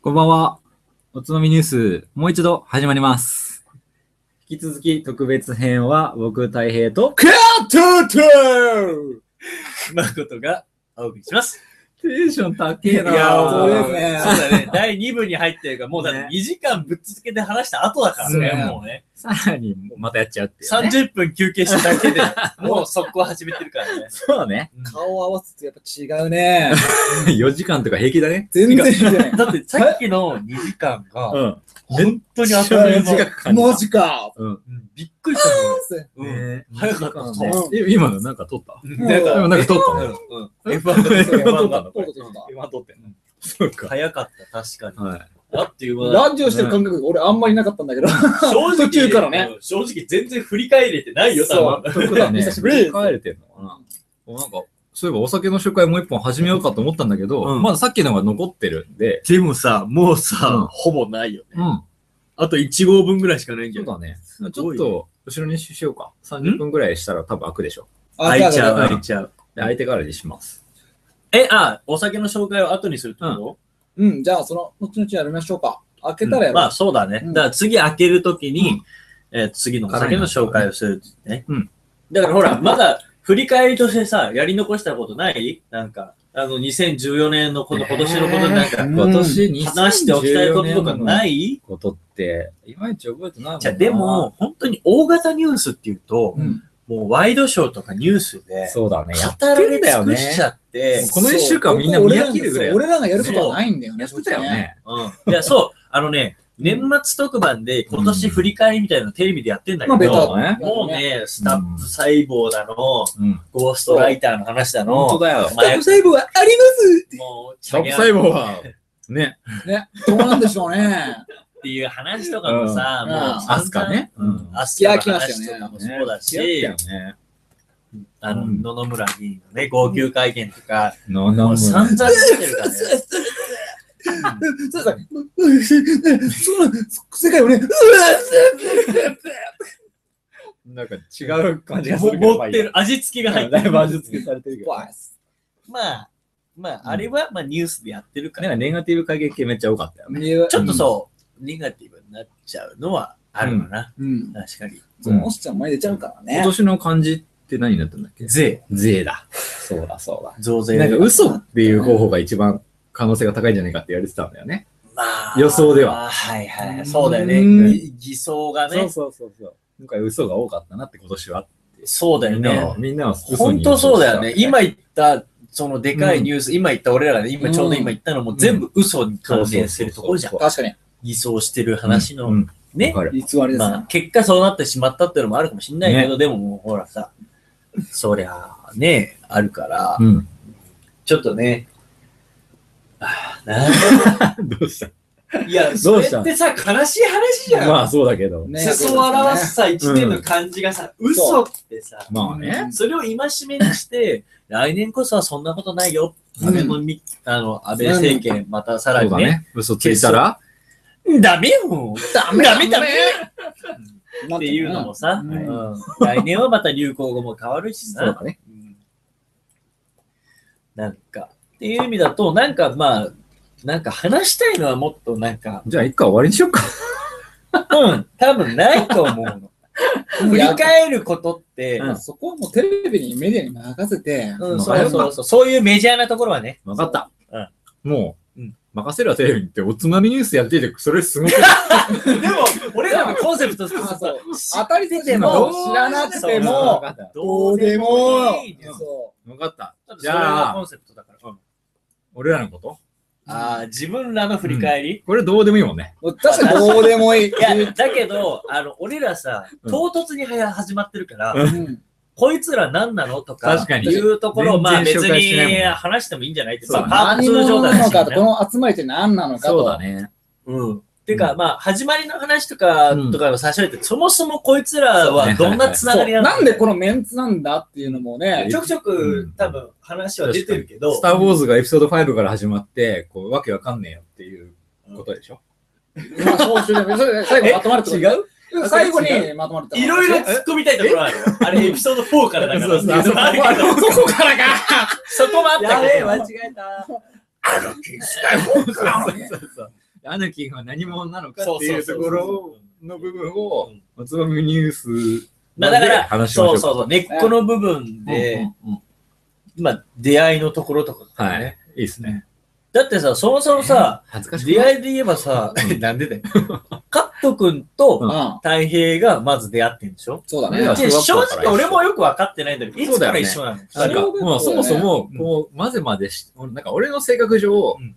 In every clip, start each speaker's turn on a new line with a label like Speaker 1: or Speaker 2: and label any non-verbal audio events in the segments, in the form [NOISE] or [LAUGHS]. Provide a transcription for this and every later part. Speaker 1: こんばんは。おつまみニュース、もう一度始まります。引き続き特別編は、僕、たい平と、
Speaker 2: カー [LAUGHS] トゥートゥー誠がお送りします。
Speaker 1: テンション高えな。
Speaker 2: いやー
Speaker 1: そうです
Speaker 2: そ
Speaker 1: ね。
Speaker 2: うだね。第2部に入ってるから、もうだって
Speaker 1: ね
Speaker 2: 2時間ぶっ続けて話した後だからね、
Speaker 1: そう
Speaker 2: もうね。
Speaker 1: さらに、またやっちゃうっていう、ね。
Speaker 2: 30分休憩しただけで、もう速攻始めてるからね。
Speaker 1: そう [LAUGHS] ね。
Speaker 3: 顔を合わせてやっぱ違うね。
Speaker 1: 4時間とか平気だね。
Speaker 3: 全然違う。
Speaker 2: だってさっきの2時間が、
Speaker 1: ん。
Speaker 2: 本当にあっという間
Speaker 1: 短く感じた
Speaker 3: マジか。
Speaker 2: うんびっくりしたもんうん。
Speaker 1: ねえ
Speaker 2: 早かった
Speaker 1: ねえ今のなんか撮った
Speaker 2: なん
Speaker 3: う
Speaker 2: か、
Speaker 1: なんか撮ったね。
Speaker 2: うん。F1 で
Speaker 1: F1 撮ったの
Speaker 3: そうだそうだ
Speaker 2: F1 撮って。
Speaker 1: そうか。
Speaker 2: 早かった、確か
Speaker 1: はい。
Speaker 2: に。あっという間だ
Speaker 3: ラジオしてる感覚が俺あんまりなかったんだけど。
Speaker 2: 正直
Speaker 3: 途中からね
Speaker 2: うん正直全然振り返れてないよ、多
Speaker 3: そう
Speaker 2: 分。
Speaker 1: そうだね。
Speaker 3: 久しぶ
Speaker 1: 帰
Speaker 3: り
Speaker 1: れてんのかなおなんか、そういえばお酒の紹介もう一本始めようかと思ったんだけど、
Speaker 2: うん
Speaker 1: まださっきのが残ってるんで、
Speaker 2: でもさ、もうさ、
Speaker 1: うん
Speaker 2: ほぼないよね。
Speaker 1: うん。
Speaker 2: あと1号分ぐらいしかないんじ
Speaker 1: そ
Speaker 2: ゃ
Speaker 1: う
Speaker 2: ない
Speaker 1: だね
Speaker 2: ごいね。
Speaker 1: ちょっと、後ろにしようか。30分ぐらいしたら多分開くでしょ。
Speaker 2: 開いちゃう、
Speaker 1: うん
Speaker 2: 開いちゃう。
Speaker 1: で、相手からにします。
Speaker 2: え、あ、お酒の紹介を後にするってこ
Speaker 3: うん、じゃあその、後々やりましょうか。開
Speaker 2: と
Speaker 3: けたらや
Speaker 2: うん
Speaker 3: る。
Speaker 2: まあそうだね。
Speaker 3: うん
Speaker 2: だから次開けるときに、えー次のお酒の紹介をするね。
Speaker 1: うん。
Speaker 2: だからほら、まだ振り返りとしてさ、やり残したことないなんか、あの、2014年のこの今年のことなんか、
Speaker 3: 今年
Speaker 1: に
Speaker 2: 話しておきたいこととかない
Speaker 1: ことって、いまいち覚えてないもんな
Speaker 2: じゃあでも、、本当に大型ニュースっていうと、
Speaker 3: うん
Speaker 2: もうワイドショーとかニュースで、
Speaker 1: そうだね。やっ
Speaker 2: 語られ
Speaker 1: んだ
Speaker 2: 尽
Speaker 1: よ
Speaker 2: く
Speaker 1: ね
Speaker 2: しちゃって、
Speaker 1: この一週間みんな見飽きるぐらい
Speaker 3: そう俺らがやることはないんだよね。
Speaker 1: やってたよね。
Speaker 2: うん。いや、そう、あのね、年末特番で今年振り返りみたいなのテレビでやってんだけ
Speaker 3: まあベタ
Speaker 2: ど、
Speaker 1: そうね
Speaker 2: もうね、スタッフ細胞だの、
Speaker 1: うん。
Speaker 2: ゴーストライターの話だの、
Speaker 1: 本当だよ。
Speaker 3: スタッフ細胞はあります
Speaker 2: もう、
Speaker 1: ス
Speaker 2: チ
Speaker 1: タ
Speaker 2: ャ
Speaker 1: ッ
Speaker 2: ゲ
Speaker 1: プ
Speaker 2: ア
Speaker 1: 細胞は、ね、
Speaker 3: ね、どうなんでしょうね。
Speaker 2: っていう話とかもさ、
Speaker 3: うん
Speaker 2: もう
Speaker 3: う
Speaker 2: 散
Speaker 3: ん
Speaker 2: 々
Speaker 1: アスカね。
Speaker 2: うん。アス
Speaker 3: いや
Speaker 2: カ
Speaker 3: 来
Speaker 2: の
Speaker 3: ました
Speaker 2: 話
Speaker 3: よ
Speaker 2: と
Speaker 3: ね
Speaker 2: かもそうだし、
Speaker 1: やったよね。
Speaker 2: あの、
Speaker 1: うん
Speaker 2: 野々村議員のね、号泣会見とか、
Speaker 1: のの
Speaker 2: も
Speaker 1: む
Speaker 2: う散々見てる
Speaker 1: [LAUGHS]
Speaker 2: からね。
Speaker 3: そうさ、その世界をね、うわ
Speaker 1: なんか違う感じがす
Speaker 2: も
Speaker 1: るけど。
Speaker 2: 持ってる、味付けが
Speaker 1: まあ
Speaker 2: 入
Speaker 1: いい
Speaker 2: っ
Speaker 1: や。だ
Speaker 2: て
Speaker 1: い
Speaker 2: る。
Speaker 1: ぶ味付けされてるけど。
Speaker 3: 怖いっす
Speaker 2: まあ、ま
Speaker 1: うん
Speaker 2: あ、あれは、まあ、ニュースでやってるか
Speaker 1: なん
Speaker 2: ら、
Speaker 1: かネガティブ過激系めっちゃ多かったよね。
Speaker 3: ね
Speaker 2: ちょっとそう、ネガティブになっちゃうのはあるかな、
Speaker 3: うん。
Speaker 2: 確かに。
Speaker 3: ゾウしちゃん前出ちゃうから
Speaker 1: 今
Speaker 3: ね。
Speaker 1: 年の漢字って何になったんだっけ
Speaker 2: 税、
Speaker 1: 税だ。そうだそうだ。
Speaker 2: 増税。
Speaker 1: なんか嘘っていう方法が一番可能性が高いんじゃないかって言われてたんだよね。
Speaker 2: まあ、
Speaker 1: 予想では。
Speaker 2: はいはい、そうだよね。
Speaker 1: うん
Speaker 2: ぎ偽装がね、
Speaker 1: そうそうそう。今回嘘が多かったなって今年は。
Speaker 2: そうだよ
Speaker 1: みんなは、
Speaker 2: ね。
Speaker 1: みんなは嘘に
Speaker 2: 本当そうだよね。
Speaker 1: 嘘に
Speaker 2: 今言った、そのでかいニュース、今言った俺らがね、今ちょうど今言ったのも全部嘘に関連するところじゃん。
Speaker 1: そう
Speaker 3: 確かに。
Speaker 2: 偽装してる話の、
Speaker 1: うんうん
Speaker 2: ね
Speaker 1: わかる
Speaker 3: 偽りです
Speaker 2: まあ
Speaker 3: ね。、
Speaker 2: 結果そうなってしまったっていうのもあるかもしれないけど、でももうほらさ、そりゃあね、あるから、
Speaker 1: うん。
Speaker 2: ちょっとね、ああな
Speaker 1: どうした
Speaker 2: いや、
Speaker 1: ど
Speaker 2: そうれ
Speaker 1: した
Speaker 2: ってさ、悲しい話じゃん。
Speaker 1: まあそうだけど。
Speaker 3: ね
Speaker 2: 世相を表すさ、一年の感じがさ、嘘ってさ、
Speaker 1: まあね。
Speaker 2: それを戒めにして、来年こそはそんなことないよ。安倍のみ、あの、安倍政権、またさら
Speaker 1: そう
Speaker 2: に
Speaker 1: だ
Speaker 2: ね。
Speaker 1: ね。嘘ついたら
Speaker 2: ダメよダメダメダメ
Speaker 3: な
Speaker 2: っ
Speaker 3: ん
Speaker 2: て
Speaker 3: て
Speaker 2: いうのもさ、
Speaker 3: う
Speaker 2: うんん来年はまた流行語も変わるし
Speaker 1: そう
Speaker 2: さ
Speaker 1: だ、ね。
Speaker 2: うんなんか、っていう意味だと、なんかまあ、なんか話したいのはもっとなんか、
Speaker 1: じゃあ一回終わりにしようか。
Speaker 2: うん、多分ないと思うの。 [LAUGHS] 振
Speaker 3: いや
Speaker 2: り返ることって、
Speaker 1: うん
Speaker 3: そこはもうテレビにメディアに任せて、
Speaker 2: う
Speaker 1: ま
Speaker 2: ん、
Speaker 1: あ
Speaker 2: そうそうそう、そういうメジャーなところはね、
Speaker 1: わかった。もう、
Speaker 2: うん
Speaker 1: 任せるわテレビにって、おつまみニュースやってて、それすごく
Speaker 2: でも、俺らのコンセプトとして
Speaker 3: あ
Speaker 2: さ
Speaker 3: そう当たり筋
Speaker 2: で
Speaker 3: で
Speaker 2: も
Speaker 3: も知らなくて
Speaker 2: そう
Speaker 1: わ
Speaker 3: も、
Speaker 1: かった。
Speaker 3: どうでも
Speaker 2: いいね
Speaker 3: そ
Speaker 1: わかった。
Speaker 2: じゃあ、コンセプトだから。
Speaker 1: 俺らのこと
Speaker 2: ああ、自分らの振り返り、
Speaker 1: これどうでもいいもんね。
Speaker 3: うもう確かにどうでもいい。
Speaker 2: いや、だけど、あの、俺らさ、唐突に早始まってるから、
Speaker 1: うん
Speaker 3: うん
Speaker 2: こいつら何なのとか、
Speaker 1: 確かに
Speaker 2: いうところを、まあ
Speaker 1: 全
Speaker 2: 別
Speaker 1: 然紹介してないもんね
Speaker 2: に話してもいいんじゃないって、
Speaker 1: そう
Speaker 2: ま
Speaker 1: だ
Speaker 2: あ
Speaker 1: ね
Speaker 2: パー
Speaker 3: 何
Speaker 2: 通常
Speaker 3: 者
Speaker 2: だ
Speaker 3: なの
Speaker 2: し
Speaker 3: かと、こ
Speaker 2: ね。
Speaker 3: の集まりって何なのかと。
Speaker 1: ね。
Speaker 2: うん。てか、
Speaker 1: うん
Speaker 2: まあ、始まりの話とか
Speaker 1: うん、
Speaker 2: とかの最初に言って、そもそもこいつら
Speaker 1: そう
Speaker 2: は
Speaker 1: ね
Speaker 2: どんなつな
Speaker 3: そ
Speaker 2: が
Speaker 3: う
Speaker 2: りなの
Speaker 3: なんでこ
Speaker 2: の、
Speaker 3: のメンツなんだっていうのもね、
Speaker 2: ちょくちょ
Speaker 1: う
Speaker 2: く
Speaker 1: ん
Speaker 2: 多分話は出てるけど
Speaker 1: ス、ター・ウォーズがエピソード5から始まって、こう、わけわかんねえよっていうことでしょ
Speaker 3: まあ総集でそれで最後まとまるってこと
Speaker 1: う
Speaker 3: うん最後にまとまるってこと
Speaker 2: いろいろ突っ込みたいところはあるよ。あれ、エピソード4からだか
Speaker 1: そうそう
Speaker 2: ら。あるけど
Speaker 3: そこからか
Speaker 2: そこもあったけど。
Speaker 3: えた。
Speaker 1: そうそうそうアヌキンは何者なのか
Speaker 2: そう
Speaker 1: っていうところの部分を、おつまみニュース
Speaker 2: まあだから、
Speaker 1: 話しましょ
Speaker 2: そううそうそう、根っこの部分
Speaker 1: で、
Speaker 2: で、まあ出会いのところとかだ
Speaker 1: は
Speaker 2: よね、
Speaker 1: い。いいっすね。
Speaker 2: だってさ、そもそもさ、
Speaker 1: 恥ずかしく
Speaker 2: 出
Speaker 1: ない
Speaker 2: 会いで言えばさ、
Speaker 1: うん
Speaker 2: なんでだよ。カット君
Speaker 1: う
Speaker 2: と
Speaker 3: ん。
Speaker 2: 太平がまず出会ってんでしょ
Speaker 3: そうだ
Speaker 1: い
Speaker 3: ね
Speaker 1: や。
Speaker 2: で
Speaker 1: 小学校か
Speaker 2: 正
Speaker 1: ら一緒
Speaker 2: 直俺もよく分かってないんだけど、いつから一緒なの
Speaker 1: なんか、
Speaker 3: 小学校
Speaker 1: もうそもそも
Speaker 2: ね、
Speaker 1: こう、混ぜ混ぜし、なんか俺の性格上
Speaker 2: うん、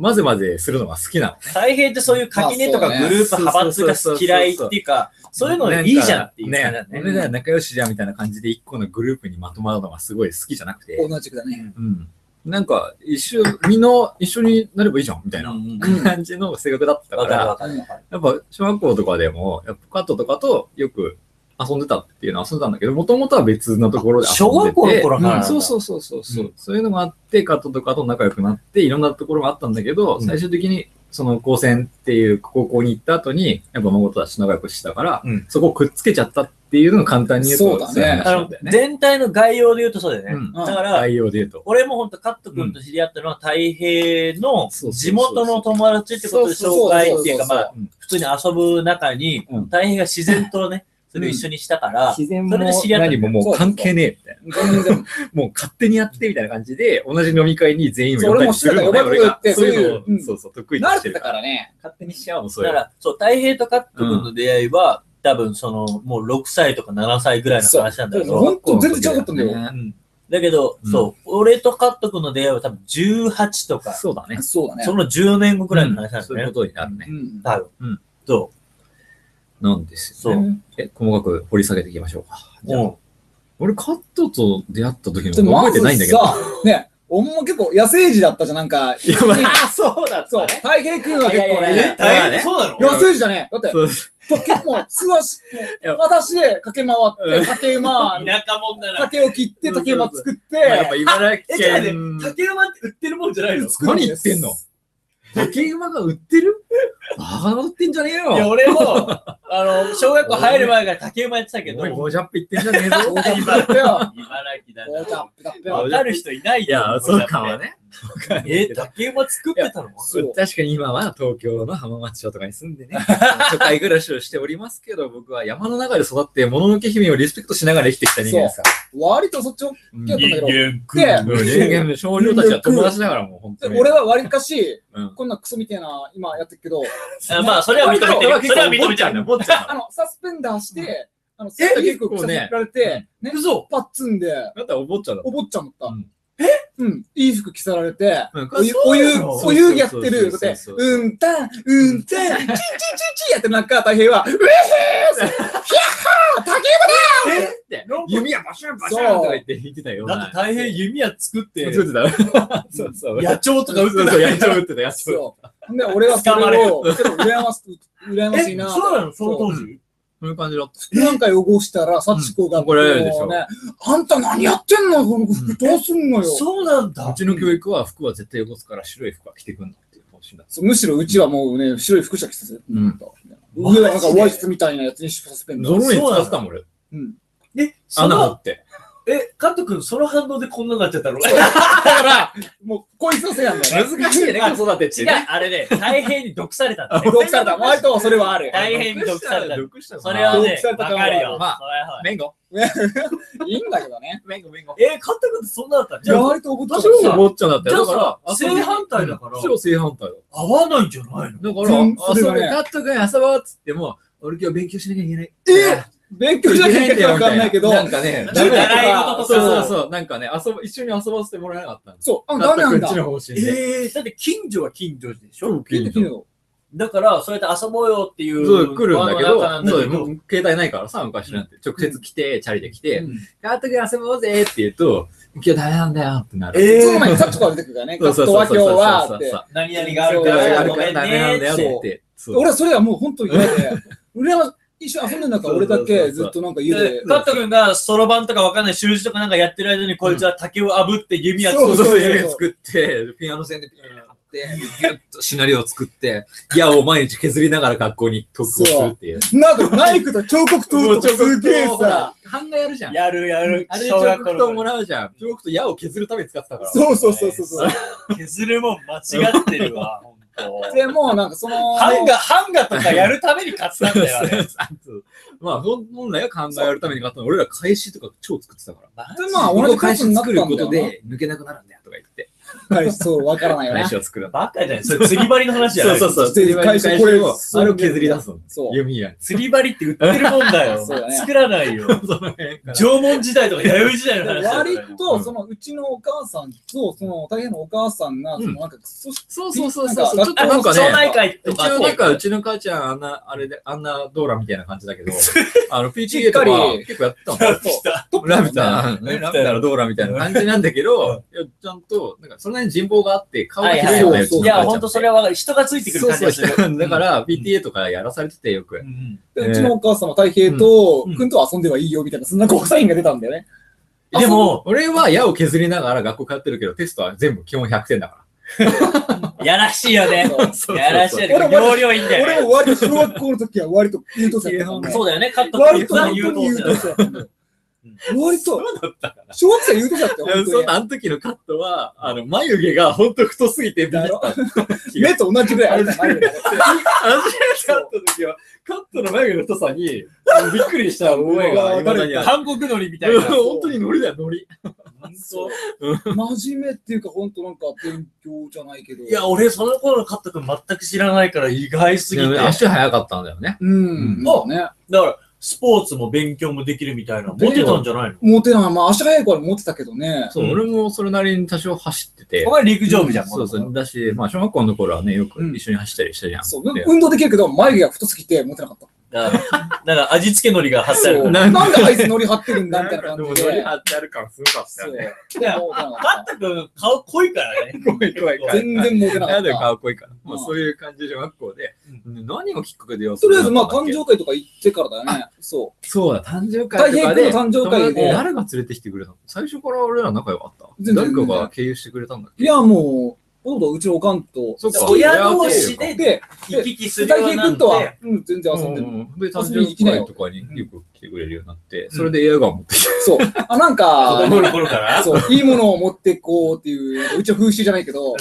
Speaker 1: 混ぜ混ぜするのが好きな
Speaker 2: 太平ってそういう垣根とか
Speaker 3: まあそうね
Speaker 2: グループ派閥が嫌いっていうか、そういうのいいじゃんっていう感じ
Speaker 1: ね
Speaker 2: だ。ね。
Speaker 1: 俺ら仲良しじゃんみたいな感じで一個のグループにまとまるのがすごい好きじゃなくて、
Speaker 3: 同じくだね。
Speaker 1: うん。なんか、一緒、みんな一緒になればいいじゃんみたいな
Speaker 2: うんうん
Speaker 1: 感じの性格だったか
Speaker 2: わかる
Speaker 1: ら
Speaker 2: わ、かるわかる。
Speaker 1: やっぱ小学校とかでも、やっぱカットとかとよく遊んでたっていうのは遊んでたんだけど、もともとは別のところで遊んでて。
Speaker 2: 小学校の頃からなんだ
Speaker 1: うんそうそうそうそうそう、
Speaker 2: うん
Speaker 1: そういうのもあって、カットとかと仲良くなって、いろんなところがあったんだけど、
Speaker 2: うん
Speaker 1: 最終的にその高専っていう高校に行った後に、やっぱ孫たちと仲良くしたから、
Speaker 2: うん
Speaker 1: そこをくっつけちゃったっていうのを簡単に言うと、
Speaker 3: そうだね
Speaker 1: い話
Speaker 2: あ
Speaker 1: なん
Speaker 2: の
Speaker 1: だよね。
Speaker 2: 全体の概要で言うとそうだよね。
Speaker 1: うん
Speaker 2: だから、
Speaker 1: 概要で言うと。
Speaker 2: 俺も本当カット君と知り合ったのは太平の
Speaker 1: そうそうそう
Speaker 2: 地元の友達ってことで紹介っていうか、まあ、普通に遊ぶ中に
Speaker 1: うん、
Speaker 2: 大変が自然とね、それを一緒にしたから、
Speaker 1: 自然
Speaker 2: そ
Speaker 1: も
Speaker 2: れで知り合ったんだ
Speaker 1: 何ももう関係ねえみたい
Speaker 3: 全然。
Speaker 1: な。もう勝手にやってみたいな感じで、同じ飲み会に全員を
Speaker 3: そう
Speaker 1: 呼んだりするのね、
Speaker 3: 俺
Speaker 1: 俺
Speaker 3: も知ら
Speaker 1: が
Speaker 3: な。い
Speaker 1: そういうの、
Speaker 3: 俺もうん
Speaker 1: そうそう、得意と
Speaker 3: 慣れ
Speaker 1: して
Speaker 3: て
Speaker 1: る
Speaker 3: た
Speaker 1: から。
Speaker 3: からね。
Speaker 1: 勝手にしちゃうもん、そ
Speaker 2: だ
Speaker 1: うい
Speaker 2: か
Speaker 1: うの。
Speaker 2: ら、そう、太平とカット君の出会いは、多分その、もう6歳とか7歳ぐらいの話なんだけ
Speaker 3: そう
Speaker 2: ど、
Speaker 3: 本当全然違かったんだよ
Speaker 1: ね
Speaker 2: うんだけど、
Speaker 1: うん
Speaker 2: そう、俺とカット君の出会いは多分18とか、
Speaker 1: そうだね。
Speaker 3: そうだね
Speaker 2: そ。の10年後ぐらいの話なん
Speaker 1: そ
Speaker 2: だ
Speaker 1: ういう
Speaker 2: ね
Speaker 1: こ。とになるね
Speaker 3: う。ん。
Speaker 2: 多分。
Speaker 1: うん
Speaker 2: そ
Speaker 1: なんですよ、ね。え、細かく掘り下げていきましょうか。
Speaker 2: う。うん。
Speaker 1: 俺、カットと出会った時
Speaker 3: で
Speaker 1: の
Speaker 3: も
Speaker 1: 覚えてないんだけど。
Speaker 3: まずさね、おんも結構野生児だったじゃん、なんか。
Speaker 1: いやまあ [LAUGHS]
Speaker 2: あ、そうだ、
Speaker 3: そう、太平君は結構
Speaker 1: いやいやい
Speaker 3: ね
Speaker 1: や。大変
Speaker 2: そうなの
Speaker 3: 野生児だね。だって、
Speaker 1: そうです
Speaker 3: 結構、素足、
Speaker 1: や
Speaker 3: 私で駆け回って、竹馬、
Speaker 2: 田舎もんだな。
Speaker 3: 竹を切って、竹馬作っ、
Speaker 1: まあやってぱ茨城
Speaker 2: えちょっと
Speaker 1: 県。
Speaker 2: 竹馬って売ってるもんじゃないのい
Speaker 3: 作る
Speaker 1: 何
Speaker 3: ん
Speaker 1: 言
Speaker 3: で
Speaker 1: っ
Speaker 3: す
Speaker 1: てんの竹馬が売ってるバカが売ってんじゃねえ
Speaker 2: や、
Speaker 1: よ。
Speaker 2: 俺も、あの、小学校入る前から竹馬やってたけど、
Speaker 1: おい、
Speaker 2: 茨
Speaker 1: ゴージャップ言ってんじゃねえぞ。
Speaker 3: 大ジャップよ。
Speaker 2: 城だ
Speaker 3: 大ジャップだった
Speaker 2: な。
Speaker 3: よ。
Speaker 2: わかる人いない
Speaker 1: いや、そうかも
Speaker 2: [LAUGHS] ね。
Speaker 1: ね。
Speaker 2: え、竹馬作ってたの
Speaker 3: そう
Speaker 1: 確かに今は東京の浜松町とかに住んでね、 [LAUGHS] 都会暮らしをしておりますけど、僕は山の中で育って、もののけ姫をリスペクトしながら生きてきた人間ですから。
Speaker 3: 割とそっちを、
Speaker 1: うん
Speaker 3: いや
Speaker 2: 人間食
Speaker 3: で
Speaker 1: もう人間の少女たちは友達だからもう本当に。
Speaker 3: 俺は割かし
Speaker 1: うん、
Speaker 3: こんなクソみたいな、今やってるけど、
Speaker 2: う。まあ、それは認めてる。それは認めちゃう
Speaker 1: ね。
Speaker 2: の。
Speaker 1: ぼっちゃ
Speaker 3: あ
Speaker 1: ん。
Speaker 3: の、サスペンダーして、あ
Speaker 1: え
Speaker 3: の、サスペンダー結構
Speaker 1: 結構ね
Speaker 3: 着られて、ね、
Speaker 1: 嘘
Speaker 3: パッツンで、
Speaker 1: だったらお坊ちゃんだっ
Speaker 3: お坊ちゃんだった。
Speaker 1: うん
Speaker 3: えうん、いい服着せられて、
Speaker 1: うん
Speaker 3: お湯、
Speaker 1: そう
Speaker 3: お
Speaker 1: な
Speaker 3: 湯、
Speaker 1: の
Speaker 3: お湯やってる。
Speaker 1: そうそうそうそう
Speaker 3: だって、うんたん、うんたん、チンチンチンチンやってる中、大
Speaker 1: [LAUGHS]
Speaker 3: 平は、うえへーヒャッハー竹
Speaker 1: た。えって弓矢バシュンバシュンとか言って弾いてたよ。
Speaker 2: だって大変弓矢作って、
Speaker 1: 作ってた。そうそう。
Speaker 2: 野鳥とか
Speaker 1: そう
Speaker 2: 打
Speaker 1: そう
Speaker 2: っ
Speaker 1: そう、
Speaker 2: てた。
Speaker 1: やっちゃうってた、やっちゃう。
Speaker 3: そう。で、俺はそれを、ちょっと羨まし、羨ましい
Speaker 2: え、
Speaker 3: な。
Speaker 2: そうなのその当時
Speaker 1: そういう感じだった。
Speaker 3: なんか汚したら、幸子が、
Speaker 1: うん怒られるでしょ
Speaker 3: もうねあんた何やってんのこの服どうすんのよ。
Speaker 2: そうなん
Speaker 1: う
Speaker 2: だ。
Speaker 1: ちの教育は服は絶対汚すから白い服は着てくんだっていう方針だっ
Speaker 3: そうむしろうちはもうね、白い服しか着させてなかった
Speaker 2: うん
Speaker 3: 上はなんか
Speaker 2: マジで
Speaker 3: ワイスみたいなやつにサスペン
Speaker 1: た。
Speaker 3: ダ
Speaker 1: ゾ
Speaker 3: ー。
Speaker 1: ロに使ってたもん俺。
Speaker 3: うん。
Speaker 2: え、そ
Speaker 1: 穴掘
Speaker 2: の、
Speaker 1: って。
Speaker 2: え、カット君、その反応でこんなになっちゃったの
Speaker 3: だから、もうこいつ [LAUGHS] のせいなんだよね。
Speaker 1: 難しいね、子育てっ
Speaker 2: 違
Speaker 1: て
Speaker 2: う
Speaker 1: ね。、
Speaker 2: あれね、大変に毒されたんだね。
Speaker 3: 毒された。割とそれはある。
Speaker 1: [LAUGHS]
Speaker 2: 大変に毒された。
Speaker 1: 毒した
Speaker 2: それはね
Speaker 3: 毒さ、れた
Speaker 2: わ
Speaker 3: 感は
Speaker 2: か
Speaker 3: ある
Speaker 2: るよ。
Speaker 1: まあ
Speaker 2: それははい
Speaker 1: メンゴ。
Speaker 3: いいんだけどね。
Speaker 1: メンゴ、メンゴ。
Speaker 2: え、勝ったことそんなだった
Speaker 3: いや、
Speaker 2: じ
Speaker 3: 割と怒った
Speaker 1: 私もお坊ちゃんだった
Speaker 2: ゃ
Speaker 1: よ。だ
Speaker 2: あ
Speaker 1: か
Speaker 2: さ
Speaker 1: ら、、
Speaker 2: 正反対だから、
Speaker 1: 白正反対だ。
Speaker 2: 合わないんじゃないの
Speaker 1: だから、
Speaker 3: 全
Speaker 1: 遊
Speaker 3: 然
Speaker 1: べ、
Speaker 3: ね
Speaker 1: カット君遊ぼうっつっても、俺今日勉強しなきゃいけない。
Speaker 3: え勉強しなきゃいけないかわかんないけど、
Speaker 1: なんかね、
Speaker 3: ダメだ
Speaker 1: なんか
Speaker 2: 習い事と
Speaker 1: そう
Speaker 2: か
Speaker 1: そうそう、なんかね、遊ば、一緒に遊ばせてもらえなかったんです。
Speaker 3: そう、あ、ダメなん
Speaker 1: カ
Speaker 3: だ
Speaker 1: ッ。ト君ちの方針で。
Speaker 2: えー、だって近所は近所でしょ
Speaker 1: 超
Speaker 3: 聞いてみ
Speaker 1: 近所
Speaker 3: よ
Speaker 2: だから、そうやって遊ぼうよっていう。
Speaker 1: そう、来るんだけ
Speaker 2: 輪の中なん
Speaker 1: ど、
Speaker 2: だ
Speaker 1: そう、
Speaker 2: け
Speaker 1: もう携帯ないからさ、昔なんて。直接来て、チャリで来て、
Speaker 3: う。
Speaker 1: カット君遊ぼうぜって言うと、今日ダメなんだよってなる。
Speaker 2: え
Speaker 3: その前
Speaker 2: ー、
Speaker 3: にサチコが出てくるからね。
Speaker 1: そ
Speaker 3: ガ
Speaker 1: うそ
Speaker 3: ッ
Speaker 1: うそ
Speaker 3: ト
Speaker 1: う
Speaker 3: は今
Speaker 1: そうそうそ
Speaker 3: 日はっ
Speaker 1: う
Speaker 3: て。
Speaker 2: 何々がある
Speaker 1: そう
Speaker 2: か
Speaker 1: そうあ
Speaker 2: ら、
Speaker 1: る
Speaker 2: ご
Speaker 1: か
Speaker 2: め
Speaker 1: ら
Speaker 2: ん
Speaker 1: ダメなんだ
Speaker 2: ね
Speaker 1: よ
Speaker 2: ー
Speaker 1: ってて
Speaker 2: っ。
Speaker 3: そう
Speaker 1: 言って。そう
Speaker 3: 俺はそれはもう本当に嫌で、俺は一緒に遊んでんだから俺だけずっとなんか家で
Speaker 2: で、。カット君がそろばんとかわかんない習字とかなんかやってる間に、こいつは竹を炙って弓矢つ
Speaker 1: そうそうそう、
Speaker 3: そうそう
Speaker 1: 夢作って、ピアノ線でピアノやって、ギュッとシナリオを作って、矢を毎日削りながら学校に特訓するっていう。
Speaker 3: なんかナイフと彫刻刀とかすげえさ。、
Speaker 1: 版画やるじゃん。
Speaker 2: やるやる。
Speaker 1: あれで
Speaker 2: 小
Speaker 1: 彫
Speaker 2: 学
Speaker 1: 刻
Speaker 2: 校
Speaker 1: 刀
Speaker 2: の
Speaker 1: も
Speaker 2: 頃
Speaker 1: らうじゃん。彫刻刀矢を削るために使ってたから。
Speaker 3: そうそうそうそうそう。
Speaker 2: 削るもん間違ってるわ、本こう
Speaker 3: で、もうなんかその、
Speaker 2: ハンガ、ハンガとかやるために買ったんだよ、あれ。
Speaker 1: まあ、本来は考えるために買ったの俺ら返しとか超作ってたから。
Speaker 3: でまあ、俺
Speaker 1: 俺
Speaker 3: の
Speaker 1: の
Speaker 3: 返
Speaker 1: 返
Speaker 3: しに
Speaker 1: し
Speaker 3: なっ
Speaker 1: 作
Speaker 3: たん
Speaker 1: る
Speaker 3: だよ
Speaker 1: こ
Speaker 3: な
Speaker 1: と、で抜けなくなるんだよとか言って、
Speaker 3: 返しそう、わからないよね
Speaker 1: 返。しを作るんだ。
Speaker 2: バカじゃないそれ釣り針の話じゃない
Speaker 3: そうそう返し
Speaker 1: これ
Speaker 3: こ
Speaker 1: を、
Speaker 3: れ
Speaker 1: あれを削り出すの。
Speaker 3: そう。
Speaker 1: 弓矢。
Speaker 2: 釣り針って売ってるもんだよ。
Speaker 3: そうだね
Speaker 2: 作らないよ。
Speaker 1: その辺から
Speaker 2: 縄文時代とか弥生時代の話だ
Speaker 3: 割
Speaker 2: よ。
Speaker 3: と、その、うちのお母さんと、その、大変のお母さんが、その、なんか、組織
Speaker 1: そうそうそうそう。ちょっと
Speaker 3: あ
Speaker 1: なんか
Speaker 2: 町
Speaker 1: ね、
Speaker 2: 内会
Speaker 1: う
Speaker 2: と
Speaker 1: ち
Speaker 2: か。
Speaker 1: のなんか、うちの母ちゃん、あんな、あれで、あんなドーラみたいな感じだけど、あの、
Speaker 3: し
Speaker 1: PTA
Speaker 3: っ
Speaker 1: とか
Speaker 3: かり
Speaker 1: 結構やってたの。
Speaker 2: [LAUGHS] ラピュタ
Speaker 3: トップだ
Speaker 1: ラ
Speaker 3: もん
Speaker 1: ビタ、ね、
Speaker 3: ね
Speaker 1: ラビタのドーラみたいな感じなんだけど、いやちゃんと、なんか、それなりに人望があって、顔が広いよね、
Speaker 3: はいう
Speaker 1: ちの
Speaker 3: そう
Speaker 1: 母
Speaker 2: い
Speaker 1: ちゃんっ
Speaker 2: や、
Speaker 1: て
Speaker 2: ほんとそれはわかる人がついてくる感じ
Speaker 1: そう
Speaker 2: が
Speaker 1: そ
Speaker 2: す
Speaker 1: う
Speaker 2: る。
Speaker 1: そう。だから、PTA とかやらされててよく
Speaker 2: う。ん
Speaker 3: でうちのお母さんは太平と、
Speaker 1: うん
Speaker 3: くんと遊んではいいよみたいな、そんなゴーサインが出たんだよね。
Speaker 2: でも、
Speaker 1: 俺は矢を削りながら学校通ってるけど、テストは全部基本100点だか
Speaker 2: やらしいよね。
Speaker 3: そう
Speaker 1: そう
Speaker 2: やらしいよね。
Speaker 3: 俺も
Speaker 2: 要領いいんだよね。
Speaker 3: 俺も割と小学校の時は割と優等生だったんだ
Speaker 2: そ
Speaker 3: よ。
Speaker 2: うだよね、カット
Speaker 3: 割と本当に
Speaker 2: 言
Speaker 3: 優
Speaker 2: う
Speaker 3: 等
Speaker 2: と。
Speaker 3: 生だったんだよ。割と、小学生優等生だったよ、
Speaker 1: ら。いやそ
Speaker 3: 本当
Speaker 1: うあの時のカットは、あの、眉毛がほんと太すぎてビビった。あ
Speaker 3: に。目と同じぐらいあれだよ眉毛が
Speaker 1: の時のカットの時は、カットの眉毛の太さに、びっくりした覚えが未だにある。
Speaker 2: 韓国海苔みたいな。
Speaker 1: 本当にノリだよ、ノリ。
Speaker 3: 真面目っていうか、本当なんか勉強じゃないけど。
Speaker 2: いや、俺、その頃のカット君全く知らないから意外すぎて。だか
Speaker 1: 足早かったんだよね。
Speaker 3: うん。まあね。
Speaker 2: ら、スポーツも勉強もできるみたいな。モテたんじゃないの
Speaker 3: モテない。まあ足早いからモテたけどね。
Speaker 1: そう、俺もそれなりに多少走ってて
Speaker 2: お。前陸上部じゃん。
Speaker 1: そうそう。だし、まあ、小学校の頃はね、よく一緒に走ったりしたじゃん。
Speaker 3: そう。運動できるけど、眉毛が太すぎてモテなかった。
Speaker 2: だから、だから味付け海苔が貼ってあ
Speaker 3: そう。
Speaker 2: る。
Speaker 3: な
Speaker 1: なんん
Speaker 3: で
Speaker 1: か
Speaker 3: あいつノリ張ってるんだみたいな
Speaker 1: でも、
Speaker 3: 感
Speaker 1: ノ
Speaker 3: じ
Speaker 1: リ
Speaker 3: で。
Speaker 1: 張ってある感すごかった
Speaker 3: そ
Speaker 1: よ
Speaker 3: う
Speaker 1: ね。。
Speaker 3: でもモテなかった
Speaker 2: カット君、顔濃いからね。
Speaker 1: 怖い怖い怖い。
Speaker 3: 全然モテなか
Speaker 1: な
Speaker 3: っ
Speaker 1: んだよ、
Speaker 3: た。
Speaker 1: かっこいいから。まあ、そういう感じで学校で、何をきっかけで
Speaker 3: とりあえず、まあ、誕生会とか行ってからだよね。そ
Speaker 1: そうだ、誕生
Speaker 3: 会
Speaker 1: 会と
Speaker 3: とか
Speaker 1: か
Speaker 3: で
Speaker 1: で、
Speaker 3: 友達
Speaker 1: 誰が連れてきてくれたの最初から俺ら仲良かった。
Speaker 3: 全然
Speaker 1: 誰かが経由してくれたんだっ
Speaker 3: う。いや、もう、ほとんどうちのおかんと、
Speaker 1: そっか
Speaker 2: 親同士
Speaker 3: で、
Speaker 2: で
Speaker 3: で、
Speaker 2: 行き来するよ
Speaker 3: 大
Speaker 2: うに
Speaker 3: 平
Speaker 2: なっ
Speaker 3: 君とは
Speaker 2: て。、
Speaker 3: うん、全
Speaker 1: け
Speaker 3: 然遊んでる。
Speaker 1: で、誕
Speaker 3: 遊びに行き
Speaker 1: 生
Speaker 3: なよ
Speaker 1: 会とかによく来てくれるようになって、それでエアガン持ってきて。
Speaker 3: そう。あ、なんか、
Speaker 2: 子供の頃から
Speaker 3: そう、いいものを持ってこうっていう、うちは風習じゃないけど、と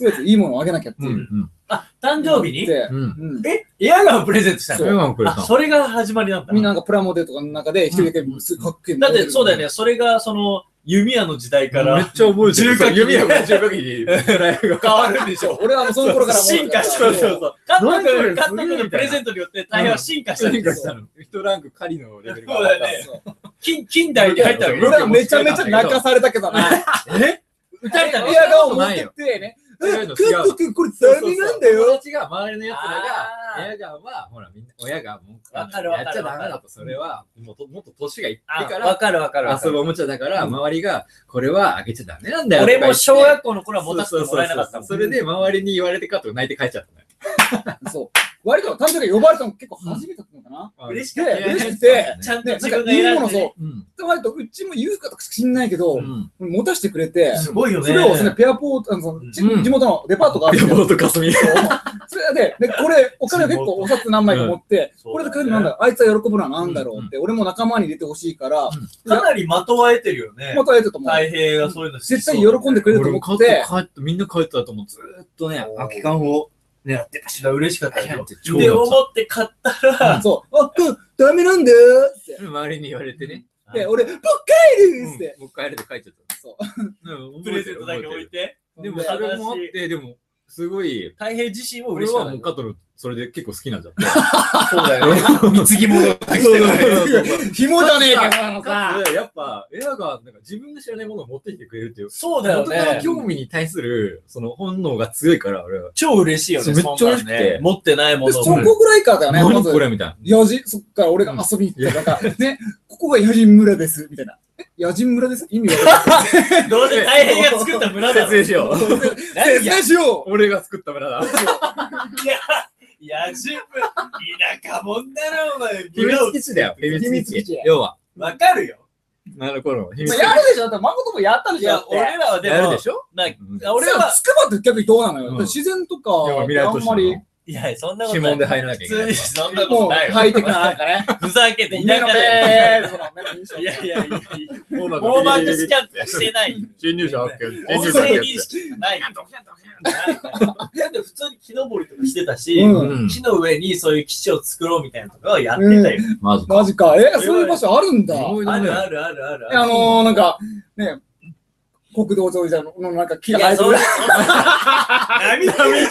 Speaker 3: りあえずいいものをあげなきゃって
Speaker 1: う
Speaker 3: い
Speaker 1: ん
Speaker 3: う。
Speaker 2: あ、誕生日に
Speaker 3: で、
Speaker 1: うん。うん。
Speaker 3: うん。
Speaker 2: えエアガンをプレゼントした
Speaker 1: エア
Speaker 2: の
Speaker 1: ガンくれた
Speaker 2: あ、それが始まりなんだ
Speaker 3: みん。ななんかプラモデルとかの中で一人だけすごいかっけえ
Speaker 2: だって、そうだよ。ね。それが、その、弓矢の時代か
Speaker 1: めっ
Speaker 2: ら
Speaker 1: ちゃ覚えてる。
Speaker 2: 銃火器
Speaker 1: 弓矢が銃火器にライフが
Speaker 2: 変わるんでしょ。
Speaker 3: 俺はもうその頃からも
Speaker 2: [LAUGHS]
Speaker 3: う
Speaker 2: 進化した。
Speaker 3: そう
Speaker 2: そうそう。カット
Speaker 1: 何こ
Speaker 2: 君、
Speaker 1: れ
Speaker 2: カット
Speaker 1: すげえ
Speaker 2: 君の
Speaker 1: み
Speaker 2: プ
Speaker 1: たいな
Speaker 2: レゼントによって大変は進化したん
Speaker 1: 進
Speaker 2: で
Speaker 1: 化
Speaker 2: す
Speaker 1: し
Speaker 2: よ。
Speaker 1: たの。一ランク狩りのレベルが
Speaker 2: そう
Speaker 1: 上
Speaker 2: だ
Speaker 1: が
Speaker 2: よ
Speaker 1: っ
Speaker 2: ね
Speaker 1: た。
Speaker 2: 近近代に入った
Speaker 1: そう
Speaker 3: 俺
Speaker 2: わ
Speaker 3: はめちゃめちゃ泣かされたけどな。
Speaker 1: え
Speaker 3: 撃
Speaker 2: たれたの
Speaker 3: エアガンを持ってってね。
Speaker 1: 違う
Speaker 3: え
Speaker 1: の
Speaker 3: クック君、これダメなんだ
Speaker 1: 友
Speaker 3: よ。
Speaker 1: 達が、周りのやつ
Speaker 2: あ
Speaker 1: ら
Speaker 2: ー
Speaker 1: が、エアガンは、ほら、みんな、親が、もう、
Speaker 2: わかるわかる
Speaker 1: やっちゃダメだと、それは、もっと、もっと年がいって
Speaker 2: あ
Speaker 1: か
Speaker 2: わ
Speaker 1: ら、
Speaker 2: かるわかるわか
Speaker 1: 遊ぶ
Speaker 2: る。
Speaker 1: おもちゃだから、周りが、これはあげちゃダメなんだよ。
Speaker 2: 俺も小
Speaker 1: とか
Speaker 2: 学校の頃は持
Speaker 1: 言
Speaker 2: た
Speaker 1: って
Speaker 2: せてもらえなかった
Speaker 1: そうそうそ
Speaker 2: も。
Speaker 1: うんそれで、周りに言われてかと泣いて帰っちゃったのよ
Speaker 3: そう。割と誕生日呼ばれたの結構初めてだったのかな。
Speaker 2: 嬉し
Speaker 3: で
Speaker 2: かったよ
Speaker 3: 嬉
Speaker 2: ね
Speaker 3: しくて、
Speaker 2: ちゃんと
Speaker 3: で、
Speaker 2: 自
Speaker 3: なん
Speaker 2: 分
Speaker 3: か
Speaker 2: が
Speaker 3: いい
Speaker 2: 選
Speaker 3: も
Speaker 2: ん
Speaker 3: の
Speaker 2: でね。
Speaker 3: そ
Speaker 1: うん。
Speaker 3: う。割とうちも言うかとか知んないけど
Speaker 1: う、ん。
Speaker 3: 持たせてくれて、
Speaker 2: すごいよね。
Speaker 3: それをそのペアポート、あのそのち
Speaker 1: うん
Speaker 3: 地元のデパートがあって、
Speaker 1: ボートかすみ。
Speaker 3: それで、で、これ、お金を結構お札何枚か持って、
Speaker 2: うん
Speaker 3: これで買えるのなんだろう、あいつは喜ぶのはなんだろうって、俺も仲間に入れてほしいから、
Speaker 2: かなりまとわえてるよね
Speaker 3: ま。たやると思う。
Speaker 2: 太平がそういうの
Speaker 3: 絶対喜んでくれると
Speaker 1: 俺も
Speaker 3: 思
Speaker 1: 帰
Speaker 3: っ
Speaker 1: ってて、、帰って、みんな帰ったともうずーっとね、空き缶を狙ってたし。
Speaker 2: る。嬉しかったよ。
Speaker 1: 超
Speaker 2: で、思って買ったら、
Speaker 3: そう、あ、うん、ダメなんだよって。
Speaker 1: 周りに言われてね。
Speaker 3: で、俺、もう帰るって。
Speaker 1: もう帰れて帰っちゃった。。
Speaker 3: そう
Speaker 2: プレゼントだけ置いて、
Speaker 1: でもそれもあって、でも、すごい、
Speaker 2: 太平自身も
Speaker 1: 俺
Speaker 2: 嬉し
Speaker 1: は
Speaker 2: か
Speaker 1: もう
Speaker 2: った。
Speaker 1: カトル、それで結構好き [LAUGHS] なんじゃって。
Speaker 2: そうだよね。
Speaker 1: [LAUGHS]
Speaker 2: 貢ぎ物が来てる。
Speaker 3: 紐じゃねえかよ
Speaker 1: かつ、やっぱ、エアが、なんか自分の知らないものを持ってきてくれるっていう。
Speaker 2: そうだよ
Speaker 1: 元から
Speaker 2: ね。
Speaker 1: 興味に対する、その本能が強いから、俺は。
Speaker 2: 超嬉しいよね。
Speaker 1: そうめっちゃ嬉しくて
Speaker 2: そんなんね持ってないも
Speaker 3: で
Speaker 2: の
Speaker 3: そ
Speaker 2: を。
Speaker 3: こぐらいからだよね、ま
Speaker 1: 何
Speaker 3: ず
Speaker 1: こ。れみたいな。
Speaker 3: やじ、そっから俺が遊びに行って、なんか、ね、ここが矢人村です、みたいな。え、矢人村です意味わかんな
Speaker 2: [LAUGHS]
Speaker 3: い。
Speaker 1: [LAUGHS]
Speaker 2: どうせ太平が作った村だろ。
Speaker 1: しよう。
Speaker 2: 何
Speaker 3: 説
Speaker 2: や
Speaker 3: 明しよう
Speaker 1: 俺が作った村だ。
Speaker 2: いや、十分、田舎もんだな、お前。
Speaker 1: 秘密基地だよ。秘
Speaker 3: 密基地
Speaker 1: 密基地。要は、
Speaker 2: わかるよ。
Speaker 1: あの頃の秘密
Speaker 3: ま
Speaker 1: 基地
Speaker 3: あやるでしょだって、誠もやったで
Speaker 2: い
Speaker 3: しょだ
Speaker 2: や
Speaker 3: っ、て
Speaker 2: 俺らはで
Speaker 1: やる
Speaker 2: も
Speaker 1: で、しょ
Speaker 2: な
Speaker 1: うん
Speaker 2: 俺
Speaker 3: 俺は
Speaker 2: は、
Speaker 3: 筑波って逆にどうなのよ、
Speaker 1: うん
Speaker 3: 自然とか
Speaker 1: いや未来
Speaker 3: あ
Speaker 1: 都
Speaker 3: ん
Speaker 1: 市な
Speaker 3: ま
Speaker 1: の
Speaker 3: り
Speaker 2: いや、そんなこと
Speaker 1: 指
Speaker 2: ない。
Speaker 1: 紋で入らなきゃ
Speaker 2: 普
Speaker 1: いけない
Speaker 2: 通に、。そんなこ
Speaker 3: も
Speaker 2: と
Speaker 3: う
Speaker 2: ない
Speaker 3: ハイテクな、
Speaker 2: わ。
Speaker 3: なんかね。
Speaker 2: ふざけて、
Speaker 3: 目
Speaker 2: 田
Speaker 3: の目
Speaker 2: 舎で。
Speaker 3: そう目の印象
Speaker 2: いやいやいや、
Speaker 1: もうなんか
Speaker 2: 網膜スキャンしてない。
Speaker 1: 侵入者発見。侵
Speaker 2: 音
Speaker 1: 入者
Speaker 2: 声
Speaker 1: 発見
Speaker 2: 認識がない。だって普通に木登りとかしてたし、
Speaker 3: うん
Speaker 2: 木の上にそういう基地を作ろうみたいなとかはやってたよ。
Speaker 1: マジか。
Speaker 3: マジか。え、そういう場所あるんだ。
Speaker 1: すご
Speaker 3: え
Speaker 1: い
Speaker 2: あ
Speaker 1: だね
Speaker 2: るあるあるある。
Speaker 3: あのー、なんか、ね、国道沿いじゃの、のなんか木
Speaker 2: い
Speaker 3: が生え
Speaker 2: や、
Speaker 3: て
Speaker 2: そ
Speaker 3: る
Speaker 2: うで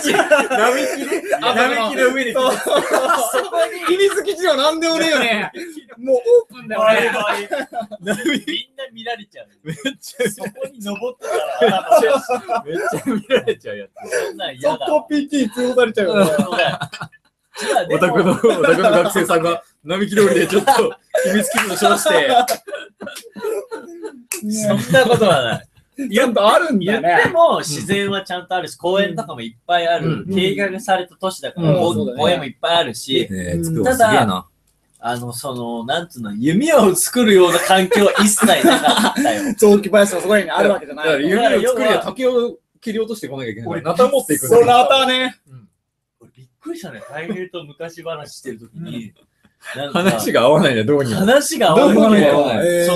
Speaker 2: す。波
Speaker 3: 並木の
Speaker 2: 上に
Speaker 3: そうそこに秘密基地は何でもねえよね。もうオープンだよね。
Speaker 2: みんな見られちゃう。めっちゃそこに登ってたら、あの
Speaker 1: めっちゃ見られちゃうや
Speaker 2: そんなん嫌
Speaker 3: そ
Speaker 2: だ。
Speaker 3: こ PT 通報されちゃうよね。
Speaker 2: じゃあ
Speaker 1: つ。
Speaker 2: で
Speaker 1: お宅の、
Speaker 2: も、
Speaker 1: お宅の学生さんが、並木通りでちょっと、秘密基地と称して、
Speaker 3: ね
Speaker 2: そんなことはない。
Speaker 3: ちゃんとあるん
Speaker 2: 言
Speaker 3: だ
Speaker 2: って
Speaker 3: ね。
Speaker 2: も自然はちゃんとあるし、公園とかもいっぱいある
Speaker 1: う。
Speaker 3: ん
Speaker 2: 計画された都市だから、
Speaker 3: うん
Speaker 2: こう
Speaker 3: そうだね
Speaker 2: 公園もいっぱいあるし、
Speaker 1: ね
Speaker 3: う
Speaker 1: え、
Speaker 3: ん
Speaker 1: 作ろうすげえな。
Speaker 2: あの、その、なんつうの、弓を作るような環境は一切なかったよ。
Speaker 3: 雑木林がそこにあるわけじゃ
Speaker 1: だ
Speaker 3: な
Speaker 1: から
Speaker 3: い。
Speaker 1: 弓を作りゃ竹を切り落としてこなきゃいけない。
Speaker 2: 俺
Speaker 1: ナタ持っていくんだ
Speaker 3: そなたね。
Speaker 2: 俺びっくりしたね。ハイメルと昔話してるときに、なんか
Speaker 1: 話が合わないね、どうにも。
Speaker 2: 話が合わ
Speaker 1: どう
Speaker 2: ない
Speaker 1: にも合
Speaker 2: よ
Speaker 1: わ。ない
Speaker 3: えー
Speaker 2: そ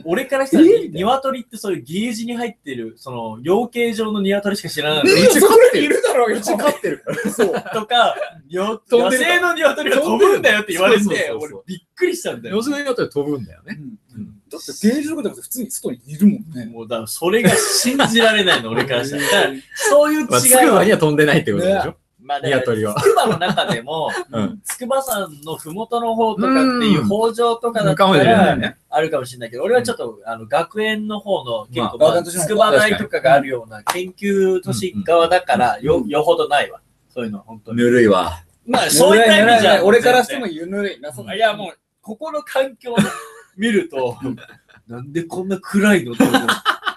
Speaker 2: の、俺からしたら
Speaker 3: え、
Speaker 2: 鶏ってそういうゲージに入ってる、その、養鶏場の鶏しか知らないの
Speaker 3: え
Speaker 2: に
Speaker 3: ーそこにいるだろうよ。
Speaker 1: うち飼ってるから。
Speaker 3: そう。
Speaker 2: とか、よ
Speaker 1: 飛ん
Speaker 2: 野
Speaker 1: でる
Speaker 2: 生の鶏は飛ぶんだよって言われ
Speaker 1: そうそう
Speaker 2: て、
Speaker 1: そう
Speaker 2: 俺
Speaker 1: そう
Speaker 2: びっくりしたんだよ
Speaker 1: 要す。るにだったら飛ぶんだよね。
Speaker 3: だって定住のことじゃなくて普通に外にいるもんね。
Speaker 2: もうだからそれが信じられないの、俺からしたら。だからそういう違い
Speaker 1: まあ、つく
Speaker 2: は
Speaker 1: ばには飛んでないってことでしょ。
Speaker 2: まあ、だから [LAUGHS]
Speaker 1: 鶏は。
Speaker 2: 筑波の中でも、
Speaker 1: うん
Speaker 2: 筑波山のふもとの方とかっていう
Speaker 1: うん
Speaker 2: 北条とかだっ
Speaker 1: かも
Speaker 2: た
Speaker 1: しれな
Speaker 2: ら
Speaker 1: いね。
Speaker 2: あるかもしれないけど、俺はちょっと、あの学園の方の結構、
Speaker 3: まあ
Speaker 2: まあ
Speaker 3: 学園都市の方
Speaker 2: 筑波大とかがあるような研究都市側だから、よよほどないわ。そういうのは本当に。
Speaker 1: ぬるいわ。
Speaker 2: まあそういった意味じゃ、
Speaker 3: 俺からしても言うぬるいな。そんない
Speaker 2: やもう、ここの環境を見ると、なんでこんな暗いのって思う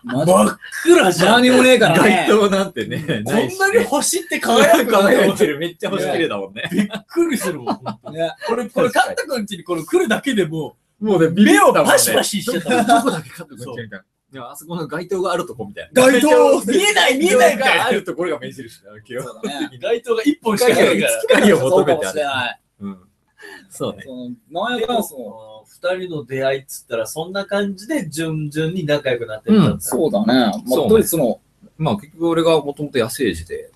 Speaker 3: マジ
Speaker 2: 真っ暗じゃん。
Speaker 3: 何もねえからね
Speaker 1: 街。灯なんてね、
Speaker 2: こ
Speaker 1: ない
Speaker 2: ん
Speaker 1: し
Speaker 2: なに
Speaker 1: ね。
Speaker 2: 星って
Speaker 1: 輝
Speaker 2: 輝くの
Speaker 1: いて
Speaker 2: び
Speaker 1: る。めっちゃ星綺麗だもんね。
Speaker 2: っくりするもん。
Speaker 3: ね
Speaker 2: これ、これ、カット君ちにこの来るだけでも
Speaker 1: もうね、
Speaker 2: う、
Speaker 1: ビビ
Speaker 2: 目
Speaker 1: ったも
Speaker 2: を
Speaker 1: んね。
Speaker 2: パシパシしちゃったもん。
Speaker 1: どこだけカット君ちみたいな。いや、あそこの街灯があるとこみたいな。
Speaker 3: 街灯
Speaker 2: [LAUGHS] 見えない、見えないか
Speaker 1: が
Speaker 2: ら
Speaker 1: あ。るところが目印だよ、今
Speaker 3: そうだね。
Speaker 2: 街灯が一本しか
Speaker 1: 日。
Speaker 2: ないから。
Speaker 1: 光を求めて
Speaker 3: そうかも
Speaker 1: あ
Speaker 3: しれ
Speaker 1: る。
Speaker 3: ない。
Speaker 1: うん。そうね。
Speaker 3: そのなんやかんやそ
Speaker 2: 二人の出会いっつったら、そんな感じで順々に仲良くなってったん
Speaker 3: う。
Speaker 2: だ
Speaker 3: そうだね。まあ、
Speaker 1: そうね
Speaker 3: とりあえずその、
Speaker 1: まあ、結局俺がもともと野生児で、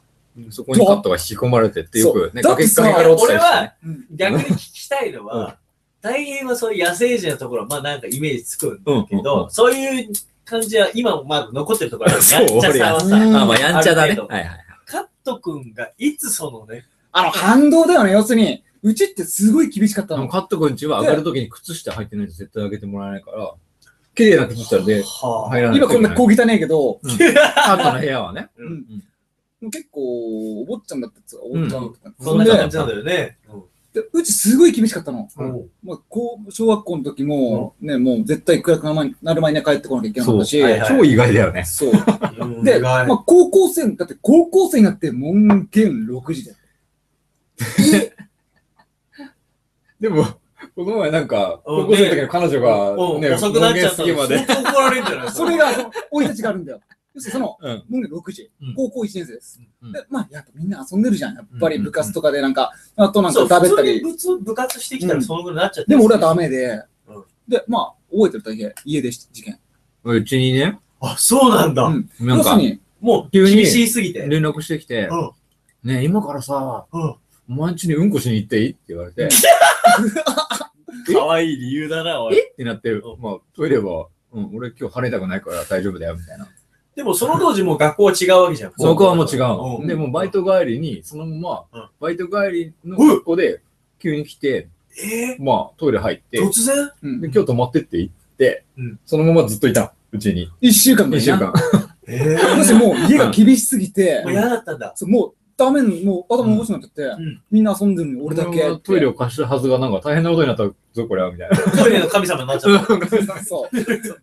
Speaker 1: そこにカットが引き込まれてってよくね、
Speaker 3: そう
Speaker 1: 崖っ
Speaker 3: だって
Speaker 1: 崖
Speaker 3: さ
Speaker 1: から落ちた
Speaker 2: 俺
Speaker 1: りしてね
Speaker 2: は。逆に聞きたいのは、大変はそういう野生児のところは、まあなんかイメージつくんだ
Speaker 1: うん
Speaker 2: けど、そういう感じは今もまだ残ってるところある
Speaker 1: そう
Speaker 2: やっちゃさは
Speaker 3: 俺
Speaker 1: うん。
Speaker 2: さ、
Speaker 3: は
Speaker 1: まあまあ、やんちゃだ
Speaker 2: あ
Speaker 1: ね。
Speaker 2: る程度
Speaker 1: はいはい。
Speaker 2: カット君がいつそのね、
Speaker 3: あの、反動だよね。要するに、うちってすごい厳しかった
Speaker 1: でも
Speaker 3: の。
Speaker 1: カット君ちは上がるときに靴下履いてないと絶対上げてもらえないから、綺麗な靴下で
Speaker 2: は
Speaker 1: 入らないといけ
Speaker 3: 今こん
Speaker 1: ない。
Speaker 3: な小汚ねえけど、
Speaker 1: カットの部屋はね。
Speaker 3: 結構、お坊ちゃんだったやつがお坊ちゃんだったの。
Speaker 2: そんな感じなんだよね。
Speaker 3: でうちすごい厳しかったの。
Speaker 1: うん
Speaker 2: うん
Speaker 3: まあ、こう小学校の時も、ね、もう絶対暗くなる前になる前には帰ってこなきゃいけなかったし、
Speaker 2: そうはい
Speaker 1: 超意外だよね。
Speaker 3: そう。
Speaker 2: うん
Speaker 3: で、
Speaker 2: 意外
Speaker 3: まあ、高校生、だって高校生になって門限6時だよ。
Speaker 1: でも、この前なんか、
Speaker 2: うん
Speaker 1: 高校生の時の彼女
Speaker 2: うん
Speaker 1: が、ね、
Speaker 2: 遅くなっちゃっ
Speaker 1: 門限過
Speaker 2: た
Speaker 1: ぎま
Speaker 2: ら
Speaker 1: で。
Speaker 2: 相当怒られるんじゃない
Speaker 3: それが、その生い立ちがあるんだよ。要するにその、
Speaker 1: うん
Speaker 3: 門限6時
Speaker 1: うん、
Speaker 3: 高校1年生です。
Speaker 1: うん
Speaker 3: で、まあ、やっぱみんな遊んでるじゃん。やっぱり
Speaker 1: うん
Speaker 3: 部活とかでなんか、あとなん
Speaker 2: そ
Speaker 3: か
Speaker 2: う、
Speaker 3: だべった
Speaker 2: 普
Speaker 3: り
Speaker 2: 通。に部部活してきたらそのぐらいになっちゃって
Speaker 3: で
Speaker 2: る
Speaker 3: も俺はダメで
Speaker 2: うん、
Speaker 3: で、まあ、覚えてるだけ、家で事件。
Speaker 1: うちにね、
Speaker 2: あ、そうなんだ。
Speaker 3: うん
Speaker 1: なん
Speaker 3: 要する
Speaker 1: か、
Speaker 3: に、
Speaker 2: もう、
Speaker 1: 急に
Speaker 2: 厳しすぎて。
Speaker 1: 連絡してきて
Speaker 2: う、ん。
Speaker 1: ね、今からさ、
Speaker 2: うん。
Speaker 1: お前んちにうんこしに行っていいって言われて、
Speaker 2: かわいい理由だな、おい
Speaker 1: えってなって、
Speaker 2: うん
Speaker 1: まあ、トイレは、うん、俺今日晴れたくないから大丈夫だよ、みたいな。
Speaker 2: でもその当時もう学校は違うわけじゃん。
Speaker 1: そこはもう違うの。
Speaker 2: ん
Speaker 1: で、もうバイト帰りに、そのま
Speaker 2: うん
Speaker 1: ま、バイト帰りの格好で、急に来て、
Speaker 2: え
Speaker 1: まあ、トイレ入って、
Speaker 2: ー、
Speaker 1: で
Speaker 2: 突然
Speaker 3: うん
Speaker 1: 今日泊まってって言って
Speaker 2: うん、
Speaker 1: そのままずっといたのうちに。
Speaker 3: 1週間ぐ
Speaker 1: 2
Speaker 3: らい
Speaker 1: 週
Speaker 3: な。
Speaker 1: 間。
Speaker 2: ええ
Speaker 3: 要するにもう家が厳しすぎて
Speaker 2: もう、嫌だったんだ。
Speaker 3: そうもうダメなもう頭おかしくなっちゃって、
Speaker 2: ん
Speaker 3: みんな遊んでるのに俺だけって。
Speaker 1: はトイレを貸したはずが、なんか大変なことになったぞ、これは、みたいな。
Speaker 2: トイレの神様になっちゃった。
Speaker 3: そ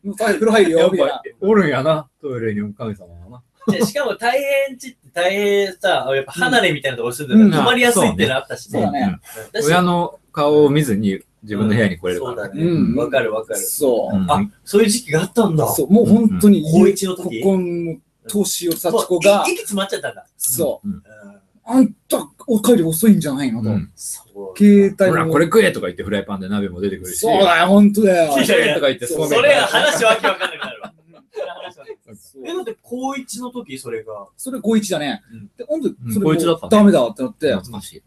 Speaker 3: う。もう最後風呂入る
Speaker 1: や
Speaker 3: よ、
Speaker 1: っ
Speaker 3: みたいな
Speaker 1: ぱ。、おるんやな、トイレにお神様はな。
Speaker 2: じゃ [LAUGHS] あしかも大変ちって大変さ、やっぱ離れみたいなとこ住んでるか
Speaker 1: う
Speaker 2: ら、
Speaker 1: ん
Speaker 2: 泊まりやすいっていうのあったし
Speaker 3: そう
Speaker 2: ね
Speaker 3: だ。ね。
Speaker 2: だし
Speaker 1: 親の顔を見ずに自分の部屋に来れるか
Speaker 2: そう
Speaker 1: ら
Speaker 2: だ
Speaker 1: ね。
Speaker 2: ね。
Speaker 3: うん
Speaker 2: わかるわかる。
Speaker 3: そ
Speaker 1: うん
Speaker 2: あ、そういう時期があったんだ。
Speaker 3: う。そう、もう本当に、
Speaker 2: うん高一の時
Speaker 3: ここの年を
Speaker 2: そ
Speaker 3: 幸
Speaker 2: う
Speaker 3: 子が
Speaker 2: い、息詰まっちゃったんだ。
Speaker 3: そう
Speaker 1: うん。
Speaker 2: うん
Speaker 3: あんた、お帰り遅いんじゃないのと。
Speaker 1: うん
Speaker 2: そう
Speaker 3: 携
Speaker 1: ほ
Speaker 3: 帯
Speaker 1: ら、
Speaker 3: も。
Speaker 1: これ食えとか言ってフライパンで鍋も出てくるし。
Speaker 3: そうだよ、ほんとだよ
Speaker 1: こ。れ食えとか言って
Speaker 3: そ
Speaker 1: そ
Speaker 3: う
Speaker 1: うめん
Speaker 2: それが話わけわかんなくなるわ。
Speaker 3: そう
Speaker 2: え、だって高一の時それが。
Speaker 3: それ5-1だね
Speaker 2: うん。
Speaker 3: で、ほんと
Speaker 1: ん、
Speaker 3: それ
Speaker 1: 5-1だった
Speaker 3: も
Speaker 1: ね
Speaker 3: うダメだってなって、
Speaker 1: 懐かしい。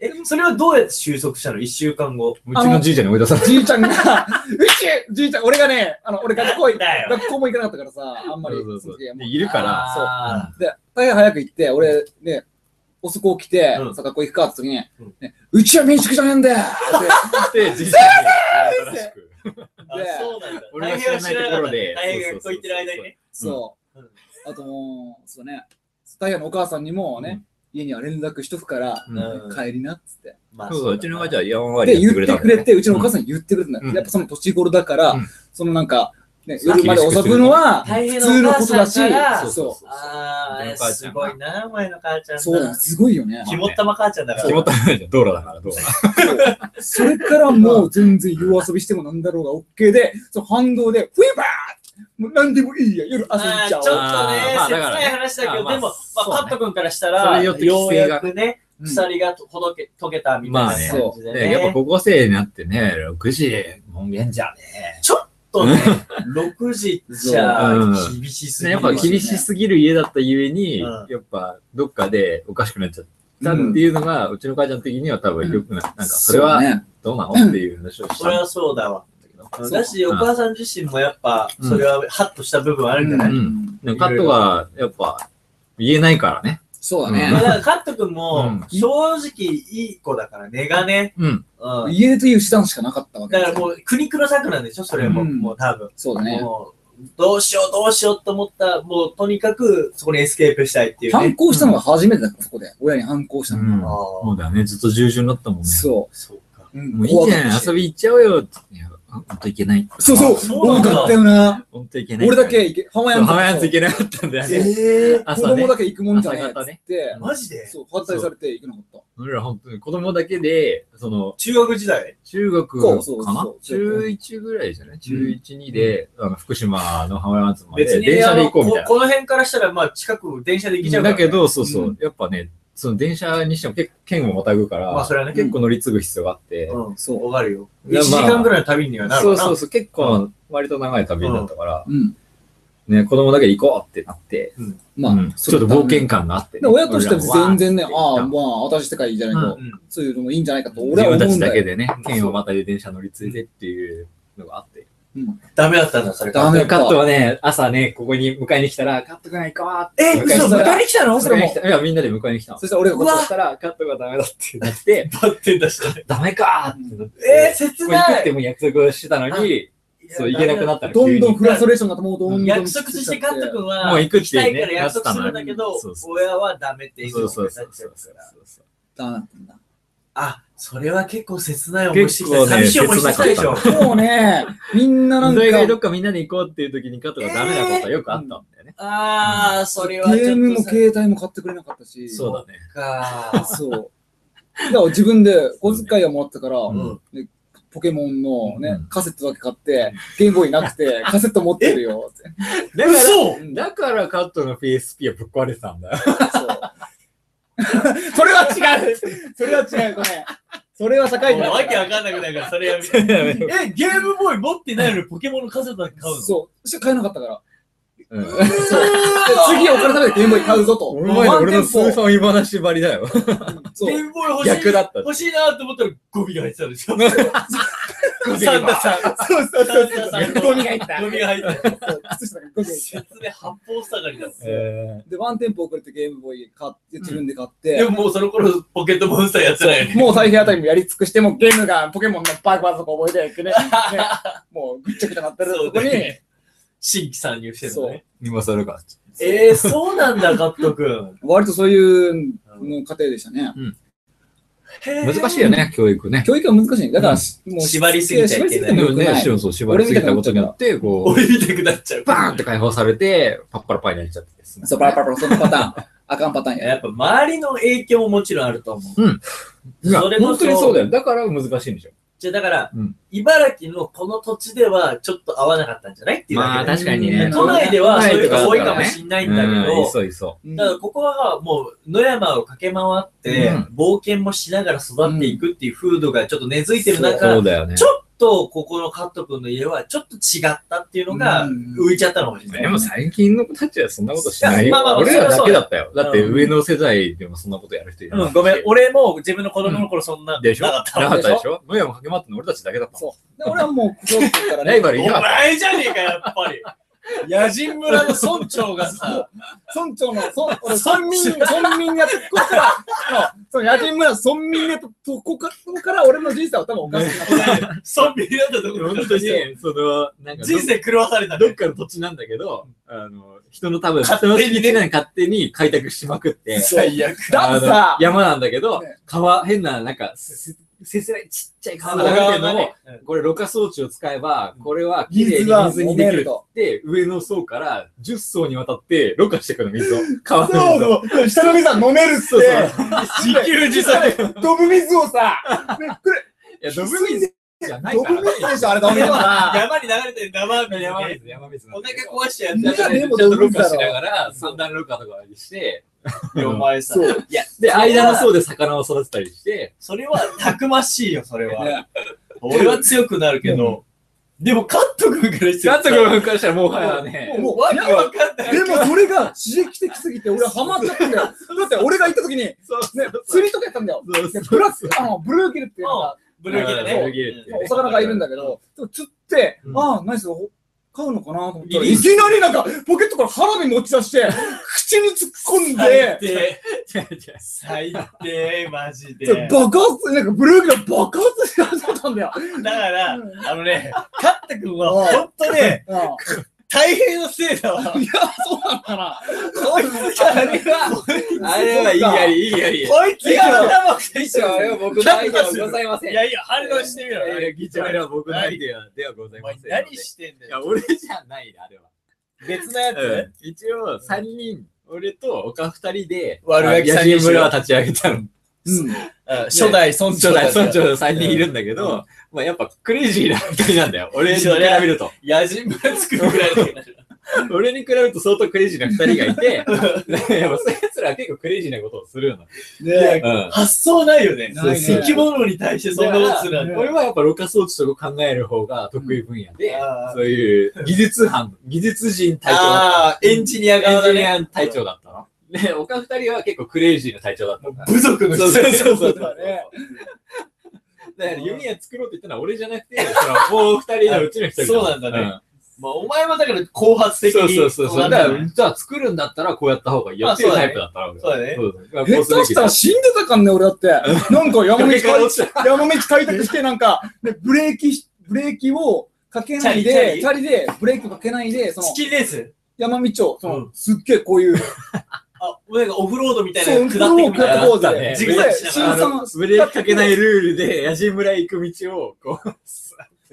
Speaker 2: え、それはどうやって収束したの ?1 週間後。
Speaker 1: うちのじいちゃんに追い出された。
Speaker 3: じいちゃんが、うちじいちゃん、俺がね、あの、俺学校行
Speaker 2: だよ
Speaker 3: 学校も行かなかったからさ、あんまり。
Speaker 1: そうそうそう
Speaker 3: の時はもう
Speaker 1: でいるから、
Speaker 2: ら。
Speaker 3: で、大変早く行って、俺、ね、遅く起きて、
Speaker 2: うん
Speaker 3: さ、学校行くかって時に、ね
Speaker 2: うん
Speaker 3: うちは民宿じゃねえんだよって
Speaker 1: で、じいちゃんに新しく。
Speaker 2: あ
Speaker 3: で
Speaker 2: そうなんだ。
Speaker 1: 俺が知らないところで
Speaker 2: 大変が
Speaker 1: そ
Speaker 2: こ
Speaker 1: うそうそうそう
Speaker 2: う言ってる間にね。
Speaker 3: そう、
Speaker 2: うん
Speaker 3: あともう、そうね、タイヤのお母さんにもね、家には連絡しとくから、
Speaker 1: うん
Speaker 2: うん
Speaker 3: 帰りなっつって。
Speaker 2: まあ
Speaker 1: そうそう、うちの
Speaker 2: だな
Speaker 1: 親父は4割
Speaker 3: で、
Speaker 1: や
Speaker 3: 言
Speaker 1: っ
Speaker 3: ってて
Speaker 1: くれた
Speaker 3: くれ
Speaker 1: ね。
Speaker 3: て、うちのお母さんに言ってくれてんだよ。
Speaker 1: うん
Speaker 3: やっぱその年頃だから、
Speaker 1: うん
Speaker 3: そのなんか、ね、
Speaker 1: そう
Speaker 3: 夜まで遅くのは、
Speaker 2: 大
Speaker 3: 普
Speaker 2: 変
Speaker 3: 通
Speaker 2: な
Speaker 3: の
Speaker 2: お
Speaker 3: こ
Speaker 2: 母
Speaker 3: とだし
Speaker 2: さんから、
Speaker 1: そうそう
Speaker 2: あ
Speaker 1: うちの
Speaker 2: あ、
Speaker 1: 母ちゃ
Speaker 2: す
Speaker 1: ん
Speaker 2: ごいな、お前の母ちゃん。
Speaker 3: そうだ、。すごいよね。
Speaker 2: 肝っ玉母ちゃんだから。
Speaker 1: 決まったらじゃん。道路だから、道路。
Speaker 3: それからもう全然夜遊びしてもなんだろうが OK で、その反動で、フィーバーもう何でもいいや、夜遊び
Speaker 2: あーち
Speaker 3: ち
Speaker 2: ょっ
Speaker 3: ゃお
Speaker 2: と
Speaker 3: う。
Speaker 2: ね、
Speaker 1: あーまあ
Speaker 2: 切
Speaker 1: だから
Speaker 2: ない話だけ
Speaker 1: あー
Speaker 2: ど、
Speaker 1: まあ
Speaker 2: でも、まあ、
Speaker 1: そうね
Speaker 2: パット君からした
Speaker 1: それ
Speaker 2: ら、
Speaker 1: によって
Speaker 2: よ
Speaker 1: 規
Speaker 2: う
Speaker 1: 制が
Speaker 2: やくね、
Speaker 3: うん
Speaker 2: 鎖がほどけ、溶けたみたいな感じで
Speaker 1: ね、
Speaker 2: ね。
Speaker 1: やっぱ高校生になってね、6時、門限じゃね
Speaker 2: ちょっとね、6時じゃ厳しす
Speaker 1: ね、
Speaker 2: ぎ
Speaker 1: や
Speaker 2: る
Speaker 1: っぱ
Speaker 2: わ。
Speaker 1: 厳しすぎる家だったゆえに、
Speaker 2: うん
Speaker 1: やっぱどっかでおかしくなっちゃったっていうのが、うちの母ちゃん的には多分良くない、なんかそれ
Speaker 3: う
Speaker 1: は
Speaker 3: ね
Speaker 1: どうなのっていう話をし
Speaker 2: それ
Speaker 1: たん
Speaker 2: はそうだわ。
Speaker 1: だけど。
Speaker 3: そう
Speaker 2: だし、お母さん自身もやっぱ、それはハッとした部分あるんじゃない、
Speaker 1: うんでもカットがやっぱ言えないからね。
Speaker 3: そうだ
Speaker 2: まあ
Speaker 3: ね。
Speaker 2: だからカット君も
Speaker 1: うん、
Speaker 2: 正直いい子だから、根がね。
Speaker 1: うん。
Speaker 2: うん。
Speaker 3: 家という手段しかなかったわけ
Speaker 2: だか
Speaker 3: です
Speaker 2: らもう、苦肉の策なんでしょ、それも。
Speaker 3: うん
Speaker 2: もう多分。
Speaker 3: そうだね。
Speaker 2: もう、どうしようどうしようと思った、もうとにかくそこにエスケープしたいっていう
Speaker 3: 反
Speaker 2: ね。
Speaker 3: 抗したのが初めてだから、そこで。親に反抗した
Speaker 1: う
Speaker 3: の。
Speaker 1: ん
Speaker 2: あ
Speaker 1: そ
Speaker 2: ー
Speaker 1: うだよね。ずっと従順だったもんね。
Speaker 3: そ
Speaker 2: そうか。
Speaker 3: う。うん
Speaker 1: もういいじゃ
Speaker 3: 怖か
Speaker 1: ん遊
Speaker 3: っ、たし
Speaker 1: び行っちゃおうよって。いや本当いけない。
Speaker 3: そう
Speaker 2: あ
Speaker 3: そ
Speaker 2: そうな
Speaker 3: う。多
Speaker 2: んだ
Speaker 3: かったよな。
Speaker 1: 本当いけない。
Speaker 3: 俺だけ行け、浜
Speaker 1: そう、
Speaker 3: 山
Speaker 1: ハワイアンズ行けなかったんだよね。
Speaker 2: ええ
Speaker 3: 子
Speaker 1: 朝ね
Speaker 3: 供だけ行くもんじゃねえっ
Speaker 1: 朝方
Speaker 3: つっ
Speaker 1: ね
Speaker 3: て、
Speaker 2: マジで
Speaker 3: そう、反対されて行けなかった。
Speaker 1: 俺ら本当に子供だけで、その、
Speaker 2: 中学時代
Speaker 1: 中学かな
Speaker 3: そうそうそう
Speaker 1: 中1ぐらいじゃない中1、2で、あの福島の浜松まで
Speaker 2: 別に
Speaker 1: 電車で行こうみたい
Speaker 2: あのここの辺からしたら、まあ、近く電車で行けちゃ
Speaker 1: な。
Speaker 2: うから
Speaker 1: だ
Speaker 2: ね、
Speaker 1: けど、そうそう、
Speaker 3: うん
Speaker 1: やっぱね、その電車にしてもけ県をまたぐから、
Speaker 2: まあ、それはね、
Speaker 1: 結構乗り継ぐ必要があって、
Speaker 2: うん、
Speaker 3: そう
Speaker 2: わかるよ。
Speaker 1: いや
Speaker 2: 1時
Speaker 1: まあ
Speaker 2: 間ぐらいの旅にはなる
Speaker 1: そ
Speaker 2: わ
Speaker 1: う
Speaker 2: な。
Speaker 1: そうそう、結構割と長い旅だったから、
Speaker 3: うん。
Speaker 1: ね、子供だけで行こうってなって、
Speaker 3: ま
Speaker 1: う
Speaker 3: あ
Speaker 1: ん、ちょっと冒険感があってね、
Speaker 3: で親としては
Speaker 1: 俺らも
Speaker 3: 全然ね、
Speaker 1: わ
Speaker 3: あ
Speaker 1: ーって
Speaker 3: あ、まあ、私世界じゃないけど、
Speaker 2: うん
Speaker 3: そういうのもいいんじゃないかと、
Speaker 1: 自
Speaker 3: 俺は
Speaker 1: 分た
Speaker 3: 思う
Speaker 1: ち
Speaker 3: ん
Speaker 1: だ
Speaker 3: だ
Speaker 1: け
Speaker 3: よ。
Speaker 1: でね、県をまたいで電車乗り継いでっていうのがあって。
Speaker 2: ダメだったんだ、それ。
Speaker 3: ダメ
Speaker 1: カ
Speaker 3: か
Speaker 1: ットはね、朝ね、ここに迎えに来たら、カットくん行こうって。
Speaker 2: え、嘘、
Speaker 1: 迎えに来た
Speaker 2: 迎えに来たのそ
Speaker 1: 迎
Speaker 2: れ
Speaker 1: えに
Speaker 2: も
Speaker 1: 来。たいや、みんなで迎えに来たの。
Speaker 3: そしたら俺がこっちだ
Speaker 1: そしたら、カットがダメだってなって、
Speaker 2: だって出して。
Speaker 1: [LAUGHS] ダメかーってなって。
Speaker 2: えー、切
Speaker 1: ここ行く
Speaker 2: な
Speaker 1: って
Speaker 2: い。
Speaker 1: もう約束をしてたのに、そう、行けなくなったの。
Speaker 3: どん
Speaker 1: 急
Speaker 3: どん
Speaker 1: に
Speaker 3: フラストレーションがもうどんどん。
Speaker 2: 約束してカット君は、
Speaker 1: もう行くって
Speaker 2: した
Speaker 1: いう
Speaker 2: い
Speaker 1: ね
Speaker 2: から約束するんだけど
Speaker 1: なったのにそう、そう
Speaker 2: 親はダメっていう
Speaker 1: そうそう
Speaker 2: に
Speaker 1: そ
Speaker 2: な
Speaker 1: う
Speaker 2: っち
Speaker 1: そ
Speaker 2: ゃ
Speaker 1: う
Speaker 2: う
Speaker 1: そ
Speaker 2: か
Speaker 1: う
Speaker 2: ら。
Speaker 1: そう。
Speaker 3: だ
Speaker 2: あ、それは結構切ない思いし
Speaker 1: 結
Speaker 2: てきた。
Speaker 1: 構ね、
Speaker 2: 寂しい思いしてきたでしょ。
Speaker 3: もうね、みんななん
Speaker 1: そ
Speaker 3: か、
Speaker 1: れ以外どっ
Speaker 3: ゲ
Speaker 1: かみんなで行こうっていう時にカットがダメなことはよくあったんだよね。
Speaker 2: あー、それはちょ
Speaker 3: ーム
Speaker 2: っと
Speaker 3: も
Speaker 2: さ
Speaker 3: 携帯も買ってくれなかったし、
Speaker 1: そうだね。
Speaker 2: か。
Speaker 3: そう。だから自分で小遣いはもらったから、
Speaker 1: うん
Speaker 3: ポケモンのね、
Speaker 1: うん
Speaker 3: カセットだけ買って、ゲームボーイなく [LAUGHS] て、カセット持ってるよって。
Speaker 1: だから
Speaker 2: 嘘
Speaker 1: だからカットの PSP はぶっ壊れてたんだよ。
Speaker 3: [LAUGHS] そうそれは違うそれは違う、ごめん。それは社会人だ
Speaker 2: わけわかんなくないから、それやめて。 [LAUGHS] え、ゲームボーイ持ってないのにポケモンのカセットだけ買うの
Speaker 3: そう。しか買えなかったから。
Speaker 1: うん
Speaker 3: で次お金食べてゲームボーイ買うぞと。
Speaker 1: お前ら俺のスー
Speaker 3: ー
Speaker 1: ファミ話ばりだよ。
Speaker 3: そ
Speaker 2: ゲ
Speaker 3: う
Speaker 2: ー。ムボーイ欲しい。
Speaker 1: 逆だった。
Speaker 2: 欲しいなと思ったらゴミが入
Speaker 1: [LAUGHS]
Speaker 2: ってたでしょ。
Speaker 1: サ
Speaker 2: サ
Speaker 1: ン
Speaker 2: ン
Speaker 1: タ
Speaker 2: タ
Speaker 1: さ
Speaker 2: さ
Speaker 1: ん
Speaker 2: ん。
Speaker 3: そうそうそうそう
Speaker 2: サンタさん
Speaker 3: ゴミが入った。
Speaker 2: ゴミが入って
Speaker 3: そう靴下がゴミが入った
Speaker 2: た。説明八方塞がりだった。
Speaker 1: え
Speaker 3: で、ワンテンポ遅れてゲームボーイ買って、自分で買っ
Speaker 2: で
Speaker 3: て
Speaker 2: も、もうその頃ポケットモンスターやってないよね。
Speaker 3: もう太平あたりもやり尽くして、もうゲームがポケモンのバークバーとか覚えてくね。ねもうぐっちゃぐちゃなってる
Speaker 2: そ
Speaker 3: と
Speaker 2: う
Speaker 3: こ
Speaker 2: だ [LAUGHS]
Speaker 3: に、
Speaker 2: ね新規参入してるのね。
Speaker 1: ー、今更か。
Speaker 2: えー、そうなんだ、カット君。
Speaker 3: 割とそういうの過程でしたね。
Speaker 1: 難しいよね、教育ね。
Speaker 3: 教育は難しい。だから、もう
Speaker 2: 縛りすぎちゃいけない
Speaker 1: で
Speaker 3: 縛りすぎても
Speaker 1: も
Speaker 3: 良く
Speaker 1: ね、
Speaker 3: な
Speaker 1: も
Speaker 3: い
Speaker 1: ちろんそう、縛りすぎたことによって、こ
Speaker 2: 俺見たくなっちゃう
Speaker 1: う、。バーンって解放されて、パッパラパイになっちゃってですね
Speaker 3: そう、パラパラパラ、そのパターン。あかんパターンや。
Speaker 2: やっぱ周りの影響ももちろんあると思う。
Speaker 1: いや
Speaker 2: それこそ
Speaker 1: 本当にそうだよ。だから難しいんでしょ。
Speaker 2: じゃあだから、
Speaker 1: うん
Speaker 2: 茨城のこの土地ではちょっと合わなかったんじゃないっていう
Speaker 1: まあ
Speaker 2: だ
Speaker 1: 確
Speaker 2: けで、
Speaker 1: かに
Speaker 3: う
Speaker 1: ね。
Speaker 3: ん
Speaker 2: 都内ではそういうの多いかも
Speaker 1: れ
Speaker 2: しんないんだけど、
Speaker 1: いそういそ
Speaker 2: だからここはもう野山を駆け回って、
Speaker 1: うん
Speaker 2: 冒険もしながら育っていくっていう風土がちょっと根付いてる
Speaker 1: う。そ
Speaker 2: 中、
Speaker 1: うだよね
Speaker 2: ち。ょっとここのカット君の家はちょっと違ったっていうのが
Speaker 3: うん
Speaker 2: 浮いちゃったのかもしれない。
Speaker 1: でも最近の子たちはそんなことしないよ
Speaker 2: いやまあま。あ
Speaker 1: 俺らだ
Speaker 2: そ
Speaker 1: け
Speaker 2: りゃ
Speaker 1: だ
Speaker 2: そうだ
Speaker 1: ったよ。だって上の世代でもそんなことやる人いる
Speaker 2: うん、ごめん、俺も自分の子供の頃そんな
Speaker 1: でしょ
Speaker 2: な
Speaker 1: な
Speaker 2: か
Speaker 1: か
Speaker 2: っ
Speaker 1: ったたでしょ野山駆け回ってんの俺たちだけだったもん。
Speaker 3: そう。で俺はもう、ここから
Speaker 1: ライ
Speaker 3: ね、
Speaker 1: バルいなか
Speaker 2: お
Speaker 1: った。
Speaker 2: 前じゃねえか、やっぱ
Speaker 1: [LAUGHS]
Speaker 2: り。野人村の村長がさ、
Speaker 3: 村長の、村俺村民、村民が、ここから、そうその野人村、村民がと、ここから、ここから俺の人生は多分おかしくなってる。
Speaker 2: 村民だったところ
Speaker 1: 本当に、その、なんかど
Speaker 2: 人生狂わされた
Speaker 1: どっ
Speaker 2: ね。
Speaker 1: かの土地なんだけど、あの、人の多分、人の敷地内に勝手に開拓しまくって、
Speaker 2: 最悪。
Speaker 3: だってさ
Speaker 1: あの、山なんだけど
Speaker 3: ね、
Speaker 1: 川、変な、なんか、せせせらいちっちゃい川が流れてるのを、これ、ろ過装置を使えば、これは綺麗
Speaker 3: 水
Speaker 1: に
Speaker 3: は
Speaker 1: 水に
Speaker 3: 飲
Speaker 1: で
Speaker 3: め
Speaker 1: き
Speaker 3: る
Speaker 1: る
Speaker 3: と。
Speaker 1: って、上の層から10層にわたって、ろ過してくの、水を。
Speaker 3: そ
Speaker 1: 川
Speaker 3: う
Speaker 1: の水を。
Speaker 3: そう。下の水は飲めるっ
Speaker 1: そうそう
Speaker 3: て。
Speaker 2: 自給自足。
Speaker 3: ドブ水をさ、ねこれ、
Speaker 1: いや、ドブ水じゃない
Speaker 3: ド
Speaker 1: から
Speaker 3: ブ
Speaker 1: ね。
Speaker 3: 水でしょ、あれ飲めるのは。
Speaker 2: 山に流れてる生身
Speaker 1: 山
Speaker 2: ね。
Speaker 1: 水、山水な
Speaker 2: お
Speaker 1: んだけど。
Speaker 2: 腹壊しちゃう
Speaker 3: みんな
Speaker 2: や
Speaker 1: ち
Speaker 2: つ
Speaker 3: で中
Speaker 1: ゃ
Speaker 3: でも
Speaker 1: んとろ過し
Speaker 3: ドブ水だ
Speaker 1: な
Speaker 3: ろ
Speaker 1: がら、三段ろ過とかにして、
Speaker 2: でお前さ。
Speaker 3: そう
Speaker 2: いや、
Speaker 1: で、間の層で魚を育てたりして、
Speaker 2: それはたくましいよ、それは
Speaker 3: ね。
Speaker 2: 俺は強くなるけど、でもカット君からして
Speaker 1: ガット君からしたらもはやね、
Speaker 2: もうわけわかんない。
Speaker 3: でもそれが刺激的すぎて俺ハマっちゃったんだよ。だって俺が行った時に、ね、釣りとかやったんだよ。
Speaker 1: そう
Speaker 3: でブラック、あの、ブルーキルっていうのが、
Speaker 2: ブルーギルね。
Speaker 1: ブルーギルって
Speaker 3: お魚がいるんだけど、でも釣って、
Speaker 2: うん
Speaker 3: ああ、ナイス、買うのかなと思ったら、
Speaker 2: リリー
Speaker 3: いきなりなんか、ポケットから花火持ち出して、口に突っ込ん
Speaker 2: 最
Speaker 3: で、
Speaker 2: 低、
Speaker 1: 違う違う
Speaker 2: 最低、マジで。だ
Speaker 3: 爆発、なんかブルーキル爆発し始めたんだよ。
Speaker 2: から、
Speaker 3: うん
Speaker 2: あのね、カット君は本当ね、
Speaker 3: うんいや、
Speaker 2: [LAUGHS] 大変のせいだわ。
Speaker 3: そうなのかな。
Speaker 2: こいつが、あれは、
Speaker 1: あれはいいやり、いいやり。
Speaker 2: こいつが頭く
Speaker 1: 以上は僕のアイデアはございません。
Speaker 2: いやいや、反論してみろ。
Speaker 1: いや議長は僕のアイデアではござい
Speaker 2: お
Speaker 1: ま
Speaker 2: 前
Speaker 1: せん。
Speaker 2: 何してんだ
Speaker 1: いや、
Speaker 2: よ。
Speaker 1: 俺じゃないな、あれは。
Speaker 2: 別のや
Speaker 1: う
Speaker 2: つ
Speaker 1: ん一応、3人、俺と岡2人で、
Speaker 2: 悪ガキ
Speaker 1: 野
Speaker 2: 三人
Speaker 1: 人
Speaker 2: 衆
Speaker 1: 村を立ち上げたの。
Speaker 3: うん。
Speaker 2: 初代村
Speaker 1: 村
Speaker 2: 長
Speaker 1: 長
Speaker 2: だ
Speaker 1: だ、
Speaker 2: った
Speaker 1: 村長の3人いるんだけど、まあやっぱクレイジーな2人なんだよ。俺に比べると。
Speaker 2: 野人村作るぐらいだから
Speaker 1: 俺に比べると相当クレイジーな2人がい [LAUGHS] て、やっぱそういう奴らは結構クレイジーなことをするの。
Speaker 3: ね
Speaker 1: うん。
Speaker 2: 発想ないよね。
Speaker 3: ないね
Speaker 2: 生き物に対してそんなことするなんて
Speaker 1: [LAUGHS]
Speaker 3: ね
Speaker 1: 俺はやっぱろ過装置とか考える方が得意分野で、
Speaker 2: うんあー
Speaker 1: そういう技術班、技術人隊長だっ
Speaker 2: ああ、エンジニア
Speaker 1: た。エ
Speaker 2: 側
Speaker 1: ンジ
Speaker 2: だ
Speaker 1: ニ
Speaker 2: ね。
Speaker 1: ア隊長だったの。で、他二人は結構クレイジーな隊長だったから。
Speaker 2: 部族の
Speaker 1: そう
Speaker 2: 人
Speaker 1: そうそうそう。
Speaker 3: だね
Speaker 1: だから弓矢作ろうって言ったのは俺じゃなくて、そのもう二人のうちの一人。
Speaker 2: そうなんだねまあ、お前はだから後発的
Speaker 1: そう
Speaker 2: に。
Speaker 1: そうそうそう。だ
Speaker 2: だ
Speaker 1: から、じゃあ作るんだったらこうやった方がいいよっていうタイプだったの。
Speaker 2: そうだね。
Speaker 1: そうだね。
Speaker 3: 下手したら死んでたかんね、俺だって。なんか山道
Speaker 1: 崖から
Speaker 3: 開
Speaker 1: 落ちた。
Speaker 3: 山道開拓して、なんか、ねブレーキし、ブレーキをかけな
Speaker 2: チャ
Speaker 3: い
Speaker 2: リ
Speaker 3: で、
Speaker 2: チ
Speaker 3: チャリで、ブレーキかけないで、その
Speaker 2: チ、キンレース
Speaker 3: 山道を、そうの
Speaker 2: ん、
Speaker 3: すっげえこういう、
Speaker 2: あ、なんかオフロードみたいな
Speaker 3: そう、
Speaker 2: の下っていくみたい
Speaker 1: な
Speaker 2: な。
Speaker 1: の
Speaker 3: こうだね。
Speaker 2: ジグザグし
Speaker 3: で
Speaker 2: な
Speaker 3: 新
Speaker 2: がら
Speaker 1: あの
Speaker 3: さん、
Speaker 1: ブレーキかけないルールで、矢島村行く道を、こ
Speaker 2: [LAUGHS]
Speaker 1: う。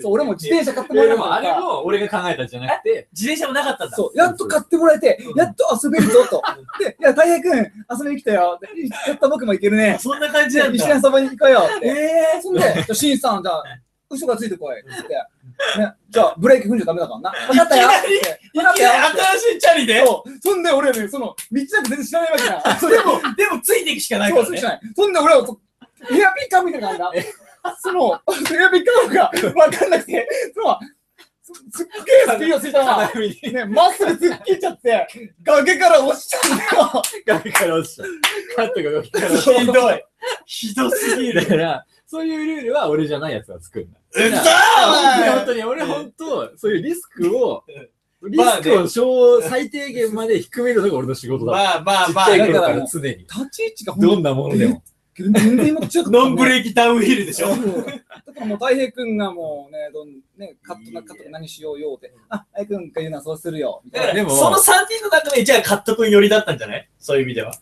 Speaker 3: そう、俺も自転車買って
Speaker 1: い
Speaker 3: も
Speaker 1: や
Speaker 3: ら
Speaker 1: で
Speaker 3: えなか
Speaker 1: もあ
Speaker 3: った
Speaker 1: れも俺が考えたんじゃなくて、
Speaker 2: 自転車もなかったんだ。
Speaker 3: そう、やっと買ってもらえて、やっと遊べるぞと。で、いや、大平君、遊びに来たよ。でやった僕も行けるね。
Speaker 2: そんな感じ
Speaker 3: じゃ
Speaker 2: な
Speaker 3: あ、
Speaker 2: ん
Speaker 3: 一緒
Speaker 2: だ。
Speaker 3: に遊びに行こうよっ
Speaker 2: え
Speaker 3: て。
Speaker 2: え [LAUGHS]
Speaker 3: そんで、じゃあ、しんさん、じゃあ、嘘がついてこい。つって。ね、じゃあ、ブレーキ踏んじゃダメだからな。分かったよ
Speaker 2: いきなり
Speaker 3: って。
Speaker 2: ー。
Speaker 3: 分かったよって
Speaker 2: 新しいチャリで
Speaker 3: そうそんで、俺ね、その、道なんか全然知らないわけ
Speaker 2: [LAUGHS]
Speaker 3: じゃん。それ
Speaker 2: でも、でもついていくしかないか
Speaker 3: そう、
Speaker 2: ら
Speaker 3: そう
Speaker 2: ね
Speaker 3: し。ない。そんで、俺はこう、ヘアピッカーみたいな感じだ。その、ヘアピッカーが分かんなくて、その、すすっげえスピードついたら、
Speaker 1: 鏡に
Speaker 3: ね、まっすぐ突っ切っちゃって、崖から落ちちゃうんだよ。
Speaker 1: 鏡から落ちた。カットが崖から落ち
Speaker 3: そう
Speaker 2: ひどい。ひどすぎ
Speaker 1: た。
Speaker 2: る。
Speaker 1: だから、そういうルールは俺じゃないやつは作るんだ。
Speaker 2: うっ
Speaker 1: いや本
Speaker 2: さ
Speaker 1: 当に、俺本当、そういうリスクを、リ
Speaker 2: まあ
Speaker 1: スクを小最低限まで低めるのが俺の仕事だ。
Speaker 2: まあまあ
Speaker 1: ちっち
Speaker 2: まあ
Speaker 1: ゃい、頃
Speaker 3: だ
Speaker 1: か
Speaker 3: からら
Speaker 1: 常に。
Speaker 3: 立ち位置がほんと
Speaker 1: どんなものでも。
Speaker 3: 全然今違う。
Speaker 2: ノンブ
Speaker 3: ー
Speaker 2: レーキダウンヒルで
Speaker 3: キ
Speaker 2: しょ。
Speaker 3: だからもう太平君がもうね、どんねカットなカット何しようよって、あ、太平君が言うのはそうするよ。みた
Speaker 2: だ
Speaker 3: い
Speaker 2: か
Speaker 3: な
Speaker 2: ら
Speaker 1: でも
Speaker 2: その3人の中で、じゃあ、カット君寄りだったんじゃないそういう意味では。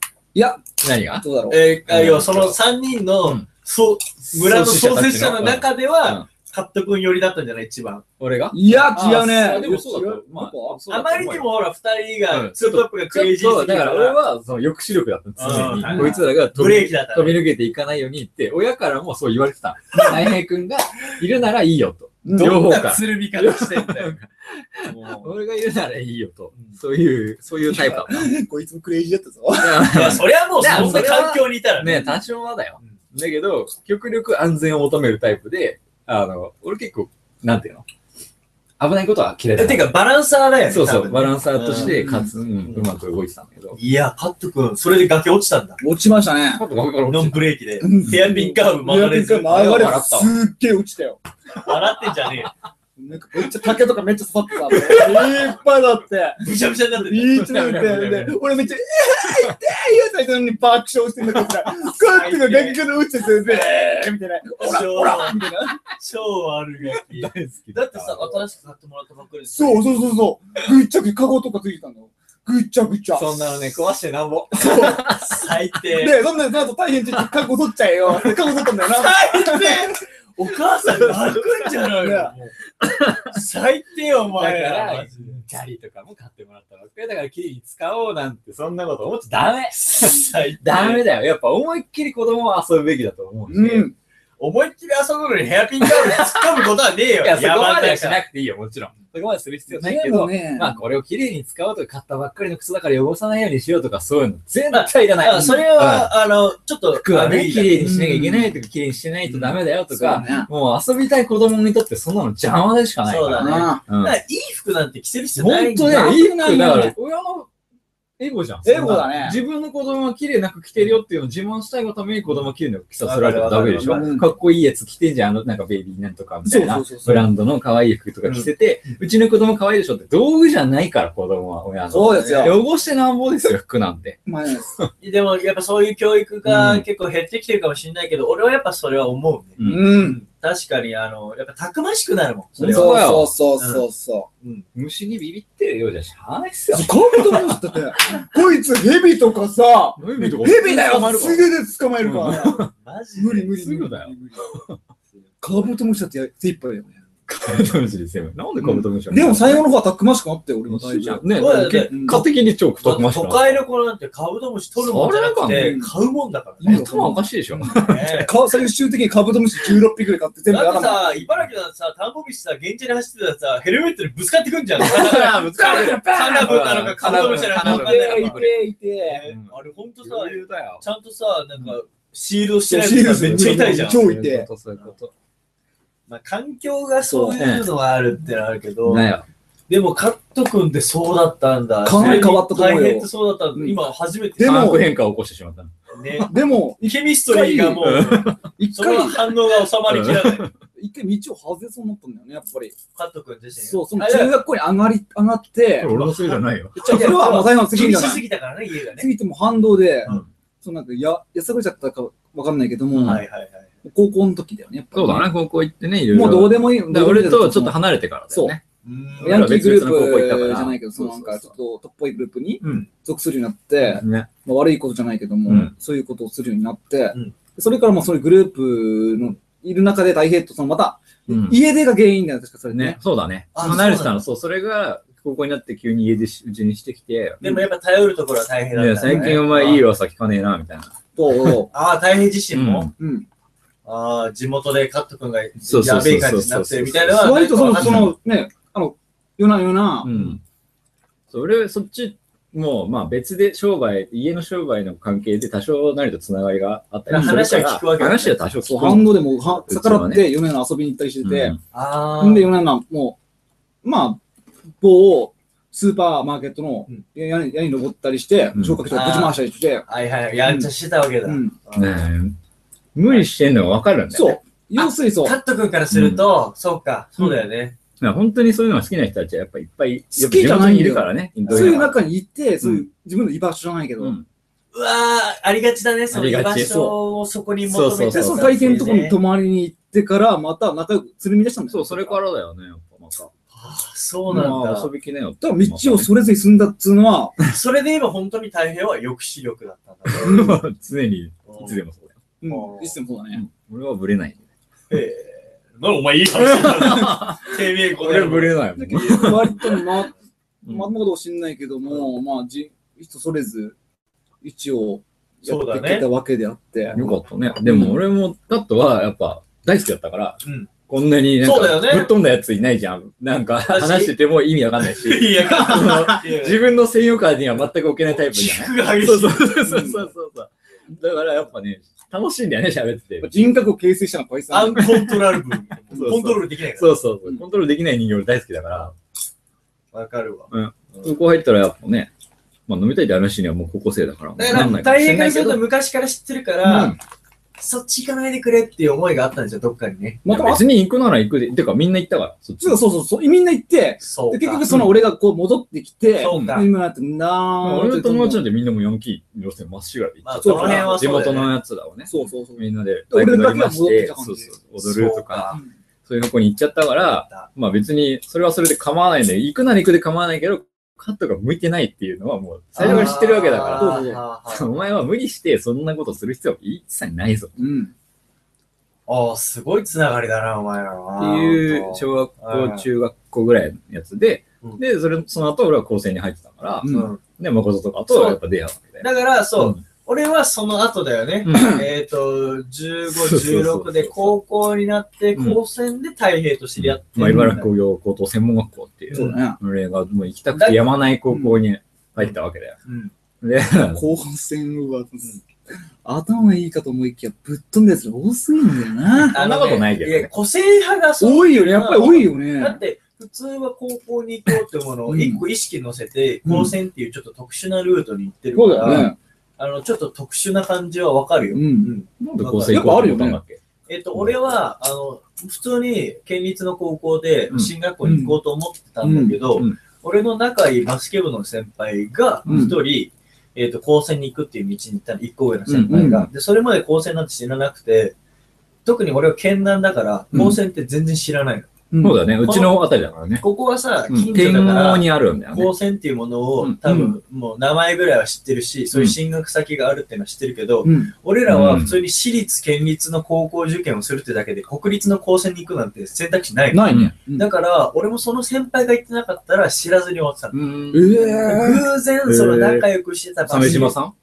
Speaker 1: 何が
Speaker 3: どうだろう。
Speaker 2: えー、あ
Speaker 1: うん
Speaker 2: 要はその3人の、
Speaker 1: うん
Speaker 2: そう村の
Speaker 1: 創
Speaker 2: 創設
Speaker 1: 設
Speaker 2: 者
Speaker 1: 者
Speaker 2: の
Speaker 1: の
Speaker 2: 中では、カット君寄りだったんじゃない一番。
Speaker 1: 俺が
Speaker 3: いや、違う
Speaker 1: あ
Speaker 3: ね。
Speaker 1: でもそうだと思うまあそうだ
Speaker 2: あ
Speaker 1: と思う
Speaker 2: まりにもほら、二人
Speaker 1: う
Speaker 2: が、
Speaker 1: ん
Speaker 2: ツートップがクレイジー
Speaker 1: そ
Speaker 2: す
Speaker 1: う
Speaker 2: ぎ
Speaker 1: だ
Speaker 2: る
Speaker 1: か
Speaker 2: からら、
Speaker 1: 俺はその抑止力だったの
Speaker 2: うん
Speaker 1: 常にこいつらが飛
Speaker 2: ブレー
Speaker 1: び
Speaker 2: キだった
Speaker 1: 飛び抜けていかないようにって親からもそう言われて [LAUGHS] た大平君がいるならいいよと両方から
Speaker 2: つるみ方してんだよ。も
Speaker 1: 俺がいるならいいよと
Speaker 2: うん
Speaker 1: そういうそういうタイプだっ
Speaker 3: こいつもクレイジーだったぞ。
Speaker 2: ういや、
Speaker 1: た
Speaker 2: そりゃもう、
Speaker 1: いや
Speaker 2: そんな環境にいた
Speaker 1: [LAUGHS]
Speaker 2: ら
Speaker 1: ね多少はだよだけど極力安全を求めるタイプであの俺結構なんていうの危ないことは嫌いだ
Speaker 2: えてか、バランサーだよね。
Speaker 1: そうそう、
Speaker 2: 多分
Speaker 1: バランサーとしてかつ、う
Speaker 2: うんん
Speaker 1: うまく動いてたんだけど。
Speaker 2: いや、カット君、それで崖落ちたんだ。
Speaker 3: 落ちましたね。
Speaker 1: あと僕から
Speaker 2: ノン
Speaker 1: 落ち
Speaker 2: ブレーキで
Speaker 3: うん。
Speaker 2: ヘアピンカーブ曲がれず。
Speaker 3: 曲がれ
Speaker 1: 曲がれ
Speaker 3: ず。すっげえ落ちたよ。
Speaker 2: 笑ってんじゃねえよ。
Speaker 3: なんかめっちゃ竹とかめっちゃ刺さってた。いっぱいだって。
Speaker 2: ぶしゃぶしゃになってる。
Speaker 3: いいつなんだよね。俺めっちゃ、えー、痛いよって言ったのに爆笑してんだけどさ、ガッてが崖から落ちて先生、えーみたいな。ほら、ほらみたいな。
Speaker 2: 超悪ガキ。
Speaker 1: 大好き。
Speaker 2: だってさ、新しく買ってもらったばっかりでしょ
Speaker 3: そうそうそうそう。ぐっちゃぐちゃ、カゴとかついてたんだよ。ぐっちゃぐちゃ。
Speaker 1: そんなのね、壊してなんぼ。
Speaker 3: そう。
Speaker 2: 最低。
Speaker 3: で、そんなの、あと大変ちょっとカゴ取っちゃえ [LAUGHS] よ。カゴ取ったんだよな。
Speaker 2: お母さん泣くんじゃない
Speaker 3: い
Speaker 2: よ
Speaker 3: や。
Speaker 2: 最低お
Speaker 1: だか
Speaker 2: 前ら。
Speaker 1: ら、チャリとかも買ってもらったばっかりだから、キリに使おうなんて、そんなこと思っちゃダ
Speaker 2: [LAUGHS]
Speaker 1: メ
Speaker 2: 最低
Speaker 1: ダメだよ。やっぱ思いっきり子供は遊ぶべきだと思う
Speaker 3: うん
Speaker 1: で。い
Speaker 3: ん。
Speaker 2: 思いっきり遊ぶのにヘアピンカーブで突っ込むことはねえよ。
Speaker 1: や、そこまではし
Speaker 2: い。
Speaker 1: なくていいよ、もちろん。そこまでする必要ないけ
Speaker 3: で
Speaker 1: ど
Speaker 3: も、ね
Speaker 1: まあこれをきれいに使おうとか買ったばっかりの靴だから汚さないようにしようとかそういうの絶対いらない。
Speaker 2: それ
Speaker 1: は
Speaker 2: は、あの、ちょっと、
Speaker 1: 服はね、きれいに
Speaker 3: に
Speaker 1: し
Speaker 3: し
Speaker 1: なきゃ
Speaker 3: なきゃ
Speaker 1: いけ
Speaker 3: いけ
Speaker 1: な
Speaker 3: ない
Speaker 1: とか、きれいにしないとダメだよと
Speaker 3: そうだ
Speaker 1: か、
Speaker 3: ね
Speaker 1: もう遊びたい子供にとってそんなの邪魔でしかないから。
Speaker 2: そうだね
Speaker 3: あ
Speaker 1: うん
Speaker 2: いい服なんて着せる必要ない
Speaker 1: 本
Speaker 2: ん
Speaker 1: 当
Speaker 2: だ
Speaker 1: ね
Speaker 2: よ。、
Speaker 1: いい服だか
Speaker 3: な
Speaker 1: ら
Speaker 3: い、
Speaker 1: 親のエゴじゃん。
Speaker 3: エゴだね
Speaker 1: 自分の子供は綺麗なく着てるよっていうのを自慢したいがために子供着るのを着させられたらダメでしょ
Speaker 3: わかるわかるうん
Speaker 1: かっこいいやつ着てんじゃん、あの、なんかベイビーなんとかみたい
Speaker 3: そ
Speaker 1: な
Speaker 3: うそうそうそ
Speaker 1: ブ
Speaker 3: う
Speaker 1: ランドの可愛い服とか着せて、うちの子供可愛いでしょって道具じゃないから子供は親
Speaker 3: あ。
Speaker 1: の。
Speaker 3: そうですよ。
Speaker 1: 汚してなんぼですよ、服なんて。
Speaker 3: まあね
Speaker 2: でも、やっぱそういう教育が結構減ってきてるかもしれないけど、俺はやっぱそれは思うね。
Speaker 1: うん
Speaker 3: うん。
Speaker 2: 確かに、あの、やっぱたくましくなるもん。そ
Speaker 3: そ
Speaker 2: れ
Speaker 3: う
Speaker 2: は。
Speaker 3: そうそうそうそう。
Speaker 1: 虫にビビってるようじゃしゃ [LAUGHS] あないっすよ。
Speaker 3: カブトムシだって、こいつヘビとかさ、
Speaker 1: ヘ
Speaker 3: ヘビだよすぐで捕まえるからね。
Speaker 2: マジ
Speaker 3: 無理無理。
Speaker 1: すぐだよ
Speaker 3: 無理。無 [LAUGHS] 理カブトムシだって手一杯だよね。
Speaker 1: カブトムシですよ。なんでカブトムシなの
Speaker 3: でも最後の方はたくましくなって、俺も大
Speaker 1: じゃ
Speaker 3: 丈
Speaker 1: ん。ね、
Speaker 2: そうだよね
Speaker 1: 結果的に超太くましく
Speaker 2: 都会の子なんてカブトムシ取るもんじゃなく
Speaker 1: それ
Speaker 2: て
Speaker 3: はか
Speaker 2: 買うもんだか
Speaker 3: 夫。
Speaker 1: 頭おかしいでしょ。
Speaker 2: らね。
Speaker 3: か最終的にカブトムシ16匹ぐらい買って全部
Speaker 2: だって
Speaker 3: 仲間
Speaker 2: さ、茨城のさ、田んぼ道さ、現地に走ってたらさ、ヘルメットにぶつかってくんじゃん。カ
Speaker 1: ぶつ
Speaker 2: ナブなのか、カブトムシなのか分かんない
Speaker 1: い
Speaker 2: のか。
Speaker 3: ていて
Speaker 2: えーあれほんとさ、
Speaker 1: 余裕だよ。
Speaker 2: ちゃんとさ、なんか、シールドして
Speaker 3: そう
Speaker 2: ない
Speaker 3: シー
Speaker 2: や
Speaker 3: ル
Speaker 2: つがめっ
Speaker 3: ス
Speaker 2: ちゃ痛いじゃん。
Speaker 3: 超いて。
Speaker 1: そういうこと。
Speaker 2: まあ、環境がそういうのがあるってのはあるけど、
Speaker 1: なよ。
Speaker 2: でもカット君ってそうだったんだ。
Speaker 3: かなり変わったと思うよ
Speaker 2: 大変ってそうだったん
Speaker 3: う
Speaker 2: だ。
Speaker 3: ん
Speaker 2: 今初めて。
Speaker 3: で
Speaker 1: 化
Speaker 3: も
Speaker 1: 学変化を起こしてしまったの。
Speaker 2: ね、
Speaker 3: でも、
Speaker 2: ケミストリーがもう、
Speaker 3: 一
Speaker 2: その
Speaker 3: 回、
Speaker 2: 反応が収まりきらない。
Speaker 3: 一回道を外れそうになったんだよね、やっぱり。
Speaker 2: カット君自身。
Speaker 3: そう、その中学校に上がり、上がって、
Speaker 1: 俺のせいじゃないよ。
Speaker 3: じゃあそれはもう大変な責任
Speaker 2: 厳
Speaker 3: じゃ
Speaker 2: し
Speaker 3: ない
Speaker 2: す。ぎたからね、家がね。
Speaker 3: ついても反動で、
Speaker 1: うん
Speaker 3: そのなんかや、やさぐれちゃったかわかんないけども、
Speaker 2: はいはいはい。
Speaker 3: 高校の時だよね、やっぱ
Speaker 1: そ
Speaker 3: り
Speaker 1: うだね、高校行ってね、いろいろ。
Speaker 3: もうどうでもいい。
Speaker 1: だから俺とちょっと
Speaker 3: 話
Speaker 1: 離れてからだよね。
Speaker 2: うーん
Speaker 3: ヤンキーグル
Speaker 1: 俺ら別々の
Speaker 3: ー
Speaker 1: 高校行ったか
Speaker 3: プ
Speaker 1: ら
Speaker 3: じゃないけど、そのな
Speaker 1: そうんそうそう
Speaker 3: かちょっとトップっぽいグループに
Speaker 1: うん
Speaker 3: 属するようになって、
Speaker 1: ね。
Speaker 3: まあ悪いことじゃないけども、
Speaker 1: うん
Speaker 3: そういうことをするようになって、
Speaker 2: うん
Speaker 3: それからもうそういうグループのいる中で大平とそのまた、
Speaker 1: うん
Speaker 3: 家出が原因だよ、確かそれ
Speaker 1: ね
Speaker 3: ね。、
Speaker 1: そうだね。
Speaker 2: あ
Speaker 1: 離れてたの、そう、それが、高校になって急に家でしうちにしてきて、
Speaker 2: でもやっぱ頼るところは大変だ
Speaker 1: で
Speaker 2: ったね。
Speaker 1: 最近お前いい噂聞かねえな、みたいな。
Speaker 2: [LAUGHS]
Speaker 3: と、
Speaker 2: ああ、大変自身も。
Speaker 3: うん。
Speaker 2: ああ、地元でカット君がや
Speaker 1: そうそうそうそう
Speaker 2: べえ感じになってるみたいなのは。
Speaker 3: 割とその、
Speaker 2: な
Speaker 3: そ
Speaker 2: んか
Speaker 3: のね、あの、夜な夜な、
Speaker 1: うん。それ、そっち、もう、まあ別で商売、家の商売の関係で多少なりとつながりがあったりする
Speaker 2: 話
Speaker 1: か
Speaker 2: は
Speaker 1: ら、
Speaker 2: 聞くわけだね
Speaker 1: 話は多少
Speaker 3: そう
Speaker 1: 聞く
Speaker 3: 反動でもうは逆ら
Speaker 1: う
Speaker 3: っ
Speaker 1: ちは
Speaker 3: て夜な夜な遊びに行ったりしてて、
Speaker 2: あ
Speaker 3: んで、米山、もう、まあ、某スーパーマーケットの
Speaker 2: うん
Speaker 3: 屋根屋根に登ったりして
Speaker 1: うん、
Speaker 3: 消火器とかぶち回したりして、
Speaker 2: あ。はいはい。やんちゃしてたわけだ。
Speaker 3: うん
Speaker 2: あ
Speaker 1: うん
Speaker 2: ー
Speaker 1: ねえ無理してんのが分かるんだよ、
Speaker 3: そ
Speaker 1: ね。
Speaker 3: う、要するにそう、
Speaker 2: カット君からすると、そうか、そうだよね。
Speaker 1: そう。本当にそういうのが好きな人たちはやっぱいっぱい、
Speaker 3: 好きじゃないんだよ
Speaker 1: いるからね。
Speaker 3: そういう
Speaker 1: な
Speaker 3: 中にいて、そういう自分の居場所じゃないけど、
Speaker 1: うん、
Speaker 2: うわー、ありがちだね、その居
Speaker 1: ありが
Speaker 2: 場
Speaker 1: ち
Speaker 2: 所をそこに求めて
Speaker 1: そう
Speaker 3: で、
Speaker 2: る
Speaker 3: そ
Speaker 1: そう
Speaker 3: の大抵のところに泊まりに行ってから、また仲良くつるみ出したんだよ。
Speaker 1: そう、それ
Speaker 3: ら。
Speaker 1: からだよね、やっぱまた。
Speaker 2: ああそうなん
Speaker 1: まあ
Speaker 2: だ
Speaker 1: 遊。びきねよ。
Speaker 3: だから道をそれぞれ進んだっつうのは、
Speaker 2: それで今本当に大変は抑止力だった
Speaker 1: [LAUGHS]
Speaker 2: んだね。
Speaker 1: まあ常に、いつでもそうだよ。
Speaker 3: うんん、いつでもそうだ
Speaker 1: う
Speaker 3: ね。
Speaker 1: ん俺はぶれない。
Speaker 2: えーなんでお前いい話してんだろてめえこ
Speaker 1: 俺ぶれないもん。
Speaker 3: 割とま、
Speaker 2: うん
Speaker 3: まんまこと知んないけども、まあ、じ人それぞれ一応や
Speaker 2: そうだ
Speaker 3: って
Speaker 2: ね
Speaker 3: きたわけであって。
Speaker 1: よかったね。でも俺も、ダットはやっぱ大好きだったから、
Speaker 2: うん
Speaker 1: こんなになん
Speaker 2: そうだ
Speaker 1: か、
Speaker 2: よね
Speaker 1: ぶっ飛んだやついないじゃん。なんか
Speaker 2: 私
Speaker 1: 話してても意味わかんないし、
Speaker 2: いや、
Speaker 1: その
Speaker 2: 自
Speaker 1: 自分の専用カーには全く置けないタイプじ
Speaker 2: キ
Speaker 1: ゃない
Speaker 2: ックが激しい。
Speaker 1: そうそうそうそうそうそう。だからやっぱね、楽しいんだよね、喋ってて。
Speaker 3: 人格を形成したのは小林
Speaker 2: ア
Speaker 3: さ
Speaker 2: ン
Speaker 3: ん。
Speaker 2: コントラルブル。
Speaker 1: うそう
Speaker 2: コントロールできないか
Speaker 1: そうそうそう。コントロールできない人形俺大好きだから、
Speaker 2: ら。わかるわ。
Speaker 1: そこ入ったらやっぱね、まあ飲みたいって話にはもう高校生だから。
Speaker 2: だから、
Speaker 1: た
Speaker 2: 大変からすると昔から知ってるから、そっち行かないでくれっていう思いがあったんですよ、どっかにね。
Speaker 3: また、あ
Speaker 1: 別に行くなら行くで。てかみんな行ったから、そっち
Speaker 3: そうそうそう、みんな行って、
Speaker 2: そう
Speaker 3: で
Speaker 2: か。
Speaker 3: 結局その俺がこう戻ってきて、
Speaker 2: そうか。
Speaker 3: 今なって、なー
Speaker 1: 俺の友達なん
Speaker 3: ん
Speaker 1: てみんなもうヤンキー、要するにまっしぐらで行っ
Speaker 2: まあ、
Speaker 1: た
Speaker 2: その辺は
Speaker 1: 地
Speaker 2: そうだ
Speaker 1: 元
Speaker 2: よね
Speaker 1: のやつらをね、
Speaker 3: そうそうそう。
Speaker 1: みんなで
Speaker 3: 俺
Speaker 1: 乗
Speaker 3: だ
Speaker 1: り
Speaker 3: けは
Speaker 1: ま
Speaker 3: 戻
Speaker 1: し
Speaker 3: って
Speaker 1: て、
Speaker 3: きた感じ
Speaker 1: そうそう、踊るとか、
Speaker 3: うん
Speaker 1: そういうとこに行っちゃったから、
Speaker 2: だ
Speaker 1: まあ別にそれはそれで構わないんで、行くなら行くで構わないけど、カットが向いてないっていうのはもう最初から知ってるわけだ
Speaker 2: あ
Speaker 1: か
Speaker 2: ー
Speaker 3: そうそう
Speaker 1: ら、 [LAUGHS] お前は無理してそんなことする必要は一切ないぞ
Speaker 3: うん。
Speaker 2: ああ、すごいつながりだな、お前らは。
Speaker 1: っていう小学
Speaker 2: う
Speaker 1: 校、
Speaker 2: ん
Speaker 1: 中学校ぐらいのやつで
Speaker 2: う、ん
Speaker 1: で、それ、その後俺は高専に入ってたから、
Speaker 3: う
Speaker 2: うんん。
Speaker 1: ね、誠とかとはやっぱ出会うわけで。
Speaker 2: だから、そう、
Speaker 1: ん
Speaker 2: 俺はその後だよね。
Speaker 1: うん
Speaker 2: えっと、15、
Speaker 1: そうそうそうそ
Speaker 2: 16
Speaker 1: う
Speaker 2: で高校になって、
Speaker 1: うん
Speaker 2: 高専で太平と知り合って。
Speaker 1: まあ茨城工業高等専門学校っていう。
Speaker 3: そうだね。
Speaker 1: 俺がもう行きたくてやまない高校に入ったわけだよ。
Speaker 2: うん
Speaker 1: で、
Speaker 3: 後半戦は、頭いいかと思いきや、ぶっ飛んだやつが多すぎんだよな。
Speaker 1: そんなことないけどね
Speaker 2: や個性派がそう。
Speaker 3: 多いよね、やっぱり多いよね。
Speaker 2: だって、普通は高校に行こうってもの
Speaker 3: う
Speaker 2: を
Speaker 3: ん
Speaker 2: 一個意識乗せて、
Speaker 3: うん
Speaker 2: 高専っていうちょっと特殊なルートに行ってるか
Speaker 3: そうだ
Speaker 2: ら、
Speaker 3: よね。
Speaker 2: あの、ちょっと特殊な感じはわかるよ。
Speaker 3: うん
Speaker 1: なんで高専行こうと思ったんだっけ
Speaker 2: えっと、俺は、あの、普通に県立の高校で
Speaker 1: うん
Speaker 2: 進学校に行こうと思ってたんだけど、
Speaker 1: うんうん
Speaker 2: 俺の仲いいバスケ部の先輩が
Speaker 3: うん
Speaker 2: 一人、えっと、高専に行くっていう道に行ったの、一個上の先輩が。
Speaker 3: うん
Speaker 2: で、それまで高専なんて知らなくて、特に俺は県南だから、
Speaker 3: うん
Speaker 2: 高専って全然知らないの。
Speaker 3: うん。
Speaker 1: そうだね、うちのあたりだからね。
Speaker 2: ここはさ、
Speaker 1: うん
Speaker 2: 近
Speaker 1: 天
Speaker 2: 所だから、
Speaker 1: 皇にあるんだよね。
Speaker 2: 高専っていうものを、
Speaker 1: うん
Speaker 2: 多
Speaker 3: うん
Speaker 2: 分、もう名前ぐらいは知ってるし、そういう進学先があるっていうのは知ってるけど、
Speaker 3: うん。
Speaker 2: 俺らは普通に私立、県立の高校受験をするってだけで、国立の高専に行くなんて選択肢ないの。
Speaker 3: ないね。うん
Speaker 2: だから、俺もその先輩が言ってなかったら知らずに終わってたの。
Speaker 1: うん
Speaker 3: えー
Speaker 2: 偶然、その仲良くしてた
Speaker 1: 鮫島
Speaker 2: 島 [LAUGHS]
Speaker 1: さん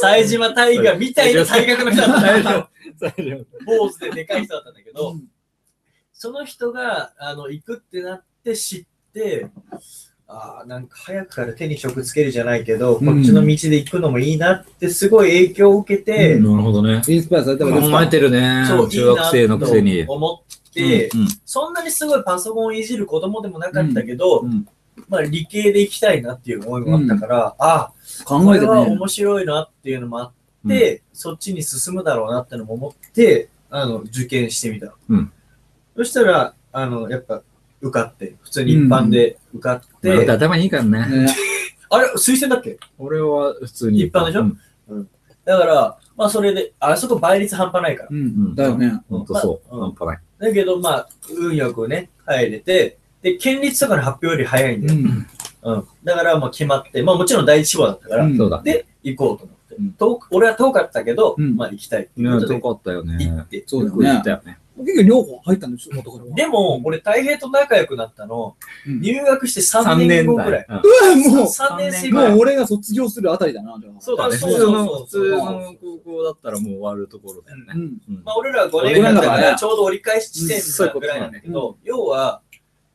Speaker 2: 冴島大河みたいな体格の人
Speaker 1: [LAUGHS]
Speaker 2: だったの。
Speaker 1: 鮫島
Speaker 2: 坊主ででかい人だったんだけど、
Speaker 3: うん
Speaker 2: その人が、あの、行くってなって知って、ああ、なんか早くから手に職つけるじゃないけど、こっちの道で行くのもいいなってすごい影響を受けて、
Speaker 1: なるほどね。
Speaker 3: インスパイアされたわけです
Speaker 1: 考えてるね
Speaker 2: そう。
Speaker 1: 中学生のくせ
Speaker 2: いい
Speaker 1: に
Speaker 2: な。と思って、
Speaker 1: うんうん
Speaker 2: そんなにすごいパソコンいじる子供でもなかったけど、
Speaker 1: うん
Speaker 2: まあ理系で行きたいなっていう思いもあったから、あこ
Speaker 3: 考え
Speaker 2: れ
Speaker 3: て
Speaker 2: は
Speaker 3: ね。
Speaker 2: 面白いなっていうのもあって、そっちに進むだろうなってのも思って、あの、受験してみたの。
Speaker 1: うん
Speaker 2: そしたら、あの、やっぱ受かって、普通に一般で受かって、
Speaker 1: あなた頭にいいからね。
Speaker 3: ね
Speaker 2: あれ、推薦だっけ
Speaker 1: 俺は普通に。
Speaker 2: 一般でしょ
Speaker 1: うん
Speaker 2: だから、まあそれで、あそこ倍率半端ないから。
Speaker 3: うん。だよね。
Speaker 1: ほんとそう。
Speaker 2: まあ
Speaker 1: 半端ない。
Speaker 2: だけど、まあ、運よくね、入れて、で、県立とかの発表より早いんだよ。
Speaker 3: ん。
Speaker 2: うん。だから、まあ決まって、まあもちろん第一志望だったから、
Speaker 3: うん
Speaker 1: そうだ。
Speaker 2: で、行こうと思って。
Speaker 1: うん
Speaker 2: 遠く、俺は遠かったけど、
Speaker 3: うん
Speaker 2: まあ行きたいってい
Speaker 1: ね
Speaker 2: うことで
Speaker 1: よかったよ
Speaker 2: 行っ
Speaker 1: ね。
Speaker 2: て。
Speaker 3: そう
Speaker 1: よく
Speaker 3: だ
Speaker 1: 行
Speaker 3: よ
Speaker 1: った
Speaker 3: ね。
Speaker 1: よね。
Speaker 3: 結局両方入ったんでしょ、元からは。
Speaker 2: でも、俺、大平と仲良くなったの、
Speaker 3: うん
Speaker 2: 入学して3
Speaker 1: 3
Speaker 2: 年
Speaker 1: 年
Speaker 2: 後くらい
Speaker 1: 代。。うん
Speaker 3: うわもう、
Speaker 2: 3年生ぐらい。
Speaker 3: もう俺が卒業するあたりだな、じゃあ。
Speaker 2: そうだね。
Speaker 1: 普
Speaker 2: そう
Speaker 1: 通の、
Speaker 2: そう
Speaker 1: 普
Speaker 2: そう
Speaker 1: 通
Speaker 2: そう
Speaker 1: の高校だったらもう終わるところだよ
Speaker 3: う
Speaker 1: ね。
Speaker 3: ん。
Speaker 1: うん
Speaker 2: まあ、俺ら5年間だか
Speaker 3: 五年だから
Speaker 2: ら、
Speaker 3: ね
Speaker 2: ちょうど折り返し地
Speaker 1: うんそういうこ
Speaker 2: 点
Speaker 1: とだね
Speaker 2: ぐらいなんだけど、要は、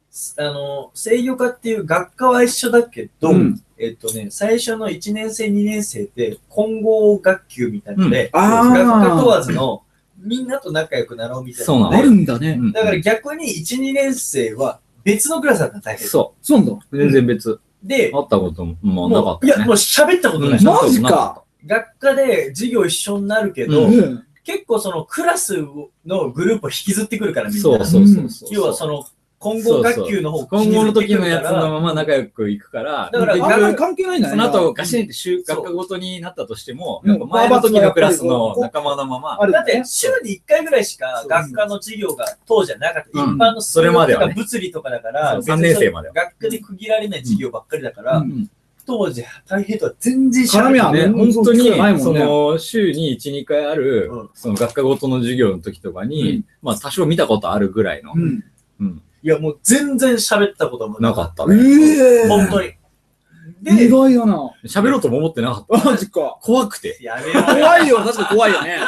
Speaker 2: すあの、制御科っていう学科は一緒だけど、
Speaker 3: うん
Speaker 2: えっとね、最初の1年生、2年生って混合学級みたいなので、
Speaker 3: うんあー
Speaker 2: 学科問わずのみんなと仲良くなろうみたいな。
Speaker 1: そうなの
Speaker 3: あるんだね。
Speaker 1: うん
Speaker 2: だから逆に1、2年生は別のクラスだったの大変。
Speaker 1: そ
Speaker 3: そうなんだ。
Speaker 1: う。全然別。
Speaker 2: で、
Speaker 1: 会ったことも、まあ、なか
Speaker 2: も
Speaker 1: っ
Speaker 2: う、い
Speaker 1: たよね。
Speaker 2: や、もう喋ったことない。
Speaker 1: うん
Speaker 3: マジか。
Speaker 2: 学科で授業一緒になるけど、
Speaker 1: うん
Speaker 3: うん
Speaker 2: 結構そのクラスのグループを引きずってくるから、みんな。
Speaker 1: そうそうそうそう。
Speaker 2: 要はその混合学級の方を引
Speaker 1: 今
Speaker 2: き
Speaker 1: 後の
Speaker 2: ずってく
Speaker 1: 時
Speaker 2: る
Speaker 1: の
Speaker 2: か
Speaker 1: や
Speaker 2: ら
Speaker 1: つのまま仲良く行くから、
Speaker 2: だから
Speaker 1: 結
Speaker 3: あんまり
Speaker 1: 局
Speaker 3: 関係ないんだね。
Speaker 1: その後ガシンって就
Speaker 2: そう
Speaker 1: 学ごとになったとしても、
Speaker 3: うん
Speaker 1: やっぱ前の時のクラスの仲間のまま、
Speaker 3: ある
Speaker 2: だ
Speaker 3: だ
Speaker 2: って
Speaker 3: ね。
Speaker 2: 週に1回ぐらいしか学科の授業が当時はなかった。
Speaker 1: うん
Speaker 2: 一般の数
Speaker 1: そ
Speaker 2: 学
Speaker 1: れまで
Speaker 2: と
Speaker 1: は
Speaker 2: か
Speaker 1: ね
Speaker 2: 物理とかだから、
Speaker 1: そう三年生までは
Speaker 2: 別にそういう学科で区切られない授業ばっかりだから、
Speaker 3: うん
Speaker 1: うん
Speaker 2: 当時、大変とは全然知ら
Speaker 3: 絡みは
Speaker 2: ない。
Speaker 1: ね、
Speaker 3: もう
Speaker 1: 本当
Speaker 3: そう
Speaker 1: に
Speaker 3: 聞かないもんね
Speaker 1: その週に1、2回ある、
Speaker 2: うん
Speaker 1: その学科ごとの授業の時とかに、
Speaker 3: うん
Speaker 1: まあ多少見たことあるぐらいの、
Speaker 3: うん。
Speaker 1: うん
Speaker 2: いや、もう全然喋ったことも
Speaker 1: なかったね。
Speaker 3: ええ
Speaker 2: 本当に。
Speaker 3: 意
Speaker 2: で、
Speaker 3: 外だな。
Speaker 1: 喋ろうとも思ってなかった。
Speaker 3: マジか。
Speaker 1: 怖くて。
Speaker 2: やめろよ。
Speaker 3: 怖いよ、確かに怖いよね。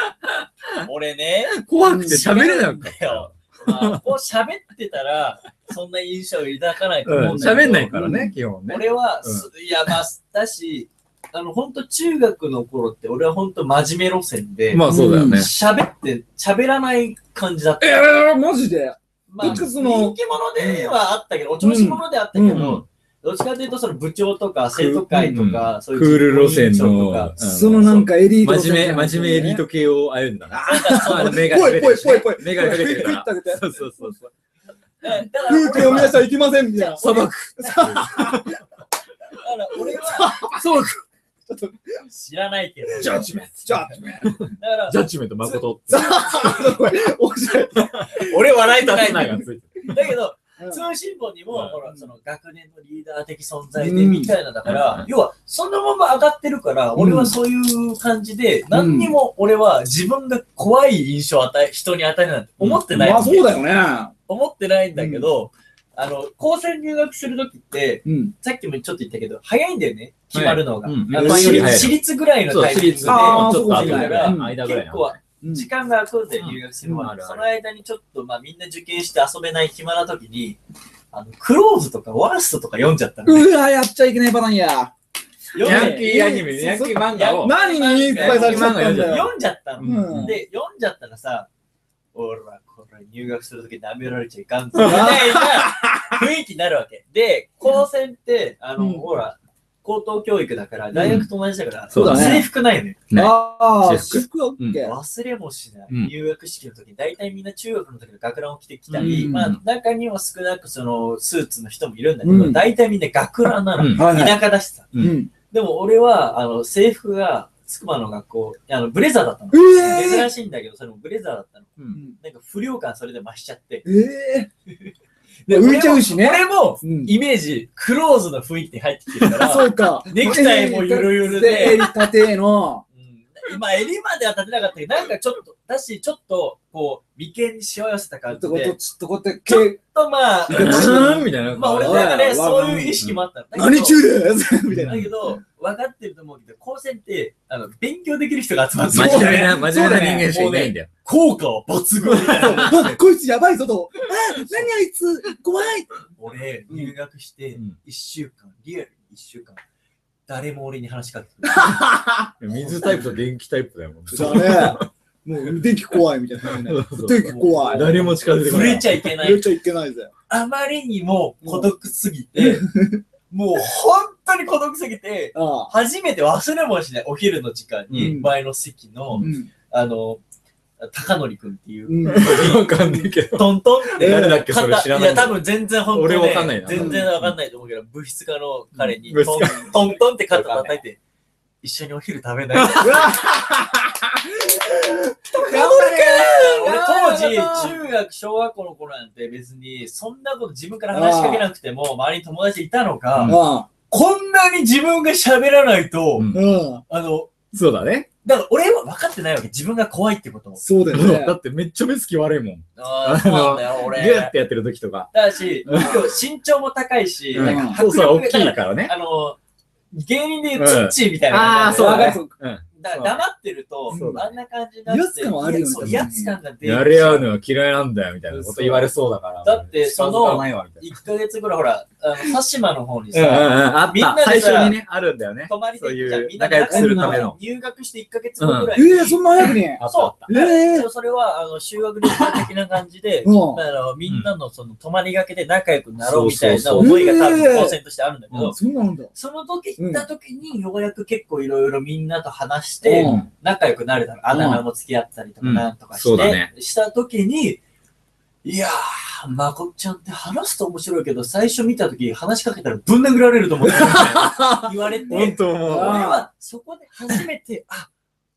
Speaker 2: 俺ね、
Speaker 1: 怖くて喋れなかっ
Speaker 2: だよ。まあこう喋ってたら、そんな印象を抱かないと
Speaker 1: た。うん
Speaker 2: 思うんだけど。
Speaker 1: 喋んないからね、基本ね。
Speaker 2: 俺は、すいや、まあ、だし、あの、本当中学の頃って、俺は本当真面目路線で、
Speaker 1: まあそうだよね。
Speaker 2: 喋って、喋らない感じだった。
Speaker 3: ええ、マジで。
Speaker 2: まあ、
Speaker 3: どっ
Speaker 2: 人
Speaker 3: ちか
Speaker 2: 気
Speaker 3: その
Speaker 2: 者ではあったけど、お調子者ではあったけ
Speaker 3: うん
Speaker 2: ど、どっちかというと、その部長とか生徒会とか、そう
Speaker 1: ク
Speaker 2: いう
Speaker 1: ール路線
Speaker 2: 自己委員長
Speaker 1: の
Speaker 2: とか、、
Speaker 3: そのなんかエリート。
Speaker 1: 真面目、真面目エリート系を歩んだな。あの目が
Speaker 3: ぽいぽいぽいぽい。
Speaker 1: 目がかけてるか
Speaker 3: ふいふいってあげて
Speaker 1: ら。そうそうそうそう。
Speaker 2: だから
Speaker 3: 空気を皆さんいけませんみたいな。
Speaker 1: 砂漠。
Speaker 2: だから俺は
Speaker 1: 砂漠。
Speaker 2: 知らないけど、
Speaker 3: ジャッジメント。ジャッ
Speaker 2: だから
Speaker 1: ジャッジメント誠って。
Speaker 3: [LAUGHS] ジメント。面白い。
Speaker 2: 俺笑いた
Speaker 1: ラ
Speaker 2: な
Speaker 1: イ
Speaker 2: い
Speaker 1: ナー
Speaker 2: だ
Speaker 1: がついてる。
Speaker 2: けど、
Speaker 3: うん
Speaker 2: 通信簿にも、
Speaker 1: うん
Speaker 2: ほら、その学年のリーダー的存在でみたいなだから、
Speaker 1: うん
Speaker 2: 要は、そのまま上がってるから、
Speaker 3: うん
Speaker 2: 俺はそういう感じで、何にも俺は自分が怖い印象を与え、人に与えるなんて思ってない
Speaker 3: ま
Speaker 2: わ
Speaker 3: あ
Speaker 2: け、
Speaker 3: そうだよね。
Speaker 2: 思ってないんだけど、あの、高専入学するときって、
Speaker 3: うん。
Speaker 2: さっきもちょっと言ったけど、早いんだよね、決まるのが。
Speaker 1: うん
Speaker 2: あ
Speaker 1: 一
Speaker 2: の
Speaker 1: 般より早い
Speaker 2: 私立ぐらいの
Speaker 1: そう、
Speaker 2: タイ
Speaker 1: 私
Speaker 2: ミング
Speaker 1: 立
Speaker 2: で、
Speaker 1: で、
Speaker 2: ち
Speaker 1: ち
Speaker 3: あー
Speaker 1: ょっと後ぐらい
Speaker 2: そう
Speaker 3: そう
Speaker 1: の間ぐらい
Speaker 2: 結
Speaker 1: な
Speaker 2: 構
Speaker 1: の。
Speaker 3: うん
Speaker 2: 時間が空くんで入学するまで、
Speaker 1: うん
Speaker 2: その間にちょっと、まあ、みんな受験して遊べない暇な時に、あのクローズとかワーストとか読んじゃったの、ね。
Speaker 3: うわ、やっちゃいけないパターンや。
Speaker 2: 読
Speaker 1: ヤン
Speaker 2: ん
Speaker 1: キ
Speaker 2: で
Speaker 1: ーアニメ、ヤンキー漫画を。
Speaker 3: 何にインスパイされちゃったんだよ。
Speaker 2: 読んじゃったの。
Speaker 3: うん
Speaker 2: で、読んじゃったらさ、おら、これ入学するとき舐められちゃいかんぞ。みたいな雰囲気になるわけ。で、高専って、あの、
Speaker 3: うん
Speaker 2: ほら、高等教育だから、大学と同じだから、
Speaker 1: そう
Speaker 3: だね
Speaker 2: 制服ないのよ。
Speaker 1: ね
Speaker 3: ああ、
Speaker 1: 制
Speaker 3: 私服は OK。
Speaker 2: 忘れもしない、
Speaker 1: うん
Speaker 2: 入学式の時大体みんな中学の時の学ランを着てきたり、
Speaker 3: うん
Speaker 2: まあ、中には少なくそのスーツの人もいるんだけど、
Speaker 3: うん
Speaker 2: 大体みんな学ランなの、
Speaker 1: うん
Speaker 3: はいはい。
Speaker 2: 田舎だしさ
Speaker 3: うん。
Speaker 2: でも俺はあの制服が筑波の学校あのブレザーだったの、
Speaker 3: ええ
Speaker 2: 珍しいんだけどそれもブレザーだったのなんか不良感それで増しちゃって
Speaker 3: ええ浮いちゃうしね。
Speaker 2: 俺も
Speaker 3: うん
Speaker 2: イメージクローズの雰囲気に入ってきてるか
Speaker 3: [LAUGHS] そ
Speaker 2: ら
Speaker 3: うか。
Speaker 2: ネクタイもゆるゆるで
Speaker 3: [LAUGHS] 襟立ての。
Speaker 2: うん今、襟までは立てなかったけど、なんかちょっと、だし、ちょっと、こう、眉間にしわ寄せた
Speaker 3: ちょ
Speaker 2: 感
Speaker 3: っ
Speaker 2: じ
Speaker 3: とこ
Speaker 2: で
Speaker 3: と、、ちょっとこって、
Speaker 2: ちょっとま
Speaker 3: [LAUGHS]
Speaker 2: あ、
Speaker 1: うーんみたいな。
Speaker 2: まあ俺の中でそういう意識もあったの。だけど
Speaker 3: 何中ですみたいな。
Speaker 2: だけど、分かってると思うけど、高専って、あの、勉強できる人が集まって
Speaker 1: 真
Speaker 3: そう
Speaker 1: 面
Speaker 3: だ
Speaker 1: 目
Speaker 3: ね
Speaker 1: な、真面目な人間しかいないんだよ。
Speaker 2: 効果は抜群みた
Speaker 1: [LAUGHS]
Speaker 2: いな。
Speaker 3: あこいつやばいぞと。 [LAUGHS] あ何あいつ怖い。
Speaker 2: 俺、入学して
Speaker 1: うん、
Speaker 2: 1週間、リアルに1週間、誰も俺に話しかけて
Speaker 1: 水タイプと電気タイプだよ。もう
Speaker 3: だね。もう電気怖いみたいなね。
Speaker 1: そう
Speaker 3: 電気怖い。
Speaker 1: 誰も近づいてこ
Speaker 2: 触
Speaker 1: ない。
Speaker 2: れちゃいけな
Speaker 3: 入れ
Speaker 2: い。
Speaker 3: ちゃいけないぜ。
Speaker 2: あまりにも孤独すぎて、もう本当に孤独すぎて、
Speaker 3: ああ。
Speaker 2: 初めて忘れもしないお昼の時間に
Speaker 3: うん
Speaker 2: 前の席の、
Speaker 3: うん。
Speaker 2: あの高典君っていう、
Speaker 3: うん。
Speaker 1: わかんないけど。
Speaker 2: トントンって
Speaker 1: 誰だっけそれ知らない
Speaker 2: 肩や多分全然本当ね
Speaker 1: 俺わかんないな
Speaker 2: 全然わかんないと思うけど物質家の彼に
Speaker 1: うん
Speaker 2: トントントンって肩叩いて一緒にお昼食
Speaker 1: [LAUGHS]
Speaker 2: べない
Speaker 3: うわ
Speaker 2: 俺当時中学小学校の頃なんて別にそんなこと自分から話しかけなくても周りに友達いたのか、
Speaker 3: あ
Speaker 2: こんなに自分が喋らないと、
Speaker 1: うん
Speaker 3: あ。うん。
Speaker 2: あの
Speaker 1: そうだね。
Speaker 2: だから俺は分かってないわけ自分が怖いって
Speaker 1: [LAUGHS]
Speaker 2: ことを
Speaker 3: そうだよね
Speaker 1: だ。ってめっちゃ目つき悪いもん。
Speaker 2: ああ、そうなんだよ、
Speaker 1: ギ
Speaker 2: 俺。
Speaker 1: ューってやってる時とか。
Speaker 2: だし、身長も高いし、
Speaker 1: うん
Speaker 2: なんか
Speaker 1: そう
Speaker 2: 迫
Speaker 1: そう、大
Speaker 2: 力が
Speaker 1: きい
Speaker 2: だか
Speaker 1: からね
Speaker 2: ら。あの、芸人でいうツッチーみたいな
Speaker 1: ああ、
Speaker 2: 感じ
Speaker 1: そう
Speaker 2: なんだ
Speaker 1: だ
Speaker 2: よ
Speaker 1: ね。
Speaker 2: だから黙ってると
Speaker 1: そう、だ
Speaker 2: あんな感じになって。
Speaker 3: 威圧感はあるよね
Speaker 2: そう威圧感が出
Speaker 1: うん。やれ合う
Speaker 2: の。
Speaker 1: のは嫌いなんだよ、みたいなこと言われそうだから。
Speaker 2: だってその
Speaker 1: 近づかないわみたいな
Speaker 2: 1ヶ月ぐらい、ほら、あの、鹿島の方に
Speaker 1: うんうんうん
Speaker 2: さ、、
Speaker 1: あっ
Speaker 2: みんな
Speaker 1: た。
Speaker 2: でさ
Speaker 1: 最初にね、あるんだよね。
Speaker 2: 泊まり
Speaker 1: そう
Speaker 2: で、
Speaker 1: いう
Speaker 2: みんな
Speaker 1: 仲良くするための
Speaker 2: 入学して1ヶ月後ぐらい
Speaker 3: え
Speaker 2: に。
Speaker 3: え、そんな早くに。 [LAUGHS]
Speaker 1: あったあ
Speaker 2: そ
Speaker 1: った。
Speaker 2: う。
Speaker 3: ええ
Speaker 2: そうそれは、あの、修学旅行的な感じで、
Speaker 3: うん [LAUGHS]
Speaker 2: だからみんなのその、泊まりがけで仲良くなろうみたいな思
Speaker 3: そうそうそう
Speaker 2: いが多分、高専としてあるんだけど、
Speaker 3: そうなんだ。
Speaker 2: その時行った時にようやく結構いろいろみんなと話して
Speaker 3: うん
Speaker 2: 仲良くなれたの。あだ名も付き合ったりとか
Speaker 1: うん
Speaker 2: なんとかして、
Speaker 1: そうだね
Speaker 2: した時に、いやー、まこっちゃんって話すと面白いけど、最初見た時話しかけたらぶん殴られる
Speaker 1: [LAUGHS]
Speaker 2: と思って言われて、
Speaker 1: 本
Speaker 2: 俺
Speaker 1: 当もう。
Speaker 2: はそこで初めて、あ、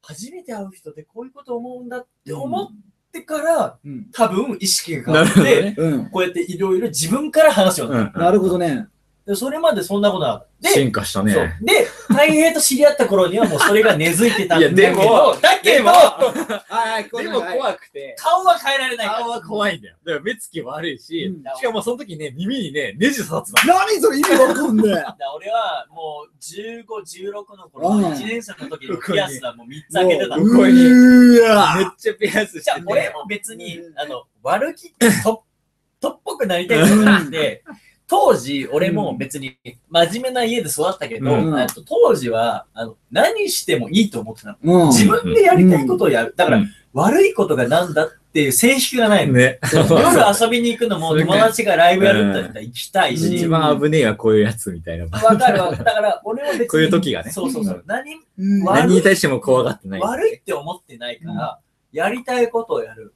Speaker 2: 初めて会う人ってこういうこと思うんだって思ってから、
Speaker 3: うん。
Speaker 2: 多分意識が変わっ
Speaker 1: なるほど
Speaker 2: て、
Speaker 1: ね
Speaker 3: うん。
Speaker 2: こうやっていろいろ自分から話すようになった
Speaker 1: うん
Speaker 3: なるほどね。
Speaker 2: でそれまでそんなことなかった。で、
Speaker 1: 進化した
Speaker 2: そう
Speaker 1: ね。
Speaker 2: で、太平と知り合った頃にはもうそれが根付いてたんだけど、
Speaker 1: いやでも
Speaker 2: だけ
Speaker 1: で
Speaker 2: ど、
Speaker 1: も、
Speaker 3: はい、こう
Speaker 1: で
Speaker 3: いう
Speaker 1: も
Speaker 3: のが
Speaker 1: 怖くて、
Speaker 2: 顔は変えられないか
Speaker 1: [LAUGHS]
Speaker 2: ら。
Speaker 1: 顔は怖いんだよ。だから目つき悪いし、
Speaker 3: うん
Speaker 1: しかもその時ね、耳にね、ネジ刺さってた。
Speaker 3: 何それ意味わ
Speaker 1: [LAUGHS]
Speaker 3: かんね
Speaker 2: だから俺はもう15、16の頃、
Speaker 3: うん
Speaker 2: 1年生の時のピアスはもう3つ開けてた
Speaker 1: う
Speaker 2: の。
Speaker 3: え。
Speaker 1: ん向こうに
Speaker 3: うーわ
Speaker 1: めっちゃピアスし
Speaker 2: じゃあ
Speaker 1: て
Speaker 2: 俺
Speaker 1: ね。
Speaker 2: も別に
Speaker 3: う、ん
Speaker 2: あの、悪気、と、とっぽくなりたいとかなくて、当時、俺も別に真面目な家で育ったけど、
Speaker 1: うん
Speaker 2: あと当時はあの何してもいいと思ってたの。
Speaker 3: うん
Speaker 2: 自分でやりたいことをやる。だから、
Speaker 1: うん
Speaker 2: 悪いことがなんだっていう性質がないの。
Speaker 1: ね。
Speaker 2: 夜遊びに行くのも友達がライブやるんだったら行きたいし、
Speaker 1: 一番危ねえがこういうやつみたいな。
Speaker 2: わかるわ。だから、俺は別に。
Speaker 1: こういう時がね
Speaker 2: そうそうそう。何も
Speaker 3: うん
Speaker 2: 悪い
Speaker 1: 何に対しても怖がってない。
Speaker 2: 悪いって思ってないから、やりたいことをやる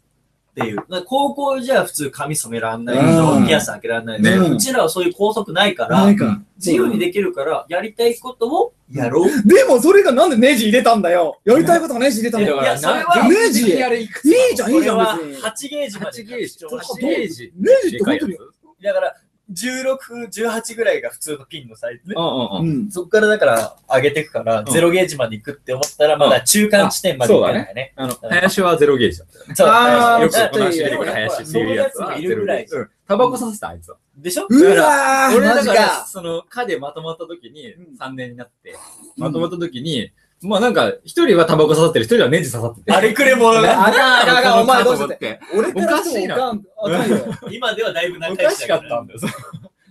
Speaker 2: っていう。だから高校じゃ普通髪染めらんないでし
Speaker 3: う
Speaker 2: ょ、
Speaker 3: ん
Speaker 2: ピアス開けらんないでしょ、
Speaker 3: ね
Speaker 2: うちらはそういう拘束ないか
Speaker 3: な
Speaker 2: ら
Speaker 3: ん、か
Speaker 2: 自由にできるから、やりたいことをやろう。い
Speaker 3: でもそれがなんでネジ入れたんだよ。やりたいことがネジ入れたんだよ。
Speaker 1: いや
Speaker 2: や、それは、
Speaker 3: ネジいいじゃん、いいじ
Speaker 2: れ
Speaker 3: ゃ
Speaker 2: は
Speaker 3: ん、別に。
Speaker 2: 8ゲージま
Speaker 1: 8
Speaker 2: で
Speaker 1: ゲージ、
Speaker 2: 貴重だし
Speaker 1: 8ゲージ。
Speaker 3: ネジって本当に。
Speaker 2: だから、16、18ぐらいが普通のピンのサイズね。
Speaker 1: うんうんうん。
Speaker 3: ん。
Speaker 2: そこからだから上げていくから、
Speaker 1: ん
Speaker 2: ゼロゲージまで行くって思ったら、まだ中間地点まで行かないね。
Speaker 1: あの、林はゼロゲージだったよね。
Speaker 2: そう
Speaker 3: あー
Speaker 1: よく
Speaker 2: だ
Speaker 1: この
Speaker 2: から
Speaker 1: 話
Speaker 3: よ
Speaker 1: 出て
Speaker 3: く
Speaker 1: くる林っていうやつは
Speaker 2: そのやつもい
Speaker 1: ゼロ
Speaker 2: るぐ
Speaker 1: ゲ
Speaker 2: ら
Speaker 1: ー
Speaker 2: い
Speaker 1: ジ。うんタバコさせた、あいつは。
Speaker 2: でしょ
Speaker 3: うわー
Speaker 1: 俺
Speaker 3: マ
Speaker 1: だ
Speaker 3: ジ
Speaker 1: から、
Speaker 3: か
Speaker 1: その、課でまとまった時に
Speaker 3: うん、
Speaker 1: 3年になって、まとまった時に、まあなんか、一人はタバコ刺さってる、一人はネジ刺さってて。
Speaker 2: あれくれ者が。
Speaker 3: あかんあかんあかんお前どうし
Speaker 1: と
Speaker 3: て
Speaker 1: 思って。
Speaker 3: 俺からしてもおかんあかんよ。
Speaker 2: 今ではだいぶ
Speaker 1: お
Speaker 2: 仲良
Speaker 1: か
Speaker 2: し
Speaker 1: しか
Speaker 2: だか
Speaker 1: った
Speaker 2: ら
Speaker 1: ん。だよ。そう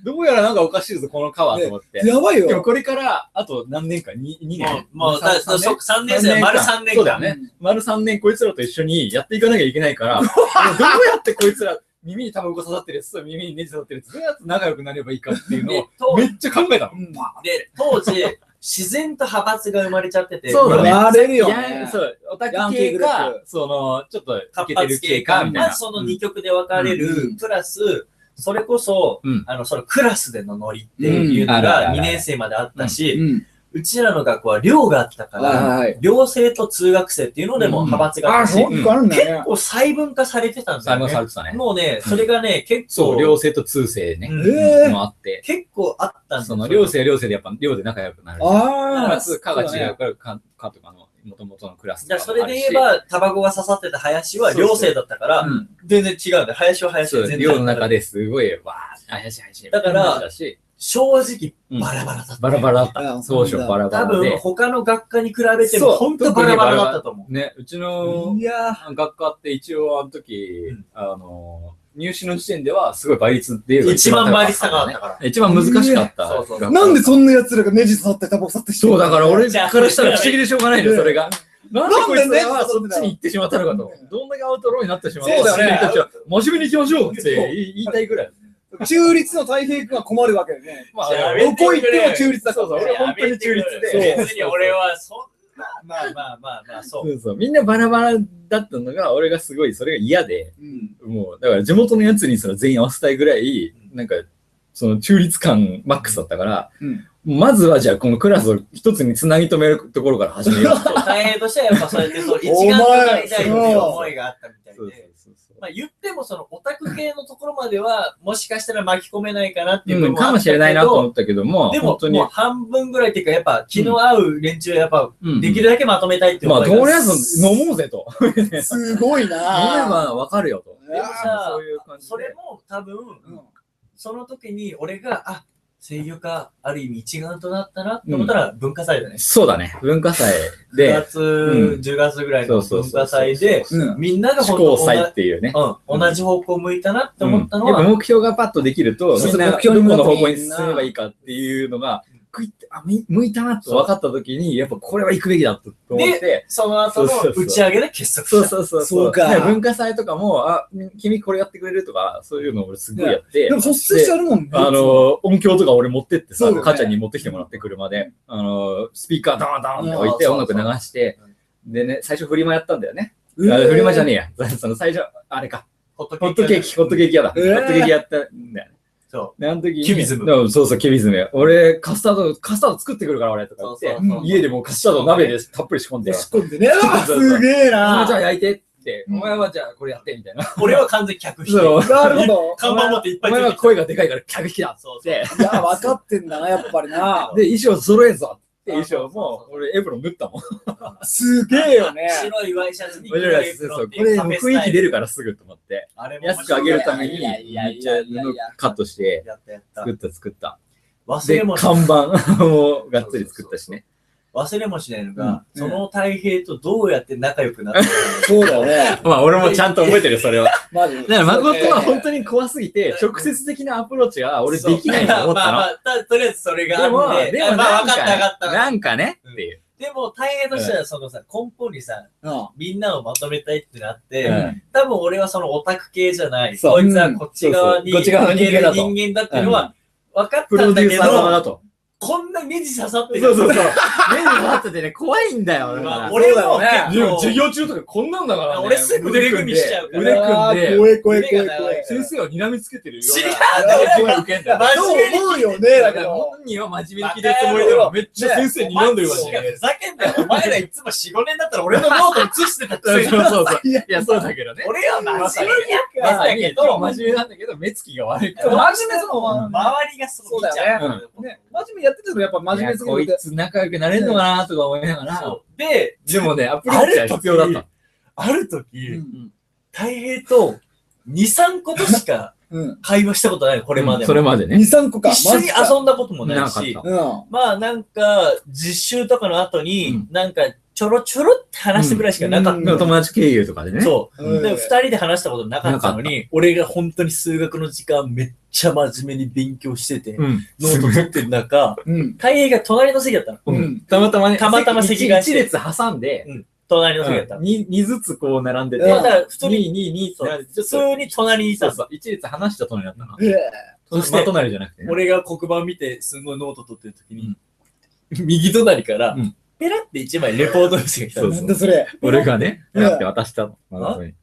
Speaker 1: どうやらなんかおかしいぞ、この川と思って。
Speaker 3: やばい
Speaker 1: でも
Speaker 3: よ。
Speaker 1: これから、あと何年か、2, 二年。
Speaker 2: もう、もう、
Speaker 1: 三
Speaker 2: だ
Speaker 1: 三年
Speaker 2: そ3年生、丸3年
Speaker 1: そうだよ
Speaker 2: 間。
Speaker 1: ね。丸3年こいつらと一緒にやっていかなきゃいけないから、もうどうやってこいつら、耳にタバコ刺さってるやつと耳にネジ刺さってるやつ、どうやって仲良くなればいいかっていうの
Speaker 2: [LAUGHS] で
Speaker 1: を、
Speaker 2: 当
Speaker 1: めっちゃ考えたの。
Speaker 3: うん
Speaker 2: で当時、自然と派閥が生まれちゃってて、
Speaker 1: そうだね
Speaker 3: 割れるよ
Speaker 1: や
Speaker 3: ね。
Speaker 1: そう、オタ
Speaker 3: ヤン
Speaker 1: ク
Speaker 3: キー
Speaker 1: 系
Speaker 3: グルー
Speaker 1: か、その、ちょっと、
Speaker 2: 活
Speaker 1: イケて
Speaker 2: 発
Speaker 1: る
Speaker 2: 系
Speaker 1: 系
Speaker 2: か
Speaker 1: か、
Speaker 2: み
Speaker 1: みた
Speaker 2: たいないま
Speaker 1: な
Speaker 2: ず。その2曲で分かれ
Speaker 3: う
Speaker 2: る
Speaker 3: ん、
Speaker 2: プラス、それこそ
Speaker 1: うん、
Speaker 2: あの、そのクラスでのノリっていうの
Speaker 1: うんあるあるあ
Speaker 2: が
Speaker 1: る
Speaker 2: 2年生まであった
Speaker 3: う
Speaker 2: し、
Speaker 3: ん。
Speaker 2: うちらの学校は寮があったか
Speaker 3: はい
Speaker 2: ら、
Speaker 3: はいはい。
Speaker 2: 寮生と通学生っていうのでも
Speaker 1: うん
Speaker 2: 派閥があ
Speaker 3: あ、
Speaker 2: った
Speaker 3: そ
Speaker 2: し、
Speaker 3: ういうのあるんだ
Speaker 2: 結
Speaker 3: ね。
Speaker 2: 構細分化されてたんです
Speaker 1: サ
Speaker 2: よ
Speaker 1: イモン・サ
Speaker 2: ね。
Speaker 1: ルクさね。
Speaker 2: もうね、それがね、結構、
Speaker 1: そう、寮生と通生ね。
Speaker 2: うん
Speaker 3: ええ。
Speaker 1: もあって、
Speaker 2: 結構あったんです
Speaker 1: そ
Speaker 2: よ。
Speaker 1: の、寮生は寮生でやっぱ、寮で仲良くなる。
Speaker 3: あ
Speaker 1: か
Speaker 3: あ。
Speaker 1: つ、科が違うから、か、かとかの、もともとのクラスと
Speaker 2: だ
Speaker 1: か
Speaker 2: から
Speaker 1: も
Speaker 2: そ
Speaker 1: あるし。
Speaker 2: れで言えば、タバコが刺さってた林は
Speaker 1: そうそう
Speaker 2: 寮生だったから、
Speaker 1: うん
Speaker 2: 全然違うんで、林は林
Speaker 1: そ
Speaker 2: で
Speaker 1: う、
Speaker 2: 全然
Speaker 1: 寮の中ですごい、わー、怪しい怪しい。
Speaker 2: だから
Speaker 1: だし、
Speaker 2: 正直、
Speaker 1: うん
Speaker 2: バラバラだった。
Speaker 1: バラバラだった。
Speaker 3: あ
Speaker 1: 当初バラバ
Speaker 2: 多
Speaker 1: ラ
Speaker 2: 分、
Speaker 1: で。
Speaker 2: 他の学科に比べて
Speaker 1: そ
Speaker 2: も、
Speaker 1: う
Speaker 2: 本当バラバラだったと思
Speaker 1: ね、うち
Speaker 2: う。
Speaker 1: の
Speaker 2: いやー。
Speaker 1: 学科って一応あの時、
Speaker 2: うん
Speaker 1: あの、入試の時点ではすごい倍率で言えば
Speaker 2: 一番倍率高
Speaker 1: 高
Speaker 2: か
Speaker 1: か
Speaker 2: っ
Speaker 1: った
Speaker 2: たから。
Speaker 1: ね。一番難しかった。
Speaker 2: うんそうそうそう
Speaker 3: なんでそんな奴らがネジ刺さってタバコ刺さって
Speaker 1: そう、だから俺
Speaker 2: じゃ
Speaker 1: か
Speaker 2: あ
Speaker 1: らしたら不思議でしょうがないのよ、それが。なんでこいつら
Speaker 3: なん
Speaker 1: は
Speaker 3: で
Speaker 1: そ
Speaker 3: ね
Speaker 1: っちに行ってしまったのかと。どんだけアウトローになってしまったの
Speaker 3: そうだよね
Speaker 1: 君たちは真面目に行きましょうって言いたいぐらい。
Speaker 3: 中立の太平君は困るわけよね。
Speaker 1: ま
Speaker 2: じゃあ
Speaker 1: れは
Speaker 3: どこ行っても中立だ
Speaker 1: そうそう、俺本当に中立で。
Speaker 2: 別に俺は、そんな、まあまあまあまあ、
Speaker 1: そ
Speaker 2: そ
Speaker 1: うそう。みんなバラバラだったのが、俺がすごい、それが嫌で、
Speaker 3: うん。
Speaker 1: もう、だから地元のやつにその全員合わせたいぐらい、なんか、その中立感マックスだったから、
Speaker 3: うん
Speaker 1: まずはじゃあこのクラスを一つにつなぎ止めるところから始めようって。
Speaker 2: う。大変としてはやっぱそうやって、そう、一丸となりたいっていう思いがあったみた
Speaker 1: [LAUGHS]
Speaker 2: いで。
Speaker 1: そうそう
Speaker 2: まあ、言ってもそのオタク系のところまではもしかしたら巻き込めないかなっていう
Speaker 1: う
Speaker 2: 部
Speaker 1: ん、
Speaker 2: 分は
Speaker 1: か
Speaker 2: あっ
Speaker 1: も
Speaker 2: た
Speaker 1: し
Speaker 2: け
Speaker 1: れないなと
Speaker 2: ど、
Speaker 1: 思ったけども、
Speaker 2: でも
Speaker 1: 本当
Speaker 2: もう
Speaker 1: に。
Speaker 2: 半分ぐらいっていうかやっぱ気の合う連中はやっぱできるだけまとめたいって
Speaker 1: う
Speaker 2: い
Speaker 1: ん
Speaker 2: う
Speaker 1: まあ、
Speaker 2: 思いが
Speaker 1: とりあえず飲もうぜと。
Speaker 3: すごい
Speaker 1: 飲め
Speaker 3: なぁ。
Speaker 1: ばわかるよと。
Speaker 3: でも
Speaker 2: さ
Speaker 1: そういう感じで。
Speaker 2: それも多分
Speaker 3: うん
Speaker 2: その時に俺があ声優がある意味一丸となったなって思ったら文化祭だね、
Speaker 1: そうだね。文化祭
Speaker 2: [LAUGHS] 9
Speaker 1: で、
Speaker 2: 月、
Speaker 1: う
Speaker 2: 10月ぐらい
Speaker 1: そ
Speaker 2: の
Speaker 1: うそう
Speaker 2: 文
Speaker 1: そう
Speaker 2: 化
Speaker 1: そう
Speaker 2: 祭で
Speaker 3: うん
Speaker 2: みんなが
Speaker 1: 試
Speaker 2: 本
Speaker 1: 行
Speaker 2: 当
Speaker 1: 祭っていうね。
Speaker 2: うん、同じ方向向いたなって思ったの
Speaker 1: うんや
Speaker 2: は、
Speaker 1: っぱ目標がパッとできると、
Speaker 3: そう
Speaker 1: みんな
Speaker 3: 目
Speaker 1: 目
Speaker 3: 標
Speaker 1: 標
Speaker 3: に
Speaker 1: ど
Speaker 3: 向
Speaker 1: こ
Speaker 3: かって
Speaker 1: の方向に進めばいいかっていうのが、クイッてあみ向いたなと分かった時に、やっぱこれは行くべきだと思って、
Speaker 2: その後の打ち上げで結束した。
Speaker 1: そうそうそう。
Speaker 3: そうか
Speaker 1: ね文化祭とかも、あ、君これやってくれるとか、そういうの俺すごいやって。
Speaker 3: でも率先してやるもんね。
Speaker 1: であの、音響とか俺持ってってさ、
Speaker 3: そうだね
Speaker 1: 母ちゃんに持ってきてもらって車で、あの、スピーカーダンダンって置いて
Speaker 2: うん
Speaker 1: 音楽流して
Speaker 2: そうそう、
Speaker 1: でね、最初フリマやったんだよね。
Speaker 3: う
Speaker 1: あ
Speaker 3: ん、
Speaker 1: フリマじゃねえや。 [LAUGHS] その最初、あれか。
Speaker 2: ホット
Speaker 1: ホットケーキ、ホットケーキ屋だ。
Speaker 3: え
Speaker 1: ホ
Speaker 3: ー
Speaker 1: ットケーキやったんだよね。
Speaker 2: そ
Speaker 1: であの時に
Speaker 2: キュビズム
Speaker 1: でもそうそう、キュビズム。俺、カスタード、カスタード作ってくるから俺とか言って
Speaker 2: そうそう
Speaker 3: そう、
Speaker 1: 家でもうカスタード鍋でたっぷり仕込んで、
Speaker 3: 仕込んでね。うわすげえ
Speaker 1: あ
Speaker 3: な
Speaker 1: じゃあ焼いてってきて、
Speaker 3: うん
Speaker 1: お前はじゃあこれやってみたいな。
Speaker 2: 俺は完全に客引き。
Speaker 1: そう
Speaker 3: なるほど。
Speaker 2: 看板持っていっぱ
Speaker 1: お
Speaker 2: い
Speaker 1: 前
Speaker 2: て
Speaker 1: は声がでかいから客引きだっ
Speaker 2: そう
Speaker 1: つっ
Speaker 2: そう。
Speaker 1: て、
Speaker 3: いや、分かってんだな、やっぱりな。
Speaker 1: で、衣装揃えんぞって
Speaker 2: あ
Speaker 1: 衣装も、俺エプロン縫ったもん。
Speaker 3: すげえよね。
Speaker 2: 白いワイシャツに
Speaker 1: 面白いやつ、そうこれ雰囲気出るからすぐと思って、
Speaker 2: あれも面
Speaker 1: 安く
Speaker 2: 白
Speaker 1: あ
Speaker 2: い
Speaker 1: げるために、
Speaker 3: いやいや
Speaker 1: めっ
Speaker 3: い
Speaker 1: ちゃ
Speaker 3: やいや
Speaker 1: 布カットして、
Speaker 2: やったやった
Speaker 1: 作。った作った。
Speaker 2: 忘
Speaker 1: で
Speaker 2: れ、もし
Speaker 1: 看板をがっつり作ったしね。
Speaker 2: 忘れもしないのが、
Speaker 3: うん
Speaker 2: その太平とどうやって仲良くなったのか。
Speaker 3: そうだよね。
Speaker 1: まあ俺もちゃんと覚えてるよ、それは。
Speaker 3: マジ。だ
Speaker 1: だから誠は本当に怖すぎて、直接的なアプローチは俺できないと思っ
Speaker 2: まあま
Speaker 1: た
Speaker 2: あたとりあえずそれが
Speaker 1: の。
Speaker 2: あって、
Speaker 1: でも、でも
Speaker 2: ま
Speaker 1: な
Speaker 2: あ
Speaker 1: ん
Speaker 2: 分かった分かっ
Speaker 1: かね、
Speaker 2: た。
Speaker 1: なんかねっていう。
Speaker 2: でも太平としてはそのさ、根本にさ、
Speaker 3: う
Speaker 2: みんなをまとめたいってなって、
Speaker 1: うん
Speaker 2: 多分俺はそのオタク系じゃない。
Speaker 1: そう
Speaker 2: こいつはこっち側に
Speaker 1: うんそうそうこっち側の人間だと
Speaker 2: 人間だっていうのは分かっ
Speaker 1: プ
Speaker 2: た
Speaker 1: ロ
Speaker 2: んだ
Speaker 1: デュ
Speaker 2: け
Speaker 1: ーサー側
Speaker 2: ど、
Speaker 1: だと。
Speaker 2: こんなネジ刺さって
Speaker 1: そう
Speaker 2: る。
Speaker 1: そうそう。目に触っててね、怖いんだよ。だか
Speaker 2: まあ
Speaker 1: ら
Speaker 2: 俺も
Speaker 3: そうだよ
Speaker 2: 結構、
Speaker 1: 業中とかこんなんだか
Speaker 2: 俺すぐ腕組みしちゃうから
Speaker 1: 腕組んで、
Speaker 3: 怖い怖い怖い怖
Speaker 2: 腕
Speaker 3: い。
Speaker 1: 先生を睨みつけてるよ。
Speaker 2: 知り合い
Speaker 1: すごいウケんだよ。
Speaker 2: マジ
Speaker 3: そう思うよね、だ
Speaker 1: だ
Speaker 3: け
Speaker 1: から
Speaker 3: ど。
Speaker 1: 本人は真面目に聞いてるつもりでも、めっちゃ先生に睨んでるわ
Speaker 2: お
Speaker 1: し
Speaker 2: 前
Speaker 1: ね
Speaker 2: ら。ふざけんなよ。お前らいつも4、5年だったら俺のノート映してたく
Speaker 1: そう
Speaker 2: せに
Speaker 1: そ。うそう。いや、そうだけどね。
Speaker 2: 俺は真面目にやって
Speaker 1: ま
Speaker 2: た
Speaker 1: さ
Speaker 2: け
Speaker 1: に、
Speaker 2: ど、
Speaker 1: 真面目なんだけど、目つきが悪いから。
Speaker 3: 真面目その、
Speaker 2: 周りがそう見ちゃう。
Speaker 1: そうだ
Speaker 2: うん
Speaker 3: ね、真面目にやってたのやっぱ真面目すぎ
Speaker 1: いやこいつ仲良くなれんのかなとか思いながら。
Speaker 2: そうで、
Speaker 1: でもね、アプローチは必要だった。
Speaker 2: ある
Speaker 3: て。
Speaker 2: 時、た平と2、3個としか
Speaker 3: うん。
Speaker 2: 会話したことないの、こ
Speaker 1: こ
Speaker 2: れまで
Speaker 1: そ
Speaker 2: も。
Speaker 1: れまで
Speaker 3: 2、
Speaker 1: ね。
Speaker 3: 3個か。
Speaker 2: 一緒に
Speaker 3: マジか
Speaker 2: 遊んだこともない
Speaker 1: な
Speaker 2: し
Speaker 1: かっ、
Speaker 3: うん。
Speaker 2: まあなんか、実習とかの後に、なんか、ちょろちょろって話すぐらいしかなかっ
Speaker 3: うん
Speaker 2: た
Speaker 1: 友達経由とかでね。
Speaker 2: の。そう。
Speaker 3: うん
Speaker 2: で、二人で話したことなかったのに、俺が本当に数学の時間めっちゃ真面目に勉強してて、
Speaker 1: うん。
Speaker 2: ノート取ってる中、
Speaker 3: うん。
Speaker 2: た平が隣の席だったの。
Speaker 3: うん。
Speaker 1: たまたまね、
Speaker 2: たまたま席が
Speaker 1: 一列挟んで、
Speaker 2: 隣の席だったの。
Speaker 1: 2ずつこう並んでて、
Speaker 3: うん
Speaker 2: まあだから普通
Speaker 1: 2、2、2って
Speaker 2: に、そう
Speaker 1: 並んで、ち
Speaker 2: 普
Speaker 1: ょっと、
Speaker 2: 通に隣にいた
Speaker 1: そう
Speaker 2: の
Speaker 1: そう、一列離した隣だったな。
Speaker 3: ええ
Speaker 2: そ
Speaker 1: そ
Speaker 2: し
Speaker 1: してて、隣じゃなくてね。
Speaker 2: 俺が黒板見て、すごいノート取ってる時に、右隣から
Speaker 1: うん、
Speaker 2: ペラって一枚レポートの人が来た
Speaker 1: そう
Speaker 2: の。
Speaker 1: そう
Speaker 3: なんだそれ。
Speaker 1: 俺がね、
Speaker 3: うん
Speaker 1: やって渡したの。誠に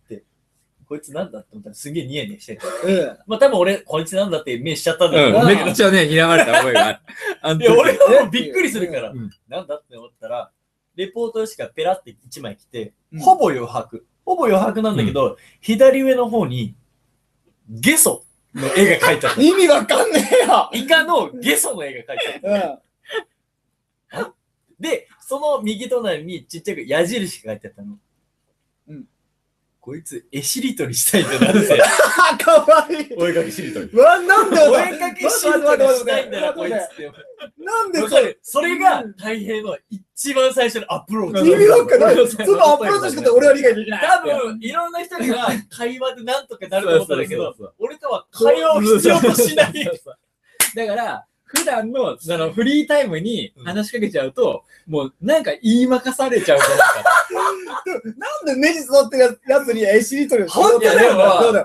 Speaker 2: こいつなんだって思ったらすげえニヤニヤしてて。
Speaker 3: うん。
Speaker 2: まあ多分俺、こいつなんだって目しちゃったんだけ
Speaker 1: う
Speaker 2: ど。
Speaker 1: ん、
Speaker 3: ん
Speaker 1: めっちゃね、睨まれた覚えがある。あの
Speaker 2: い
Speaker 1: 時
Speaker 2: や、俺はもうびっくりするから
Speaker 1: うん、
Speaker 2: なんだって思ったら、レポートしかペラって一枚来て
Speaker 3: う、ん
Speaker 2: ほぼ余白。ほぼ余白なんだけど、左上の方に、ゲソの絵が描いて
Speaker 3: [LAUGHS]
Speaker 2: あった。
Speaker 3: 意味わかんねえよ。
Speaker 2: イカのゲソの絵が描いてあった。
Speaker 3: うん。
Speaker 2: で、その右隣にちっちゃく矢印が書いてあったの。
Speaker 3: うん。
Speaker 2: こいつ、絵しりとりしたいってなって。
Speaker 3: あ、かわいい。
Speaker 1: お絵かきしりとり。
Speaker 3: うわ、なんだよ。
Speaker 2: お絵かきしりとりしたいんだな、
Speaker 3: 待
Speaker 2: こ
Speaker 3: っ
Speaker 2: いつ
Speaker 3: て待って
Speaker 2: って。
Speaker 3: なんで
Speaker 2: わ
Speaker 3: そ
Speaker 2: か
Speaker 3: れ。
Speaker 2: るそれが、太平の一番最初のアプローチ。
Speaker 3: 意味わかんない。そのアプローチしか俺は理解できない。
Speaker 2: 多分、いろんな人が会話でなんとかなると思ったんだけど、
Speaker 1: そうそうそう
Speaker 2: 俺とは会話を必要としない。
Speaker 1: そうそうそうだから、普段のあのフリータイムに話しかけちゃうと、もうなんか言いまかされちゃうから
Speaker 3: なんでネジ座ってるやつに絵しりとりを
Speaker 2: 本当だよ
Speaker 3: そうだ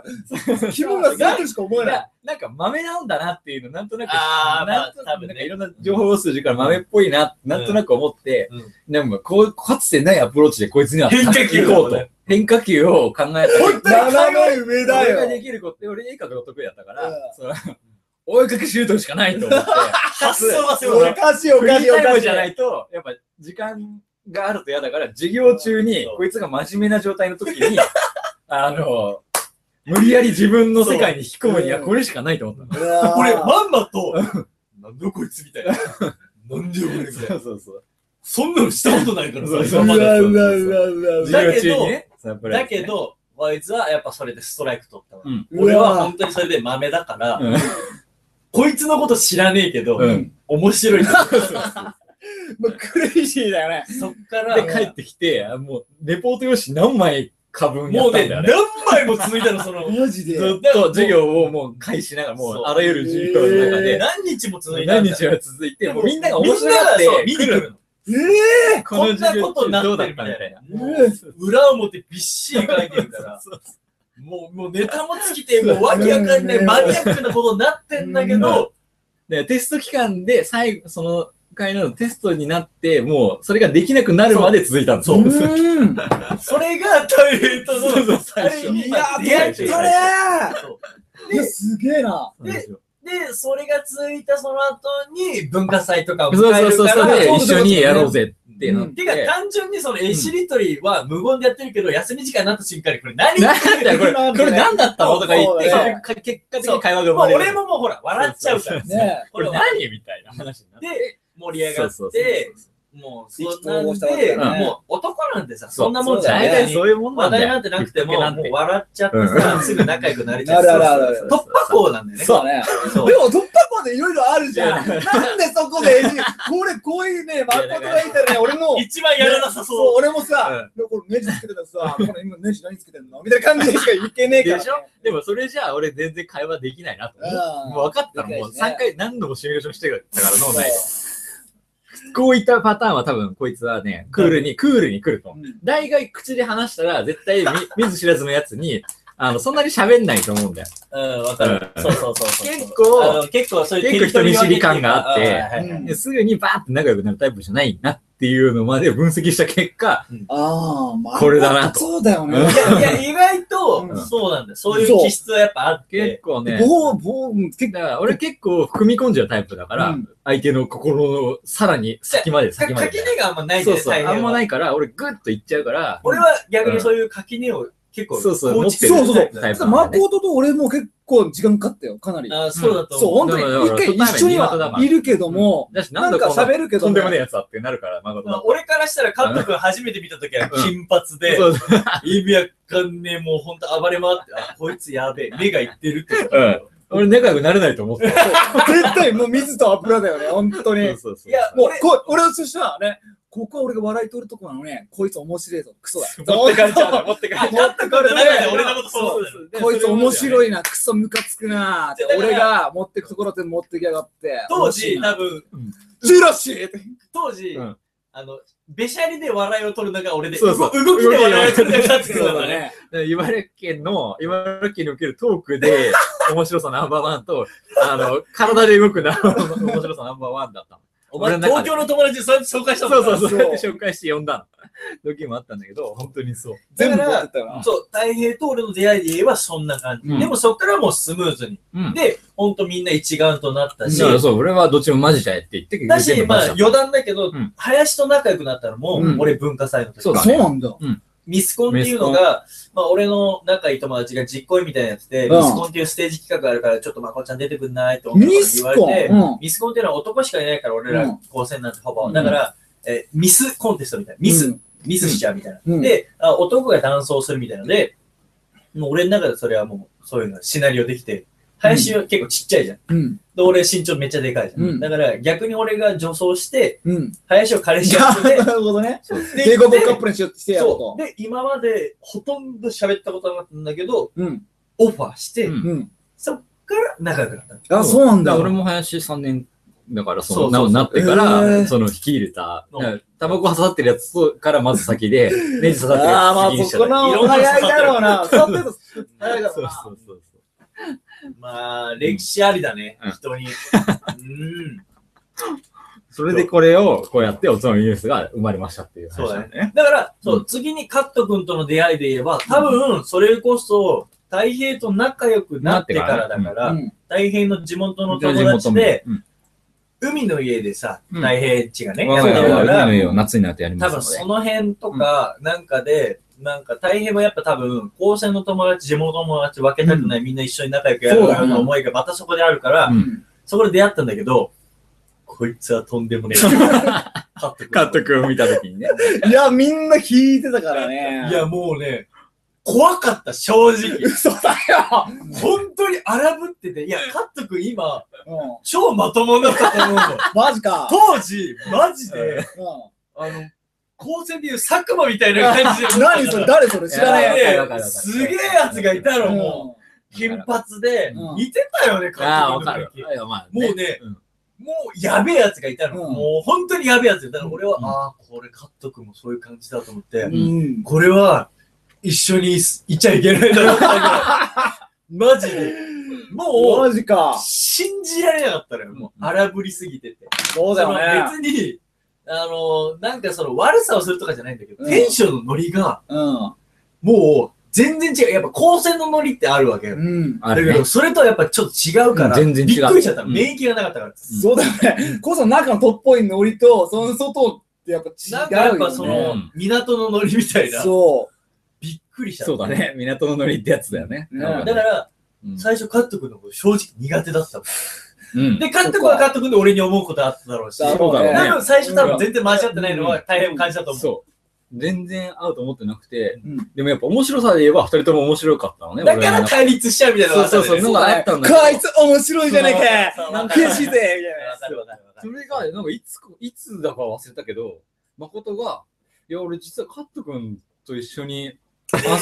Speaker 3: よ。気分がするとしか思えない。
Speaker 1: なんか豆なんだなっていうの、なんとなく、
Speaker 2: あーまあ
Speaker 1: なんとな
Speaker 2: 多
Speaker 1: く
Speaker 2: 分
Speaker 1: な
Speaker 2: ね
Speaker 1: んかいろんな情報数字から豆っぽいな、なんとなく思って、
Speaker 2: うん
Speaker 1: でもこう、かつてないアプローチでこいつには
Speaker 2: 変化球
Speaker 1: 行こうと。変化球を考えたり
Speaker 3: 本当に斜め上だ
Speaker 1: 俺がで
Speaker 3: よ。
Speaker 1: きることって、俺絵描くの得意だったから、
Speaker 3: うん
Speaker 1: その、追いかけシュートしかないと思って、
Speaker 2: 発想がすごい
Speaker 3: お
Speaker 2: な。
Speaker 3: かしいお
Speaker 1: フリ
Speaker 3: かしい
Speaker 1: ー
Speaker 3: お
Speaker 1: タイ
Speaker 3: か
Speaker 1: ム
Speaker 3: しい
Speaker 1: じゃ。ないと、やっぱ時間があると嫌だから、授業中に
Speaker 2: そう、
Speaker 1: こいつが真面目な状態の時に、 [LAUGHS] あの、無理やり自分の世界に引き込むには
Speaker 3: そう
Speaker 1: これしかないと思ったの。
Speaker 3: うわー
Speaker 2: 俺、まんまと、なんだこいつみたいな。なんで俺みたいな。
Speaker 1: うそうそう。
Speaker 2: そんなのしたことないからさ、
Speaker 1: そう
Speaker 2: 今まで。
Speaker 3: うわうわうわうわう
Speaker 1: [LAUGHS]
Speaker 3: わ
Speaker 1: 授業中にね、サプライ
Speaker 2: だ
Speaker 1: ズね
Speaker 2: け、ど、こいつはやっぱそれでストライク取ったわ。
Speaker 1: うん
Speaker 2: 俺は本当にそれで豆だから、
Speaker 1: うん
Speaker 2: こいつのこと知らねえけど、
Speaker 1: うん
Speaker 2: 面白
Speaker 1: [LAUGHS]
Speaker 2: い。
Speaker 3: もうクレイジーだよね。
Speaker 2: そっから、
Speaker 1: で、帰ってきて、あもう、レポート用紙何枚か分や
Speaker 2: も
Speaker 1: っ
Speaker 2: う
Speaker 1: た
Speaker 2: ね、
Speaker 1: んだよね。
Speaker 2: 何枚も続いたの、 [LAUGHS] その。
Speaker 3: マジで。
Speaker 1: ずっと授業をもう返しながら、も
Speaker 2: そうう
Speaker 1: あらゆる授業の中
Speaker 3: え
Speaker 1: で、
Speaker 2: 何日も続いたん
Speaker 1: 何
Speaker 2: だ
Speaker 1: 日も続いて、
Speaker 2: で
Speaker 1: も
Speaker 2: も
Speaker 1: うみんなが
Speaker 2: みん
Speaker 1: 面
Speaker 2: な
Speaker 1: 白が
Speaker 2: が
Speaker 1: って
Speaker 2: そう、見に来
Speaker 1: 来る。
Speaker 2: るの。
Speaker 3: ええ
Speaker 1: この
Speaker 2: こんな
Speaker 1: 授業
Speaker 2: こ
Speaker 1: 中
Speaker 2: とにな
Speaker 1: どう
Speaker 2: っ
Speaker 1: だ
Speaker 2: て
Speaker 1: った
Speaker 2: るみ
Speaker 1: みたいな。
Speaker 2: たいな。も
Speaker 3: ええ
Speaker 2: う裏表びっしり書いてるから。 [LAUGHS] もう、もうネタも尽きて、もうわけわかんない、マニアックなことになってんだけど、
Speaker 1: でテスト期間で最後、その回のテストになって、もうそれができなくなるまで続いたんです
Speaker 2: そう
Speaker 1: そうそう
Speaker 3: うん。
Speaker 2: それがトイレット
Speaker 1: そうそ
Speaker 2: の
Speaker 1: う最初
Speaker 2: あれ
Speaker 3: い
Speaker 2: 今
Speaker 3: や
Speaker 2: 出
Speaker 3: や
Speaker 2: 会っ
Speaker 3: っ
Speaker 2: たてる
Speaker 3: ね
Speaker 1: そ
Speaker 2: そう
Speaker 3: いや、すげえな。
Speaker 1: で
Speaker 2: で、それが続いたその後に文化祭とかを
Speaker 1: そう
Speaker 2: 迎え
Speaker 1: そうそ
Speaker 2: る
Speaker 1: う
Speaker 2: か
Speaker 1: そ
Speaker 2: ら
Speaker 1: う、で
Speaker 3: そう
Speaker 1: 一緒にやろうぜっってなって。
Speaker 2: てか、単純にその絵しりとりは無言でやってるけど、休み時間になった瞬間にこれ何も
Speaker 1: なんだよこれ、これ何だったのとか言って、
Speaker 3: そう
Speaker 1: 結
Speaker 3: だ
Speaker 1: 果結果的に会話が生まれる。
Speaker 2: 俺ももうほら、笑っちゃうから。
Speaker 3: ね
Speaker 1: これ何みたいな話になって。
Speaker 2: で、盛り上がっ
Speaker 1: そうそう
Speaker 2: て、もうそんなん
Speaker 3: 意気投合したわけ
Speaker 2: で、
Speaker 3: だね
Speaker 2: もう男なんてさ、
Speaker 1: そう
Speaker 2: そんなもんじゃ
Speaker 3: そ
Speaker 2: な
Speaker 3: う
Speaker 1: 大
Speaker 3: だよ
Speaker 2: い
Speaker 1: 体。そういうもんな
Speaker 2: 話
Speaker 1: んだ
Speaker 2: 題
Speaker 1: よ。
Speaker 2: なんてなくても、
Speaker 1: きっかけなん
Speaker 2: もう
Speaker 1: て
Speaker 2: 笑っちゃってさ、すぐ仲良くなれちゃ
Speaker 3: あ
Speaker 2: う。
Speaker 3: るあるあるある
Speaker 2: そうそうそう突破口なんだよね。
Speaker 3: そうだね。
Speaker 2: そう
Speaker 3: でも、突破口でいろいろあるじゃん。なんでそこで、これ、こういうね、マッコとがいたらね、俺も、
Speaker 2: 一番やらなさ
Speaker 3: そう
Speaker 2: そう。
Speaker 3: 俺もさ、これネジつけてたらさ、これ今ネジ何つけてんのみたいな感じでしかいけねえから、ね。
Speaker 1: でしょでもそれじゃあ俺全然会話できないなと思
Speaker 3: う
Speaker 1: うんもう分かったの。
Speaker 3: でかいしね
Speaker 1: もう3回何度もシミュレーションしてるから脳内で。こういったパターンは多分こいつはね、クールに、クールに来ると思う。
Speaker 3: うん
Speaker 1: 大概口で話したら絶対 [LAUGHS] 見見ず知らずのやつに、あの、そんなに喋んないと思うんだよ。
Speaker 2: うん、わかる。そうそうそうそう。
Speaker 1: 結構
Speaker 2: あの、結構そういう
Speaker 1: 結構人見知り感があって
Speaker 2: うんはいはいはい
Speaker 3: うん
Speaker 1: ですぐにバーって仲良くなるタイプじゃないなっていうのまで分析した結果、
Speaker 3: ああ、まあ。
Speaker 1: これだなと
Speaker 3: そうだよね。
Speaker 2: いや、いや、意外
Speaker 3: う
Speaker 2: と、
Speaker 3: ん
Speaker 2: そうなんだよ。そういう気質はやっぱあっ
Speaker 1: 結
Speaker 2: て。
Speaker 1: 構ね、
Speaker 3: ぼう、ぼう、結構
Speaker 1: だから俺結構踏み込んじゃうタイプだから、
Speaker 3: うん
Speaker 1: 相手の心のさらに先まで
Speaker 2: か
Speaker 1: 先まで
Speaker 2: 垣根があんまないん
Speaker 1: そ
Speaker 2: だよ
Speaker 1: う
Speaker 2: ね、
Speaker 1: そう
Speaker 2: 大変は
Speaker 1: あんまないから俺グッといっちゃうから
Speaker 2: 俺は逆にそういう垣根を結構、
Speaker 1: そうそう
Speaker 2: 構築
Speaker 3: そうそうそう
Speaker 2: してるタイプ
Speaker 1: そ
Speaker 3: さ
Speaker 1: う
Speaker 3: マコトと俺も結構時間かかったよ、かなり。
Speaker 2: あーそうだと
Speaker 3: そう、
Speaker 2: 思う。
Speaker 3: 本当に
Speaker 1: だからだから
Speaker 3: 一回一緒にはいるけども、
Speaker 1: だし
Speaker 3: な
Speaker 1: なん
Speaker 3: ん
Speaker 1: だ
Speaker 3: か
Speaker 1: こんな
Speaker 3: 喋るけど
Speaker 1: とん
Speaker 3: も
Speaker 1: でもねえやつだってなるから誠
Speaker 2: まあ
Speaker 1: の
Speaker 2: 俺からしたら、監督初めて見た時は
Speaker 1: うん
Speaker 2: 金髪で、
Speaker 1: そうそう
Speaker 2: 意味わかんねえ、もう本当暴れ回って、あ、こいつやべえ、目がいってるってこと。
Speaker 1: うん俺仲良くなれないと思ってた
Speaker 3: [LAUGHS] 絶対もう水と油だよね、 [LAUGHS] 本当に。
Speaker 1: そうそうそう
Speaker 2: いや
Speaker 3: もう、こ俺はそしたらね、ここは俺が笑い取るとこなのね、こいつ面白いぞ、クソだ。
Speaker 1: 持ってかれちゃうな持ってか
Speaker 2: あ、
Speaker 1: れち
Speaker 2: 監
Speaker 1: ゃう
Speaker 2: 督の中で俺のこと
Speaker 1: そ
Speaker 2: そうう
Speaker 1: そ
Speaker 2: だ
Speaker 1: う
Speaker 2: よ。
Speaker 1: そう
Speaker 3: こいつ面白
Speaker 1: い
Speaker 3: いな、クソムカつくなーって
Speaker 2: だか、ら
Speaker 3: 俺が持ってくところって持ってきやがって。
Speaker 2: 当時、
Speaker 3: 面
Speaker 2: 多分、
Speaker 3: 白いなジュラシーって。
Speaker 2: 当時
Speaker 1: うん、
Speaker 2: あの、べしゃりで笑いを取るのが俺で、
Speaker 1: そうそう
Speaker 2: 動きで笑いを取るのが監督
Speaker 1: そう
Speaker 2: なん
Speaker 1: だ
Speaker 2: だね。。
Speaker 1: 茨城県の茨城県におけるトーク [LAUGHS] で面白さナンバーワンとあの体で動くな面白さナンバーワンだったの
Speaker 2: お前、
Speaker 1: 俺の中
Speaker 2: 東
Speaker 1: で
Speaker 2: 京の友達にそうやって紹介したも
Speaker 1: そう
Speaker 2: んな
Speaker 1: そうそう
Speaker 3: そう
Speaker 1: やって紹介して呼んだの時もあったんだけど本当にそう
Speaker 3: 全部
Speaker 2: だから
Speaker 3: 持ってったよな。
Speaker 2: そう、大平と俺の出会いで言えばそんな感じ。
Speaker 1: うん
Speaker 2: でもそっからもうスムーズに。
Speaker 1: うん
Speaker 2: で、ほんとみんな一丸となったし、
Speaker 1: そうそう、俺はどっちもマジだよって言って、
Speaker 2: だし、まあ余談だけど、
Speaker 1: うん
Speaker 2: 林と仲良くなったのも、
Speaker 1: うん
Speaker 2: 俺文化祭の時。
Speaker 1: そうだね
Speaker 3: そうなんだ。
Speaker 2: ミスコンっていうのが、まあ俺の仲いい友達が実行委員みたいなやつで、
Speaker 3: うん
Speaker 2: ミスコンっていうステージ企画があるから、ちょっとまこちゃん出てくんないと思
Speaker 3: ミス
Speaker 2: 言われ
Speaker 3: コン
Speaker 2: て、
Speaker 3: うん
Speaker 2: ミスコンっていうのは男しかいないから、俺
Speaker 3: う
Speaker 2: ら
Speaker 3: ん
Speaker 2: 高専なんてほぼ。
Speaker 1: うん
Speaker 2: だから、えミスコンテストみたいな。ミス、ミスしちゃうみたいな。
Speaker 3: うん
Speaker 2: であ、男が男装するみたいなので、もう俺の中でそれはもう、そういうのシナリオできて、林は結構ちっちゃいじゃん。
Speaker 3: うん。
Speaker 2: で、俺身長めっちゃでかいじゃん。
Speaker 3: うん
Speaker 2: だから逆に俺が女装して、
Speaker 3: うん。
Speaker 2: 林を彼氏やっ
Speaker 3: [LAUGHS] な
Speaker 1: [LAUGHS]
Speaker 2: て
Speaker 3: るほどね。
Speaker 2: て、
Speaker 3: 帝国
Speaker 2: で
Speaker 3: カップルにしようってしてやろう
Speaker 2: そ
Speaker 3: と
Speaker 2: う。。で、今までほとんど喋ったことなかったんだけど、
Speaker 3: うん。
Speaker 2: オファーして、
Speaker 1: うん
Speaker 3: うん。
Speaker 2: そっから仲良くなった。
Speaker 3: あ、そうなんだ。
Speaker 1: 俺も林3年だから、そ
Speaker 2: そ
Speaker 1: の、
Speaker 2: うそうそう
Speaker 1: ななってから、
Speaker 3: へー
Speaker 1: その、引き入れた
Speaker 2: う、ん
Speaker 1: タバコ刺さってるやつとからまず先で、ネジ刺さってる
Speaker 3: ああ、
Speaker 1: やつ
Speaker 3: ま
Speaker 1: 先に
Speaker 3: あ、
Speaker 1: しちゃ
Speaker 3: そ
Speaker 1: っ
Speaker 3: こ
Speaker 1: た。
Speaker 3: の早いだろうな。そってと早いだろう
Speaker 1: そう
Speaker 3: な。
Speaker 1: そうそうそう。
Speaker 2: まあ、歴史ありだね、
Speaker 1: うん
Speaker 2: 人に。うん。
Speaker 1: [LAUGHS] それでこれを、こうやって、おつまみニュースが生まれましたっていう話。
Speaker 2: そうだ
Speaker 1: ね。
Speaker 2: だから、そう、
Speaker 1: うん
Speaker 2: 次にカット君との出会いで言えば、多分、それこそ、大平と仲良くなってからだ
Speaker 1: な
Speaker 2: か
Speaker 1: って
Speaker 2: ら、
Speaker 3: うん
Speaker 2: 大平の地元の
Speaker 1: 本当に
Speaker 2: 友達で、
Speaker 1: 地元も、
Speaker 2: 海の家でさ、
Speaker 1: うん
Speaker 2: 大平家がね、
Speaker 1: うん
Speaker 2: や
Speaker 1: わ
Speaker 2: っ
Speaker 1: か
Speaker 2: て
Speaker 1: る
Speaker 2: る
Speaker 1: わかる
Speaker 2: か
Speaker 1: 海
Speaker 2: ら
Speaker 1: の、家を夏になってやりま
Speaker 2: 多
Speaker 1: す
Speaker 2: 分
Speaker 1: ので
Speaker 2: その辺とか、なんかで、なんか大変もやっぱ多分、高専の友達、地元の友達分けたくない、みんな一緒に仲良くやろうような思いがまたそこであるから、
Speaker 1: うん
Speaker 2: そこで出会ったんだけど、こいつはとんでもねえ。
Speaker 3: [LAUGHS]
Speaker 2: カット君
Speaker 1: カット君を見た時にね。
Speaker 3: いや、みんな聞いてたからね。
Speaker 2: いや、もうね、怖かった、正直。
Speaker 3: 嘘だよ。
Speaker 2: 本当に荒ぶってて、いや、カット君今、
Speaker 3: うん
Speaker 2: 超まともだったと思う
Speaker 3: [LAUGHS]
Speaker 2: の。
Speaker 3: マジか。
Speaker 2: 当時、マジで、
Speaker 3: う
Speaker 2: あの、高専でいう佐久間みたいなん感じで。
Speaker 3: [LAUGHS] 何それ誰それ知らね
Speaker 1: いや
Speaker 3: え。
Speaker 1: わかるわかるわかる
Speaker 2: すげえやつがいた
Speaker 3: う
Speaker 2: の、
Speaker 3: ん
Speaker 2: もう。金髪で
Speaker 3: う、ん
Speaker 2: 似てたよね、
Speaker 1: ああ、
Speaker 2: カ
Speaker 1: わ
Speaker 2: ッ
Speaker 1: か
Speaker 2: ト
Speaker 1: る
Speaker 2: 君。の時。
Speaker 1: いやまあ
Speaker 2: [LAUGHS] もうね、もうやべえやつがいたの。
Speaker 3: うん
Speaker 2: もう本当にやべえやつだから俺は、
Speaker 1: うん
Speaker 2: ああ、これカット君もそういう感じだと思って、
Speaker 3: うん。
Speaker 2: これは一緒にいちゃいけないだろうって思っ
Speaker 1: [LAUGHS]
Speaker 2: たぐらいマジで。もう、
Speaker 3: マジか。
Speaker 2: 信じられなかったのよ。もう荒ぶりすぎてて。
Speaker 3: そうだよね。
Speaker 2: その別に、あの、なんかその悪さをするとかじゃないんだけど、
Speaker 3: うん
Speaker 2: テンションのノリが、
Speaker 3: うん。
Speaker 2: もう、全然違う。やっぱ高専のノリってあるわけよ。
Speaker 3: うん。
Speaker 1: あ
Speaker 2: だけ
Speaker 1: れね
Speaker 2: ど、。それとはやっぱちょっと違うから、
Speaker 1: 全然違う
Speaker 2: びっくりしちゃったの。
Speaker 1: うん
Speaker 2: 免疫がなかったから。
Speaker 3: そうだよね。こそ中のトップっぽいノリと、その外ってやっぱ違う
Speaker 2: な
Speaker 3: よ、
Speaker 2: ん
Speaker 3: ね。
Speaker 2: かやっぱその、
Speaker 1: うん
Speaker 2: 港のノリみたいな。
Speaker 3: そ
Speaker 2: びっくりした。
Speaker 1: そうだ。ね。港のノリってやつだよね。
Speaker 3: ね
Speaker 1: 多
Speaker 2: だ
Speaker 1: 分
Speaker 2: か
Speaker 1: ね
Speaker 2: ら、
Speaker 1: うん
Speaker 2: 最初、カット君のこと正直苦手だったもん。
Speaker 1: うん。
Speaker 2: で、監督は監督で俺に思うことあっただろうし、
Speaker 3: だ
Speaker 2: 多
Speaker 1: そうだろうね
Speaker 2: 分最初多分全然間違ってないのは大変感じたと思う。
Speaker 1: そう。全然合うと思ってなくて、
Speaker 3: うん
Speaker 1: でもやっぱ面白さで言えば二人とも面白かったのね。
Speaker 2: だから
Speaker 1: 俺の中
Speaker 2: 対立しちゃうみたいなのがあったんだよね
Speaker 1: そうう。なんかあったんだけど
Speaker 3: こいつ面白いじゃねえ
Speaker 2: そう
Speaker 3: か。悔しいぜみたい
Speaker 2: わかるわかるわか
Speaker 1: そ
Speaker 2: る
Speaker 1: れが、なんかいつこ、いつだか忘れたけど、誠が、いや、俺実はカット君と一緒に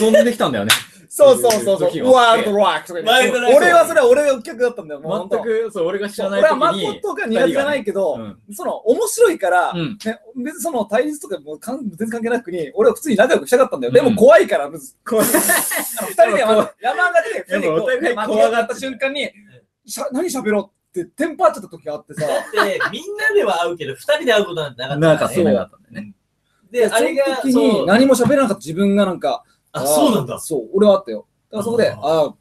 Speaker 1: 遊んできたんだよ [LAUGHS] ね。
Speaker 3: な。そうそうそう
Speaker 1: 時
Speaker 3: そ
Speaker 1: が
Speaker 3: う。
Speaker 1: あ
Speaker 3: ワー
Speaker 1: って
Speaker 3: ルドロックとか
Speaker 2: ワールドロック
Speaker 3: 俺はそれは俺が客だったんだよ。もう
Speaker 1: 全
Speaker 3: 本当。
Speaker 1: く、そう、俺が知らない
Speaker 3: 俺は
Speaker 1: 時に。
Speaker 3: 誠が苦手じゃないけど、
Speaker 1: うん
Speaker 3: その面白いから、
Speaker 1: うん。
Speaker 3: ね、別にその対立とかもかん全然関係なくに、俺は普通に仲良くしたかったんだよ。
Speaker 1: うん
Speaker 3: でも怖いから、まず
Speaker 1: 怖い
Speaker 3: あの二人であの山が出て、二人でこ
Speaker 1: やっぱお
Speaker 3: う
Speaker 1: 互い怖がって
Speaker 3: 怖がった瞬間に、しゃ何喋ろうってテンパっちゃった時があってさ、
Speaker 2: で、みんなでは会うけど、二人で会うことなんてなかった
Speaker 1: なかった、
Speaker 2: ね。
Speaker 1: なかったんだよね。
Speaker 2: で、あれが
Speaker 3: その、時
Speaker 2: そ
Speaker 3: に
Speaker 2: う
Speaker 3: 何も喋らなかった自分がなんか、
Speaker 2: あ、
Speaker 3: ー
Speaker 2: そうなんだ。
Speaker 3: そう、俺はあったよ。だからそこで、
Speaker 2: あー
Speaker 3: ああ、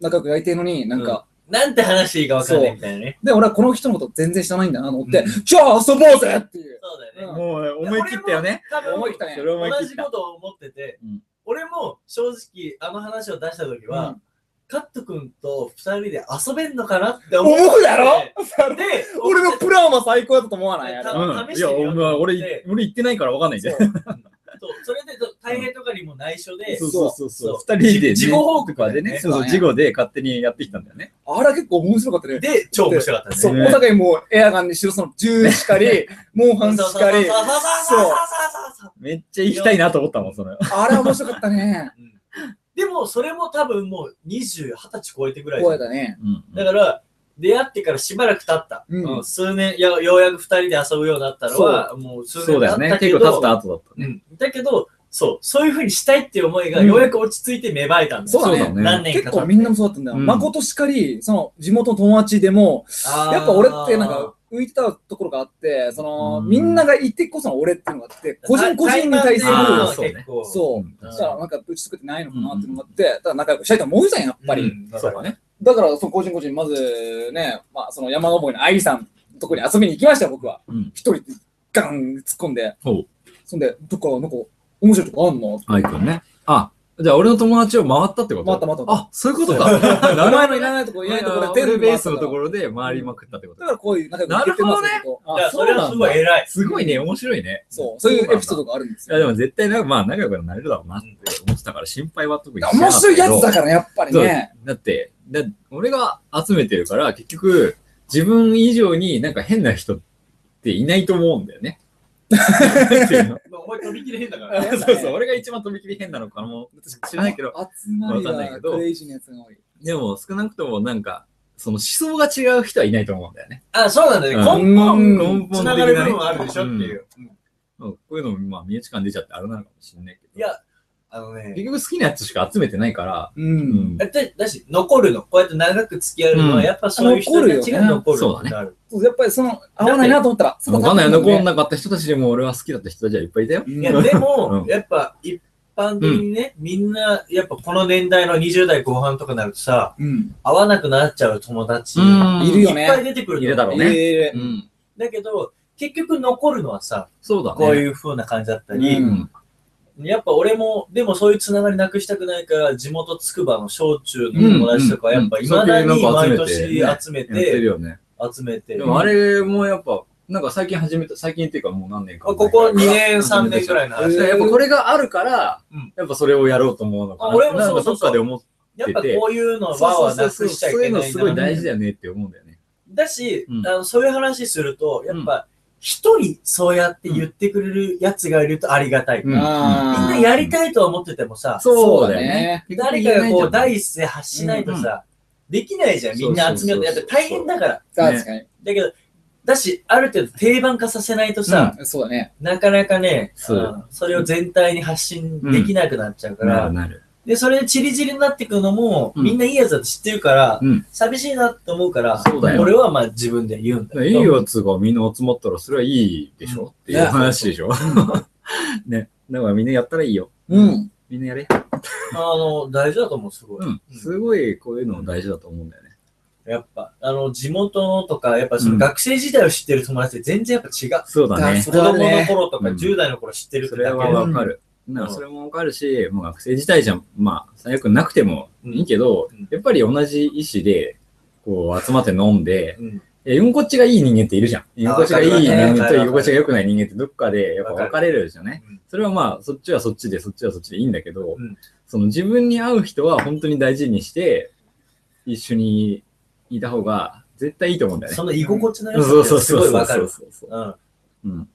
Speaker 3: 仲良くやりてえのに、なんか、
Speaker 2: なんて話していいかわかんないみたいなね。
Speaker 3: で、俺はこの人のこと全然知らないんだなと思って、
Speaker 1: う
Speaker 3: じゃあ遊ぼうぜっていう。
Speaker 2: そうだよね。
Speaker 3: うん
Speaker 1: もう、思い切ったよね。
Speaker 2: 多分
Speaker 3: 思い切ったね
Speaker 1: それ思い
Speaker 2: 同
Speaker 1: 切
Speaker 2: じ
Speaker 1: った。
Speaker 2: ことを思ってて、
Speaker 1: うん
Speaker 2: 俺も正直あの話を出した時は、
Speaker 3: うん
Speaker 2: カット君と二人で遊べんのかなって思って
Speaker 3: 思うだろ
Speaker 2: で
Speaker 3: 俺のプランは最高だったと思わないあれ
Speaker 2: 多分
Speaker 1: うん。
Speaker 2: 試
Speaker 1: い
Speaker 2: して
Speaker 1: や、
Speaker 2: みようと思って
Speaker 1: 俺、俺行ってないから分かんないんだよ。
Speaker 2: そうそれでと大平とかにも内緒で、
Speaker 1: そうう
Speaker 3: そ
Speaker 1: そうう
Speaker 3: そ
Speaker 1: そうう
Speaker 2: そ
Speaker 1: そうう。二人でね、
Speaker 2: 事後報告
Speaker 1: とかで
Speaker 2: だよ
Speaker 1: ね、
Speaker 2: ね
Speaker 1: そう
Speaker 3: そ
Speaker 1: そ
Speaker 3: う
Speaker 1: う、
Speaker 3: だね
Speaker 1: 事後で勝手にやってきたんだよね。
Speaker 3: あれは結構面白かったね。
Speaker 2: で超面白かったね。
Speaker 3: そう、
Speaker 1: ね
Speaker 3: お互いもうエアガンにしろ、その銃しかり、モンハンし
Speaker 2: そうそうそ
Speaker 3: かり、
Speaker 2: うそうそう
Speaker 1: めっちゃ行きたいなと思ったもん、それ。
Speaker 3: あれは面白かったね。
Speaker 2: でもそれも多分もう20、20歳超えてぐらいじゃん
Speaker 3: 声だね。
Speaker 1: うん
Speaker 2: だから出会ってからしばらく経った。
Speaker 3: うん
Speaker 2: うん数年や、ようやく二人で遊ぶようになったのは、もう数年経
Speaker 1: そ
Speaker 2: ったけど
Speaker 1: うだよね。結構経った後だった
Speaker 2: う
Speaker 1: ね。
Speaker 2: ん、だけど、そう、そういうふうにしたいっていう思いが
Speaker 3: うん
Speaker 2: ようやく落ち着いて芽生えたんだよ。
Speaker 3: そうだね
Speaker 2: 何年か
Speaker 3: 結構みんなもそうだったんだよ。
Speaker 1: うん
Speaker 3: 誠しかり、その地元の友達でも、やっぱ俺ってなんか、浮いてたところがあって、その、
Speaker 1: うん
Speaker 3: みんながいてこその俺っていうのがあって、個人個人に対する、
Speaker 1: あー
Speaker 2: 結構。
Speaker 3: そうう。
Speaker 1: ん
Speaker 3: そしたらなんかぶち作ってないのかなっていうのがあって、だから仲良くしたいと思うじゃん、やっぱり。
Speaker 2: うん
Speaker 1: そうだね。
Speaker 3: だから、その個人個人、まずね、まあ、その山登りの愛理さんのとこに遊びに行きましたよ、僕は。
Speaker 1: うん
Speaker 3: 一人でガン突っ込んで
Speaker 1: ほう。
Speaker 3: そんで、どっか、なんか、面白いとこあんの
Speaker 1: アイくんね。あ、じゃあ俺の友達を回ったってこと
Speaker 3: 回った回った
Speaker 1: あ、そういうことか。
Speaker 3: お
Speaker 1: [LAUGHS] なる
Speaker 3: 前のいらないとこ、いらないと
Speaker 1: ほ
Speaker 3: こで
Speaker 1: ど。
Speaker 3: 全
Speaker 1: テ
Speaker 3: 部
Speaker 1: ルベース
Speaker 3: 回
Speaker 1: の
Speaker 3: った
Speaker 1: と
Speaker 3: か
Speaker 1: こ
Speaker 3: ら
Speaker 1: ろで回りまくったってこと
Speaker 3: だからこういう仲良く行けてますよってこと。
Speaker 2: だからそれはすごい偉い。
Speaker 1: すごいね、面白いね。
Speaker 3: そう、そういうエピソードがあるんです
Speaker 1: いや
Speaker 3: よ。
Speaker 1: でも絶対なんかまあ仲良くなれるだろうなって思ってたから心配は特にしなかった
Speaker 3: 面白いやつだ
Speaker 1: か
Speaker 3: から、やっぱりね。
Speaker 1: だって、だ俺が集めてるから結局自分以上になんか変な人っていないと思うんだよね。なんていうの
Speaker 2: まあお前飛び切れへんだか
Speaker 3: う
Speaker 2: ら。
Speaker 3: だね
Speaker 1: そうそう、俺が一番飛び切り変なのかも知らないけど、
Speaker 3: 集まり
Speaker 1: わかんない
Speaker 3: が
Speaker 1: けど
Speaker 3: クレイジーなやつが多い。
Speaker 1: でも少なくともなんか、その思想が違う人はいないと思うんだよね。
Speaker 2: あ、そうなんだね。
Speaker 1: うん
Speaker 2: 根
Speaker 3: うん
Speaker 2: 本、
Speaker 1: 根本的
Speaker 2: つ
Speaker 1: な
Speaker 2: な
Speaker 1: ね
Speaker 2: がる部分はあるでしょっていう。うん
Speaker 1: うんこういうのもまあ身内感出ちゃってあれなのかもしれないけど。
Speaker 2: いや、あのね
Speaker 1: 結、局好きなやつしか集めてないから、
Speaker 3: う。
Speaker 1: うん
Speaker 2: だだし、残るの、こうやって長く付き合うの
Speaker 1: う
Speaker 2: は、
Speaker 1: ん
Speaker 2: やっぱそういう人たちが残るのになる。
Speaker 3: そうやっぱりその、合わないなと思ったら、
Speaker 1: わかんない、
Speaker 3: そこ立
Speaker 1: 残
Speaker 3: っ
Speaker 1: ん
Speaker 3: てみるね
Speaker 1: なかった人たちでも俺は好きだった人たちはいっぱいいたよ。
Speaker 3: うん
Speaker 2: いや、でも
Speaker 1: う、ん
Speaker 2: やっぱ一般的にね、みんな、やっぱこの年代の20代後半とかになるとさ、
Speaker 3: うん。
Speaker 2: 会わなくなっちゃう友達、
Speaker 1: う
Speaker 2: いっ
Speaker 1: ん
Speaker 3: いるよね
Speaker 2: ぱい出てくる
Speaker 1: いるだろうね
Speaker 3: ええ
Speaker 1: うん。
Speaker 2: だけど、結局残るのはさ、
Speaker 1: そうだね。
Speaker 2: こういう風な感じだったり、
Speaker 1: うん。
Speaker 2: やっぱ俺も、でもそういうつながりなくしたくないから、地元つくばの小中の友達とか、
Speaker 1: うん
Speaker 2: やっぱ未だ
Speaker 1: うん
Speaker 2: に毎
Speaker 1: そういう
Speaker 2: 年
Speaker 1: なんか
Speaker 2: 集め
Speaker 1: やってる
Speaker 2: て、
Speaker 1: よね。
Speaker 2: 集めて
Speaker 1: で
Speaker 2: る。
Speaker 1: もあれもやっぱ、なんか最近始めた、最近っていうかもう何年か
Speaker 2: こ
Speaker 1: 前
Speaker 2: こ2年、3年くらいの話
Speaker 1: だからやっぱこれがあるから
Speaker 2: うん、
Speaker 1: やっぱそれをやろうと思うのか
Speaker 2: あ
Speaker 1: な。
Speaker 2: 俺も
Speaker 1: なんか
Speaker 2: そ
Speaker 1: ど
Speaker 2: う
Speaker 1: っ
Speaker 2: そうそう
Speaker 1: かで思っ
Speaker 2: やっぱこういうのははなくしちゃい
Speaker 1: そうい
Speaker 2: け
Speaker 1: うの
Speaker 2: ない
Speaker 1: すごい
Speaker 2: な。
Speaker 1: 大事だよねって思うんだよね。
Speaker 2: だし、
Speaker 1: うん
Speaker 2: あのそういう話すると、やっぱ一人そうやって言ってくれるやつがいるとありがたい。
Speaker 1: う
Speaker 2: みん
Speaker 1: ん
Speaker 3: あ
Speaker 2: な
Speaker 3: ー
Speaker 2: やりたいとは思っててもさ、
Speaker 1: そうだよね。
Speaker 2: 誰かがこう第一声発しないとさ、できないじゃん。みんな集めようと。や
Speaker 1: そ
Speaker 2: っ
Speaker 1: う
Speaker 2: ぱ
Speaker 1: そうそう
Speaker 2: 大変だから。
Speaker 3: 確かに。
Speaker 2: だけど、だし、ある程度定番化させないとさ、
Speaker 3: そうだね。
Speaker 2: なかなかね、
Speaker 1: そう
Speaker 2: うんそれを全体に発信できなくなっちゃうか
Speaker 1: な
Speaker 2: ら、
Speaker 1: るなる。
Speaker 2: で、それでチリチリになってくのも、
Speaker 1: うん
Speaker 2: みんないいやつだと知ってるから、
Speaker 1: うん
Speaker 2: 寂しいなって思うから、
Speaker 1: そうだよ
Speaker 2: 俺はまあ自分で言うんだけど。
Speaker 1: いいやつがみんな集まったらそれはいいでしょっていう話でしょ。 [LAUGHS] ね。だからみんなやったらいいよ。
Speaker 3: うん。
Speaker 1: みんなやれ。
Speaker 2: あの、大事だと思う、すごい。
Speaker 1: うん。すごいこういうのも大事だと思うんだよね。
Speaker 2: えやっぱ、あの、地元のとか、やっぱその学生時代を知ってる友達って全然やっぱ違う。
Speaker 1: そうだね。
Speaker 3: そ
Speaker 2: 子
Speaker 3: れは
Speaker 2: 供
Speaker 3: ね
Speaker 2: の頃とか
Speaker 1: うん
Speaker 2: 10代の頃知ってるっ
Speaker 1: そ
Speaker 2: てだけ
Speaker 1: れ
Speaker 2: で、
Speaker 1: はわかる。だからそれもわかるし、もう学生時代じゃ、まあ、最悪なくてもいいけど、
Speaker 2: うん
Speaker 1: やっぱり同じ意思で、こう、集まって飲んで、
Speaker 2: うん
Speaker 1: え居心地がいい人間っているじゃん。居心地がいい人間と居心地が良くない人間ってどっかでやっぱ分かれるじゃんね
Speaker 2: うん。
Speaker 1: それはまあ、そっちはそっちで、そっちはそっちでいいんだけど、
Speaker 2: うん
Speaker 1: その自分に合う人は本当に大事にして、一緒にいた方が絶対いいと思うんだよね。
Speaker 2: その居心地の良
Speaker 1: そう
Speaker 2: さ
Speaker 1: そ
Speaker 2: っ
Speaker 1: う
Speaker 2: てす
Speaker 1: そう
Speaker 2: ごい
Speaker 1: そう
Speaker 2: わか
Speaker 1: そ
Speaker 2: る
Speaker 1: う。そうそう。
Speaker 2: うん
Speaker 1: うん、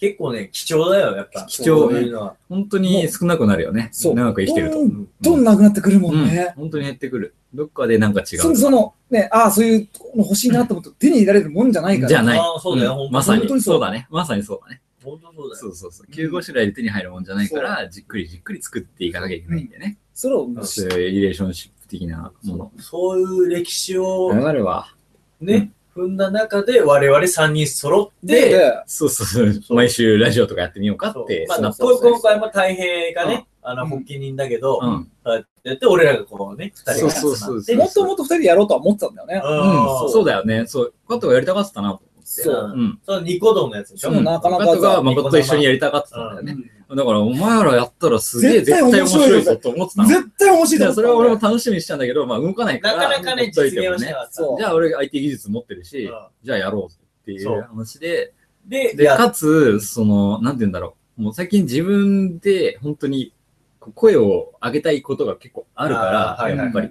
Speaker 2: 結構ね、貴重だよ、やっぱ。
Speaker 1: 貴重
Speaker 2: そういうのは。
Speaker 1: 本当に少なくなるよね。
Speaker 3: そう
Speaker 1: 長く生きてると。
Speaker 3: どんどんなくなってくるもんね。
Speaker 1: 本当に減ってくる。どっかでなんか違う。
Speaker 3: そその、ね、ああ、そういうの欲しいなと思って手に入れられるもんじゃないから。
Speaker 1: じゃない。
Speaker 2: あーそうだよ本当に
Speaker 1: まさに
Speaker 3: 本当にそう
Speaker 1: そうだね。まさにそうだね。
Speaker 2: 本当そうだよ。
Speaker 1: そうそうそう。急ごしらいで手に入るもんじゃないから、じっくりじっくり作っていかなきゃいけないんでね。
Speaker 3: それを、
Speaker 1: そういうリレーションシップ的なもの。
Speaker 2: そういう歴史を
Speaker 1: わかるわ。
Speaker 2: ね、踏んだ中で我々3人揃って、
Speaker 3: で、
Speaker 1: そうそうそう。毎週ラジオとかやってみようか
Speaker 2: そう
Speaker 1: って。
Speaker 2: まあ、
Speaker 1: そう
Speaker 2: こう
Speaker 1: そそ
Speaker 2: いう
Speaker 1: う
Speaker 2: 今回も大平がね、あの、
Speaker 3: うん
Speaker 2: 発起人だけど、
Speaker 1: う
Speaker 2: こ
Speaker 1: ん。
Speaker 2: うやってやって、俺らがこうね、二人が集まって。
Speaker 1: そうそうそう
Speaker 3: もともと二人でやろうとは思ってたんだよね。
Speaker 1: うん
Speaker 2: ん
Speaker 1: そうだよね。そう。加藤がやりたかったなと思って。
Speaker 3: そう
Speaker 1: うん。
Speaker 2: そのニコ動のやつでしょ、
Speaker 3: うもんなかなか
Speaker 1: 加藤が誠と一緒にやりたかったんだよね。だから、お前らやったらすげえ
Speaker 3: 絶対
Speaker 1: 絶対面白い
Speaker 3: 面白
Speaker 1: ぞ
Speaker 3: い
Speaker 1: と思ってた
Speaker 3: うん
Speaker 1: の。
Speaker 3: 絶対欲しい
Speaker 1: じ
Speaker 3: と
Speaker 1: ゃ
Speaker 3: 思
Speaker 1: あ、
Speaker 3: っ
Speaker 1: そ
Speaker 3: て
Speaker 1: れ
Speaker 3: た
Speaker 1: は
Speaker 3: んだ
Speaker 1: 俺
Speaker 3: よ
Speaker 1: も楽しみにしたんだけど、まあ動かないか
Speaker 2: な
Speaker 1: ら。
Speaker 2: かなかね、
Speaker 1: ほっと
Speaker 2: 実
Speaker 1: いて
Speaker 2: 現
Speaker 1: も
Speaker 2: はしなかった。
Speaker 3: そう
Speaker 1: じゃあ俺 IT 技術持ってるし、
Speaker 2: うん
Speaker 1: じゃあやろうってい
Speaker 2: そうう
Speaker 1: 話で、
Speaker 2: で、
Speaker 1: で、
Speaker 2: やっ
Speaker 1: かつ、その、なんて言うんだろう。もう最近自分で本当にこう声を上げたいことが結構あるから、
Speaker 2: あーはいはい
Speaker 3: はい
Speaker 1: やっぱり、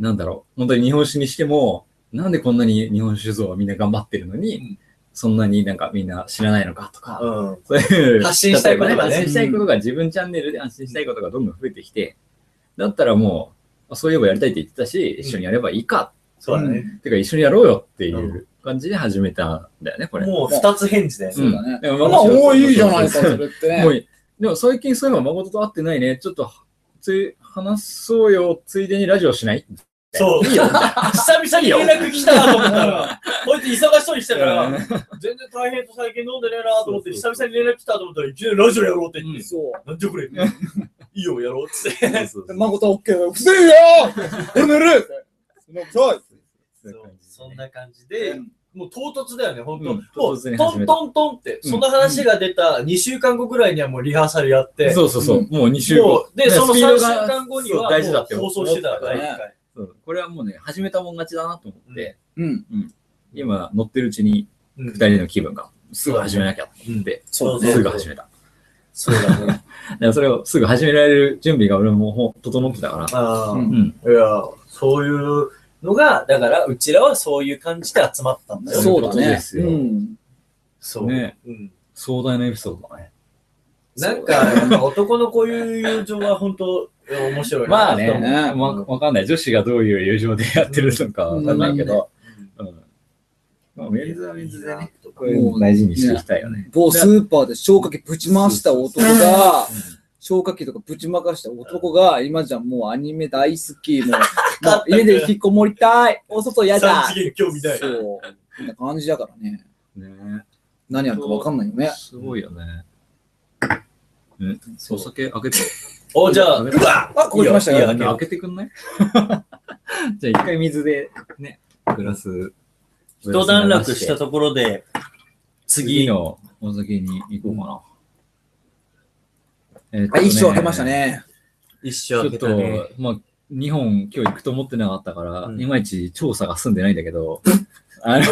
Speaker 1: なんだろう。本当に日本酒にしても、なんでこんなに日本酒造はみんな頑張ってるのに、
Speaker 2: うん
Speaker 1: そんなになんかみんな知らないのかとか、
Speaker 2: うん。
Speaker 1: そういう
Speaker 2: 発信したいことが
Speaker 1: 例え
Speaker 2: ね
Speaker 1: ば発信したいことが自分チャンネルで発信したいことがどんどん増えてきて、だったらもう、あそういえばやりたいって言ってたし、一緒にやればいいか
Speaker 2: そうだね。
Speaker 1: てか一緒にやろうよっていう感じで始めたんだよね、これ。
Speaker 2: もう二つ返事だよね。
Speaker 3: そうだね。
Speaker 1: でも
Speaker 3: まあ、
Speaker 1: 面白
Speaker 3: もういいじゃないです
Speaker 1: そ
Speaker 3: か、
Speaker 1: うそ
Speaker 3: そうれって
Speaker 1: [LAUGHS] そうもう
Speaker 3: ね。
Speaker 1: いいでも最近そういえば誠と会ってないね。ちょっと、つい、話そうよ。ついでにラジオしない
Speaker 2: そう。
Speaker 1: いいよ。
Speaker 2: 久々に連絡来たなと思ったら、こいつ忙しそうにしてたから、全然大変と最近飲んでねえなと思って、
Speaker 1: そ
Speaker 2: 久々に連絡来たと思ったら、いきなりラジオやろうって言って、
Speaker 3: そ
Speaker 2: なんじゃこれ、いいよ、やろうっ
Speaker 1: そう
Speaker 2: て。
Speaker 1: そうそ
Speaker 3: う。で、
Speaker 1: う
Speaker 3: 誠は OK だよ。くせえよ俺寝るってそのちょい
Speaker 1: [LAUGHS] そういう
Speaker 2: そう
Speaker 1: 感じ
Speaker 2: そん
Speaker 1: でね
Speaker 2: な感じで、もう唐突だよね、本当、
Speaker 1: うん
Speaker 2: も
Speaker 1: 唐突
Speaker 2: う
Speaker 1: に
Speaker 2: ト
Speaker 1: 始め
Speaker 2: ン
Speaker 1: た
Speaker 2: トントンって、
Speaker 1: うん
Speaker 2: その話が出た2週間後ぐらいにはもうリハーサルやって、
Speaker 1: そうそうそう。もう2週
Speaker 2: も
Speaker 1: 後
Speaker 2: う。で、
Speaker 1: ね
Speaker 2: その
Speaker 1: ス
Speaker 2: 3
Speaker 1: ピード
Speaker 2: 週
Speaker 1: が
Speaker 2: 間後には
Speaker 1: そう大事だって
Speaker 2: もう放送してたから、
Speaker 3: 思った
Speaker 2: 一
Speaker 3: か
Speaker 2: 回。
Speaker 1: そうこれはもうね、始めたもん勝ちだなと思って、
Speaker 3: うん。
Speaker 1: 今乗ってるうちに
Speaker 2: うん
Speaker 1: 2人の気分が、すぐ始めなきゃって、
Speaker 2: そう
Speaker 1: すぐ始めた。
Speaker 2: そうだね。
Speaker 1: だからそれをすぐ始められる準備が俺もほん整ってたから。
Speaker 2: あ
Speaker 3: う
Speaker 2: ー
Speaker 3: ん
Speaker 1: うん。
Speaker 2: いや、そういうのが、だから、うちらはそういう感じで集まったんだよ。
Speaker 3: そう
Speaker 1: そういうこ
Speaker 3: だ
Speaker 1: とで
Speaker 3: ね。
Speaker 1: すよ
Speaker 3: ん。
Speaker 2: そう。
Speaker 1: ね
Speaker 2: うん
Speaker 1: 壮大なエピソードだね。
Speaker 2: なんか、やっぱ男のこういう友情は本当面白いな。
Speaker 1: まあね、
Speaker 2: うん
Speaker 1: わ、わかんない。女子がどういう友情でやってるのかわかんないけど、うん。まあ、メンズはメンズでね、こういうの大事にしていきたいよね。
Speaker 3: 某スーパーで消火器ぶち回した男が、消火器とかぶちまかした男が、今じゃもうアニメ大好
Speaker 2: [LAUGHS]
Speaker 3: き、もう、もう家で引きこもりたい、お外やだ
Speaker 2: 三。次元興味ない。
Speaker 3: そう。な感じだからね。
Speaker 1: ね
Speaker 3: 何やるかわかんないよね。
Speaker 1: すごいよね。うん、お酒開けて、 [LAUGHS]
Speaker 2: お、じゃあ、
Speaker 1: うわ
Speaker 3: あ、ここ来ました
Speaker 2: いい
Speaker 3: よ
Speaker 2: よ。
Speaker 1: 開けてくんない [LAUGHS] じゃあ一回水で、ね、グラス。
Speaker 2: 一段落したところで、
Speaker 1: 次
Speaker 2: 次、
Speaker 1: のお酒に行こうかな。えっと
Speaker 3: あ、
Speaker 1: ね
Speaker 3: 一生開けました。ね。
Speaker 2: 一
Speaker 1: ち
Speaker 2: 生
Speaker 1: ょ
Speaker 2: 開
Speaker 1: っ
Speaker 2: け
Speaker 1: と
Speaker 2: たね。、
Speaker 1: まあ、日本今日行くと思ってなかったから、
Speaker 2: うん
Speaker 1: いまいち調査が済んでないんだけ
Speaker 3: [LAUGHS]
Speaker 1: ど、あの、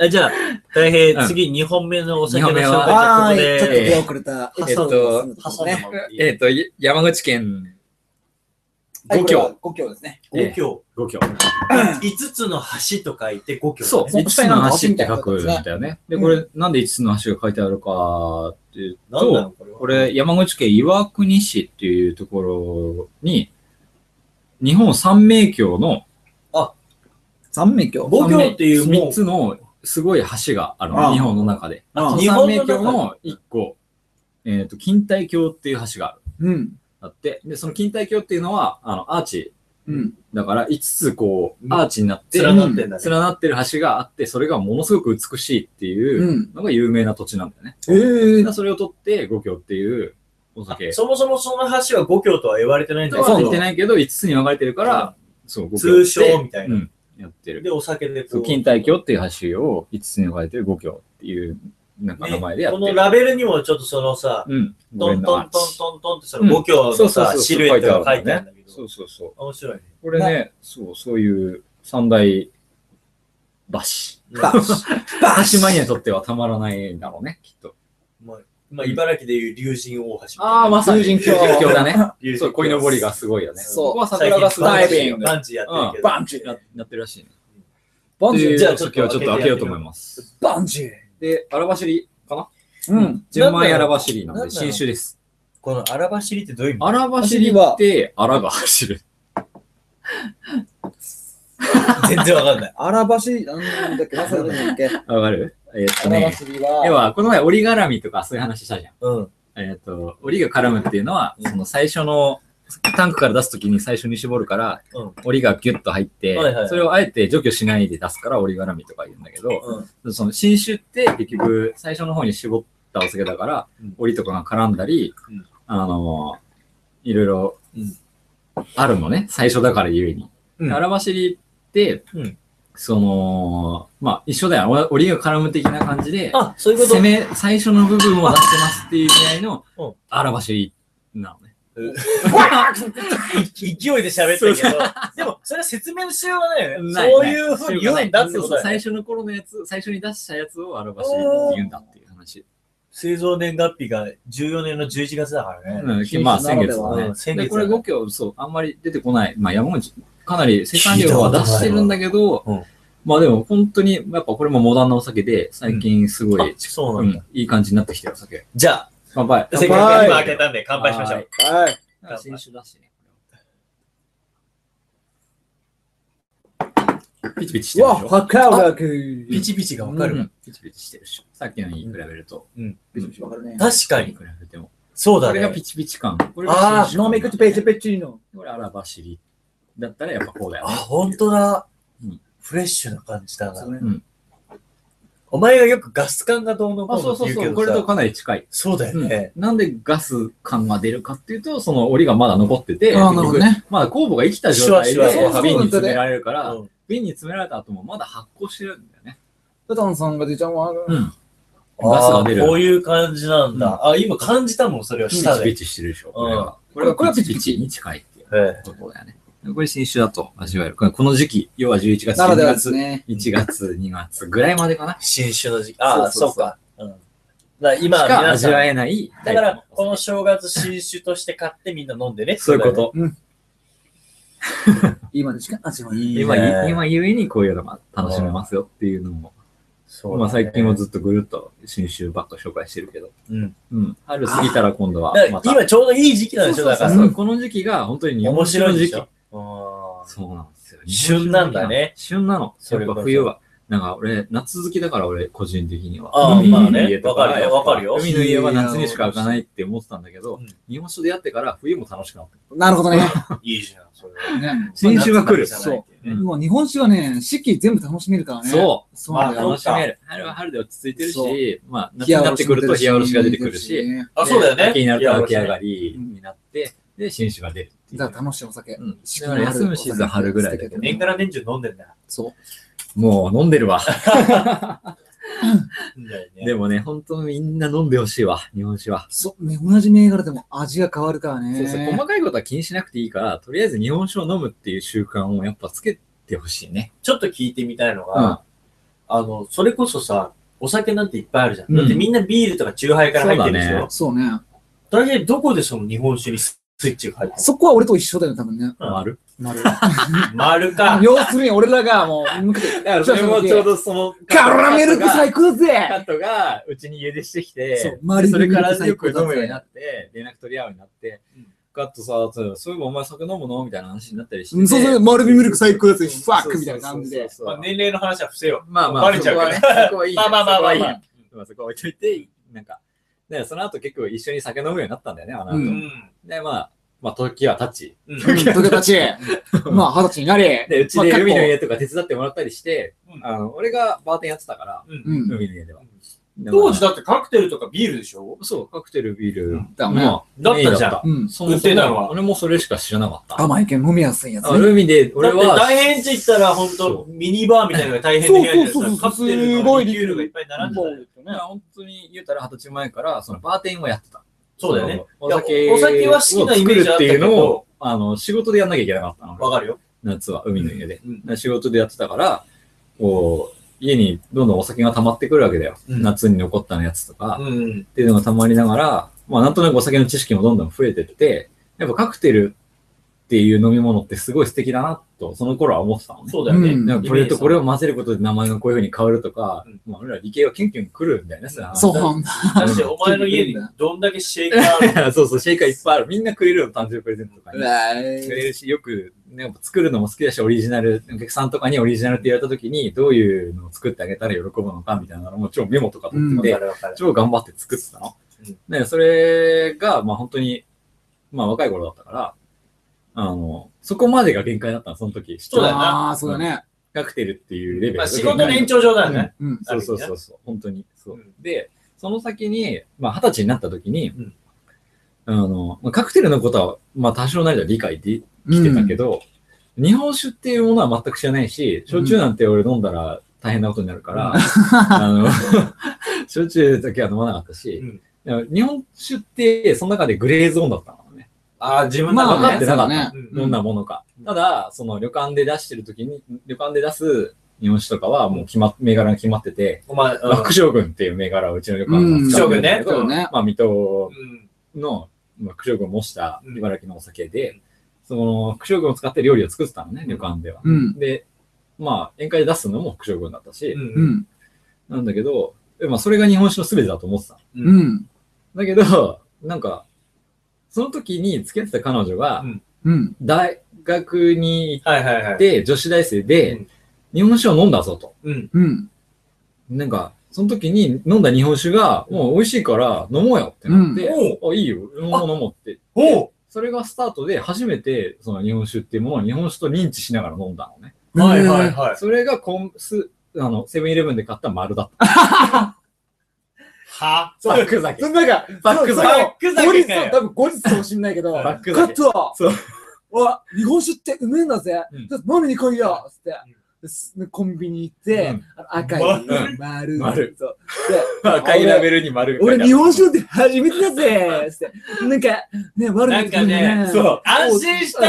Speaker 2: あじゃあ、大
Speaker 1: うん
Speaker 2: 平、次、二本目のお酒の紹介
Speaker 1: 二本目
Speaker 2: じゃあ
Speaker 3: は
Speaker 2: ここ
Speaker 3: ーい、ちょっと
Speaker 2: で、
Speaker 3: 出遅れた。
Speaker 1: えっと
Speaker 2: ハ
Speaker 3: 挟
Speaker 2: サ
Speaker 3: ん
Speaker 2: んで
Speaker 3: で
Speaker 2: もらっていい
Speaker 1: えっ、と、い山口県
Speaker 3: はい
Speaker 1: 五
Speaker 3: これ
Speaker 1: 郷
Speaker 3: は。五郷ですね。 [COUGHS]
Speaker 2: 五橋。
Speaker 1: 五郷。
Speaker 2: 五つの橋と書いて五橋。
Speaker 1: そう、
Speaker 3: そう
Speaker 1: 五つの橋って書くんだよね。で、
Speaker 3: うん
Speaker 1: これ、なんで五つの橋が書いてあるかっていう
Speaker 2: なんだ
Speaker 1: と、
Speaker 2: ろう、これは。
Speaker 1: これ、山口県岩国市っていうところに、日本三名橋の
Speaker 3: 三名郷。
Speaker 2: 五橋っていうも
Speaker 1: 3
Speaker 2: う、
Speaker 1: つのすごい橋がある
Speaker 3: あ
Speaker 1: の、
Speaker 3: あ
Speaker 1: 日本の中で。
Speaker 3: ああ
Speaker 1: 日本名橋の1個、えっ、と、錦帯橋っていう橋がある。
Speaker 3: うん。
Speaker 1: あって、で、その錦帯橋っていうのは、あの、アーチ。
Speaker 3: うん。
Speaker 1: だから、5つこう
Speaker 2: う、ん
Speaker 1: アーチになって、
Speaker 2: 連なってんだね。
Speaker 1: 連なってる橋があって、それがものすごく美しいっていう
Speaker 3: うん。
Speaker 1: のが有名な土地なんだよね。
Speaker 3: ええ
Speaker 1: だからそれを取って、五橋っていうお酒。
Speaker 2: そもそもその橋は五橋とは言われてないんだ
Speaker 1: と
Speaker 2: け
Speaker 1: は
Speaker 2: ど
Speaker 1: 言ってないけど、5つに分かれてるから、そう、五橋。
Speaker 2: 通称みたいな
Speaker 1: うんやってる。
Speaker 2: で、お酒で
Speaker 1: そ
Speaker 2: こ
Speaker 1: う
Speaker 2: う。
Speaker 1: 錦帯橋っていう橋を5つに分かれてる5橋っていう、なんか名前で
Speaker 2: ね
Speaker 1: やっ
Speaker 2: こ
Speaker 1: てる。
Speaker 2: のラベルにもちょっとそのさ、
Speaker 1: うん。
Speaker 2: トントントントントンってその
Speaker 1: う
Speaker 2: 五行
Speaker 1: そ
Speaker 2: の
Speaker 1: うそう
Speaker 2: さ、
Speaker 1: そう
Speaker 2: シルエットが書いてあるんだけ
Speaker 1: そ
Speaker 2: ど。
Speaker 1: うそうそう。
Speaker 2: 面白いね。
Speaker 1: これね、そう、そういう三大橋。
Speaker 3: バッシバッシ
Speaker 1: 橋マニアにとってはたまらないんだろうね、きっと。
Speaker 2: まあ、まあ、茨城でいう竜神大橋みたいな。
Speaker 1: ああ、まさに。
Speaker 3: 竜神橋
Speaker 1: 竜だね。
Speaker 2: 竜神
Speaker 1: そう、鯉のぼりがすごいよね。
Speaker 3: そう
Speaker 1: ここは
Speaker 2: 最
Speaker 1: 桜
Speaker 2: 近
Speaker 1: がすごい
Speaker 2: バ
Speaker 1: ら
Speaker 2: ン
Speaker 1: し
Speaker 2: ジ
Speaker 1: い
Speaker 2: ー
Speaker 1: よね。
Speaker 2: バンジーやってるけど。
Speaker 3: バンジー
Speaker 1: ややってるらしいね。
Speaker 3: バンジ
Speaker 1: で
Speaker 3: ー
Speaker 2: じゃあ
Speaker 1: ちょっと今日はちょっと開けようと思います。
Speaker 3: バンジー
Speaker 1: で、荒走りかな
Speaker 3: うん。
Speaker 1: 純米荒走りなん
Speaker 2: な
Speaker 1: で、
Speaker 2: んだろう
Speaker 1: 新種です。
Speaker 2: この荒走りってどういう意味
Speaker 1: 荒走りって、荒が走る。
Speaker 2: 全然わかんない。
Speaker 3: 荒走り、なんだっけ、 [LAUGHS] なさなんだっけ。
Speaker 1: わかるえーっと
Speaker 3: 荒
Speaker 1: ね。
Speaker 3: 走りは、
Speaker 1: 要は、この前折り絡みとかそういう話したじゃん。
Speaker 2: うん。
Speaker 1: えーっと、折りが絡むっていうのは、その最初の、タンクから出すときに最初に絞るから、
Speaker 2: うん
Speaker 1: 折りがギュッと入って、
Speaker 2: はいはいはい
Speaker 1: それをあえて除去しないで出すから折り絡みとか言うんだけど、
Speaker 2: うん。
Speaker 1: その新酒って結局最初の方に絞ったお酒だから、
Speaker 2: うん
Speaker 1: 折りとかが絡んだり、
Speaker 2: うん
Speaker 1: あのーいろいろ
Speaker 2: うん
Speaker 1: あるのね、最初だからゆえに。
Speaker 2: うん
Speaker 1: 荒走りって、
Speaker 2: うん
Speaker 1: その、まあ一緒だよ。お折りが絡む的な感じで、
Speaker 2: あ、そういうこと
Speaker 1: 攻め、最初の部分を出してますっていうぐらいの
Speaker 2: うん
Speaker 1: 荒走りな
Speaker 2: [LAUGHS]
Speaker 1: のね。
Speaker 2: 勢いで喋ったけど、でも、それは説明のしようがないよね。
Speaker 1: ない
Speaker 2: そういうふうに言うんだって
Speaker 1: そう
Speaker 2: こと
Speaker 1: そう
Speaker 2: だよ
Speaker 1: 最
Speaker 2: ね。
Speaker 1: 初の頃のやつ、最初に出したやつを荒走りって言うんだっていう話。
Speaker 2: 製造年月日が14年の11月だからね。
Speaker 1: うん、まあ先月だ
Speaker 2: う
Speaker 1: ね
Speaker 2: ん。先月だね
Speaker 1: で、これ5強、そう、あんまり出てこない。まあ山口、かなり生産量は出してるんだけど、
Speaker 2: うん
Speaker 1: まあでも本当に、やっぱこれもモダンなお酒で、最近すごい、
Speaker 2: あそう
Speaker 1: う
Speaker 2: なんんだ。
Speaker 1: いい感じになってきてるお酒。
Speaker 2: じゃあ、
Speaker 1: 乾杯。
Speaker 2: せっかく今開けたんで乾杯しましょ
Speaker 1: は
Speaker 2: う
Speaker 1: い。
Speaker 3: はい。
Speaker 1: なんか新酒だしね。ピチピチしてる
Speaker 3: う
Speaker 1: で
Speaker 3: わ、
Speaker 1: しょ
Speaker 3: ファカーラク。
Speaker 2: ピチピチがわかる
Speaker 1: う
Speaker 2: わ。
Speaker 1: んピチピチしてるでしょ。さっきのに比べると。
Speaker 3: ピチピチわかるね。
Speaker 2: 確かに
Speaker 1: 比。べても。
Speaker 2: そうだ
Speaker 1: これが
Speaker 2: ね
Speaker 1: ピ。チピチ感。これが
Speaker 2: あー
Speaker 1: 新酒感
Speaker 3: 飲み口ペチペチの。
Speaker 1: これ、荒走り。だったらやっぱこうだよ、
Speaker 2: あ、
Speaker 1: ね。
Speaker 2: 本当だ
Speaker 1: うん。
Speaker 2: フレッシュな感じだな。
Speaker 1: うん
Speaker 2: お前がよくガス感がどうのこ
Speaker 1: あ、
Speaker 2: う
Speaker 1: そ
Speaker 2: の
Speaker 1: う
Speaker 2: って
Speaker 1: そう
Speaker 2: 言うけ
Speaker 1: そう。
Speaker 2: ど
Speaker 1: これと
Speaker 2: さ
Speaker 1: かなり近い。
Speaker 2: そうだよね。
Speaker 1: なんでガス感が出るかっていうと、その檻がまだ残ってて、
Speaker 3: あーなるほどね
Speaker 1: 結局まだ酵母が生きた状態
Speaker 2: シュワ
Speaker 1: で
Speaker 2: シュワそうそう
Speaker 1: 瓶に詰められるから
Speaker 2: うん、
Speaker 1: 瓶に詰められた後もまだ発酵してるんだよね。
Speaker 3: タタンさんが出ちゃうわ。
Speaker 1: うん。ガス
Speaker 2: あ
Speaker 1: が
Speaker 2: あ
Speaker 1: 出る。
Speaker 2: こういう感じなんだ。あ、今感じたもん、それは
Speaker 1: ピチ
Speaker 2: 舌で。
Speaker 1: ピチしてるでしょ。
Speaker 2: うん
Speaker 1: これはこれはこれはピチピチに近いっていう
Speaker 2: ええ
Speaker 1: ことだよね。これ新種だと味わえる。これこの時期、要は11月、
Speaker 3: ならで
Speaker 1: 12
Speaker 3: はです
Speaker 1: 月、
Speaker 3: ね。
Speaker 1: 1月、2月ぐらいまでかな。
Speaker 2: 新種の時期。ああ、
Speaker 1: そ
Speaker 2: そうう
Speaker 1: そうそう
Speaker 2: か。うん。だから
Speaker 1: し
Speaker 2: 今、
Speaker 1: か
Speaker 2: 皆
Speaker 1: 味
Speaker 2: さん
Speaker 1: わえない。
Speaker 2: だから、この正月新酒として買ってみんな飲んでね。
Speaker 1: そういうこと。
Speaker 3: 今の時間味わいい。
Speaker 1: 今、
Speaker 2: いいね
Speaker 1: 今ゆえにこういうのが楽しめますよっていうのも。
Speaker 2: そうだね。
Speaker 1: まあ最近はずっとぐるっと新種ばっか紹介してるけど。
Speaker 2: うん。
Speaker 1: うん。春過ぎたら今度は
Speaker 2: だから
Speaker 1: また。
Speaker 2: 今ちょうどいい時期なんでしょ、
Speaker 1: そう
Speaker 2: だ
Speaker 1: そ
Speaker 2: か
Speaker 1: う
Speaker 2: ら。
Speaker 1: そううんこの時期が本当に日
Speaker 2: 面
Speaker 1: 本酒
Speaker 2: 白
Speaker 1: の
Speaker 2: いで
Speaker 1: 時
Speaker 2: し
Speaker 1: 期
Speaker 2: ょ。。あー
Speaker 1: そうなんですよ。
Speaker 2: 旬なんだね。
Speaker 1: 旬なの。
Speaker 2: そ
Speaker 1: や
Speaker 2: れ
Speaker 1: っ
Speaker 2: こ
Speaker 1: ぱ
Speaker 2: そ
Speaker 1: 冬は。なんか俺、夏好きだから俺、個人的には。
Speaker 2: ああ
Speaker 1: 海
Speaker 2: まあ
Speaker 1: の
Speaker 2: ね
Speaker 1: 家とか
Speaker 2: わかるよわかるよ
Speaker 1: 海の家は夏にしか開かないって思ってたんだけど
Speaker 2: うん、
Speaker 1: 日本酒でやってから冬も楽しくなった。
Speaker 3: なるほどね。
Speaker 2: いいじゃん、それは。
Speaker 3: ね
Speaker 1: 新酒が来る
Speaker 2: まあ夏だけじゃないっていうね
Speaker 3: もう日本酒はね、四季全部楽しめるからね。。
Speaker 1: そう
Speaker 3: そうなんだよ
Speaker 1: 楽しめる。春は春で落ち着いてる
Speaker 3: そ
Speaker 1: し、まあ夏になってくると冷やおろしが出てくるし、。
Speaker 2: あ、そうだよね。
Speaker 1: 秋になる
Speaker 2: い
Speaker 1: と
Speaker 2: や
Speaker 1: 秋上がりになって、で、新酒が出るっていう
Speaker 3: だから楽しいお酒
Speaker 1: う。ん。だから休むシーズンは春ぐらいだけど。
Speaker 2: 年がら年中飲んでんだ。
Speaker 3: そう。
Speaker 1: もう飲んでる
Speaker 2: [LAUGHS]
Speaker 1: わ。
Speaker 2: いいんだよね
Speaker 1: でもね、本当みんな飲んでほしいわ、日本酒は。
Speaker 3: そう、ね、同じ銘柄でも味が変わるからね。
Speaker 1: そうそう、細かいことは気にしなくていいから、とりあえず日本酒を飲むっていう習慣をやっぱつけてほしいね。
Speaker 2: ちょっと聞いてみたいの
Speaker 1: うん
Speaker 2: が、あの、それこそさ、お酒なんていっぱいあるじゃん。
Speaker 1: うん
Speaker 2: だってみんなビールとかチューハイから入ってるでし
Speaker 1: そうだね
Speaker 2: ょ。
Speaker 3: そうね。
Speaker 2: 大体どこでその日本酒にスイッチが入ってる
Speaker 3: そこは俺と一緒だよね、多分ね。
Speaker 2: うん
Speaker 1: ある
Speaker 3: なる
Speaker 2: 丸か。
Speaker 3: 要するに俺らがもう向け
Speaker 1: [LAUGHS]
Speaker 3: て、
Speaker 1: だから
Speaker 3: それもちょう
Speaker 1: どその、
Speaker 3: カロラメルク最
Speaker 1: カ
Speaker 3: 高ぜ
Speaker 1: ットがうちに家出してきて、
Speaker 3: そう
Speaker 1: で
Speaker 3: マリ
Speaker 1: そ
Speaker 3: ブ
Speaker 1: れ
Speaker 3: ルク
Speaker 1: からよ
Speaker 3: 最
Speaker 1: く
Speaker 3: 高だぜ
Speaker 1: 飲むようになって、連絡取り合うようになって
Speaker 2: うん、
Speaker 1: カットさ、そうそういえばお前酒飲むのみたいな話になったりして
Speaker 3: う
Speaker 1: て。
Speaker 3: んそうそう、マルビミルク最高だぜ、フ
Speaker 1: そう
Speaker 3: ァ
Speaker 1: そう
Speaker 3: ック
Speaker 1: そう
Speaker 3: みたいな感じで。。
Speaker 1: そう
Speaker 2: ま
Speaker 1: そう
Speaker 2: あ
Speaker 1: そう
Speaker 2: 年齢の話は伏せよう。
Speaker 1: まあまあ、
Speaker 2: バレちゃうから
Speaker 1: そこはねそこはいい
Speaker 2: まあまあまあまあまあ。
Speaker 1: まあそこは置いといて、なんか、ね、その後結構一緒に酒飲むようになったんだよね、あの後。
Speaker 2: う
Speaker 3: う
Speaker 2: んん。
Speaker 1: で、まあ、まあ、時は経ち。
Speaker 2: うん
Speaker 3: うん時たち、まあ二十歳になり。
Speaker 1: で、うち
Speaker 3: まあ
Speaker 1: で
Speaker 3: 過去
Speaker 1: 海の家とか手伝ってもらったりして
Speaker 2: う、ん
Speaker 1: あの、俺がバーテンやってたから、
Speaker 2: うん
Speaker 3: うん
Speaker 1: 海の家では。
Speaker 4: 当時だってカクテルとかビールでしょ
Speaker 1: そう、カクテル、ビール。
Speaker 3: だね。
Speaker 1: まあ、
Speaker 4: だったじゃん
Speaker 1: ん。
Speaker 3: うん。
Speaker 1: そも
Speaker 4: 売っ
Speaker 1: そ
Speaker 4: てたの
Speaker 1: も
Speaker 4: は
Speaker 1: 俺もそれしか知らなかった。
Speaker 3: 甘いけん飲みやすいやつ
Speaker 1: ある
Speaker 3: ね。
Speaker 1: 意味で、
Speaker 4: だ
Speaker 1: 俺
Speaker 4: って
Speaker 1: は、
Speaker 4: 大変地行ったら本
Speaker 1: そ
Speaker 4: 当ミニバーみたいなのが大変な部屋にあるじゃん
Speaker 3: そうそうそうそう
Speaker 4: カプテル
Speaker 3: す
Speaker 4: と
Speaker 3: ご
Speaker 4: か
Speaker 3: い
Speaker 4: リキュールがいっぱい並んでた
Speaker 3: そ
Speaker 4: よ
Speaker 3: うですよ
Speaker 1: ま
Speaker 3: ね
Speaker 1: あ本当に言うたら二十歳前から、そのバーテンをやってた。
Speaker 4: そうだよね。
Speaker 1: お酒
Speaker 4: いやお酒は好きなイメージあったけど
Speaker 1: を作るっていうのを、あの、仕事でやんなきゃいけなかったの。
Speaker 4: わかるよ。
Speaker 1: 夏は海の家で。
Speaker 4: うん
Speaker 1: だから仕事でやってたから、こう、家にどんどんお酒が溜まってくるわけだよ。
Speaker 4: うん
Speaker 1: 夏に残ったのやつとか、
Speaker 4: う
Speaker 1: っ
Speaker 4: ん。
Speaker 1: ていうのが溜まりながら、まあなんとなくお酒の知識もどんどん増えてって、やっぱカクテルっていう飲み物ってすごい素敵だなと、その頃は思ってたのね。
Speaker 4: そうだよね。
Speaker 3: うん
Speaker 1: なんかこれとこ
Speaker 4: れ
Speaker 1: れを混ぜることで名前がこういう風に変わるとか、
Speaker 4: う
Speaker 1: まあ俺ら理系はキュンキュン来るんだよね、それは
Speaker 3: そうなんだ。
Speaker 4: だってお前の家にどんだけシェイカーある
Speaker 1: [LAUGHS] そうそう、シェイカーいっぱいある。みんなくれるよ、誕生日プレゼントとかに。くれ
Speaker 3: え
Speaker 1: るし、よく、ね、やっぱ作るのも好きだし、オリジナル、お客さんとかにオリジナルって言われた時に、どういうのを作ってあげたら喜ぶのかみたいなのも、超メモとか取って
Speaker 4: の
Speaker 1: て、
Speaker 4: わかるわかる
Speaker 1: 超頑張って作ってたの
Speaker 4: うん。
Speaker 1: ね、それが、まあ本当に、まあ若い頃だったから、あの、そこまでが限界だったの、その時。
Speaker 4: そうだよな
Speaker 3: ああ、そうだね。
Speaker 1: カクテルっていうレベル
Speaker 4: ま
Speaker 1: が
Speaker 4: あ
Speaker 1: 限
Speaker 4: 仕
Speaker 1: 界
Speaker 4: 事の延長上だよね。
Speaker 3: うん。
Speaker 1: そうそうそうそう、本当に。そう
Speaker 4: うん
Speaker 1: で、その先に、まあ、二十歳になった時に、
Speaker 4: うん
Speaker 1: あの、まあ、カクテルのことは、まあ、多少なりとは理解できてたけど、日本酒っていうものは全く知らないし、焼酎なんて俺飲んだら大変なことになるから、あの、 [LAUGHS] 焼酎だけは飲まなかったし、日本酒って、その中でグレーゾーンだったのね。
Speaker 4: ああ、自分
Speaker 3: ま
Speaker 4: の
Speaker 3: あ
Speaker 1: 分
Speaker 4: 中
Speaker 1: かっ
Speaker 4: で
Speaker 1: て
Speaker 4: ね。
Speaker 1: なか
Speaker 3: そ
Speaker 1: った
Speaker 3: うだね。
Speaker 4: うん
Speaker 1: どんなものか。ただ、その旅館で出してる時に、旅館で出す日本酒とかはもう決まっ、銘柄が決まってて、
Speaker 4: お前、うん
Speaker 1: まあ副将軍っていう銘柄をうちの旅館が使ってるんだけ
Speaker 3: う
Speaker 1: ど、
Speaker 3: ん副将軍ね
Speaker 1: まあ、水戸
Speaker 4: うん
Speaker 1: の、まあ、副将軍を模した
Speaker 4: うん
Speaker 1: 茨城のお酒で、その副将軍を使って料理を作ってたのね、旅館では。
Speaker 3: うん。
Speaker 1: で、まあ、宴会で出すのも副将軍だったし、
Speaker 3: う
Speaker 4: うん
Speaker 3: ん。
Speaker 1: なんだけど、えまあ、それが日本酒の全てだと思ってたの。
Speaker 3: う
Speaker 4: うん。
Speaker 3: ん。
Speaker 1: だけど、 [LAUGHS] なんか、その時に付き合ってた彼女が
Speaker 4: うん、
Speaker 3: うん。
Speaker 1: 大学に
Speaker 4: はいはいは
Speaker 1: 行っ
Speaker 4: い。
Speaker 1: て、女子大生
Speaker 4: う
Speaker 1: で
Speaker 4: ん、
Speaker 1: 日本酒を飲んだぞと。
Speaker 4: うん。
Speaker 3: うん。
Speaker 1: なんか、その時に飲んだ日本酒が、もう美味しいから飲もうよってなって、あ、いいよ、飲もう飲もうって。
Speaker 4: おう
Speaker 1: それがスタートで、初めて、その日本酒っていうものを日本酒と認知しながら飲んだのね。
Speaker 4: はいはいはい。
Speaker 1: それが、コンス、あの、セブンイレブンで買った丸だった。
Speaker 4: は
Speaker 1: バック酒
Speaker 3: そ。のなんか、
Speaker 1: バック
Speaker 3: その
Speaker 1: 酒。
Speaker 4: バック
Speaker 3: 後
Speaker 4: 酒
Speaker 3: 日
Speaker 4: かよ、
Speaker 3: 多分後日かもしんな
Speaker 1: [LAUGHS]
Speaker 3: いけど、
Speaker 4: バ
Speaker 1: ック
Speaker 3: カ
Speaker 1: 酒
Speaker 3: ット
Speaker 1: そう
Speaker 3: わ、日本酒ってうめえんだぜ
Speaker 1: うん
Speaker 3: ちょっと飲みに来いよつって
Speaker 4: うん。
Speaker 3: ですコンビニ行っ
Speaker 1: う
Speaker 3: て
Speaker 1: ん、
Speaker 3: あの赤
Speaker 1: 丸
Speaker 3: い丸。
Speaker 1: 丸
Speaker 3: そう。
Speaker 1: [LAUGHS] 赤いラベルに丸が書い
Speaker 3: 俺
Speaker 1: てあ
Speaker 3: 日
Speaker 1: る
Speaker 3: 本酒って初めてだぜつって。なんか、ね、悪いこと
Speaker 4: なんかね
Speaker 1: そう。
Speaker 4: 安心した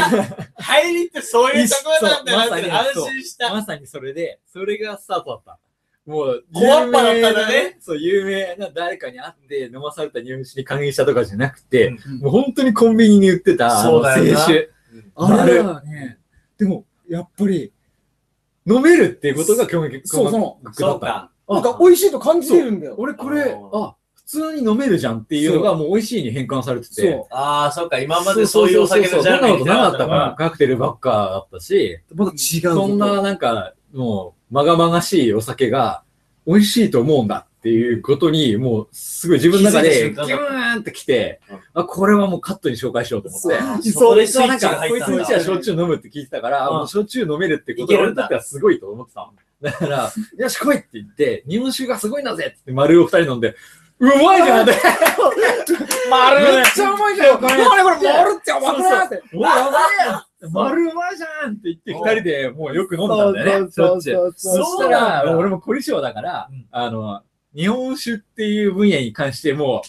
Speaker 4: 入りってそういうところなんだなって
Speaker 1: そうまさに
Speaker 4: 安
Speaker 1: そう
Speaker 4: 心した。
Speaker 1: まさにそれで、それがスタートだった。もう、
Speaker 4: 小葉っぱだったんだね
Speaker 1: 有名なそう、有名な誰かに会って飲まされた日本酒に歓迎したとかじゃなくて、
Speaker 4: うん
Speaker 1: もう本当にコンビニに売ってた、あの
Speaker 4: そうだよな
Speaker 1: 青春。
Speaker 3: あれだね。でも、やっぱり、
Speaker 1: 飲めるっていうことが興味
Speaker 3: そう
Speaker 1: 興味
Speaker 3: そ
Speaker 1: 深
Speaker 4: そ
Speaker 1: か
Speaker 4: う
Speaker 1: った
Speaker 4: か。
Speaker 3: う。なんか美味しいと感じてるんだよ。
Speaker 1: 俺これ、
Speaker 4: あ
Speaker 1: あ
Speaker 4: ー
Speaker 1: 普通に飲めるじゃんっていうのがもう美味しいに変換されてて。
Speaker 3: そう
Speaker 4: ああ、そうか。今までそういうお酒のジャンル
Speaker 1: そんなことなかったか、
Speaker 4: からら。
Speaker 1: カクテルばっかだったし、
Speaker 3: また違うぞと。
Speaker 1: そん
Speaker 3: [LAUGHS]
Speaker 1: ななんか、もう、まがまがしいお酒が美味しいと思うんだっていうことに、もうすごい自分の中
Speaker 4: 気づ
Speaker 1: で、
Speaker 4: い
Speaker 1: ギ
Speaker 4: た
Speaker 1: ュ
Speaker 4: 瞬間
Speaker 1: ーンってきて
Speaker 4: うん、
Speaker 1: あ、これはもうカットに紹介しようと思って。
Speaker 4: そう
Speaker 1: そ
Speaker 4: そうう
Speaker 1: で
Speaker 4: ですす
Speaker 1: なんか、こ
Speaker 4: 入
Speaker 1: い
Speaker 4: った
Speaker 1: つ
Speaker 4: ん
Speaker 1: の
Speaker 4: だ
Speaker 1: うちは焼酎飲むって聞いてたから、
Speaker 4: うん
Speaker 1: もう焼酎飲めるってこと
Speaker 4: いけ
Speaker 1: は
Speaker 4: る
Speaker 1: 俺
Speaker 4: んだ
Speaker 1: だったらすごいと思ってたの。だから、よし来いって言って、日本酒がすごいんだぜって言って丸を二人飲んで、うまいじゃんって。
Speaker 4: 丸
Speaker 1: め
Speaker 4: め
Speaker 1: っ
Speaker 4: っ
Speaker 1: ち
Speaker 4: ち
Speaker 1: ゃ
Speaker 4: ゃ
Speaker 1: うまいじゃんこれ。
Speaker 3: これこれ、回るって甘くないって。
Speaker 1: おやべえ丸うまいじゃんって言って、二人でもうよく飲んだんだよね。しょっちゅう。
Speaker 3: そう
Speaker 1: そ
Speaker 4: そう
Speaker 1: した
Speaker 4: そうなん
Speaker 1: ら、
Speaker 4: だ
Speaker 1: 俺も凝り性だから
Speaker 4: うん、
Speaker 1: あの、日本酒っていう分野に関しても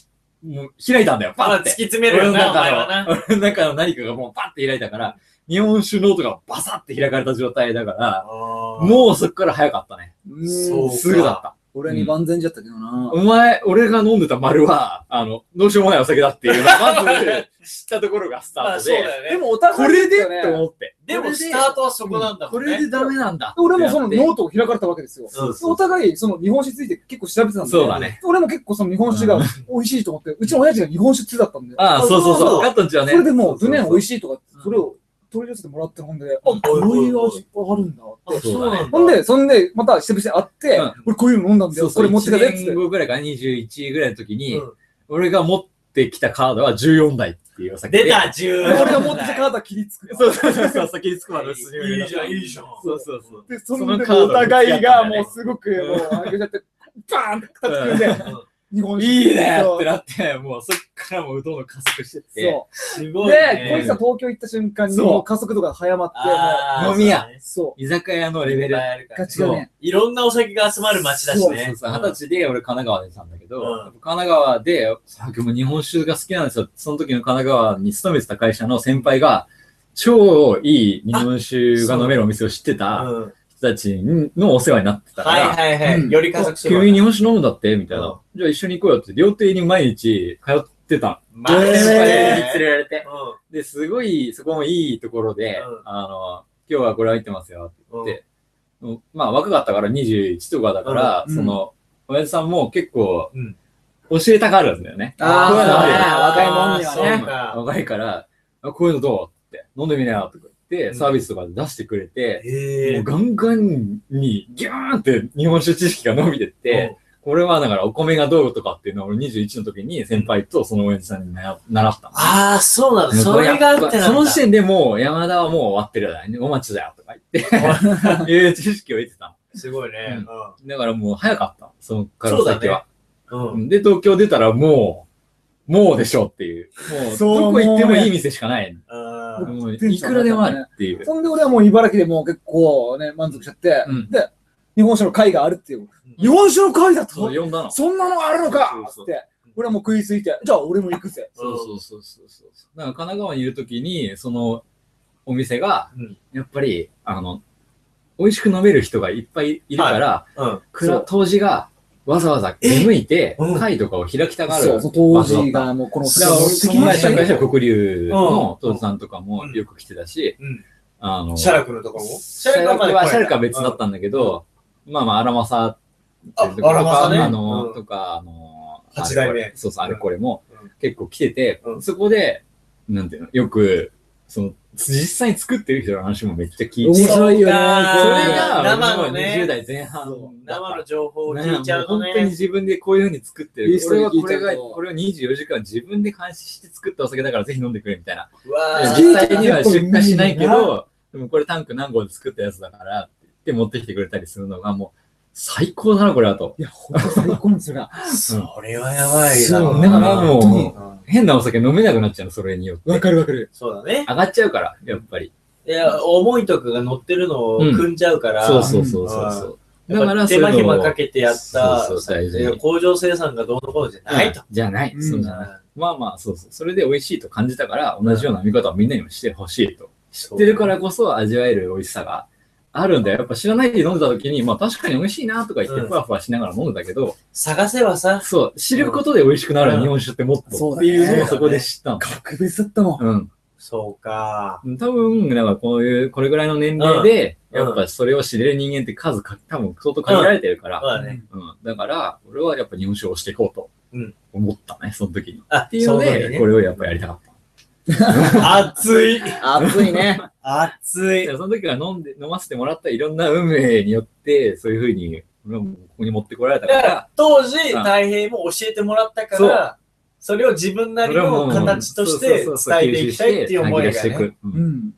Speaker 1: う、もう開いたんだよ、パ
Speaker 4: ま
Speaker 1: ッ
Speaker 4: あ突
Speaker 1: て
Speaker 4: き。詰めるよな、お前はな。
Speaker 1: 俺の中の何かがもうパッて開いたから、日本酒ノートがバサッて開かれた状態だから、
Speaker 4: も
Speaker 1: もうそっから早かったね。
Speaker 3: うん
Speaker 4: そうか
Speaker 1: すぐだった。
Speaker 3: 俺に万全じゃったけどな。
Speaker 1: お前、俺が飲んでた丸は、あの、どうしようもないお酒だっていうのが、まず知ったところがスタ
Speaker 4: ま
Speaker 1: ー
Speaker 4: あ
Speaker 1: ト
Speaker 4: そう
Speaker 1: で、
Speaker 4: だ
Speaker 3: で
Speaker 4: よね。
Speaker 3: もお互
Speaker 1: こ
Speaker 3: い
Speaker 1: れで
Speaker 3: だ
Speaker 1: っ
Speaker 3: よね
Speaker 1: て思って。
Speaker 4: でもスタートはそこなんだも
Speaker 1: こ
Speaker 4: んね。
Speaker 1: れでダメなんだ。
Speaker 3: 俺もその
Speaker 1: って
Speaker 3: ノートを開かれたわけですよ。
Speaker 1: そうそう
Speaker 3: お互いその日本酒について結構調べてたんで。
Speaker 1: そうだね。
Speaker 3: 俺も結構その日本酒が美味しいと思って、うちの親父が日本酒通だったんで。
Speaker 1: ああ、そうそう
Speaker 4: そ
Speaker 1: そうう。
Speaker 4: そう
Speaker 1: ガットンちは
Speaker 3: そ
Speaker 1: ね。
Speaker 3: れでもう、
Speaker 1: そう
Speaker 3: 無
Speaker 1: そうそう
Speaker 3: 念美味しいとか
Speaker 4: う、ん
Speaker 3: それを取り寄せてもらって飲んで、あ、
Speaker 4: うん
Speaker 3: こういう味あるんだって。
Speaker 4: あそうなんだ。
Speaker 3: ほんで、そんで、また久々に会って
Speaker 1: うん、
Speaker 3: 俺こういうの飲んだんだ
Speaker 1: そう
Speaker 3: よ。
Speaker 1: そ
Speaker 3: こ
Speaker 1: う
Speaker 3: れ持ってきたぜっ
Speaker 1: 1
Speaker 3: つっ
Speaker 1: 年
Speaker 3: て。
Speaker 1: 後ぐらいかな、21ぐらいの時に、
Speaker 4: うん
Speaker 1: 俺が持ってきたカードは14台っていうお酒で。
Speaker 4: 出た、10。
Speaker 3: 俺が持ってきたカードは切りつく。
Speaker 1: そうそうそうそう、先につくまで進める
Speaker 4: いいじゃんいいじゃん
Speaker 1: そうそうそう。
Speaker 3: で、そ
Speaker 1: その
Speaker 3: んで
Speaker 1: カード
Speaker 3: お互いが
Speaker 1: 付き合ったんだね
Speaker 3: もうすごく、もう、あげちゃって、バーンって叩くんで、日本酒。
Speaker 1: いいね
Speaker 3: そ
Speaker 1: っ
Speaker 3: う
Speaker 1: てなって、もうそっからもうどんどん加速してって。
Speaker 3: そ
Speaker 2: す
Speaker 3: う。
Speaker 2: ごい、
Speaker 3: で
Speaker 2: ね。、
Speaker 3: こいつは東京行った瞬間に、
Speaker 1: そう
Speaker 3: もう加速度が早まって、
Speaker 2: あー
Speaker 1: 飲み屋
Speaker 2: そうだね
Speaker 3: そ
Speaker 1: 居酒屋のレ
Speaker 2: い
Speaker 1: ベ
Speaker 2: っ
Speaker 1: ル
Speaker 2: ぱ。いある
Speaker 3: う、
Speaker 2: から
Speaker 3: ガ
Speaker 2: ね
Speaker 3: チがね、
Speaker 2: いろんなお酒が集まる街だし
Speaker 1: そう
Speaker 2: ね。
Speaker 1: そうそう。二十歳で俺神奈川でいたんだけど、
Speaker 2: うん
Speaker 1: やっぱ神奈川で、さ僕も日本酒が好きなんですよ。その時の神奈川に勤めてた会社の先輩が、超いい日本酒が飲めるお店を知ってた
Speaker 2: うん
Speaker 1: 人たちのお世話になってたか
Speaker 2: はい
Speaker 1: ら、
Speaker 2: はいは
Speaker 3: うん
Speaker 2: い。より加速して。
Speaker 1: 君日本酒飲むんだってみたいうなんじゃあ一緒に行こうよって、料亭に毎日通ってた。
Speaker 2: マ
Speaker 1: 先
Speaker 2: ジ
Speaker 1: 輩に
Speaker 2: で
Speaker 1: 連れられて。
Speaker 2: うん
Speaker 1: で、すごい、そこもいいところで、
Speaker 2: うん
Speaker 1: あの、今日はこれ入ってますよって
Speaker 2: うん
Speaker 1: でうんまあ若かったから21とかだから、
Speaker 3: うん
Speaker 1: その、親父さんも結構、
Speaker 2: うん
Speaker 1: 教えたがるんだよね。
Speaker 3: あ
Speaker 1: ー
Speaker 3: そうね
Speaker 2: そうか。
Speaker 1: 若いから、あこういうのどうって、飲んでみなよとか言って、
Speaker 2: うん
Speaker 1: サービスとかで出してくれて、
Speaker 2: え
Speaker 1: もうガンガンにギューンって日本酒知識が伸びてって、これはだからお米がどうとかっていうのを俺21の時に先輩とその親父さんにな習ったの。
Speaker 2: ああ、そうなんだ。それがあってなんだ。
Speaker 1: その時点でもう山田はもう終わってるよね。お待ちだよとか言
Speaker 2: [LAUGHS]
Speaker 1: って、いう知識を得てたの。
Speaker 2: すごいね。
Speaker 1: だからもう早かった。そのから先は。
Speaker 2: うん。うん
Speaker 1: で、東京出たらもう、もうでしょっていう。もう、
Speaker 3: そう
Speaker 1: どこ行ってもいい店しかない。
Speaker 2: あー
Speaker 1: もう
Speaker 3: テン
Speaker 1: い
Speaker 3: ション
Speaker 1: く
Speaker 3: 上が
Speaker 1: ら
Speaker 3: ったね
Speaker 1: でもあるっていう。
Speaker 3: そんで俺はもう茨城でもう結構ね、満足しちゃって、
Speaker 1: うん
Speaker 3: で、日本酒の会があるっていう。日本酒の会だと
Speaker 1: そう、呼んだの。
Speaker 3: そんなのあるのか
Speaker 1: そ
Speaker 3: っ
Speaker 1: うそう
Speaker 3: て、俺はもう食いついて、じゃあ俺も行くぜ。
Speaker 1: そうそうそうそうそう。だから神奈川にいるときに、そのお店が
Speaker 2: うん、
Speaker 1: やっぱり、あの、美味しく飲める人がいっぱいいるから、
Speaker 2: うん。
Speaker 1: くら
Speaker 3: そう
Speaker 1: 当時がわざわざ出向いて
Speaker 2: えう、ん
Speaker 1: 会とかを開きたがる。
Speaker 3: そう、そう当時がもうこの、
Speaker 1: だから俺友達の会社は黒龍の
Speaker 2: うん
Speaker 1: 父さんとかもよく来てたし、
Speaker 2: うん
Speaker 1: あの、
Speaker 2: シャラクのところも
Speaker 1: シャラクは、シャラクは別だっ
Speaker 2: った
Speaker 1: んだけど、まあまあ、アラマサ
Speaker 2: あ
Speaker 1: っていうところとか
Speaker 2: アラマサね
Speaker 1: あの、
Speaker 2: うん
Speaker 1: とか、あの、
Speaker 2: 八代目
Speaker 1: あれこれそうそう、あれこれも
Speaker 2: うん
Speaker 1: 結構来てて、
Speaker 2: うん
Speaker 1: そこで、なんていうの、よく、その、実際に作ってる人の話もめっちゃ聞い
Speaker 3: 面
Speaker 1: て、それ
Speaker 3: 白いよね。
Speaker 2: あー
Speaker 3: これが
Speaker 1: が、
Speaker 2: 生のね
Speaker 1: 20代前半だった
Speaker 2: 生の情報を
Speaker 1: ね
Speaker 2: 聞いちゃうと
Speaker 1: もう本当に
Speaker 2: ね。
Speaker 1: 自分でこういうふうに作ってる。
Speaker 3: リスト
Speaker 1: 俺
Speaker 3: に
Speaker 1: は
Speaker 3: 聞い
Speaker 1: こ
Speaker 3: ちゃ
Speaker 1: れ
Speaker 3: うと
Speaker 1: が、これを24時間自分で監視して作ったお酒だからぜひ飲んでくれみたいな。
Speaker 2: うわー
Speaker 3: ー
Speaker 1: 実際には出荷しないけど、でもこれタンク何号で作ったやつだからって言って持ってきてくれたりするのがもう最高だな、これだと。
Speaker 3: いや、ほんと最高なんですよな。
Speaker 2: それはやばい
Speaker 1: そう
Speaker 2: な。
Speaker 1: だからもう
Speaker 2: 本当に
Speaker 1: 変なお酒飲めなくなっちゃうの、それによって。
Speaker 3: わかるわかる。
Speaker 2: そうだね。
Speaker 1: 上がっちゃうから、やっぱり。
Speaker 2: いや、思いとかが乗ってるのを組んじゃうから。
Speaker 1: そうそうそうそうそう。
Speaker 2: や
Speaker 1: だ
Speaker 2: っ
Speaker 1: か
Speaker 2: ぱ
Speaker 1: らそう
Speaker 2: 手
Speaker 1: いう
Speaker 2: 間
Speaker 1: の
Speaker 2: 暇かけてやった
Speaker 1: そうそう大事に
Speaker 2: いや工場生産がどうのこうのじゃないと。
Speaker 1: じゃない。
Speaker 3: うん
Speaker 1: そうじゃない。まあまあ、そうそう。それで美味しいと感じたから、同じような見方をみんなにもしてほしいと。
Speaker 2: 知
Speaker 1: 知ってるからこそ味わえる美味しさがあるんだよ。やっぱ知らないで飲んでた時に、まあ確かに美味しいなとか言って
Speaker 2: うん
Speaker 1: ふわふわしながら飲んだけど、
Speaker 2: 探せばさ、
Speaker 1: そう、知ることで美味しくなる
Speaker 2: うん
Speaker 1: 日本酒ってもっ
Speaker 3: そ
Speaker 1: とっ
Speaker 3: うだ
Speaker 1: て
Speaker 3: ね
Speaker 1: いうのをそこで知ったの。
Speaker 3: 格別だったもん。
Speaker 1: うん。
Speaker 2: そうか。
Speaker 1: 多分、なんかこういう、これぐらいの年齢で、
Speaker 2: うん
Speaker 1: やっぱそれを知れる人間って数か、多分相当限られてるから、
Speaker 2: そうだね。
Speaker 1: うん。だから、俺はやっぱ日本酒をしていこうと
Speaker 2: うん
Speaker 1: 思ったね、その時に。っ
Speaker 2: あ、
Speaker 1: ていうので、これ
Speaker 2: れ。
Speaker 1: をやっぱやりたかった。
Speaker 2: 熱い。
Speaker 3: 熱いね。
Speaker 2: 熱
Speaker 1: い
Speaker 2: い。
Speaker 1: やその時は飲んで、飲ませてもらったいろんな運命によって、そういうふうに、俺はもうここに持ってこられたから、
Speaker 2: 当時、
Speaker 1: うん
Speaker 2: 大平も教えてもらったか
Speaker 1: そ
Speaker 2: ら、それを自分なりの形とし
Speaker 1: そ
Speaker 2: て
Speaker 1: う
Speaker 2: 伝
Speaker 1: そうそう
Speaker 2: えていきたいっていう思いが
Speaker 1: 吸収して
Speaker 2: ね。
Speaker 1: いくうん
Speaker 3: うん。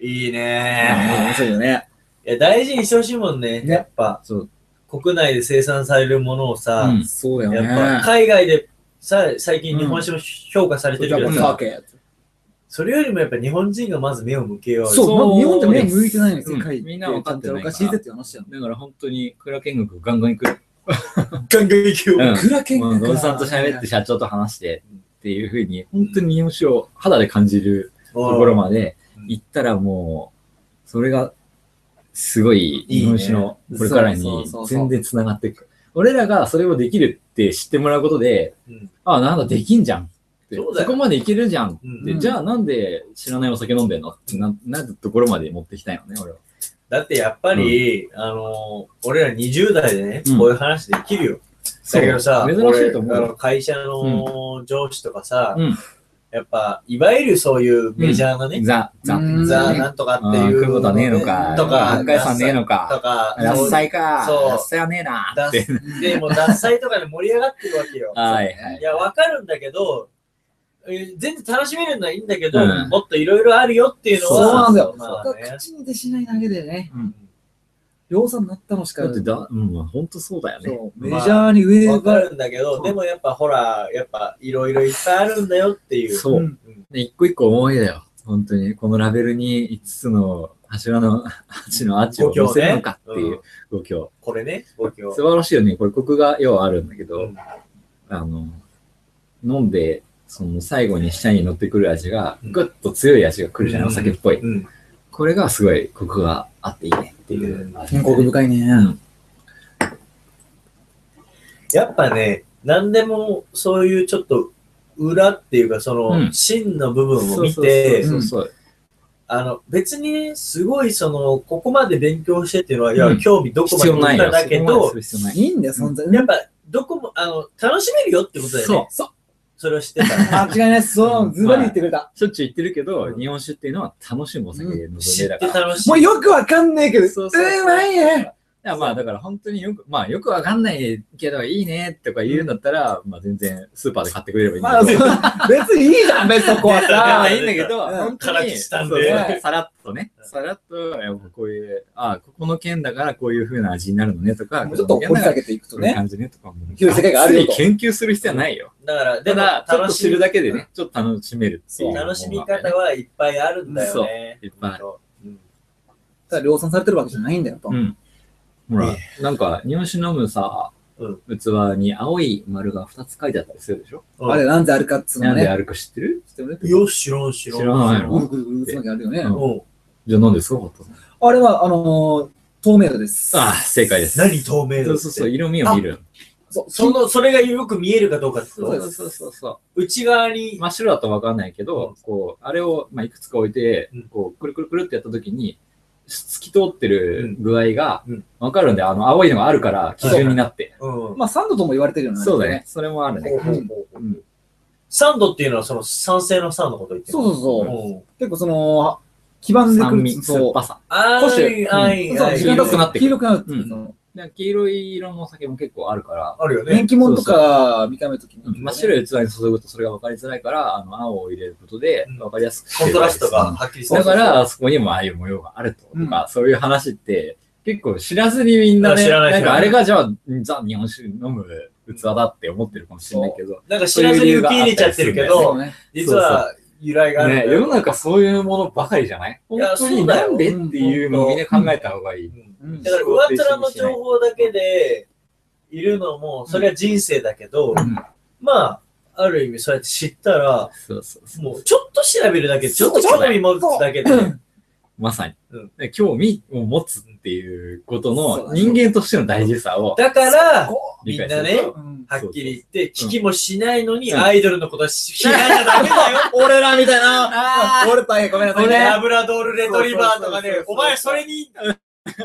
Speaker 2: いい
Speaker 3: 面
Speaker 2: ね
Speaker 3: 白いよね。
Speaker 2: いや、大事にしてほしいもんね。
Speaker 3: ね
Speaker 2: やっぱ、
Speaker 1: そう。
Speaker 2: 国内で生産されるものをさ、
Speaker 1: うん
Speaker 3: そうだよね。
Speaker 2: やっぱ海外でさ最近日本酒も評価されてるけど
Speaker 1: うん
Speaker 2: さ、
Speaker 3: サケ。
Speaker 2: それよりもやっぱ日本人がまず目を向けようよ
Speaker 3: そう、
Speaker 1: そう
Speaker 3: まあ日本で目向いてないのよ、
Speaker 1: うん
Speaker 3: 世界って。
Speaker 1: みんな分かってない
Speaker 3: ちゃんとおかしいぜって話や
Speaker 1: だから本当に、クラケングガンガン行く。
Speaker 2: ガンガン行けよ
Speaker 1: うん
Speaker 3: ん。クラケン
Speaker 1: もう
Speaker 3: が
Speaker 1: 野田さんと喋って、社長と話してっていうふうに、本当に日本酒を肌で感じるところまで
Speaker 2: うん
Speaker 1: 行ったらもう、それがすごい日本酒のこれから
Speaker 3: そう
Speaker 1: に
Speaker 3: そうそうそう
Speaker 1: 全然つながっていく。俺らがそれをできるって知ってもらうことで
Speaker 2: うん、
Speaker 1: ああ、なんだできんじゃんって。
Speaker 2: そうだ
Speaker 1: そ
Speaker 2: よ
Speaker 1: こまでいけるじゃんっ
Speaker 2: うん
Speaker 1: て。じゃあなんで知らないお酒飲んでんのってな、なるところまで持ってきたいのね、俺は。
Speaker 2: だってやっぱり、あのー俺ら20代でね、
Speaker 1: うん
Speaker 2: こういう話できるよ。だけどさ、
Speaker 1: そう珍しいと思う
Speaker 2: 俺あ
Speaker 1: よ。
Speaker 2: の会社の上司とかさ、
Speaker 1: うん
Speaker 2: やっぱ、いわゆるそういうメジャーなね、
Speaker 1: ザ、ザ、
Speaker 3: うん
Speaker 2: ザ・
Speaker 1: ね
Speaker 2: なんとかって
Speaker 1: あ
Speaker 2: い
Speaker 1: ー
Speaker 2: う、
Speaker 1: 来ることはねえのか。
Speaker 2: とか、
Speaker 1: 赤井さんねえの
Speaker 2: と
Speaker 1: か。
Speaker 2: か、
Speaker 1: あ
Speaker 2: そ
Speaker 1: 獺
Speaker 2: う
Speaker 1: 菜か。
Speaker 2: そう
Speaker 1: 獺菜はねえな。
Speaker 2: ダッでも、脱菜とかで盛り上がってるわけよ。
Speaker 1: はいはい
Speaker 2: いや、わかるんだけど、えー全然楽しめるのはいいんだけど、
Speaker 1: うん
Speaker 2: もっといろいろあるよっていうのは、
Speaker 3: そうなんだよ。
Speaker 2: まあね
Speaker 3: 口に出しないだけでね。
Speaker 2: うん
Speaker 3: 量産になったのしか
Speaker 1: だってだ、うん、ほんとそうだよね。
Speaker 3: そうメジャーに上
Speaker 2: わか
Speaker 3: が、
Speaker 2: るんだけど、でもやっぱほら、やっぱいろいろいっぱいあるんだよっていう。
Speaker 1: そう
Speaker 3: うん
Speaker 2: うん
Speaker 1: で一個一個思いだよ。本当に。このラベルに5つの柱の、8のアーチを乗せるのかっていう五境。
Speaker 2: これね、ご況。
Speaker 1: 素晴らしいよね。これコクがようあるんだけど、
Speaker 2: うん
Speaker 1: あの、飲んで、その最後に舌に乗ってくる味が、
Speaker 2: うん
Speaker 1: ぐっと強い味が来るじゃない、
Speaker 2: うん
Speaker 1: お酒っぽい。
Speaker 2: うん。
Speaker 1: これがすごいコクがあっていいねっていううん味、
Speaker 3: うん奥深いね。
Speaker 2: やっぱね、何でもそういうちょっと裏っていうか、その、
Speaker 1: うん
Speaker 2: 芯の部分を
Speaker 1: そう
Speaker 2: 見
Speaker 1: そう
Speaker 2: て、
Speaker 1: そうそうそう
Speaker 2: あの、別にね、すごいその、ここまで勉強してっていうのは、い
Speaker 1: うん
Speaker 2: や、興味どこま
Speaker 1: 必
Speaker 2: で
Speaker 1: 要ない
Speaker 2: 行
Speaker 1: よ。
Speaker 2: っただけ
Speaker 1: そこまです
Speaker 2: ど、
Speaker 1: る必要ない。
Speaker 3: いいんだよ、存在。
Speaker 2: やっぱ、どこも、あの、楽しめるよってことだよね。
Speaker 3: そう。
Speaker 2: それを知ってたら。
Speaker 3: 間違いないです。そう、ズバリ言ってくれた。
Speaker 1: しょっちゅう言ってるけど、
Speaker 2: うん
Speaker 1: 日本酒っていうのは楽しむお酒で飲む
Speaker 2: 知
Speaker 1: ね
Speaker 2: っ
Speaker 1: だ
Speaker 2: て
Speaker 1: から。
Speaker 2: 楽しい。
Speaker 3: もうよくわかんないけど、
Speaker 1: そう
Speaker 3: う
Speaker 1: そうそう
Speaker 3: まいね。
Speaker 1: いやまあだから本当によく、まあよくわかんないけどいいねとか言うんだったら、まあ全然スーパーで買ってくれればいいん
Speaker 3: ま
Speaker 1: だ
Speaker 3: あ、
Speaker 1: けど。
Speaker 3: そう別にいいじゃん、別にそこは
Speaker 1: ま
Speaker 3: さ
Speaker 1: あ。いいんだけど、
Speaker 3: うん
Speaker 1: 本当
Speaker 2: 辛
Speaker 1: に
Speaker 2: 口したん
Speaker 1: そう
Speaker 2: で
Speaker 1: そうさらっとね、さらっと、いやもうこういう、あここの県だからこういう風な味になるのねとか、
Speaker 3: もうちょっと
Speaker 1: こ
Speaker 3: 掘
Speaker 1: の県
Speaker 3: り
Speaker 1: だ
Speaker 3: 下
Speaker 1: から
Speaker 3: げていくと
Speaker 1: こういう
Speaker 3: ね。
Speaker 1: 感じねとかも。
Speaker 3: 広い世界があるよと
Speaker 1: 常に研究する必要はないよ。
Speaker 2: だから、で
Speaker 1: た
Speaker 2: も
Speaker 1: だ、ちょっ
Speaker 2: 楽
Speaker 1: と
Speaker 2: し
Speaker 1: 知
Speaker 2: み
Speaker 1: るだけでね、ちょっと楽しめるっていう。
Speaker 2: 楽しみ方はいっぱいあるんだよね。
Speaker 1: そういっぱいある
Speaker 2: うん
Speaker 3: ただ量産されてるわけじゃないんだよと
Speaker 1: う。ん。ほら
Speaker 2: ね、
Speaker 1: なんか日本酒飲むさ、
Speaker 2: うん
Speaker 1: 器に青い丸が2つ書いてあったりするでしょ、
Speaker 2: うん
Speaker 3: あれなんであるかっつうの
Speaker 1: なんで
Speaker 3: ね。
Speaker 1: あるか知ってる
Speaker 3: 知ってる
Speaker 2: いや、知らん、知らん。
Speaker 1: 知らない
Speaker 3: ぐ
Speaker 1: の
Speaker 3: るぐるぐるつまりあるよね。
Speaker 1: うん
Speaker 2: うん。
Speaker 1: じゃあなんですかホットさん
Speaker 3: あれは、あのー、透明度です。
Speaker 1: ああ、正解です。
Speaker 2: 何
Speaker 1: そ
Speaker 2: 透明度
Speaker 1: う
Speaker 2: って
Speaker 1: そうそう、色味を見る。
Speaker 3: そう、
Speaker 2: その、それがよく見えるかどうかってこ
Speaker 3: そう
Speaker 2: と
Speaker 3: です
Speaker 1: そうそうそう。
Speaker 2: 内側に、
Speaker 1: 真っ白だとわかんないけど、こう、あれを、まあ、いくつか置いて
Speaker 2: うん、
Speaker 1: こう、くるくるくるってやったときに、透き通ってる具合が
Speaker 2: うん
Speaker 1: わかるんで、あの、青いのがあるから、基準になって。
Speaker 2: うん。
Speaker 3: まあ、サンドとも言われてるよね。
Speaker 1: そうだね。それもあるね。
Speaker 3: ほう
Speaker 1: うん
Speaker 2: サンドっていうのはその酸性の酸のこと言ってる
Speaker 3: そうそうそう。
Speaker 2: うん。
Speaker 3: 結構その、黄ばんでく
Speaker 1: 酸
Speaker 3: る。
Speaker 1: 味、酸っぱさ。
Speaker 2: あ
Speaker 3: 少し
Speaker 2: ーい、あい、
Speaker 3: そう
Speaker 2: あ
Speaker 3: そう、
Speaker 2: い。
Speaker 1: 時間経つとなってくる
Speaker 3: 黄色くなってく
Speaker 1: う
Speaker 3: る。
Speaker 1: ん
Speaker 3: その
Speaker 1: で黄色い色のお酒も結構あるから、
Speaker 2: あるよね。
Speaker 3: 人気者とか見た目ときに。
Speaker 1: 真っ白い器に注ぐとそれが分かりづらいから、あの、青を入れることで
Speaker 2: うん
Speaker 1: 分かりやすくして
Speaker 2: コ
Speaker 1: る
Speaker 2: ントラストがはっきりして
Speaker 1: だ
Speaker 2: る。
Speaker 1: から、あそこにもああいう模様があると
Speaker 3: うん
Speaker 1: か、そういう話って、結構知らずにみんなね、
Speaker 2: 知らない
Speaker 1: ん
Speaker 2: 知ら
Speaker 1: か
Speaker 2: ない
Speaker 1: あれがじゃあ、ザ・日本酒飲む器だって思ってるかもしれないけど、
Speaker 2: なんか知らずに受け入れちゃってるけ
Speaker 3: そ
Speaker 2: ど
Speaker 3: う、ね。
Speaker 2: 実は由来があるん
Speaker 1: ね、
Speaker 2: だ
Speaker 1: 世の
Speaker 2: よ。
Speaker 1: 中そういうものばかりじゃない
Speaker 2: い
Speaker 1: 本
Speaker 2: や
Speaker 1: 当になんでっていうのをみんな考えた方がいい。
Speaker 2: うん
Speaker 3: うん
Speaker 2: だから、上っ面の情報だけでいるのも、それは人生だけど
Speaker 1: ん、
Speaker 2: まあ、ある意味そうやって知ったら、
Speaker 1: そうそうそう。
Speaker 2: もうちょっと調べるだけで、ちょっと
Speaker 1: そうだ
Speaker 2: 興
Speaker 1: よ
Speaker 2: 味持つだけで、
Speaker 1: まさに
Speaker 2: うん。
Speaker 1: で興味を持つっていうこと
Speaker 3: そう
Speaker 1: の
Speaker 3: だね
Speaker 1: 人間としての大事さを
Speaker 2: だから、
Speaker 1: 理
Speaker 2: み
Speaker 1: 解
Speaker 2: んな
Speaker 1: す
Speaker 2: ね
Speaker 1: ると。
Speaker 3: うん
Speaker 2: は
Speaker 1: そうそ
Speaker 2: っ
Speaker 1: う
Speaker 2: きり言って、聞きもしないのに、
Speaker 1: うん
Speaker 2: アイドルのことは知らなきゃダメだよ。 [LAUGHS]
Speaker 3: 俺らみたいな、俺大変ごめんなさい
Speaker 2: 俺、
Speaker 3: ね。
Speaker 2: ラブラドールレトリバーとかね
Speaker 3: そうそうそうそう、
Speaker 2: お前それに、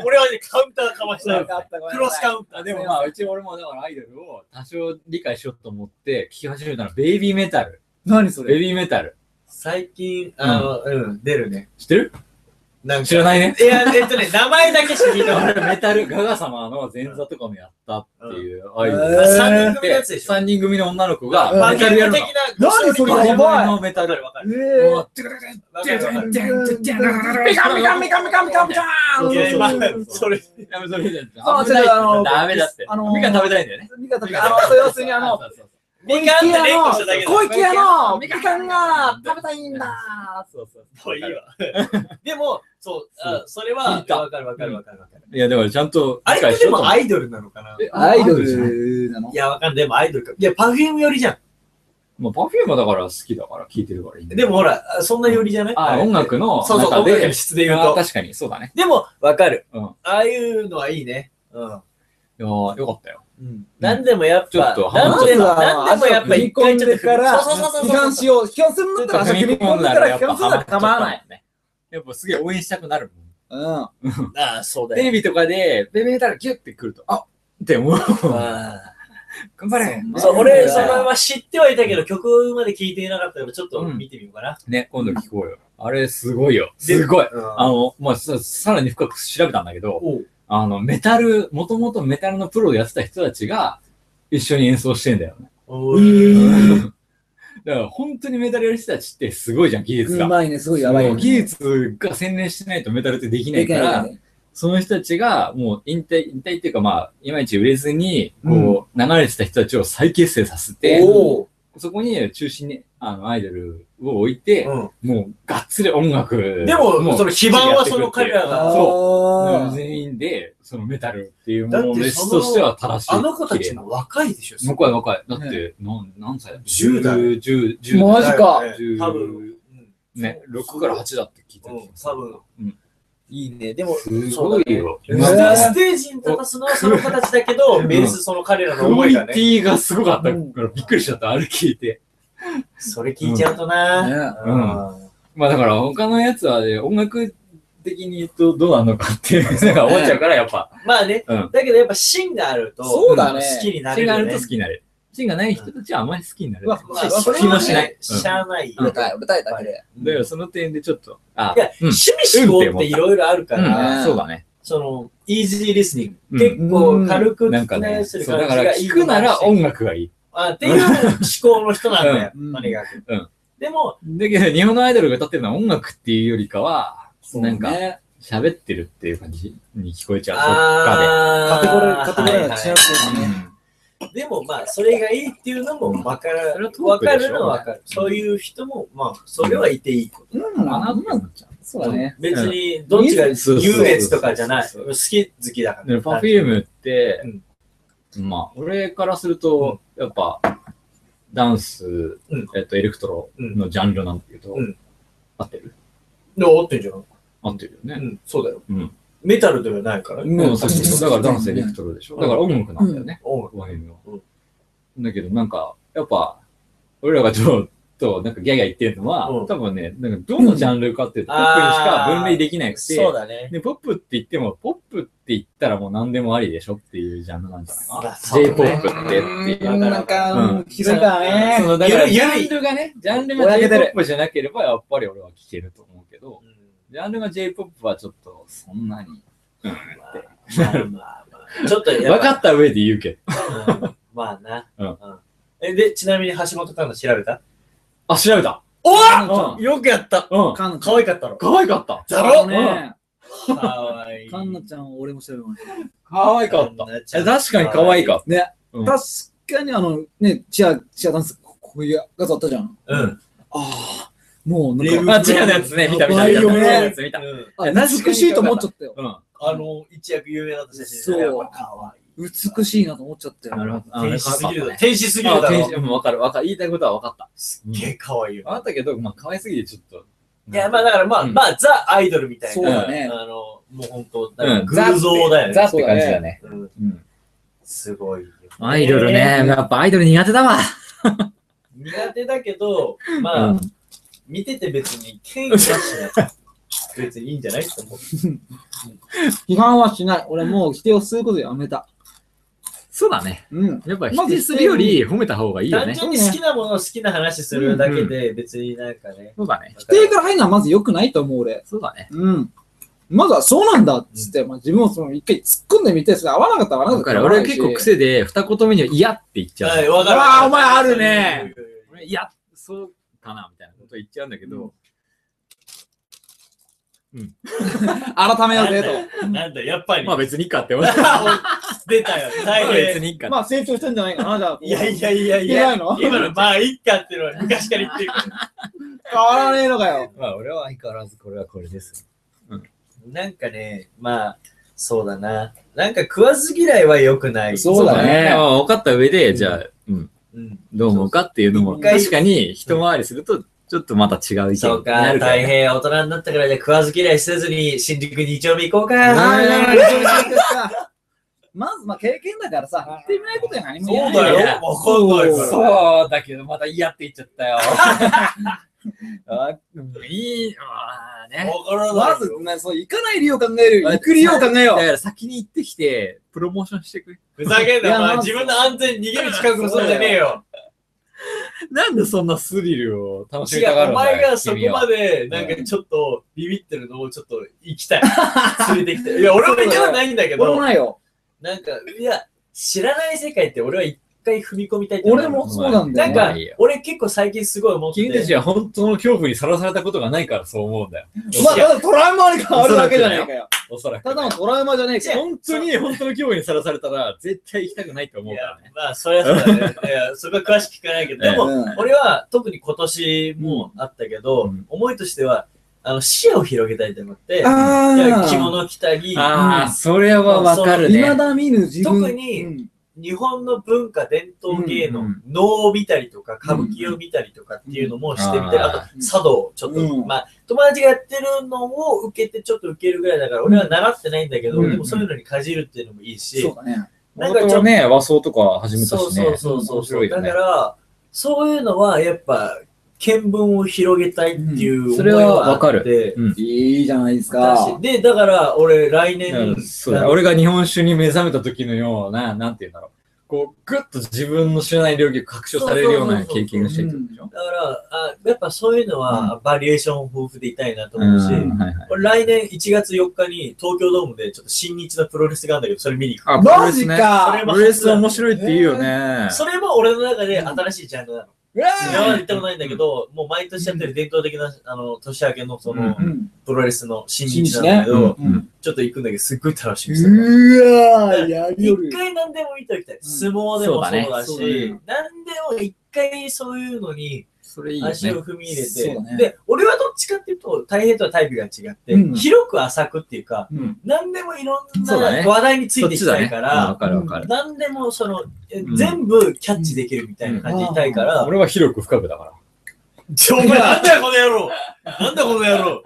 Speaker 2: 俺はね、カウンターかましたよ。クロスカウンター。
Speaker 1: でもまあ、うち俺もだからアイドルを多少理解しようと思って聞き始めたのはベイビーメタル。
Speaker 3: 何そ
Speaker 1: ベイ
Speaker 3: れ
Speaker 1: ビーメタル。
Speaker 2: 最近、あの、うん、出るね。
Speaker 1: 知ってる
Speaker 2: なんか
Speaker 1: 知らないね。
Speaker 2: いや、えっとね、名前だけしか聞いてもら
Speaker 1: 俺
Speaker 2: う。
Speaker 1: メタル、ガガ様の前座とかもやったっていうアイド
Speaker 3: うん
Speaker 1: ル。
Speaker 2: 3人組のやつでしょ。
Speaker 1: 3人組の女の子が
Speaker 3: うん
Speaker 2: バ
Speaker 1: メ
Speaker 2: ケ
Speaker 1: タルや
Speaker 2: ル
Speaker 1: る
Speaker 2: 的
Speaker 1: の
Speaker 2: な。。
Speaker 3: 何それ
Speaker 1: バ
Speaker 3: や
Speaker 1: ケモン
Speaker 3: ばい
Speaker 1: のメタ
Speaker 2: わか
Speaker 1: ル
Speaker 2: る。わかる。
Speaker 3: え
Speaker 1: も
Speaker 3: ー
Speaker 1: うテクテクテク
Speaker 2: わか
Speaker 1: テ
Speaker 2: る
Speaker 1: ク
Speaker 2: わかる。
Speaker 1: テクテクテクテク
Speaker 3: ピカピカピカピカピカピカ
Speaker 1: そうそう
Speaker 2: いや、まあ
Speaker 3: ーン、
Speaker 2: それ、
Speaker 1: やめそれじゃん
Speaker 3: あ
Speaker 1: 危ない
Speaker 3: それあの
Speaker 1: ダメだって。
Speaker 3: あの
Speaker 1: みかん食べたいんだよね。
Speaker 3: 味方ってあの、そう要するにあ
Speaker 1: そ
Speaker 3: の、
Speaker 1: うそうそう
Speaker 2: みかんって連呼しただけだ。
Speaker 3: 小池屋のみかんが食べたいんだ
Speaker 1: そうそう
Speaker 2: もういいわ。でも、そう、あそれは、
Speaker 1: 聞いた
Speaker 2: わかるわかるわかるわかる。
Speaker 1: いや、だからちゃんと
Speaker 2: あれってでもア
Speaker 1: イ
Speaker 2: イドルなのかな
Speaker 3: アイド
Speaker 1: じゃない
Speaker 3: ルなの
Speaker 2: いや、わかんない。でもアイドルか。いや、パフューム寄りじゃん。
Speaker 1: まあ、パフュームだから好きだから聴いてるからいいんだ
Speaker 2: で
Speaker 1: よ
Speaker 2: もほら、そんな寄りじゃない
Speaker 1: あ、音楽の
Speaker 2: そうそう、
Speaker 1: 中
Speaker 2: 音楽
Speaker 1: で
Speaker 2: の、質で言う
Speaker 1: あ
Speaker 2: と。
Speaker 1: 確かに、そうだね。
Speaker 2: でも、わかる。
Speaker 1: うん
Speaker 2: ああいうのはいいね。うん。
Speaker 1: いやーよかったよ。
Speaker 2: うん、何でもやっぱ、
Speaker 1: ちょっと
Speaker 2: 何でも、何でもやっぱ一回ちょっと
Speaker 3: から、
Speaker 2: そうそうそう
Speaker 3: 批
Speaker 2: そう
Speaker 3: 判しよう。批判するんだったら、
Speaker 1: ちょっと
Speaker 3: 踏み込んだら、批判するんだったら構わない。。
Speaker 1: やっぱすげえ応援したくなるもん。
Speaker 3: うん。
Speaker 2: ああ、そうだ
Speaker 1: テレ
Speaker 2: よ。
Speaker 1: ビとかで、ベベータらキュッてくると、あって思う。
Speaker 2: あ
Speaker 1: [LAUGHS] 頑張れ
Speaker 2: あそう俺、その
Speaker 3: れ
Speaker 2: まま知ってはいたけど、曲まで聴いていなかったから、ちょっと見てみようかな。
Speaker 1: ね、今度聞こうよ。あれ、すごいよ。すごい。
Speaker 2: うん
Speaker 1: あの、まあ、ささらに深く調べたんだけど、
Speaker 2: おう
Speaker 1: あの、メタル、もともとメタルのプロでやってた人たちが、一緒に演奏してんだよね。
Speaker 2: おう
Speaker 1: [LAUGHS] だから、本当にメタルやる人たちってすごいじゃん、技術が
Speaker 3: う。まいね、すごいやばいよ
Speaker 1: も
Speaker 3: ね。
Speaker 1: う技術が専念してないとメタルってできないから、
Speaker 3: できないよね
Speaker 1: その人たちが、もう引退、引退っていうかまあ、いまいち売れずに、こう、流れてた人たちを再結成させて、
Speaker 2: おお。
Speaker 1: そこに中心に、あの、アイドルを置いて、
Speaker 2: うん
Speaker 1: もう、がっつり音楽。
Speaker 4: でも、その
Speaker 1: う
Speaker 4: 基盤はその彼らが。
Speaker 1: うん
Speaker 3: そ
Speaker 1: 全員で、そのメタルっていう
Speaker 2: だ
Speaker 1: も
Speaker 2: って
Speaker 1: のの
Speaker 2: そ
Speaker 1: 質
Speaker 2: の
Speaker 1: としては正しい。
Speaker 2: あの子たち
Speaker 1: 綺麗な
Speaker 2: も若いでしょ。
Speaker 1: 若い若い。だって、なん何歳だ
Speaker 2: 10代
Speaker 1: 10、10、
Speaker 3: う。マ
Speaker 1: 10
Speaker 3: ジか。
Speaker 2: だよね
Speaker 1: 10
Speaker 2: 多分。うん
Speaker 1: ね、6から8だって聞いた
Speaker 2: う
Speaker 1: 気
Speaker 2: ん
Speaker 1: が、す
Speaker 2: 多分。いいね。でも、
Speaker 1: る。す
Speaker 2: そ
Speaker 1: ご
Speaker 2: う
Speaker 1: いよ。
Speaker 2: だね
Speaker 3: まあ
Speaker 2: ステ
Speaker 3: ね
Speaker 1: コ
Speaker 2: ステージに立たすのはその子たちだけど、ベースその彼らの思い
Speaker 1: ミ
Speaker 2: が
Speaker 1: ュニテ
Speaker 2: ね。
Speaker 1: ィがすごかったからびっくりしちゃった、あれ聞いて。
Speaker 2: それ聞いちゃうとな。
Speaker 3: ね
Speaker 2: うん
Speaker 1: まあだから他のやつはね、音楽的に言うとどうなのかっていうのが思っちゃうから、やっぱ。
Speaker 2: まあね、
Speaker 1: うん
Speaker 2: だけどやっぱ芯があると、
Speaker 3: そうだね
Speaker 2: 好きになれ
Speaker 1: 芯
Speaker 2: る
Speaker 1: があ
Speaker 2: よ
Speaker 1: る
Speaker 2: ね。
Speaker 1: と好きになる。芯がない人たちはあまり好きになれ
Speaker 3: う
Speaker 1: ない
Speaker 3: わ。
Speaker 2: まあ、
Speaker 3: 好き
Speaker 2: それ
Speaker 1: 気
Speaker 2: は
Speaker 1: もしな
Speaker 2: ね
Speaker 1: い、うん
Speaker 2: しゃあない
Speaker 3: 売
Speaker 2: よ。
Speaker 3: れたい、売れたいだけで。
Speaker 1: だからその点でちょっと、あ
Speaker 2: いや、、
Speaker 1: うん
Speaker 2: 趣味思考っていろいろあるか
Speaker 1: うん
Speaker 2: ら、
Speaker 3: ね
Speaker 1: そうだね。
Speaker 2: その、イージーリスニン
Speaker 1: う
Speaker 2: グ。
Speaker 1: ん
Speaker 2: 結構軽く
Speaker 1: なん
Speaker 2: 聞
Speaker 1: か
Speaker 2: き流
Speaker 1: ね、
Speaker 2: す
Speaker 1: そ
Speaker 2: る
Speaker 1: うだ
Speaker 2: 感じ
Speaker 1: から
Speaker 2: がいい
Speaker 1: 聞くなら音楽がいい。
Speaker 2: あっていう思考の人なんだよ、
Speaker 3: うん
Speaker 2: とにかく。
Speaker 1: うん
Speaker 2: でも、
Speaker 1: だけど、日本のアイドルが歌ってるのは音楽っていうよりかは、なんか、
Speaker 3: ね
Speaker 1: 喋ってるっていう感じに聞こえちゃう。
Speaker 3: カテゴリー、
Speaker 2: あ
Speaker 3: カテゴリーが違うってい
Speaker 2: は
Speaker 1: そっ
Speaker 3: う
Speaker 1: か
Speaker 3: か
Speaker 1: で
Speaker 3: ね。
Speaker 2: いはいでもまあ、それがいいっていうのもわ
Speaker 1: そ
Speaker 2: か
Speaker 1: れは
Speaker 2: る。
Speaker 1: トー
Speaker 2: わ
Speaker 1: ク
Speaker 2: か
Speaker 1: でしょ
Speaker 2: るのはわかる。そういう人も、まあ、それはいていいこと。
Speaker 3: うん、
Speaker 1: かな
Speaker 3: う
Speaker 1: って
Speaker 3: ん
Speaker 1: なっちゃう。
Speaker 3: そうだね。
Speaker 2: 別に、どっちが優
Speaker 1: そうそうそう
Speaker 2: 越とかじゃない。
Speaker 1: そう
Speaker 2: 好き好きだから。
Speaker 1: で、パフィームって
Speaker 2: うん、
Speaker 1: まあ、俺からすると、やっぱ、ダンス
Speaker 2: うん、
Speaker 1: えっと、エレクトロのジャンルなんだけど
Speaker 2: うん、
Speaker 1: 合ってる
Speaker 2: でも合ってんじゃん。
Speaker 1: 合ってるよ
Speaker 2: う
Speaker 1: ね。
Speaker 2: ん、そうだよ。
Speaker 1: うん。
Speaker 2: メタルではないからね。
Speaker 3: ん
Speaker 1: うん、そうそうだからダンス、
Speaker 3: う
Speaker 1: エ
Speaker 3: ん
Speaker 1: レクトロでしょ。だから音楽なんだよね。
Speaker 2: 音楽
Speaker 1: この辺の。だけど、なんか、やっぱ、俺らがちょっと、なんかギャーギャー言ってるのは、
Speaker 2: うん
Speaker 1: 多分ね、なんかどのジャンルかっていうと、ポップにしか分類できなくて、
Speaker 2: そうだね。
Speaker 1: で、ポップって言っても、ポップって言ったらもう何でもありでしょっていうジャンルなんじゃないかな。
Speaker 2: そうだ
Speaker 1: J-POP
Speaker 2: ね
Speaker 1: ってっていう。
Speaker 3: なん
Speaker 1: う
Speaker 3: か
Speaker 1: ん、
Speaker 3: 広いから
Speaker 1: そ
Speaker 3: ね。
Speaker 1: のだから、
Speaker 2: ゆる
Speaker 1: ジャ
Speaker 2: ゆるい
Speaker 1: ンルがね、ジャンル
Speaker 3: ぼ
Speaker 1: が
Speaker 3: やけてる
Speaker 1: J-POP じゃなければ、やっぱり俺は聞けると思うけど、ジャンルが J-POP はちょっと、そんなに。
Speaker 2: まあまあまあ。ちょっとや
Speaker 1: 分
Speaker 2: っ
Speaker 1: か
Speaker 2: ぱ
Speaker 1: った上で言うけど。
Speaker 2: うんまあな。
Speaker 1: うん
Speaker 2: え、で、ちなみに橋本環奈調べた
Speaker 1: あ、調べた
Speaker 2: お
Speaker 1: わ
Speaker 2: よくやった
Speaker 1: うん。
Speaker 3: かん
Speaker 2: 可愛かったろ
Speaker 1: 可愛かった
Speaker 2: だろ
Speaker 3: あのね
Speaker 2: かわいい。
Speaker 3: かんなちゃんは俺も調べました。
Speaker 1: 可愛かった。え確かに可愛い
Speaker 2: か
Speaker 1: か。
Speaker 3: ね、
Speaker 1: うん
Speaker 3: 確かにあの、ね、チア、チアダンス、こういうやつあったじゃん。
Speaker 2: った。うん。
Speaker 3: ああ、もう
Speaker 1: あ、
Speaker 3: な
Speaker 1: 違
Speaker 3: ん
Speaker 1: う
Speaker 3: か、
Speaker 1: やつね、見た見た見た。
Speaker 3: 可愛いよ
Speaker 1: 違
Speaker 3: ね
Speaker 1: うやつ見た。
Speaker 2: うん
Speaker 3: あ
Speaker 1: いや
Speaker 3: 美
Speaker 1: 確かに
Speaker 3: しいと思っちゃったよ。
Speaker 1: うん。
Speaker 2: あの、一躍有名だった写真
Speaker 3: そう
Speaker 2: やっぱ可愛い。
Speaker 3: 美しいなと思っちゃったよ。
Speaker 1: なるほど。あ
Speaker 2: 天使すぎるだろ。
Speaker 1: ね。
Speaker 2: 天使すぎる
Speaker 1: あ、
Speaker 2: だ
Speaker 1: 天
Speaker 2: ろ
Speaker 1: 使、。うんわかるわかる。言いたいことは分かった。
Speaker 2: すっげえ可愛いよ。
Speaker 1: 分かったけど、まあ、可愛すぎてちょっと。
Speaker 2: いや、まあだからまあ、
Speaker 1: うん
Speaker 2: まあ、ザ・アイドルみたいな。
Speaker 3: そうだね
Speaker 2: あの、もう本当、
Speaker 1: うん
Speaker 2: 偶像だよ
Speaker 1: ザ
Speaker 2: ね。
Speaker 1: って感じだね。
Speaker 2: うん
Speaker 1: うん
Speaker 2: すごいよ。
Speaker 1: アイドルね、やっぱアイドル苦手だわ。
Speaker 2: 苦手だけど、ま
Speaker 1: う
Speaker 2: あ
Speaker 1: ん、
Speaker 2: 見てて別に、権威はしない。 [LAUGHS] 別にいいんじゃないと思う。
Speaker 3: 批判はしない。俺もう否定をすることやめた。
Speaker 1: そうだね。
Speaker 3: うん。
Speaker 1: やっぱ否定するより褒めた方がいいよ
Speaker 2: 単
Speaker 1: ね。
Speaker 2: 純に好きなものを好きな話するだけで、別になんかね。
Speaker 1: そうだね。
Speaker 2: 否
Speaker 3: 否定から入るのはまず良くないと思う、俺。
Speaker 1: そうだね。
Speaker 3: うん。まずはそうなんだっつって、まあ、自分もその一回突っ込んでみて、それ合わなかったら合わな
Speaker 1: だ
Speaker 3: か
Speaker 1: から
Speaker 3: ったら合わ
Speaker 1: 俺
Speaker 3: な
Speaker 1: はい
Speaker 3: し。
Speaker 1: 結構癖で、二言目には嫌って言っちゃう。
Speaker 2: はい、わかる。
Speaker 1: うわーお前あるね。俺いや、そうかなみたいなこと言っちゃうんだけど、
Speaker 3: 改めよう
Speaker 1: [LAUGHS]
Speaker 3: ぜ
Speaker 2: なんだ、やっぱり
Speaker 1: ま。あ別にいいかって [LAUGHS] 思って。
Speaker 2: [LAUGHS] 出たよ。大
Speaker 1: まあ別
Speaker 2: 変。
Speaker 1: にいいか
Speaker 3: と。
Speaker 1: な。
Speaker 3: まあ成長したんじゃないかな、じゃあ。
Speaker 2: いやいやいやい
Speaker 3: いな
Speaker 2: や
Speaker 3: い。の
Speaker 2: 今の、まあ、いっかっていうのは昔から言ってるから。
Speaker 3: 変わらねえのかよ。
Speaker 1: まあ俺は相変わらずこれはこれです。
Speaker 2: なんかね、まあ、そうだな。なんか食わず嫌いは良くない。
Speaker 3: そうだね
Speaker 1: まあ分かった上で、
Speaker 2: ん
Speaker 1: じゃあ、うん、
Speaker 2: うん。
Speaker 1: どう思うかっていうのも、
Speaker 3: 一
Speaker 2: 回
Speaker 1: 確かに一回りすると、ちょっとまた違う意見に
Speaker 2: そう
Speaker 1: な
Speaker 2: か、
Speaker 1: るから
Speaker 2: 大
Speaker 1: ね。
Speaker 2: 変大人になったからじゃあ食わず嫌いせずに新宿二丁目行こう
Speaker 3: あ
Speaker 2: か。
Speaker 3: あ、い
Speaker 2: な
Speaker 3: やいやいやいやいやまず、まあ経験だからさ、言ってみないことや何も言えない
Speaker 1: そうだよ
Speaker 2: わかんないから。
Speaker 1: そうだけど、また嫌って言っちゃったよ。あ [LAUGHS] うんいい、あーね。
Speaker 2: わから
Speaker 3: ま
Speaker 2: ない
Speaker 3: ず、
Speaker 2: よ。
Speaker 3: まあそう、行かない理由を考える。行く理由を考えよ
Speaker 1: だ
Speaker 3: う。
Speaker 1: から先に行ってきて、プロモーションしてくれ。
Speaker 2: ふざけん
Speaker 3: い
Speaker 2: な、
Speaker 3: や
Speaker 2: お前
Speaker 3: まず
Speaker 2: 自分の安全に逃げる近くもそうじゃねえよ。
Speaker 1: なんでそんなスリルを楽しみ
Speaker 2: 違
Speaker 1: たが
Speaker 2: う、
Speaker 1: る
Speaker 2: お
Speaker 1: んだよ
Speaker 2: 前がそこ
Speaker 1: 君は
Speaker 2: まで、なんかちょっとビビってるのをちょっと行きたい。連れてきて。いや、俺も行きたくないんだけ
Speaker 3: 俺
Speaker 2: ど
Speaker 3: も。ないよ。
Speaker 2: なんか、いや、知らない世界って俺は一回踏み込みたいってなる
Speaker 3: 俺もそうなんだ
Speaker 2: な
Speaker 3: よ、
Speaker 2: ん
Speaker 3: ね。
Speaker 2: か、俺結構最近すごい思って。
Speaker 1: 君たちは本当の恐怖にさらされたことがないからそう思うんだよ。
Speaker 3: まあ、ただトラウマに変わるだけじゃねえかよ。
Speaker 1: おそらく。
Speaker 3: ただのトラウマじゃねえかよ。
Speaker 1: 本当に本当の恐怖にさらされたら絶対行きたくないと思
Speaker 2: いう
Speaker 1: から
Speaker 2: や
Speaker 1: ね。、
Speaker 2: まあ、そりゃそう
Speaker 1: [LAUGHS]
Speaker 2: だね。いや、そこは詳しく聞かないけど、でも、
Speaker 3: うん
Speaker 2: 俺は特に今年もあったけ
Speaker 1: う
Speaker 2: ど、
Speaker 1: ん
Speaker 2: 思いとしては、あの、視野を広げたいと思って、
Speaker 3: あ
Speaker 2: いや
Speaker 3: ー
Speaker 2: 着物着たり、
Speaker 1: ああ、それはわかる
Speaker 3: 未
Speaker 1: ね。
Speaker 3: だ見ぬ自分。
Speaker 2: 特に
Speaker 3: うん
Speaker 2: 日本の文化、伝統芸
Speaker 1: う
Speaker 2: 能
Speaker 1: んうん、
Speaker 2: 能を見たりとか、歌舞伎を見たりとかっていうのもしてみたり、
Speaker 1: うん
Speaker 2: あと茶道、ちょっと、
Speaker 3: うん
Speaker 2: まあ、友達がやってるのを受けて、ちょっと受けるぐらいだから、俺は習ってないんだけど、
Speaker 1: うん
Speaker 2: でもそういうのにかじるっていうのもいいし、
Speaker 3: そうだね。
Speaker 2: なん
Speaker 1: 本
Speaker 2: かちょっ
Speaker 1: 当
Speaker 2: と
Speaker 1: はね、和装とか始めた
Speaker 2: そう
Speaker 1: し
Speaker 2: そう
Speaker 1: ね。
Speaker 2: そうそう
Speaker 1: 面白い
Speaker 2: だ
Speaker 1: よ
Speaker 2: か
Speaker 1: ね。
Speaker 2: ら、そういうのはやっぱ、見聞を広げたいっていう
Speaker 1: うんそ
Speaker 2: 思い
Speaker 1: れは
Speaker 2: はあ
Speaker 1: わか
Speaker 2: っ
Speaker 1: る
Speaker 2: て、
Speaker 3: いいじゃないです
Speaker 2: だし
Speaker 3: か。
Speaker 2: で、だから俺来
Speaker 1: う
Speaker 2: 年、
Speaker 1: んそうだ俺が日本酒に目覚めた時のような、なんて言うんだろう。こう、ぐっと自分の知らない領域が拡張されるような経験をしていくんでしょ。
Speaker 2: だからあ、やっぱそういうのはバリエーション豊富でいたいなと
Speaker 1: うん
Speaker 2: 思うし、
Speaker 1: はいはい。
Speaker 2: 俺来年1月4日に東京ドームでちょっと新日のプロレスがあるんだけど、それ見に行く。
Speaker 1: あ
Speaker 3: マジ
Speaker 2: それ
Speaker 3: か
Speaker 2: も
Speaker 1: プロレス面白いって言うよね。
Speaker 2: それも俺の中で新しいジャンルなの。
Speaker 3: うわ
Speaker 2: 今まで行ったことないんだけど、もう毎年やってる伝統的な、あの、年明けのその
Speaker 3: ーう、ん
Speaker 2: プロレスの新日なんだけど、
Speaker 1: うんうん
Speaker 2: ちょっと行くんだけど、すっごい楽しみにしてる。
Speaker 3: うわーやりよる
Speaker 2: 一。回何でも見ておきたい。
Speaker 3: ん
Speaker 2: 相撲でもそうだ
Speaker 3: そ
Speaker 2: し、
Speaker 3: うだね
Speaker 2: 何でも一回そういうのに
Speaker 1: それいいよね。
Speaker 2: 足を踏み入れ
Speaker 3: そう
Speaker 2: て、
Speaker 3: だね
Speaker 2: で、俺はどっちかっていうと、大変とはタイプが違って、
Speaker 3: うん
Speaker 2: 広く浅くっていうか、
Speaker 1: うん
Speaker 2: 何でもいろんな
Speaker 1: そうだね
Speaker 2: 話題につ
Speaker 1: そ
Speaker 2: い
Speaker 1: って
Speaker 2: い
Speaker 1: ち
Speaker 2: き
Speaker 1: だ
Speaker 2: た
Speaker 1: ね。
Speaker 2: い
Speaker 1: うん
Speaker 2: から、
Speaker 1: わかるわかる。
Speaker 2: 何でもその、え
Speaker 1: うん
Speaker 2: 全部キャッチできるみたいな感じでいたいから、
Speaker 1: 俺は広く深くだから。
Speaker 2: ちょお前なんだよこの野郎なんだこの野郎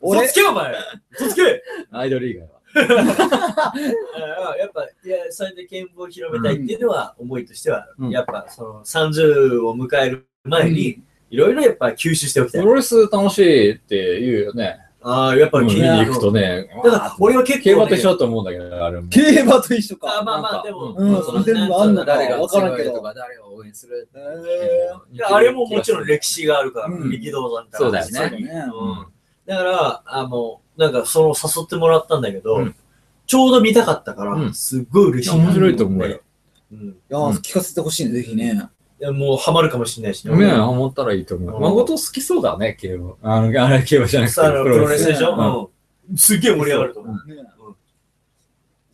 Speaker 2: 嘘つけお前嘘つけ
Speaker 1: アイドル以外は。
Speaker 2: だからやっぱいやそれで見聞を広めたいっていうのは思いとしては、
Speaker 1: うん
Speaker 2: やっぱその30を迎える前に、いろいろやっぱ吸収してお
Speaker 1: プ
Speaker 2: きたい。
Speaker 1: ロレス楽しいって言うよね。
Speaker 2: ああ、やっぱ
Speaker 1: うん見
Speaker 2: 気
Speaker 1: に
Speaker 2: になる
Speaker 1: 行くとね。
Speaker 2: だから俺は結構、
Speaker 1: 競馬と一緒だと思うんだけど、あれも。
Speaker 3: 競馬と一緒
Speaker 2: あ
Speaker 3: か。
Speaker 2: まあま
Speaker 1: なんか
Speaker 2: あ、でも、
Speaker 3: うん
Speaker 2: その
Speaker 3: 全部あんのか
Speaker 2: 誰が
Speaker 3: わからんけ
Speaker 1: 強
Speaker 3: ど
Speaker 1: いとか誰を応援する
Speaker 3: へ
Speaker 2: いやあれももちろん歴史があるから、
Speaker 3: うん
Speaker 2: 力道山から。
Speaker 1: そうだよ
Speaker 3: ーそうだ
Speaker 1: ね
Speaker 3: ね。
Speaker 2: うんだから、あの、なんかその誘ってもらったんだけど、
Speaker 1: うん
Speaker 2: ちょうど見たかったから、
Speaker 1: うん
Speaker 2: すっごい嬉しい。
Speaker 1: 面白いと思うよ。
Speaker 2: うん。
Speaker 3: いやー、聞かせてほしいね、ぜひね。
Speaker 2: いやもうハマるかもしれないしね。
Speaker 1: ねえ、思ったらいいと思
Speaker 2: う
Speaker 1: う。
Speaker 2: ん
Speaker 1: 誠好きそうだね、競馬。あの、あれ競馬じゃなくて、
Speaker 2: さ [LAUGHS] あ、プロレスでし
Speaker 1: うん
Speaker 2: ょ、うん、すっげえ盛り上がると思う。
Speaker 3: ね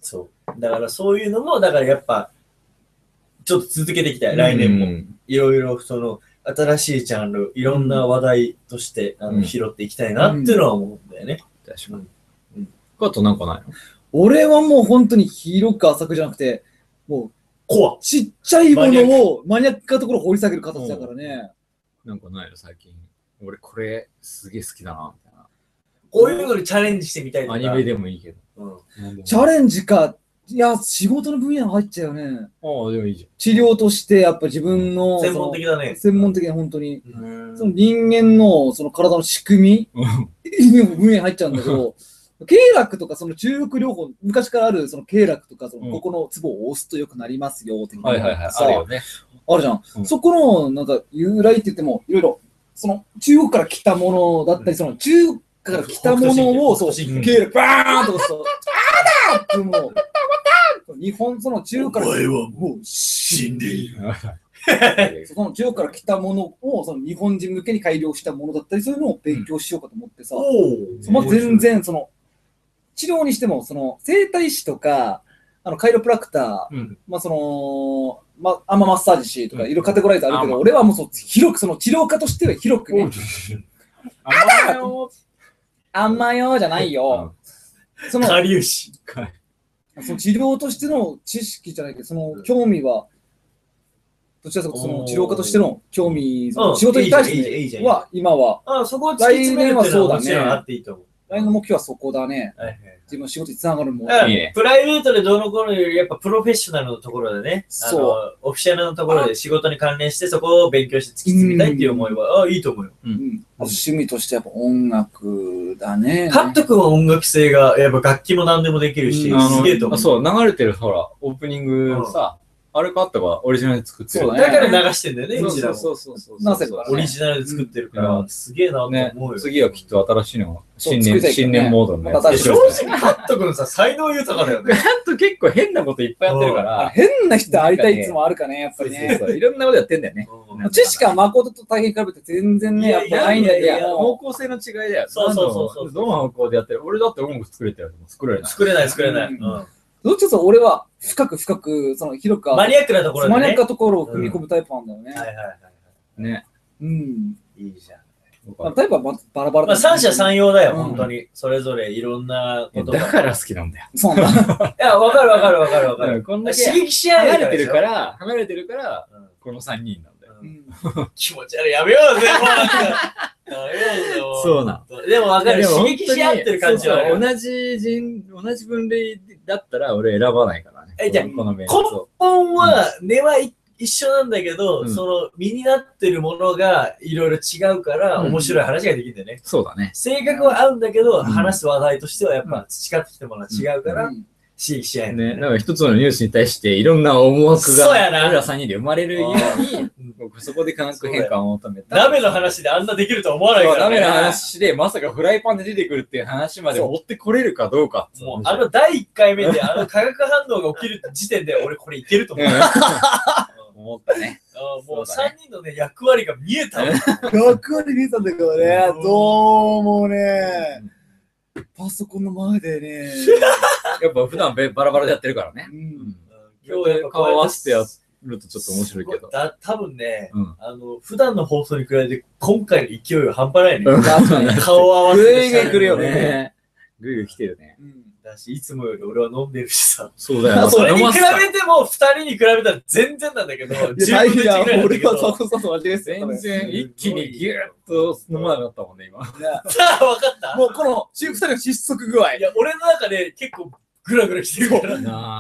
Speaker 2: そう。だからそういうのも、だからやっぱ、ちょっと続けていきたい。来年も。
Speaker 1: も。
Speaker 2: いろいろその、新しいジャンル、いろんな話題として、あ
Speaker 1: う
Speaker 2: の
Speaker 1: ん
Speaker 2: 拾っていきたいなっていうのは思うんだよね。
Speaker 1: 確かに
Speaker 2: うん。
Speaker 1: あとなんかないの
Speaker 3: 俺はもう本当に広く浅くじゃなくて、も
Speaker 2: コア
Speaker 3: うちっちゃいものをマニアックなところを掘り下げる形だからね。
Speaker 1: なんかないの最近。俺これすげえ好きだな、みたい
Speaker 2: こういうのにチャレンジしてみたいと
Speaker 1: な。
Speaker 2: か。
Speaker 1: アニメでもいいけど。
Speaker 2: うん。うん。
Speaker 3: チャレンジか。いや、仕事の分野に入っちゃうよね。
Speaker 1: ああ、でもいいじ
Speaker 3: 治療として、やっぱ自分の、
Speaker 2: 専門的だね。
Speaker 3: 専門的な本当に。
Speaker 2: うん
Speaker 3: その人間のその体の仕組
Speaker 1: ゃん。うん
Speaker 3: み、 [LAUGHS] 分野に入っちゃうんだけど、経絡とかその中国療法、昔からあるその経絡とか、その
Speaker 1: うん
Speaker 3: ここのツボを押すと良くなりますよ、的な。
Speaker 1: [LAUGHS] はいはいはい。
Speaker 3: さ
Speaker 1: あるよね。
Speaker 3: あるじゃん。
Speaker 1: うん
Speaker 3: そこの、なんか、由来って言っても、いろいろ、その、中国から来たものだったり、その、中国から来たものを、そう、
Speaker 2: 北
Speaker 3: 経
Speaker 2: 斗
Speaker 1: 神拳
Speaker 3: 絡、バーンと押すと、あーだってもう、日本、その中国から、
Speaker 2: は
Speaker 3: もう、死んでいる。
Speaker 1: う
Speaker 2: [LAUGHS]
Speaker 3: その中国から来たものを、その日本人向けに改良したものだったり、そういうのを勉強しようかと思ってさ、
Speaker 2: お
Speaker 1: そ
Speaker 2: お。
Speaker 3: まあ、全然、その、治療にしても、その、整体師とか、あの、カイロプラクター、
Speaker 1: ん。
Speaker 3: まあその、まあ、アママッサージ師とか
Speaker 1: うん
Speaker 3: いろいろカテゴライズあるけど、俺はもうそう広く、その治療家としては広くね、
Speaker 1: あだよ
Speaker 3: あんまよじゃないよ。その、
Speaker 2: 下流し。
Speaker 3: その治療としての知識じゃないけど、その興味は、どちらかというとその治療家としての興味、その仕事に対
Speaker 2: いいじゃんいい
Speaker 3: し
Speaker 2: じゃ
Speaker 3: て
Speaker 2: んいいじゃん
Speaker 3: は、今は、
Speaker 2: あそこを突き詰めるっていうのはもちろんあっていいと思う。
Speaker 3: 来年の目標はそこだね。
Speaker 2: はいはい
Speaker 3: 自分の仕事につながるもん。
Speaker 2: だから
Speaker 1: いいね
Speaker 2: プライベートでどうの頃よりやっぱプロフェッショナルのところでね、
Speaker 3: そう
Speaker 2: あのオフィシャルのところで仕事に関連してそこを勉強して突き詰めたいっていう思いは、あいいと思うよ。
Speaker 3: うんあと趣味としてやっぱ音楽だね。
Speaker 2: カット君は音楽性が、やっぱ楽器も何でもできるし、
Speaker 3: うん
Speaker 2: すげえと
Speaker 1: あ
Speaker 2: 思う。
Speaker 1: そう、流れてるほら、オープニングさ、あれ買ったからオリジナルで作ってる。
Speaker 3: そう
Speaker 2: だから流してんだよね、
Speaker 3: そう
Speaker 2: ちら
Speaker 3: う
Speaker 2: も。
Speaker 3: そうそうそう。なせ
Speaker 1: そう
Speaker 3: か
Speaker 1: そうそう
Speaker 2: オリ
Speaker 3: らね。
Speaker 2: ジナルで作ってるから、
Speaker 1: うん
Speaker 2: すげえなと思う
Speaker 1: ね
Speaker 2: よ。、
Speaker 1: 次はきっと新しいの、新
Speaker 3: そう作
Speaker 1: 年、
Speaker 3: りたいけど
Speaker 1: 新
Speaker 3: ね
Speaker 1: 年モードのやつ
Speaker 3: また
Speaker 1: でし
Speaker 2: 正
Speaker 1: ょ。
Speaker 2: 直、カット君さ、才能豊かだよね。
Speaker 1: ちゃんと結構変なこといっぱいやってるか
Speaker 3: あ
Speaker 1: ら、
Speaker 3: 変な人ありたいっつもあるかね、やっぱりね。
Speaker 1: そうそういろんなことやってんだよね。
Speaker 2: うん
Speaker 3: 知識は誠と大変比べて全然ね、やっぱないんだ
Speaker 2: いやいやい
Speaker 3: け
Speaker 2: や
Speaker 3: ど。
Speaker 1: 方向性の違いだよ。
Speaker 2: そうそうそうそう
Speaker 1: どの方向でやってる俺だって音楽作れてるもん作れない。
Speaker 2: 作れない、作れない。
Speaker 3: うん
Speaker 2: うん
Speaker 3: どっちかというと俺は深く深く、その広く、
Speaker 2: マニアックなところでね。
Speaker 3: マニアックなところを組み込むタイプなんだよ
Speaker 2: はい
Speaker 3: ね。
Speaker 2: はいはいは
Speaker 1: ね。
Speaker 3: うん。
Speaker 2: い。いいじゃん。
Speaker 3: まあタイプはまバラバラ
Speaker 2: まあ、三者
Speaker 3: ん。
Speaker 2: 三様だよ、
Speaker 3: うん
Speaker 2: 本当に。それぞれいろんなことが。
Speaker 1: だから好きなんだよ。
Speaker 3: そうなんだ。
Speaker 2: いや、わかるわかるわかるわか
Speaker 1: う
Speaker 2: る。
Speaker 1: んこんだ
Speaker 2: 刺
Speaker 1: け
Speaker 2: 激し合え
Speaker 1: 離れてるからら、離れてるから、
Speaker 2: でしょ。
Speaker 1: この3人なんだよ。
Speaker 2: うん
Speaker 3: うん
Speaker 2: 気持ち悪い。やめようぜ、
Speaker 1: [LAUGHS]
Speaker 2: もうなんか。やめようぜ、も
Speaker 1: そうなん。
Speaker 2: う。でもわかる。
Speaker 1: でも
Speaker 2: 刺激し合ってる感じはあ
Speaker 1: そうそう
Speaker 2: る。
Speaker 1: 同じ人、同じ分類だったら俺選ばないからね。
Speaker 2: えじゃあ
Speaker 1: このこのメンツ
Speaker 2: こ
Speaker 1: を
Speaker 2: の本は、根はい一緒なんだけど、
Speaker 1: うん
Speaker 2: その、身になってるものがいろいろ違うから、
Speaker 1: うん
Speaker 2: 面白い話ができるんだよね。
Speaker 1: そうだね。
Speaker 2: 性格は合うんだけど、
Speaker 1: ん
Speaker 2: 話す話題としてはやっぱ培ってきたものは違うから、刺激し合え
Speaker 1: ね、
Speaker 2: る。
Speaker 1: だから一つのニュースに対していろんな思惑が
Speaker 2: そうやな
Speaker 1: 俺ら3人で生まれるように
Speaker 2: [LAUGHS] うん、
Speaker 1: 僕そこで化学変化を求めた。
Speaker 2: 鍋の話であんなできるとは思わない
Speaker 1: そう
Speaker 2: から、
Speaker 1: ダ
Speaker 2: ね。
Speaker 1: メな話で、まさかフライパンで出てくるっていう話まで持ってこれるかどうかっていう
Speaker 2: もうあの第1回目であの化学反応が起きる時点で俺これいけると思う。
Speaker 1: うん [LAUGHS] 思ったね。
Speaker 2: あーもう
Speaker 1: そうだ
Speaker 2: 3人のね、役割が見えたもん。
Speaker 3: 楽に見えたんだけどね、どうもね、パソコンの前でね、
Speaker 1: やっぱ普段べバラバラでやってるからね。
Speaker 3: う
Speaker 1: うんん。
Speaker 2: 今日やっぱ
Speaker 1: 顔合わせてや
Speaker 2: ち
Speaker 1: るとちょっと面白いけど。
Speaker 2: だ多分ね、
Speaker 1: うん
Speaker 2: あの、普段の放送に比べて今回の勢いが半端ないね。
Speaker 3: 確かに。
Speaker 2: 顔合わせ
Speaker 3: ぐ
Speaker 2: て
Speaker 3: いぐい来るよね。
Speaker 1: ねぐいぐい来てるね。
Speaker 3: うん
Speaker 2: だし、いつもより俺は飲んでるしさ。
Speaker 1: そうだよ。
Speaker 2: それに
Speaker 1: 飲ま
Speaker 2: 比
Speaker 1: せた
Speaker 2: べても、二人に比べたら全然なんだけど、
Speaker 3: いや、
Speaker 2: 10
Speaker 3: 大
Speaker 2: 分の1
Speaker 3: 変
Speaker 2: ぐらいな
Speaker 3: や、
Speaker 2: んだ
Speaker 3: 俺
Speaker 2: けど
Speaker 3: はそこそこ間違えてた
Speaker 1: 全
Speaker 3: ね
Speaker 1: 然一気にギューッと飲まなかったもんね、今。
Speaker 2: さあ、わかった
Speaker 3: もうこの、シフトの失速具
Speaker 2: [LAUGHS]
Speaker 3: 合。
Speaker 2: いや、俺の中で結構グラグラしてるから。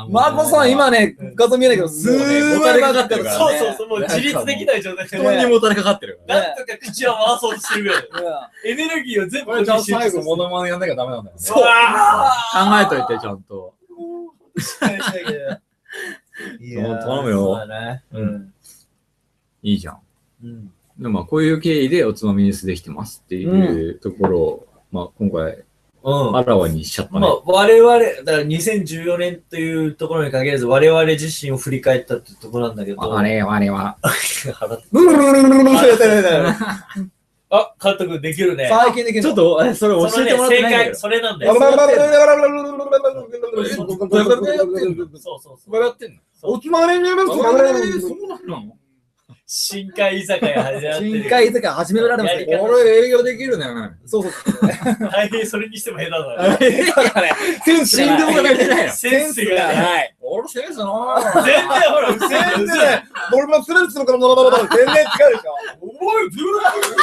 Speaker 3: マーコさん、今ね、画像見えないけど、すーごい曲がってるから。
Speaker 2: そうそうそう、もう自立できない状態で、
Speaker 1: 人にもたれかかってるからね。
Speaker 2: なんとか口を回そうとしてるぐらいだよ。エネルギーを全部
Speaker 1: これちゃんと最後
Speaker 2: そ
Speaker 1: モノマネやんなきゃダメなんだよね。
Speaker 2: う。あ
Speaker 1: 考えといて、ちゃんと。
Speaker 2: ーい
Speaker 1: そう頼むよ
Speaker 2: そうだねうん。
Speaker 1: いいじゃん。
Speaker 2: うん。
Speaker 1: でもまあ、こういう経緯でおつまみニュースできてますっていうところを、まあ、今回、あらわにしちゃった
Speaker 2: ま
Speaker 1: ね。
Speaker 2: あ、我々、だから2014年というところに限らず、我々自身を振り返ったってところなんだけど、
Speaker 1: あれ、あれは。
Speaker 2: 払って
Speaker 3: 最
Speaker 2: あ、監督できるね。
Speaker 3: 近できる
Speaker 1: ちょっと、えそれ教
Speaker 2: その
Speaker 1: え
Speaker 2: ね
Speaker 1: てもらってないん
Speaker 2: 正
Speaker 1: だけ
Speaker 2: 解、
Speaker 1: ど。
Speaker 2: それなんだよ。そうそうそう。
Speaker 1: やってんの
Speaker 2: そう
Speaker 3: つまみに
Speaker 1: そうなの
Speaker 2: 深海居酒屋始まってる。
Speaker 3: 深海とか始められま
Speaker 2: や
Speaker 3: す
Speaker 2: り
Speaker 3: よ。
Speaker 2: 方
Speaker 1: 俺営業できるね。
Speaker 3: そうそう。
Speaker 2: 大変それにしても下手だね。
Speaker 3: だからね、センス
Speaker 1: 振動がで
Speaker 3: [LAUGHS]
Speaker 1: きないの。
Speaker 2: センスがね。
Speaker 3: ない。
Speaker 1: 俺センスな
Speaker 2: 全然ほら、全然。
Speaker 3: 全然、俺もスルスルから全然違うでしょ。
Speaker 2: お前、ず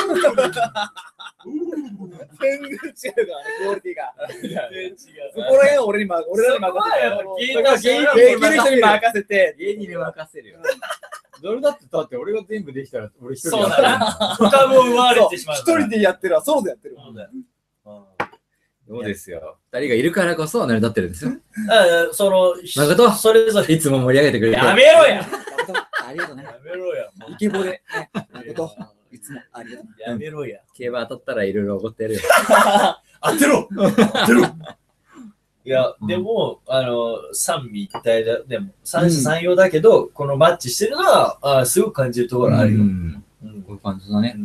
Speaker 3: 全然違うからね、クオリティが。
Speaker 2: 全然違う
Speaker 3: そ。こら辺は俺にま、俺らに任せて。芸人の人に任せて。
Speaker 1: 芸人に任せるよ。どれだってだって俺が全部できたら俺一人
Speaker 2: そう
Speaker 1: だ
Speaker 2: だ深みを奪われてしまう。
Speaker 3: 一人。でやってるわ、ソロでやってるわ。
Speaker 2: そうだよ。うん
Speaker 1: そうですよ。二人がいるからこそ成り立ってるんですよ。
Speaker 2: あその、
Speaker 1: 誠
Speaker 2: それぞれ。
Speaker 1: いつも盛り上げてくれて。
Speaker 2: やめろや
Speaker 3: ありがとうね。
Speaker 2: やめろや
Speaker 3: イケボで、ね、誠、いつもありがとう。
Speaker 2: やめろや。
Speaker 1: 競馬当たったらいろいろ怒ってやるよ。
Speaker 2: 当てろ [LAUGHS] 当てろいや、
Speaker 1: うん
Speaker 2: でも、あの、三位一体だ、でも、三者三様だけど、このマッチしてるのは、あすごく感じるところあるよ。
Speaker 1: ん。
Speaker 2: うん。
Speaker 1: こういう感じだね。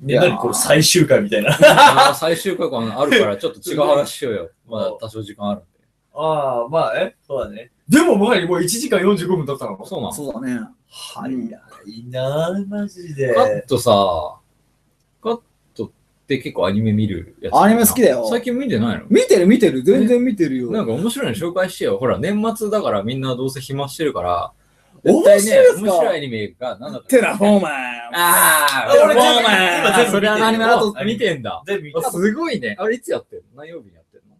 Speaker 2: で、
Speaker 1: いやー
Speaker 2: 何これ最終回みたいな。
Speaker 1: あー最終回あるからちょっと違う話しようよ。まだ多少時間あるんで。
Speaker 2: ああ、まあ、えそうだね。でも前にもう1時間45分経ったの
Speaker 1: そうなの
Speaker 3: そうだね。
Speaker 2: 早いなあマジで。
Speaker 1: カットさ、カットって結構アニメ見るやつ
Speaker 3: アニメ好きだよ
Speaker 1: 最近見てないの
Speaker 3: 見てる見てる、全然見てるよ。
Speaker 1: なんか面白いの紹介してよ。ほら、年末だからみんなどうせ暇してるから、
Speaker 3: 面
Speaker 1: 絶
Speaker 3: 白い
Speaker 1: 対
Speaker 3: っす
Speaker 1: ね、
Speaker 3: か
Speaker 1: 面白いアニメが何だった
Speaker 3: テラフォーマー。
Speaker 1: あ
Speaker 2: あ俺
Speaker 3: もう
Speaker 2: 全部
Speaker 3: お前
Speaker 2: 今全部
Speaker 1: それはアニメだと見
Speaker 2: 見てる
Speaker 1: てんだ。
Speaker 2: 全部見てる
Speaker 1: あすごいね。あれいつやってんの何曜日にやってんの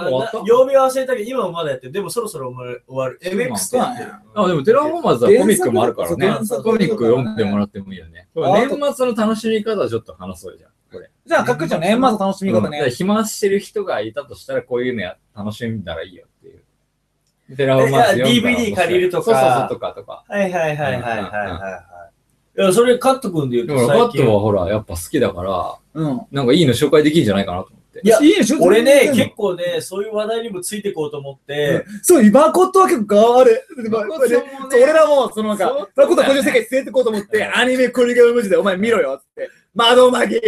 Speaker 1: もう終わった
Speaker 2: な曜日は忘れたけど、今もまだやってる。でもそろそろ終わる。
Speaker 1: そうなん
Speaker 2: MX とやってる。
Speaker 1: あ、でもテラフォーマーズはコミックもあるからね。
Speaker 3: 原作
Speaker 1: コミック読んでもらってもいいよね。これ年末の楽しみ方ちょっと話そうよじゃん。これ。
Speaker 3: じゃあ、各自の年末の楽しみ方
Speaker 1: うんだから
Speaker 3: ね。
Speaker 1: 暇してる人がいたとしたらこういうのや楽しみならいいよっていう。テラフォーマーズ読
Speaker 2: え
Speaker 1: んだら
Speaker 2: DVD 借りるとか
Speaker 1: そうそうそうとかとか。
Speaker 2: はいはいはいはいはいはい。いや、それカット君で
Speaker 1: で
Speaker 2: 言う
Speaker 1: も
Speaker 2: と
Speaker 1: カ
Speaker 2: 最
Speaker 1: ッ
Speaker 2: 近
Speaker 1: トはほら、やっぱ好きだから、
Speaker 3: うん。
Speaker 1: なんかいいの紹介できるんじゃないかなと思って。
Speaker 2: いや
Speaker 3: いいでしょ
Speaker 2: 俺ね、
Speaker 3: 全然
Speaker 2: 結構ね、そういう話題にもついていこうと思って、
Speaker 3: そう、今コットは結構あれ、まあ
Speaker 1: 誠もね
Speaker 3: 俺らも、そのなんか、
Speaker 1: そう
Speaker 3: まあコットは個人世界に連れてこうと思って、アニメこれがマジで、お前見ろよっつって、窓巻き、
Speaker 2: うん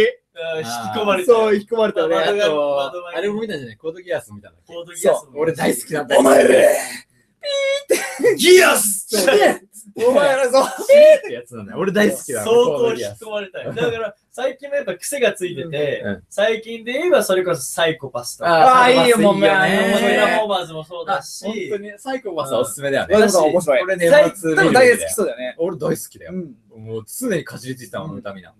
Speaker 2: 引き
Speaker 1: あー
Speaker 2: 込まれて、
Speaker 3: そう、引き込まれたね。
Speaker 2: 窓が
Speaker 3: あと
Speaker 2: 窓が
Speaker 1: あれも見たんじゃないコードギアス見たんだっけ
Speaker 2: コードギアス
Speaker 3: そう
Speaker 2: も、
Speaker 1: 俺大好きなんだ
Speaker 3: お前ら、ピーって、ギアスお前らそう。
Speaker 1: ってやつなんだよ。俺大好きだ
Speaker 2: 相
Speaker 1: な
Speaker 2: 当引き込まれたよ。だから、最近もやっぱ癖がついてて
Speaker 1: うん、
Speaker 2: 最近で言えばそれこそサイコパスとか、
Speaker 1: ああ、いいよ、もう、
Speaker 3: いいよね
Speaker 2: テ
Speaker 3: ー
Speaker 2: ラフォーマーズもそうだ
Speaker 1: 本
Speaker 2: し
Speaker 1: 当、にサイコパスはおすすめだよ
Speaker 3: まあ
Speaker 1: ね。
Speaker 3: でも面白い。
Speaker 1: 俺
Speaker 3: で
Speaker 1: 年末見る
Speaker 3: も
Speaker 1: ん
Speaker 3: 大
Speaker 1: で
Speaker 3: 好きそうだよね。
Speaker 1: 俺大好きだよ。
Speaker 3: うん。
Speaker 1: もう常にかじりついてたもん、痛みな。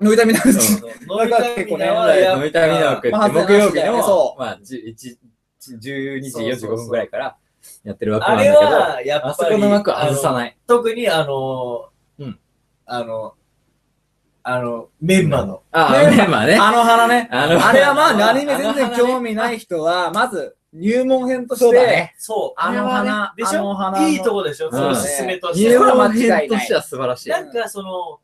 Speaker 3: の痛みなんです
Speaker 2: そう飲み会みたいなのはやっぱ
Speaker 1: 飲みたいみなくって、
Speaker 3: まあ
Speaker 1: 木曜日
Speaker 3: そうだよね
Speaker 1: の
Speaker 3: そ、
Speaker 1: まあ、11時
Speaker 3: そう
Speaker 1: 45
Speaker 3: そうそう
Speaker 1: 分ぐらいからやってるわけな
Speaker 2: あ
Speaker 1: んだ
Speaker 2: れ
Speaker 1: けど、
Speaker 2: は、やっぱり、
Speaker 1: あそこの枠は外さ
Speaker 2: あの
Speaker 1: ない。
Speaker 2: 特にあのー
Speaker 1: うん
Speaker 2: あの、あの、メンマの。
Speaker 1: あ
Speaker 3: ね
Speaker 1: あ、メンバーね。
Speaker 3: あの花ね。
Speaker 1: あ
Speaker 3: あれはまあ、アニ
Speaker 1: 何
Speaker 3: メ全然興味ない人は、まず入門編とし
Speaker 1: そうだ
Speaker 3: て、
Speaker 1: ね。
Speaker 2: そう。
Speaker 3: あの花
Speaker 2: あれはねでし
Speaker 3: あの花
Speaker 2: ょ
Speaker 3: の
Speaker 2: いいとこでしょ
Speaker 1: ん
Speaker 2: そのおすすめとし
Speaker 1: 日
Speaker 2: て
Speaker 3: ね
Speaker 2: は。
Speaker 1: 本編としては素晴らしい。
Speaker 2: なんかその、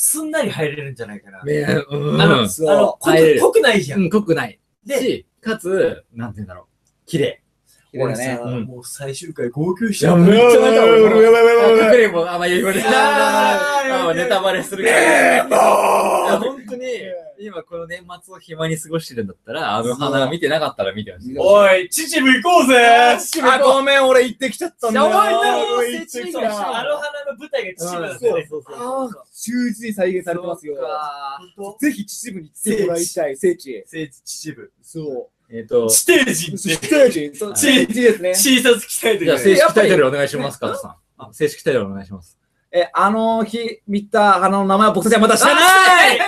Speaker 2: すんなり入れるんじゃないかな。
Speaker 1: ねうん
Speaker 2: あのあの、
Speaker 3: そ
Speaker 2: 濃
Speaker 1: 入れ
Speaker 2: く
Speaker 1: る
Speaker 2: 濃くないじゃ。
Speaker 1: うんん、濃くない。
Speaker 2: で、
Speaker 1: し、かつ、なんて言うんだろう。綺麗。
Speaker 3: う。
Speaker 2: 俺
Speaker 3: ね
Speaker 2: さ、
Speaker 1: うん
Speaker 2: もう最終回号泣し
Speaker 1: い
Speaker 2: ちゃ
Speaker 1: や、
Speaker 2: う。
Speaker 1: めっちゃ
Speaker 3: やば
Speaker 1: 泣
Speaker 3: い
Speaker 1: いた
Speaker 3: やば
Speaker 1: 俺
Speaker 3: いやばいやばいやばい
Speaker 1: も。隠れも、あんま言われない。
Speaker 2: あー
Speaker 1: あーネタバレするから。いや本当に、今この年末を暇に過ごしてるんだったら、あの花見てなかったら見てほしい。
Speaker 3: そう
Speaker 2: おい、秩父行こうぜ
Speaker 3: あ、ごめん、俺行ってきちゃったんだよ。
Speaker 1: やばいんだよ
Speaker 3: 俺行ってき
Speaker 2: そう
Speaker 3: た。
Speaker 2: あの花の舞台が秩父なんだよね。
Speaker 1: そうそう
Speaker 3: ああ、忠実に再現されてますよ。
Speaker 2: 本
Speaker 3: ぜひ秩父に行ってもらいたい、聖地
Speaker 2: 当。聖地秩父。
Speaker 3: そ
Speaker 1: えっと、
Speaker 2: 地底人
Speaker 3: う。
Speaker 2: って、
Speaker 3: 聖地、そう聖地ですね。
Speaker 2: 診察鍛えて
Speaker 1: じゃあ
Speaker 2: る
Speaker 1: 正式タイトルお願いします、カズさん。正式タイトルお願いします。
Speaker 3: え、あの日見た花の名前は僕たちはまだ知らない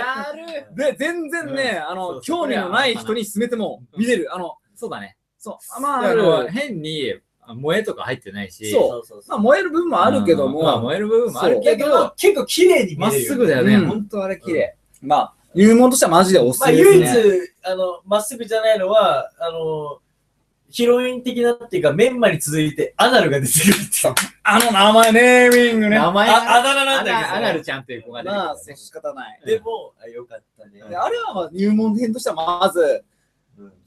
Speaker 2: る
Speaker 3: で、全然ね、あ
Speaker 1: そ
Speaker 3: の、
Speaker 1: うそう
Speaker 3: 興味のない人に勧めても見れる。あの、
Speaker 1: そうだね。
Speaker 3: そう、あまあ、
Speaker 1: あ
Speaker 3: あ
Speaker 1: の、
Speaker 3: の、
Speaker 1: 変に、あ燃えとか入ってないし、
Speaker 3: そう
Speaker 2: う
Speaker 3: まあ、燃える部分もあるけども、
Speaker 1: うんまあ燃える部分もある
Speaker 2: だ
Speaker 1: け
Speaker 2: け
Speaker 1: ど
Speaker 2: ど、、結構綺麗に見
Speaker 1: まっ
Speaker 2: れる
Speaker 1: す
Speaker 2: よ
Speaker 1: ぐ
Speaker 2: ね。
Speaker 1: だよね。
Speaker 3: うん
Speaker 1: 本当あれ綺麗。
Speaker 3: まあ、入門としてはマジでおす
Speaker 2: ますあ、
Speaker 3: めです
Speaker 2: 唯
Speaker 3: ね。
Speaker 2: 一、あの、まっすぐじゃないのは、あの、ヒロイン的なっていうか、メンマに続いてアナルが出てくるっていう。
Speaker 3: あの名前、ネーミングね。
Speaker 1: 名前
Speaker 2: あ
Speaker 1: が
Speaker 2: あだ名なんだけどね
Speaker 1: アナアナルちゃんっていう子が出てくる
Speaker 3: ま
Speaker 1: よ
Speaker 3: あ、
Speaker 1: ね
Speaker 3: そう仕方ない。
Speaker 2: でも、あよかったね。
Speaker 3: であれはまあ入門編としてはまず、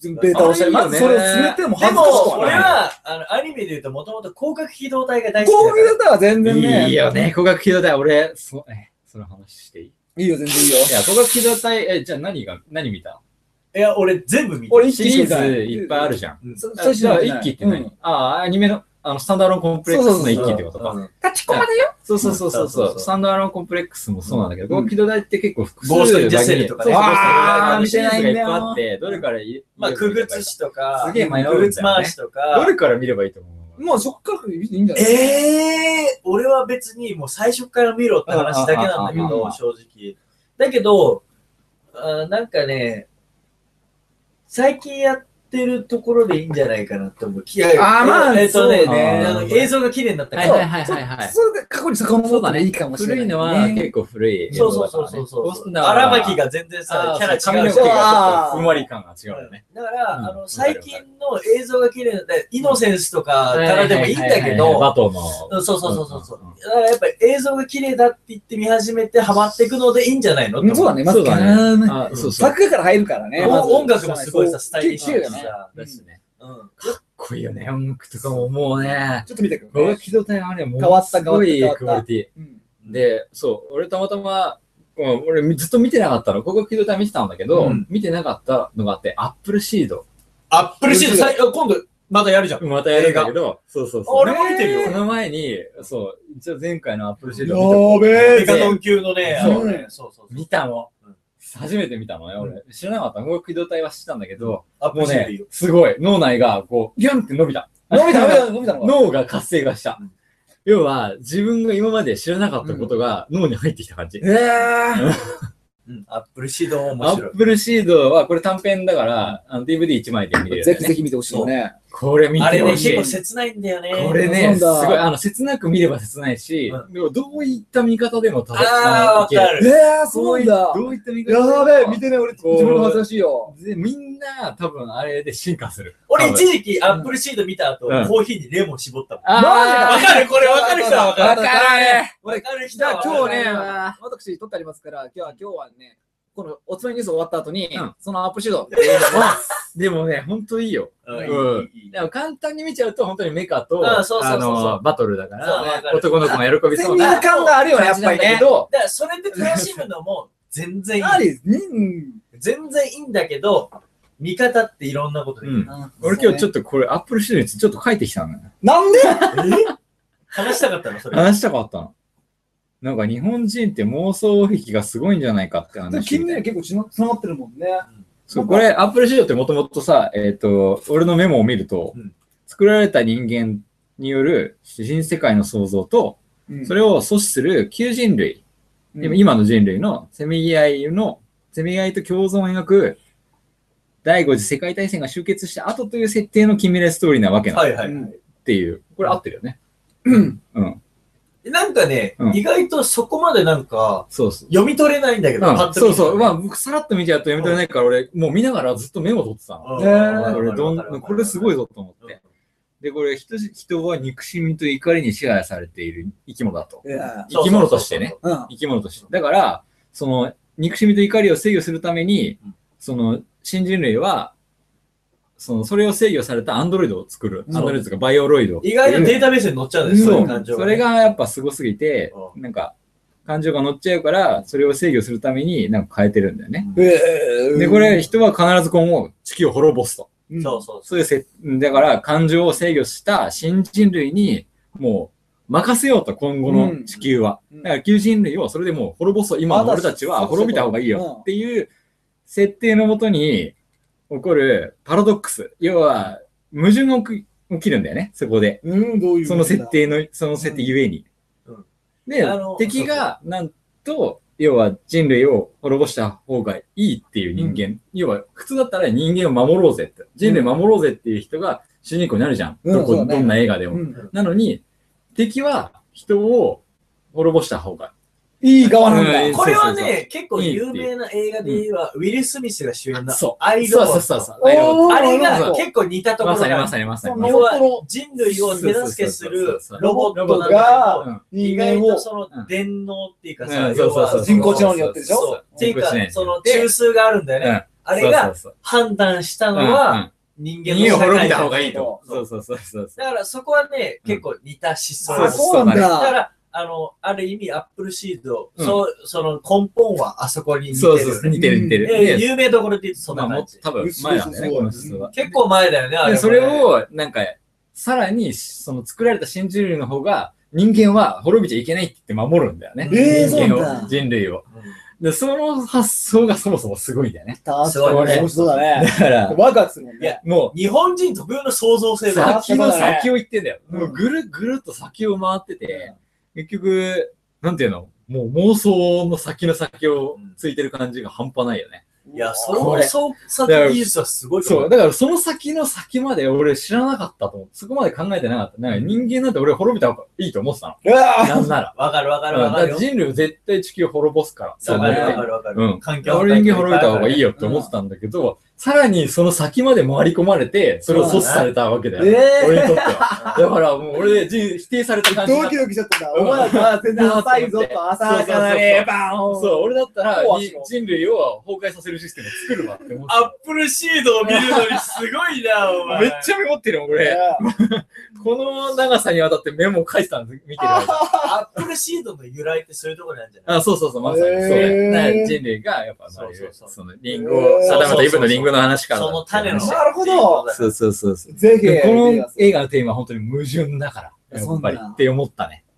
Speaker 3: ベー
Speaker 1: タ
Speaker 3: タ
Speaker 1: を
Speaker 3: を
Speaker 1: し
Speaker 3: したた
Speaker 1: り
Speaker 3: り、まずそれを進めても
Speaker 2: で
Speaker 3: 恥ずかしく
Speaker 2: も、
Speaker 3: は
Speaker 2: 俺
Speaker 3: ない。
Speaker 2: は、あの、アニメで言うと、もともと広角機動隊が大好
Speaker 3: 攻
Speaker 2: き
Speaker 3: 撃だったら全然ね。
Speaker 1: いいよね、高額機動隊。俺、そ、え、その話していいい
Speaker 3: いいよ、全然いいよ。
Speaker 1: や、高額機動隊、え、じゃあ何が、何見た
Speaker 2: いや、俺全部見た。
Speaker 3: 俺
Speaker 1: シ
Speaker 3: 一気に
Speaker 1: リ
Speaker 3: し
Speaker 1: ーズ
Speaker 3: か見た
Speaker 1: いっぱいあるじゃん。
Speaker 2: うん
Speaker 3: そ
Speaker 1: あじゃあ、一期って何、
Speaker 3: うん
Speaker 1: ああ、アニメの、あの、スタンダーロンコンプレックスの一
Speaker 3: そう
Speaker 1: 期
Speaker 3: そう
Speaker 1: ってことか。
Speaker 2: うん
Speaker 1: 立ち込まだよそうそうそうそう
Speaker 2: そ
Speaker 1: そ。
Speaker 2: うそうう
Speaker 1: スタンダーロンコンプレックスもそうなんだけど、
Speaker 3: うん
Speaker 1: ゴーキドダイって結構複数
Speaker 2: ゴーストインザシェルとかね
Speaker 1: そうそうそう
Speaker 3: あー
Speaker 1: あのシリーズが
Speaker 3: 見てない
Speaker 1: い
Speaker 3: んだ
Speaker 1: っ
Speaker 3: よ
Speaker 1: ぱいあって、どれからいい
Speaker 2: まあ、くぐつしとか、
Speaker 1: すげえ迷うんだよね
Speaker 2: くぐつ回しと
Speaker 1: ど
Speaker 2: か。
Speaker 1: れから見ればいいと思う
Speaker 3: もうそっからいいんじゃない
Speaker 2: ええー、俺は別にもう最初から見ろって話だけなんだけ
Speaker 1: あああああ
Speaker 2: ど、正直。だけど、あーなんかね、最近やってるところでいいんじゃないかなと思う。きあ
Speaker 3: あーまあ
Speaker 2: えっとね
Speaker 3: そう
Speaker 1: ね
Speaker 2: あの映像が綺麗になったか
Speaker 1: はい
Speaker 2: ら。
Speaker 1: はいはいはいはい
Speaker 3: そうそれで過去に遡ったらいいかもしれない。
Speaker 1: 古いのは結構古い映
Speaker 2: そう
Speaker 1: 像
Speaker 2: そう
Speaker 1: だか
Speaker 2: そ
Speaker 1: らね。
Speaker 2: うそうそう。
Speaker 1: 荒
Speaker 2: 荒
Speaker 1: 巻
Speaker 2: 巻
Speaker 1: が
Speaker 2: が全然
Speaker 1: さ
Speaker 2: さ、、キ
Speaker 1: キャラ違う。髪
Speaker 2: ャラ違
Speaker 1: の毛が
Speaker 2: うし
Speaker 1: ちょ
Speaker 3: あ
Speaker 1: っとふんわり感が違うよね。
Speaker 2: だから、
Speaker 1: うんわ
Speaker 2: あ
Speaker 1: かる
Speaker 2: の最近の映像が綺麗だイノセンスとかからでもいいんだけ
Speaker 1: はいはいはいはい
Speaker 2: ど、
Speaker 1: バトの。
Speaker 2: そうそうそうそうそう
Speaker 1: うんうんうん。
Speaker 2: だからやっぱり映像が綺麗だって言って見始めてハマっていくのでいいんじゃないの
Speaker 3: うんそうだね、まず
Speaker 1: そうだね。
Speaker 3: ね。
Speaker 1: あ、そうそう。
Speaker 3: 作画から入るからね。
Speaker 2: 音
Speaker 3: まず
Speaker 2: 音楽もすごいさ、スタイリッシ
Speaker 3: そう
Speaker 2: ュ
Speaker 3: 綺
Speaker 2: だ
Speaker 3: 麗
Speaker 2: し
Speaker 3: だね。
Speaker 2: さ。
Speaker 1: だしね。
Speaker 2: うん
Speaker 1: 濃いよね、音楽とかももうね。
Speaker 3: ちょっと見てくる。
Speaker 1: ゴーキドダイあれもう
Speaker 3: 変わった
Speaker 1: すごい
Speaker 3: 変わった変わった
Speaker 1: クオリティ。
Speaker 3: うん
Speaker 1: で、そう、俺たまたま、うん俺みずっと見てなかったの、ここ聞いた見てたんだけど、
Speaker 2: うん
Speaker 1: 見てなかったのがあって、アップルシード。
Speaker 2: アップルシードさい、今度またやるじゃん。
Speaker 1: またやるんだけど、そうそうそう。
Speaker 2: 俺も見てる
Speaker 1: そ
Speaker 2: よ。
Speaker 1: の前に、そう、一応前回のアップルシー
Speaker 3: や
Speaker 1: ドを
Speaker 3: ーべ
Speaker 2: メ
Speaker 3: え
Speaker 2: ガド
Speaker 3: ぜ
Speaker 2: ン級のね、あのねそうそうそう。
Speaker 1: 見たの
Speaker 2: うん。
Speaker 1: 初めて見たのね、俺。知らなかった。ここ軌道隊は知ってたんだけど、
Speaker 2: アップ
Speaker 1: も
Speaker 2: ル
Speaker 1: う
Speaker 2: シードいい
Speaker 1: ね
Speaker 2: よ。、
Speaker 1: すごい、脳内がこう、ギュンって伸びた。
Speaker 3: 伸びた伸
Speaker 2: [LAUGHS]
Speaker 3: びた伸びたのか
Speaker 1: 脳が活性化した
Speaker 2: うん。
Speaker 1: 要は、自分が今まで知らなかったことが脳に入ってきた感じ。
Speaker 3: えー
Speaker 2: うん、アップルシード面
Speaker 1: ア
Speaker 2: 白い
Speaker 1: ッ。プルシードはこれ短編だから、あの DVD1 枚で見れる、
Speaker 3: ぜひぜひ見てほしい
Speaker 2: そう
Speaker 3: ね。
Speaker 1: これ見
Speaker 2: あ
Speaker 1: て
Speaker 2: れ
Speaker 1: ほ
Speaker 2: ね、
Speaker 1: し
Speaker 2: 結
Speaker 1: い。
Speaker 2: 構切ないんだよね。
Speaker 1: これ
Speaker 3: な
Speaker 1: ね、
Speaker 3: ん
Speaker 1: す
Speaker 3: だ
Speaker 1: ごい、あの、切なく見れば切ないし、
Speaker 2: う
Speaker 1: でもどういった見方でも正し
Speaker 2: あー、わかる。
Speaker 3: ねえ、
Speaker 1: ど
Speaker 3: そうう
Speaker 1: い
Speaker 3: だ。
Speaker 1: どういった見方でも
Speaker 3: やべえ、見てね、俺、自
Speaker 1: こう
Speaker 3: 分の恥ずかしいよ。
Speaker 1: でみんな、多分あれで進化する。
Speaker 2: 俺
Speaker 1: 多分
Speaker 2: 一時期アップルシード見た後、
Speaker 1: うん
Speaker 2: コーヒーにレモン絞ったもん。
Speaker 1: あ
Speaker 2: わかるこれわかる人はわか
Speaker 3: わ
Speaker 2: る。
Speaker 3: からね
Speaker 2: わかる人
Speaker 3: じゃ
Speaker 2: は
Speaker 3: あ
Speaker 2: わかる
Speaker 3: 今日ね、私撮ってありますから、今日は今日はね、このおつまみニュース終わった後に、
Speaker 1: うん
Speaker 3: そのアップシード、
Speaker 1: ーでもね、ほんといいよ。
Speaker 2: うんいいいいいい
Speaker 1: でも簡単に見ちゃうと、本当にメカと、
Speaker 2: あそうそうそうそう
Speaker 1: あのバトルだか
Speaker 2: そう
Speaker 1: ら、
Speaker 2: わかる
Speaker 1: 男の子の喜び
Speaker 3: 先
Speaker 1: そう
Speaker 3: 入
Speaker 1: な
Speaker 3: 感があるよね、やっぱ
Speaker 1: 感じな
Speaker 3: り
Speaker 1: んだ
Speaker 3: ね
Speaker 1: け。ど、
Speaker 2: だからそれで楽しむのも全
Speaker 3: [LAUGHS]
Speaker 2: 然いい。
Speaker 3: あり、うん。
Speaker 2: 全然いいんだけど、見方っていろんなことできる。
Speaker 1: うん俺今日ちょ
Speaker 3: っ
Speaker 1: っとこれ、アップルシードにちょっと書いてきたのよ。
Speaker 3: と。なんで
Speaker 2: 話したかったのそれ。
Speaker 1: 話したかったの。なんか日本人って妄想癖がすごいんじゃないかって
Speaker 3: でも
Speaker 1: 話。
Speaker 3: 君ね、結構つなつながってるもんね。
Speaker 1: そう、これ、アップル市場ってもともとさ、えっ、と、俺のメモを見ると、
Speaker 2: うん
Speaker 1: 作られた人間による新世界の創造と、
Speaker 3: うん
Speaker 1: それを阻止する旧人類、
Speaker 3: うん
Speaker 1: でも今の人類のせめぎ合いの、せめぎ合いと共存を描く、第5次世界大戦が終結した後という設定のキミレストーリーなわけな
Speaker 2: は
Speaker 1: っ
Speaker 2: いはい。
Speaker 1: ていう、これ合ってるよね。うん。
Speaker 2: なんかね、
Speaker 1: うん
Speaker 2: 意外とそこまでなんか、
Speaker 1: そうそう。
Speaker 2: 読み取れないんだけど、パ
Speaker 1: う
Speaker 2: ッ
Speaker 1: ん、
Speaker 2: と
Speaker 1: そ
Speaker 2: 見
Speaker 1: う
Speaker 2: たら
Speaker 1: そう。まあ、僕、さらっと見ちゃうと読み取れないから、俺、もう見ながらずっとメモ取ってたの。
Speaker 2: うん
Speaker 3: ねえ
Speaker 2: わかる
Speaker 1: 俺
Speaker 2: わか
Speaker 1: ど
Speaker 2: るわか
Speaker 1: ん
Speaker 2: る
Speaker 1: これすごいぞと思っ
Speaker 2: うん
Speaker 1: て。で、これ人し、人は憎しみと怒りに支配されている生き物だと。
Speaker 3: いや
Speaker 1: 生き物としてね。
Speaker 3: うん。
Speaker 1: 生き物として。だから、その、憎しみと怒りを制御するために
Speaker 2: うん、
Speaker 1: その、新人類は、その、それを制御されたアンドロイドを作る。
Speaker 3: う
Speaker 1: ア
Speaker 3: ん
Speaker 1: ンドロイドとかバイオロイド。
Speaker 2: 意外とデータベースに載っちゃうんですよ、そうい
Speaker 1: そ
Speaker 2: う感
Speaker 1: う。
Speaker 2: 情
Speaker 1: それがやっぱすごすぎて、
Speaker 2: う
Speaker 1: なんか、感情が乗っちゃうから、それを制御するために、なんか変えてるんだよね。
Speaker 3: えー
Speaker 1: で、これ、、人は必ず今後、地球を滅ぼすと。
Speaker 3: うん
Speaker 2: そうそうそ
Speaker 1: そういうせ、だから感情を制御した新人類に、もう、任せようと、今後
Speaker 3: うん
Speaker 1: の地球は。
Speaker 3: うん
Speaker 1: だから旧人類をそれでもう滅ぼそう。今の俺たち
Speaker 3: ま
Speaker 1: は
Speaker 3: だそう
Speaker 1: 滅びた方がいいよっていう設定のもとに起こるパラドックス。要は、矛盾が起き起きるんだよね、そこで。
Speaker 3: うん、どういう
Speaker 1: その設定の、その設定ゆえに。
Speaker 2: うん
Speaker 1: で
Speaker 2: あの、
Speaker 1: 敵が、なんと、要は人類を滅ぼした方がいいっていう人間。要は、普通だったら人間を守ろうぜって。人類守ろうぜっていう人が主人公になるじゃん。
Speaker 3: うん
Speaker 1: どこ、
Speaker 3: そうだね
Speaker 1: どんな映画でも。
Speaker 3: うん
Speaker 1: なのに、敵は人を滅ぼした方が
Speaker 3: いい側なんだ。
Speaker 1: う
Speaker 2: う。
Speaker 1: ん
Speaker 2: これはね、
Speaker 1: そうそう
Speaker 2: 結構有名な映画で言えば、ウィル・スミスが主演
Speaker 1: いい。
Speaker 2: の
Speaker 1: そう。
Speaker 2: アイ
Speaker 1: そ
Speaker 2: ロ
Speaker 1: う
Speaker 2: ン
Speaker 1: そうそうそう。
Speaker 3: おー
Speaker 1: アイロン
Speaker 2: あれ
Speaker 1: そうそ
Speaker 2: が
Speaker 1: う
Speaker 2: 結構似たとこ
Speaker 1: ま
Speaker 2: ろ
Speaker 1: さにま
Speaker 2: が、
Speaker 1: さにまさに
Speaker 3: そ
Speaker 1: ま
Speaker 3: う
Speaker 1: さ
Speaker 2: 要
Speaker 1: に。
Speaker 2: は人類を手助けするロボットなんだけど、
Speaker 1: うん
Speaker 2: 意
Speaker 3: 人間
Speaker 2: 外
Speaker 3: を
Speaker 2: と。その電脳っていうか
Speaker 1: う
Speaker 2: さ、
Speaker 1: ん
Speaker 2: 要は
Speaker 3: 人工知能によってでしょ
Speaker 2: そう。っていうか
Speaker 1: 人工知能によっ、て
Speaker 2: その中枢があるんだよね。あれ
Speaker 1: そ
Speaker 2: が
Speaker 1: うそう
Speaker 2: 判断した
Speaker 1: そう
Speaker 2: の
Speaker 1: うんうん
Speaker 2: は人間の
Speaker 1: 人間を滅び
Speaker 2: だ
Speaker 1: た方
Speaker 2: だ
Speaker 1: がいいと。
Speaker 2: そう
Speaker 1: そうそうそうそう。
Speaker 2: からそこはね、結構似た思
Speaker 1: そう
Speaker 3: あ、
Speaker 2: 想。
Speaker 3: そうなん
Speaker 2: だか
Speaker 3: だ。
Speaker 2: ら、あの、ある意味アップルシード、
Speaker 1: うん
Speaker 2: そう、その根本はあそこに似て
Speaker 1: そう
Speaker 2: る
Speaker 1: そう
Speaker 2: よ
Speaker 1: そ
Speaker 2: ね。
Speaker 1: う、似てる似てる。
Speaker 2: で
Speaker 1: で
Speaker 2: 有名どころって言うとそん
Speaker 1: ま
Speaker 2: な
Speaker 1: あ、もっ
Speaker 2: 感じ
Speaker 1: と。多分前なんだね、この人は。
Speaker 2: 結構前だよね、あれ
Speaker 1: で、
Speaker 2: も
Speaker 1: それ、を、なんか、さらに、その作られた新人類の方が、人間は滅びちゃいけないって言って守るんだよね。
Speaker 3: えー
Speaker 1: 人間を
Speaker 3: そうなんだ
Speaker 1: 人類を。
Speaker 2: うん
Speaker 1: で、その発想がそもそもすごいんだよね。
Speaker 3: 確
Speaker 2: そうだ
Speaker 3: かに
Speaker 2: ね
Speaker 3: 面白そう [LAUGHS] だね
Speaker 1: だ。から、
Speaker 3: ワクワクするもん
Speaker 2: いや
Speaker 3: ね。
Speaker 1: も
Speaker 2: 日本人特有の創造
Speaker 1: う、
Speaker 2: 性だよ
Speaker 1: 先の先を行ってんだよ。
Speaker 3: うん
Speaker 1: もうぐるぐるっと先を回ってて、結局、なんていうのもう妄想の先の先をついてる感じが半端ないよね。
Speaker 2: いや、そ
Speaker 1: こ
Speaker 2: の
Speaker 1: れ
Speaker 2: 創作技術はすごいと
Speaker 1: そ
Speaker 2: 思
Speaker 1: う、だからその先の先まで俺知らなかったと思って、そこまで考えてなかった。なんか人間なんて俺滅びた方がいいと思ってた
Speaker 3: うわ
Speaker 1: の。
Speaker 3: ー
Speaker 1: なんなら。
Speaker 2: わかるわか
Speaker 1: う
Speaker 2: るわ
Speaker 1: んだ
Speaker 2: か
Speaker 1: っ
Speaker 2: る
Speaker 1: て
Speaker 2: よ。
Speaker 1: 人類は絶対地球を滅ぼすから。
Speaker 2: わ
Speaker 1: う
Speaker 2: か
Speaker 1: だ
Speaker 2: る
Speaker 1: よ
Speaker 2: わか
Speaker 1: ね。
Speaker 2: るわかる。
Speaker 1: うん。
Speaker 2: 環境破壊
Speaker 1: 俺人間滅びた方がいい
Speaker 2: よ。
Speaker 1: よって思ってたんだけど、さらにその先まで回り込まれて、それを阻止されたわけだよ。
Speaker 3: え
Speaker 1: 俺に
Speaker 3: ー
Speaker 1: とっては。だからもう俺人否定された感じにな
Speaker 3: ド
Speaker 1: っ
Speaker 3: キドキしちゃったんだ。
Speaker 1: うん
Speaker 3: お前らは全然浅いぞ
Speaker 1: そう
Speaker 3: と、浅はか
Speaker 1: そ
Speaker 3: な
Speaker 1: うそうそ
Speaker 3: れ
Speaker 1: う
Speaker 3: バーン
Speaker 1: そう、俺だったら
Speaker 3: そう
Speaker 1: に人類を崩壊させるシステムを作るわって思って
Speaker 4: ア
Speaker 1: た。
Speaker 4: ップルシードを見るのにすごいな、お前。
Speaker 1: めっちゃメモってるもん、俺。この長さにわたってメモ書いてたんです、見てる間。
Speaker 2: アップルシードの由来ってそういうところなんじゃない
Speaker 1: あ、そうそうそう、まさにそう。
Speaker 3: へー
Speaker 1: ね人類が、やっぱ、まあ
Speaker 2: そうそうそう
Speaker 1: その、リンゴを、
Speaker 3: へー
Speaker 1: サダムとイブのリンゴの話からだ
Speaker 2: そ
Speaker 1: った
Speaker 2: の
Speaker 1: よ
Speaker 2: 種の。
Speaker 1: ね。
Speaker 3: なるほど
Speaker 1: そうそうそうそう。
Speaker 3: ぜひ、
Speaker 1: でこの
Speaker 3: 映
Speaker 1: 映画のテーマは本当に矛盾だから、やっぱり
Speaker 3: そうなんだ
Speaker 1: って思ったね。
Speaker 2: うん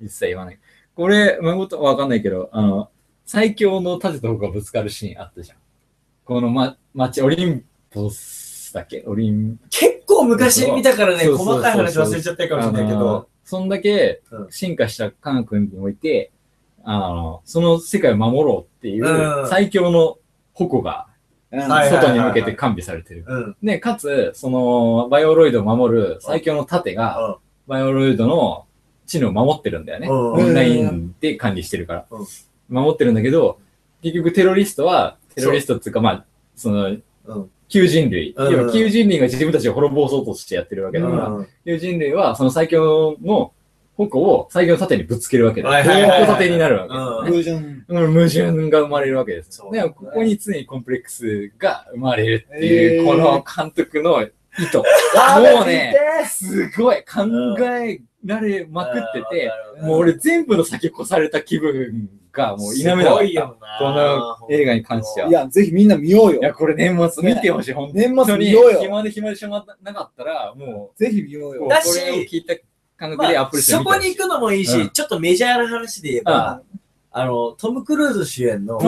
Speaker 1: 一切言わない。これ、まことわかんないけど、あの、最強の盾と矛がぶつかるシーンあったじゃん。この、ま、街、オリンポスだっけオリン
Speaker 2: 結構昔見たからね、
Speaker 1: そうそう
Speaker 2: 細かい話忘れちゃったかもしれないけ
Speaker 1: あの
Speaker 2: ど。
Speaker 1: そんだけ
Speaker 2: うん
Speaker 1: 進化したカナ君において、あの、その世界を守ろうっていう
Speaker 2: うん
Speaker 1: 最強の矛が、
Speaker 3: 画うん
Speaker 2: はい
Speaker 1: 外に向けて完備されてる。
Speaker 2: うん。
Speaker 1: で、かつ、その、バイオロイドを守る最強の盾
Speaker 2: う
Speaker 1: が
Speaker 2: ん、
Speaker 1: バイオロイドの知能を守ってるんだよね。
Speaker 2: うん
Speaker 1: オンラインで管理してるから
Speaker 2: うん。
Speaker 1: 守ってるんだけど、結局テロリストは、テロリストっていうか、まあ、その
Speaker 2: うん、
Speaker 1: 旧人類。
Speaker 2: うん
Speaker 1: 要は旧人類が自分たちを滅ぼそうとしてやってるわけだから、
Speaker 2: うん
Speaker 1: 旧人類はその最強の矛を最強の盾にぶつけるわけ
Speaker 2: は
Speaker 1: だ
Speaker 2: い
Speaker 1: よ。
Speaker 2: はいはいはい
Speaker 1: 矛盾になるわけだよね。
Speaker 4: 偶然。
Speaker 1: うん矛盾が生まれるわけです
Speaker 2: そ。う
Speaker 1: ね、ここに常にコンプレックスが生まれるっ
Speaker 4: え
Speaker 1: ていう、
Speaker 4: ー
Speaker 1: この監督の意図。もうね、すごい考えられまくってて、もう俺全部の先越された気分がもう否めなか
Speaker 2: すご
Speaker 1: っ
Speaker 2: い
Speaker 1: た。
Speaker 2: よな
Speaker 1: この映画に関しては。
Speaker 3: いや、ぜひみんな見よう
Speaker 1: いや、
Speaker 3: よ。
Speaker 1: これ年末見てほしい、ほんとに。
Speaker 3: 年末見ようよ。
Speaker 1: 暇で暇でしょうがなかったら、も
Speaker 3: ぜひ見よう
Speaker 1: う、
Speaker 3: よ
Speaker 1: こ。
Speaker 2: だし
Speaker 1: れを聞いた感
Speaker 2: ま
Speaker 1: 覚でアッ
Speaker 2: あ
Speaker 1: プルして
Speaker 2: そ
Speaker 1: みて
Speaker 2: こ
Speaker 1: ほし
Speaker 2: に
Speaker 1: い
Speaker 2: 行くのもいいし、
Speaker 1: うん
Speaker 2: ちょっとメジャーな話で言えば、あの、トム・クルーズ主演の、
Speaker 1: う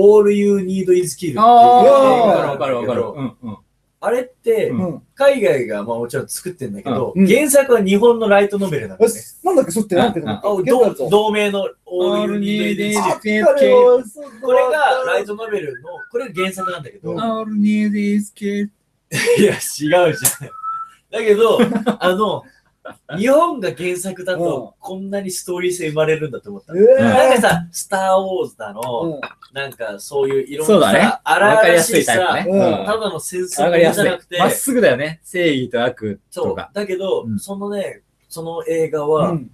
Speaker 1: ん
Speaker 2: All You Need Is Kill っていう映画
Speaker 1: ああ、わ
Speaker 2: が
Speaker 1: か
Speaker 2: あ
Speaker 1: る
Speaker 2: る
Speaker 1: わ
Speaker 2: んだけど
Speaker 1: かるわかる。うんうん。
Speaker 2: あれって、
Speaker 1: うん
Speaker 3: うん。
Speaker 2: 海外がまあもちろん作ってんだけど、
Speaker 3: うん
Speaker 2: 原作は日本のライトノベルなんだ
Speaker 3: よ
Speaker 2: よね。
Speaker 3: しなんだっけ、そってなんてなんだ
Speaker 2: あ
Speaker 3: っけ。
Speaker 2: 同
Speaker 3: ぞ。
Speaker 2: 同名の All You
Speaker 1: All
Speaker 2: Need
Speaker 1: you need is
Speaker 2: Is Kill。
Speaker 1: kill.
Speaker 2: これがライトノベルの、これが原作なんだけど、
Speaker 1: All you need is kill.
Speaker 2: いや、違うじゃん。だ
Speaker 1: [LAUGHS]
Speaker 2: けど、あの、日本が原作だと、こんなにストーリー性生まれるんだと思った。なんかさ、スター・ウォーズだの、なんかそういういろ
Speaker 1: そうん
Speaker 2: な
Speaker 1: だね
Speaker 2: さ、荒
Speaker 1: わかり
Speaker 2: 々
Speaker 1: や
Speaker 2: し
Speaker 1: す
Speaker 2: い
Speaker 1: いタイ
Speaker 2: さ、
Speaker 1: プね。
Speaker 3: う
Speaker 1: わ
Speaker 3: ん
Speaker 2: ただの戦争
Speaker 1: かりや
Speaker 2: じ
Speaker 1: す
Speaker 2: ゃ
Speaker 1: い
Speaker 2: なく。て
Speaker 1: まっ、すぐだよね。正義と悪
Speaker 2: そ
Speaker 1: と
Speaker 2: う
Speaker 1: か。。
Speaker 2: だけど
Speaker 1: うん、
Speaker 2: そのね、その映画は
Speaker 3: ん。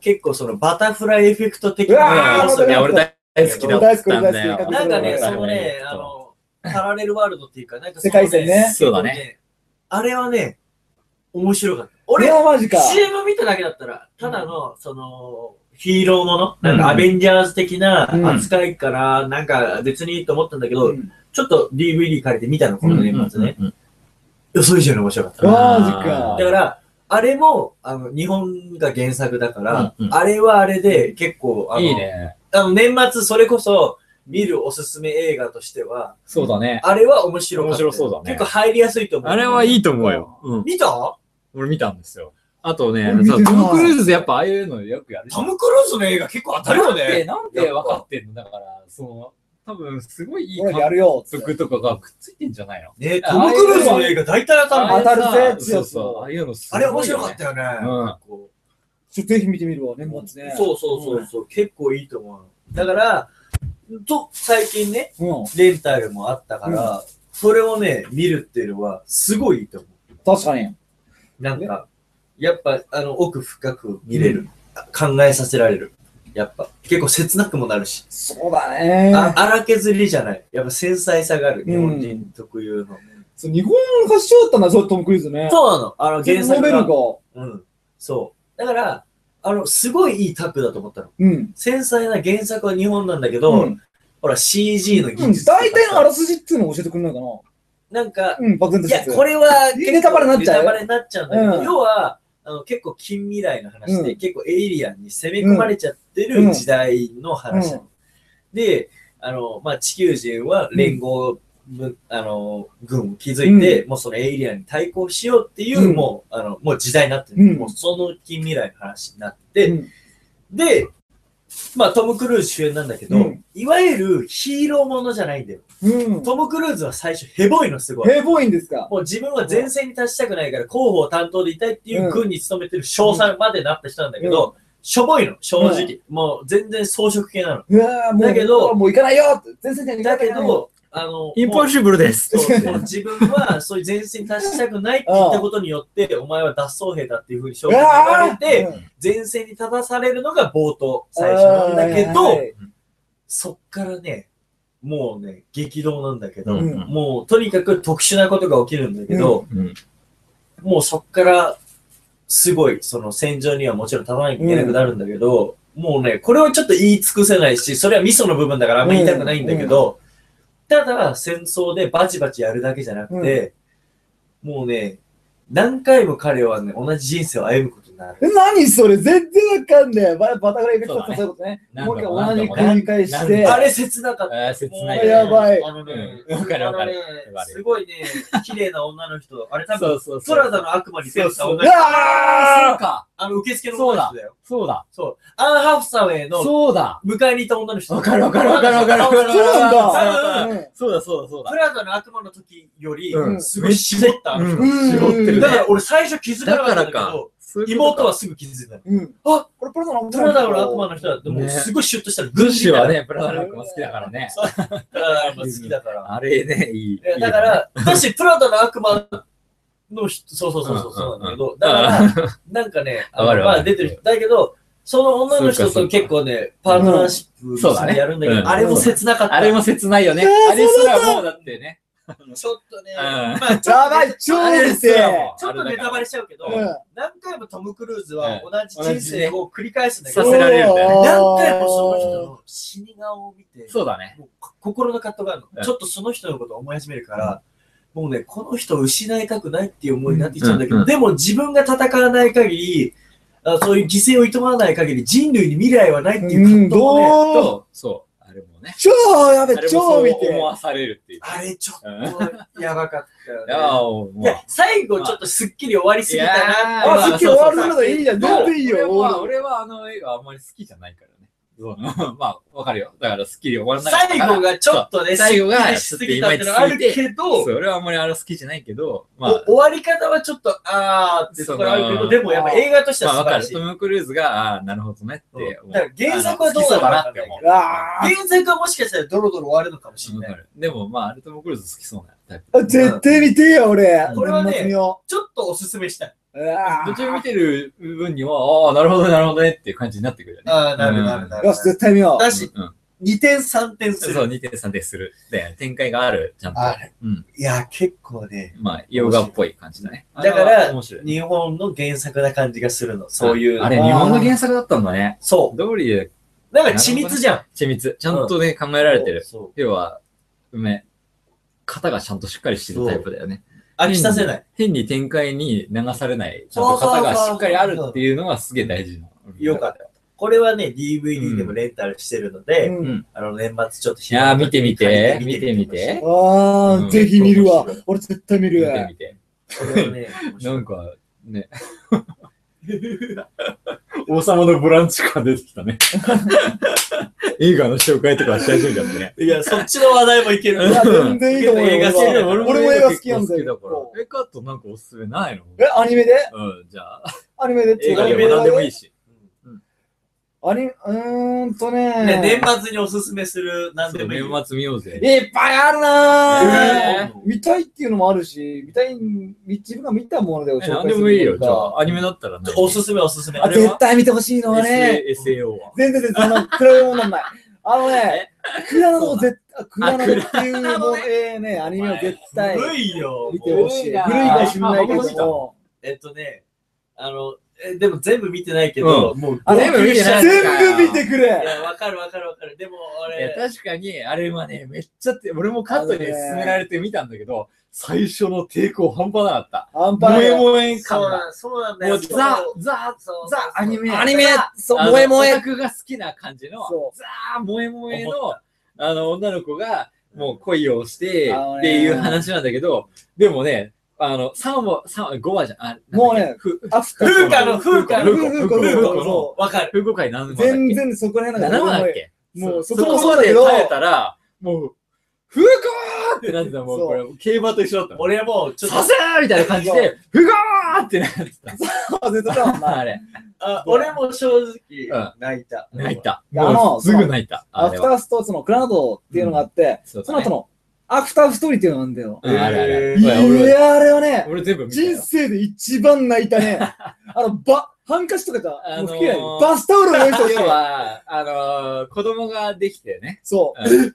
Speaker 2: 結構そのバタフライエフェクト的
Speaker 3: う
Speaker 2: な要
Speaker 3: わー
Speaker 2: 素
Speaker 1: い
Speaker 2: が
Speaker 1: や、俺大好きだったんだ
Speaker 3: 俺大好
Speaker 1: よ。
Speaker 3: き
Speaker 2: なんかね、
Speaker 3: うん
Speaker 2: そのね、あの、パラレルワールドっていうか、なんかその
Speaker 3: 世
Speaker 2: ね
Speaker 3: 界線ね。
Speaker 1: そうだね。
Speaker 2: あれはね、面白かった。
Speaker 3: 俺
Speaker 2: 俺、
Speaker 3: はマジか。
Speaker 2: CM 見ただけだったら、ただの、その、ヒーローもの、なん
Speaker 1: うん
Speaker 2: かアベンジャーズ的な
Speaker 3: うん
Speaker 2: 扱いから、なんか別にいいと思ったんだけど、
Speaker 3: うん
Speaker 2: ちょっと DVD 借りて見たの、この年末ね。
Speaker 1: うん。
Speaker 2: 予想以上に面白かった。
Speaker 3: マ
Speaker 2: だ
Speaker 3: ジか
Speaker 1: だ
Speaker 2: か、
Speaker 1: から
Speaker 2: あれも、あの、日本が原作だから、
Speaker 1: うんうん
Speaker 2: あれはあれで結構、あ
Speaker 1: ら、
Speaker 2: の、
Speaker 1: いいね。
Speaker 2: あの年末それこそ見るおすすめ映画としては、
Speaker 1: そうだね。
Speaker 2: あれは面白かったよ。
Speaker 1: 面白そうだね
Speaker 2: 結構入りやすいと思う。
Speaker 1: あれはい
Speaker 2: い。
Speaker 1: いと思うよ。うん。
Speaker 2: 見た
Speaker 1: 俺見たんですよ。あとね、
Speaker 3: 俺見て
Speaker 1: そう
Speaker 3: ない
Speaker 1: トム・クルーズやっぱああいうのよくやるじゃ
Speaker 2: ト
Speaker 1: ん。
Speaker 2: ム・クルーズの映画結構当たるよ
Speaker 1: なん
Speaker 2: ね
Speaker 1: で、。なんで分かってんのだから、その、多分すごいいい
Speaker 3: 俺や
Speaker 1: 監
Speaker 3: るよ。
Speaker 1: 督とかがくっついてんじゃないの
Speaker 2: ねトム・クルーズの映画大体当た
Speaker 3: あ
Speaker 2: る。
Speaker 3: 当たるぜ
Speaker 1: そう
Speaker 3: 強
Speaker 1: そう。
Speaker 3: そう
Speaker 1: ああいうのすご
Speaker 2: あ
Speaker 1: い
Speaker 2: れ
Speaker 1: よね
Speaker 2: 面白かったよね。
Speaker 1: うん
Speaker 2: こ
Speaker 3: ちょぜひ見てみるわ、年末
Speaker 2: う
Speaker 3: ね。
Speaker 2: そうそうそうそう、結構いいと思う。だから、と、最近ね、
Speaker 3: う。うん。
Speaker 2: レンタルもあったから、それをね、見るっていうのは、すごいいいと思
Speaker 3: 確かに。
Speaker 2: う。なんか、やっぱ、あの、奥深く見れる。考えさせられる。やっぱ、結構切なくもなるし。
Speaker 3: そうだね。
Speaker 2: あ荒削りじゃない。やっぱ繊細さがある。日本人特有の。
Speaker 3: そう日本の発祥だったんだ、それトム・クルーズね。
Speaker 2: そうなの。あの、原
Speaker 3: ノ
Speaker 2: 作
Speaker 3: ベル
Speaker 2: が
Speaker 3: が。。
Speaker 2: うん。そう。だから、あの、すごいいいタッグだと思ったの。
Speaker 3: うん。
Speaker 2: 繊細な原作は日本なんだけど、
Speaker 3: うん
Speaker 2: ほら CG の技
Speaker 3: うん
Speaker 2: 術とかさ、
Speaker 3: 大体のあらすじっていうのを教えてくれないかな。
Speaker 2: なんか、
Speaker 3: うん、漠然と
Speaker 2: い
Speaker 3: した
Speaker 2: や、
Speaker 3: やつ。
Speaker 2: これは結構
Speaker 3: ネタバレになっちゃう
Speaker 2: ネタバレになっちゃうんだけど、
Speaker 3: うん
Speaker 2: 要は、あの結構近未来の話で、
Speaker 3: うん
Speaker 2: 結構エイリアンに攻め込まれちゃってる時代の話なの、
Speaker 3: う
Speaker 2: で、あの、まあ、地球人は連合軍、あの、軍を築いて、もうそのエイリアンに対抗しようっていう、
Speaker 3: うん
Speaker 2: もう、あの、もう時代になってる、
Speaker 3: うん
Speaker 2: もうその近未来の話になって、
Speaker 3: うん
Speaker 2: で、まあ、トム・クルーズ主演なんだけど、
Speaker 3: うん
Speaker 2: いわゆるヒーローものじゃないんだよ。
Speaker 3: うん。
Speaker 2: トム・クルーズは最初、ヘボいのすごい。
Speaker 3: 平凡院ですか。
Speaker 2: もう自分は前線に立ちたくないから、広報担当でいたいっていう軍に勤めてる少佐までなった人なんだけど、しょぼいの、正直。もう全然装飾系なの。
Speaker 3: うわーもう
Speaker 2: だけど
Speaker 3: もう行かないよって全世界に行
Speaker 2: だ
Speaker 3: かない
Speaker 2: け
Speaker 3: よ
Speaker 2: ど、あの、
Speaker 1: インポッシブルです
Speaker 2: もうそうもう自分はそういう前線に立ちたくないって言ったことによって、お前は脱走兵だっていうふうに将
Speaker 3: う
Speaker 2: 軍に言わ
Speaker 3: わ
Speaker 2: れ
Speaker 3: ー
Speaker 2: て、
Speaker 3: うん
Speaker 2: 前線に立たされるのが冒頭、最初なんだけ
Speaker 3: はいは
Speaker 2: ど、
Speaker 3: い
Speaker 2: そっからね、もうね、激動なんだけ
Speaker 1: う
Speaker 2: ど、
Speaker 1: んうん
Speaker 2: もうとにかく特殊なことが起きるんだけど、
Speaker 1: うん
Speaker 2: もうそっから、すごい、その戦場にはもちろん立たなきゃいけなくなるんだけど、もうね、これをちょっと言い尽くせないし、それはミソの部分だからあんまり言いたくないんだけど、ただ戦争でバチバチやるだけじゃなくて、もうね、何回も彼はね、同じ人生を歩むことになる。
Speaker 3: 何それ全然わかんねえ。ババタフライエフェクトってそういうことね。
Speaker 1: そうだね
Speaker 3: もう一回同
Speaker 1: 何度も
Speaker 3: じ
Speaker 1: 何度も
Speaker 3: 繰り返し
Speaker 1: 何
Speaker 3: て
Speaker 1: 度。も
Speaker 2: あれ切なかった。
Speaker 1: あー切ない
Speaker 3: あやばい
Speaker 4: あのね、
Speaker 1: うんわかるわかるわ
Speaker 2: あの
Speaker 1: か
Speaker 2: ね
Speaker 1: る
Speaker 2: すごいね、綺麗な女の人。あれ多
Speaker 1: そ
Speaker 2: 分
Speaker 1: う、そう
Speaker 2: ソ
Speaker 1: そう。
Speaker 2: ラザの悪魔に出てた女の
Speaker 1: あ
Speaker 2: 人。
Speaker 1: ーそ
Speaker 3: あ
Speaker 1: うか。
Speaker 2: あの、受付の女の人だよ。
Speaker 1: そうだ。
Speaker 2: そう。アン・ハフサウェイの
Speaker 1: そうだ。
Speaker 2: 迎えにいた女の人。
Speaker 1: わかるわかるわかるわかるわかる。
Speaker 3: そうなんだ
Speaker 2: あ
Speaker 1: だ。
Speaker 3: ー
Speaker 1: そうだそうだそう
Speaker 2: プ
Speaker 1: だ。
Speaker 2: ラザの悪魔の時より、
Speaker 1: うん
Speaker 2: すごい絞った。
Speaker 1: う
Speaker 2: だ
Speaker 1: ん絞ってる
Speaker 3: だ
Speaker 1: ね
Speaker 2: か。ら俺最初気づかなかったんだけ
Speaker 1: だからか
Speaker 2: ど、妹はすぐ気づいた。
Speaker 3: うん。うん
Speaker 2: あ、
Speaker 3: これプラザの悪魔
Speaker 2: プラザの悪魔の人だって、もう
Speaker 1: ね
Speaker 2: すごいシュッとしたら、
Speaker 1: グ
Speaker 2: グ
Speaker 1: ッ
Speaker 2: ッ
Speaker 1: シ
Speaker 2: シ
Speaker 1: ュ
Speaker 2: ュ
Speaker 1: は
Speaker 2: はね、
Speaker 1: ね、プラザラックも好きだからね。
Speaker 2: プラザの悪魔好きだから。
Speaker 1: あれね、いい。
Speaker 2: えだから、私、プラザの悪魔の人、そうそうそうそうそうなんだけど、だから、なんかね、あ
Speaker 1: わか
Speaker 2: の
Speaker 1: る
Speaker 2: ま
Speaker 1: わか
Speaker 2: あ
Speaker 1: る
Speaker 2: 出てる。だけど、その女の人
Speaker 1: そうかそうか
Speaker 2: と結構ね、パートナーシップ
Speaker 1: んそうだね
Speaker 2: やるんだけ
Speaker 1: うん
Speaker 2: ど、あれも切なかった。
Speaker 1: あれも切ないよね。あれすらもうだってね。
Speaker 2: ちょっとね、
Speaker 1: うん
Speaker 2: まあちょ
Speaker 3: やばい、超
Speaker 1: あれ
Speaker 3: 見
Speaker 1: すら
Speaker 3: て
Speaker 1: も。
Speaker 2: ちょっとネタバレしちゃうけど、
Speaker 3: うん
Speaker 2: 何回もトム・クルーズ
Speaker 1: うん
Speaker 2: は同じ人生を繰り返すんだけ
Speaker 1: さ
Speaker 2: ど、
Speaker 1: せられるんだよ
Speaker 2: 何回もその人の死に顔を見て、
Speaker 1: そうだね。
Speaker 2: もうこ心の葛藤があるの、
Speaker 1: うん
Speaker 2: ちょっとその人のことを思い始めるから、もうね、この人を失いたくないっていう思いになってきちゃうんだけど、
Speaker 1: うんうん
Speaker 2: でも自分が戦わない限り、あそういう犠牲を厭わない限り人類に未来はないっていう葛
Speaker 3: うん、
Speaker 2: 藤をね、
Speaker 3: どう
Speaker 1: そう、そう。あれもね。
Speaker 3: 超やべ
Speaker 1: あれ、も
Speaker 3: 超
Speaker 1: そう
Speaker 3: 見て
Speaker 1: 思。わされるっていう。
Speaker 2: あれちょっ
Speaker 1: うん
Speaker 2: とやばかったよ
Speaker 1: いや
Speaker 2: ね。
Speaker 1: もう
Speaker 2: いや最後ちょっとすっきり終わりすぎた
Speaker 1: いやー
Speaker 2: な。
Speaker 3: あ、好き終わるのいいじゃん。
Speaker 1: ど
Speaker 3: 全
Speaker 1: う
Speaker 3: 然いいよ。
Speaker 1: 俺は俺はあの映画あんまり好きじゃないからね。そう [LAUGHS] まあ、わかるよ。だから、スッキリ終わらなかった
Speaker 2: 最
Speaker 1: から。
Speaker 2: 後がちょっとね、
Speaker 1: 最後が
Speaker 2: すっきりしすぎたってのはあるけど、
Speaker 1: そう俺はあんまりあれ好きじゃないけど、ま
Speaker 2: お
Speaker 1: あ、
Speaker 2: 終わり方はちょっと、あーってところあるけ
Speaker 1: そ
Speaker 2: ど、
Speaker 1: の
Speaker 2: でもやっぱ映画として
Speaker 1: ま
Speaker 2: は
Speaker 1: あ、
Speaker 2: 素
Speaker 1: わか
Speaker 2: 晴
Speaker 1: らる。
Speaker 2: しい。
Speaker 1: トム・クルーズが、ああー、なるほどねって思う。
Speaker 2: だから原作はどうなのかわかんないけど
Speaker 1: 好きそうだ
Speaker 3: あー
Speaker 2: 原作はもしかしたらドロドロ終わるのかもしれ
Speaker 1: わ
Speaker 2: な
Speaker 1: か
Speaker 2: い。
Speaker 1: るでも、まあ、あれトム・クルーズ好きそうなタイプ。
Speaker 3: あ絶対見てよ、俺。
Speaker 2: これはね
Speaker 3: 年末見よ
Speaker 2: ちょっとおすすめしたい。
Speaker 3: ううわ
Speaker 1: どっちも
Speaker 3: ー
Speaker 1: 見てる部分にも、ああ、なるほどね、なるほどねっていう感じになってくるよね。
Speaker 2: ああ、なるなるなる
Speaker 3: よし、。絶対見よう。
Speaker 2: だし、
Speaker 1: うんうん
Speaker 2: 2点3点す
Speaker 1: そう、
Speaker 2: る。
Speaker 1: 2点3点する。で、展開がある、ちゃんと。
Speaker 2: あれ
Speaker 1: うん。
Speaker 2: いや、結構ね、
Speaker 1: まあ、洋画っぽい感じだね。
Speaker 2: だから
Speaker 1: あれは面白い。
Speaker 2: 日本の原作な感じがするの。そういう。
Speaker 1: あれ、
Speaker 3: あー
Speaker 1: 日本の原作だったんだね。
Speaker 2: そ
Speaker 1: 通りで
Speaker 2: う。なんか緻密じゃん。
Speaker 1: 緻密。ちゃんとね、考えられてる。
Speaker 2: そう。
Speaker 1: 要は、梅、型がちゃんとしっかりしてるタイプだよね。
Speaker 2: 飽きさせない。
Speaker 1: 変に展開に流されない。ちゃん
Speaker 2: そ
Speaker 1: と
Speaker 2: うそうそう
Speaker 1: 型がしっかりあるっていうのがすげえ大事な。
Speaker 2: よかった。これはね、DVD でもレンタルしてるので、
Speaker 3: うん
Speaker 2: あの、年末ちょっと
Speaker 1: いやー、見てみて。
Speaker 2: 見
Speaker 1: 見
Speaker 2: て
Speaker 1: て
Speaker 2: み
Speaker 1: み
Speaker 2: て
Speaker 1: て。
Speaker 3: あ
Speaker 1: うん
Speaker 3: あ、ぜひ見るわ
Speaker 2: 面白い。
Speaker 3: 俺絶対
Speaker 1: 見
Speaker 3: 見る。
Speaker 1: てみて。
Speaker 2: これはね
Speaker 1: なんか、ね。王様のブランチ感出てきたね。映画の紹介とかし始めちゃってね。
Speaker 2: いや、そっちの話題もいける。
Speaker 3: いや、全然いいと思う
Speaker 1: [LAUGHS]
Speaker 3: よ。
Speaker 2: 映画好きだ
Speaker 3: 俺
Speaker 2: よ
Speaker 3: は俺も映画好きなんだ
Speaker 1: だから
Speaker 3: よ。。
Speaker 1: え、カットなんかおすすめないの
Speaker 3: え、アニメで
Speaker 1: うん、じゃあ。
Speaker 3: アニメでってい
Speaker 1: 映
Speaker 3: うか
Speaker 1: 画でも何でもいいし。
Speaker 3: アニメ、うーんと
Speaker 2: ね
Speaker 3: ね
Speaker 2: 年。末におすすめする何でもいい。
Speaker 1: 年末見ようぜ。
Speaker 3: いっぱいあるな
Speaker 1: え
Speaker 3: ー見たいっていうのもあるし、見たい、自分が見たもので紹介する
Speaker 1: 何でもいいよ。
Speaker 3: と
Speaker 1: じ
Speaker 3: か
Speaker 1: ゃあ、アニメだったらね。
Speaker 2: おすすめおすすめ。
Speaker 1: あ
Speaker 3: あ
Speaker 1: れは
Speaker 3: 絶対見てほしいのはね、
Speaker 1: SA SAO は。
Speaker 3: 全然全然そんな暗いもんなんない。あのね、クラナド絶対、クラナドっていうもうえーね、アニメを絶対
Speaker 2: 古いよ。
Speaker 3: 見てほしい。古
Speaker 1: 古い
Speaker 3: い
Speaker 1: な
Speaker 3: かもしれないけ
Speaker 1: あ
Speaker 3: ども、
Speaker 2: えっとね、あの、えでも全部見てないけど、もう、い
Speaker 3: あれ
Speaker 1: 全部見てない
Speaker 3: 全部見てくれ
Speaker 2: や、わかるわかるわかる。でも、あ
Speaker 1: いや、
Speaker 2: れ、
Speaker 1: 確かに、あれはね、めっちゃって、俺もカットに勧められて見たんだけど、最初の抵抗半端なかった。
Speaker 3: アンパ
Speaker 1: 萌え
Speaker 3: ン。
Speaker 1: 萌え
Speaker 2: そ
Speaker 1: 感
Speaker 2: う
Speaker 1: が。
Speaker 2: なんそうなんだ
Speaker 1: もう
Speaker 2: よ。
Speaker 1: ザ、ザ、
Speaker 2: そう
Speaker 1: ザ、アニメ。
Speaker 3: アニメ
Speaker 1: ザ
Speaker 3: そう
Speaker 1: あの
Speaker 3: 萌え萌え
Speaker 1: オタクが好きな感じの、
Speaker 3: そ
Speaker 1: ザー、萌え萌えの
Speaker 2: 思、
Speaker 1: あの、女の子が、もう恋をして、
Speaker 3: あのね
Speaker 1: っていう話なんだけど、でもね、あの、3話、三話、5話じゃん、あ
Speaker 3: もうね
Speaker 1: ふ
Speaker 3: アフター。
Speaker 2: 風花の風
Speaker 1: 風花
Speaker 2: 花の
Speaker 1: の
Speaker 3: 風花
Speaker 1: 風花
Speaker 3: の
Speaker 1: の
Speaker 3: そ
Speaker 2: わかる。
Speaker 1: 風花回何話だっけ
Speaker 3: 全然そこら辺
Speaker 1: 7
Speaker 3: ん
Speaker 1: 話
Speaker 3: か
Speaker 1: だっけ
Speaker 3: もう
Speaker 1: そ
Speaker 3: そ
Speaker 1: そ
Speaker 3: こ
Speaker 1: こ
Speaker 3: も
Speaker 1: そ
Speaker 3: そ
Speaker 1: こ
Speaker 3: うだ
Speaker 1: で
Speaker 3: けど
Speaker 1: 耐えたら、もう、風花ーってなってた、もう、
Speaker 3: そう
Speaker 1: これ、競馬と一緒だったの。
Speaker 2: 俺も、ちょっ
Speaker 1: さ
Speaker 2: と、
Speaker 1: せーみたいな感じで、風花ーってなってた。
Speaker 3: 絶対そう
Speaker 1: あれ、
Speaker 2: あ俺も正直
Speaker 1: うん、
Speaker 2: 泣いた。
Speaker 1: 泣い。た。
Speaker 3: いやあの
Speaker 1: もうすぐ泣いた。
Speaker 3: ア
Speaker 1: あれ
Speaker 3: フタ
Speaker 1: は。
Speaker 3: ーストーツのクラナドっていうのがあって、
Speaker 1: そう
Speaker 3: そ
Speaker 1: だ
Speaker 3: の
Speaker 1: ね
Speaker 3: 後のアフターストーリーっていうのがあるんだよ。
Speaker 1: うんあれあれ。
Speaker 2: え
Speaker 1: い
Speaker 2: ー
Speaker 3: い
Speaker 1: や俺
Speaker 3: や、あれはね、
Speaker 1: [LAUGHS] 俺全部見たよ
Speaker 3: 人生で一番泣いたね。あの、ば、ハンカチとかじ
Speaker 1: あ
Speaker 3: ゃ、
Speaker 1: のー
Speaker 3: もう吹けない。バスタオルを用意してほしい
Speaker 1: 要。は、あのー、子供ができてね。
Speaker 3: そ
Speaker 1: うん
Speaker 3: う。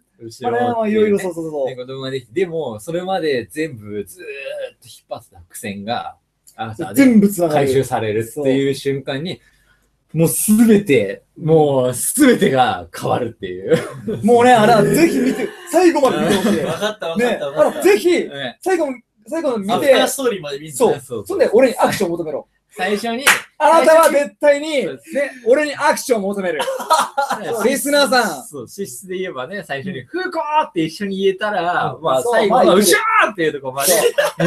Speaker 1: 後
Speaker 3: あれ
Speaker 1: ろ
Speaker 3: は
Speaker 1: を
Speaker 3: いろいろ、
Speaker 1: ね
Speaker 3: そうそうそ
Speaker 1: ね子供ができて、でも、それまで全部ずーっと引っ張ってた伏線が、あ
Speaker 3: う。全部つなが
Speaker 1: 回収
Speaker 3: る。
Speaker 1: されるっていう瞬間に、もうすべて、もうすべてが変わるっていう。
Speaker 3: もうね、あれはぜひ見て、最後まで見て
Speaker 1: [LAUGHS]
Speaker 3: ほしい。
Speaker 2: わかったわか
Speaker 3: ね
Speaker 2: っ、たわか
Speaker 3: あ
Speaker 2: っ
Speaker 3: の
Speaker 2: た。
Speaker 3: ぜひ、
Speaker 1: ね
Speaker 3: 最後、最後まで
Speaker 2: アフタ
Speaker 3: 見て
Speaker 2: ー、ストーリーまで見て。
Speaker 3: そう
Speaker 1: そう [LAUGHS]
Speaker 3: そんで俺にアクションを求めろ。
Speaker 1: 最初に、
Speaker 3: あなたは絶対に、
Speaker 1: そう
Speaker 3: ね
Speaker 1: で、
Speaker 3: 俺にアクションを求め
Speaker 1: [LAUGHS]
Speaker 3: る。リスナーさん
Speaker 1: そう、資質で言えばね、最初に、風ーって一緒に言えたら、まあ
Speaker 3: そう
Speaker 1: 最後は、
Speaker 3: まあ
Speaker 1: うしゃーっていうとこまで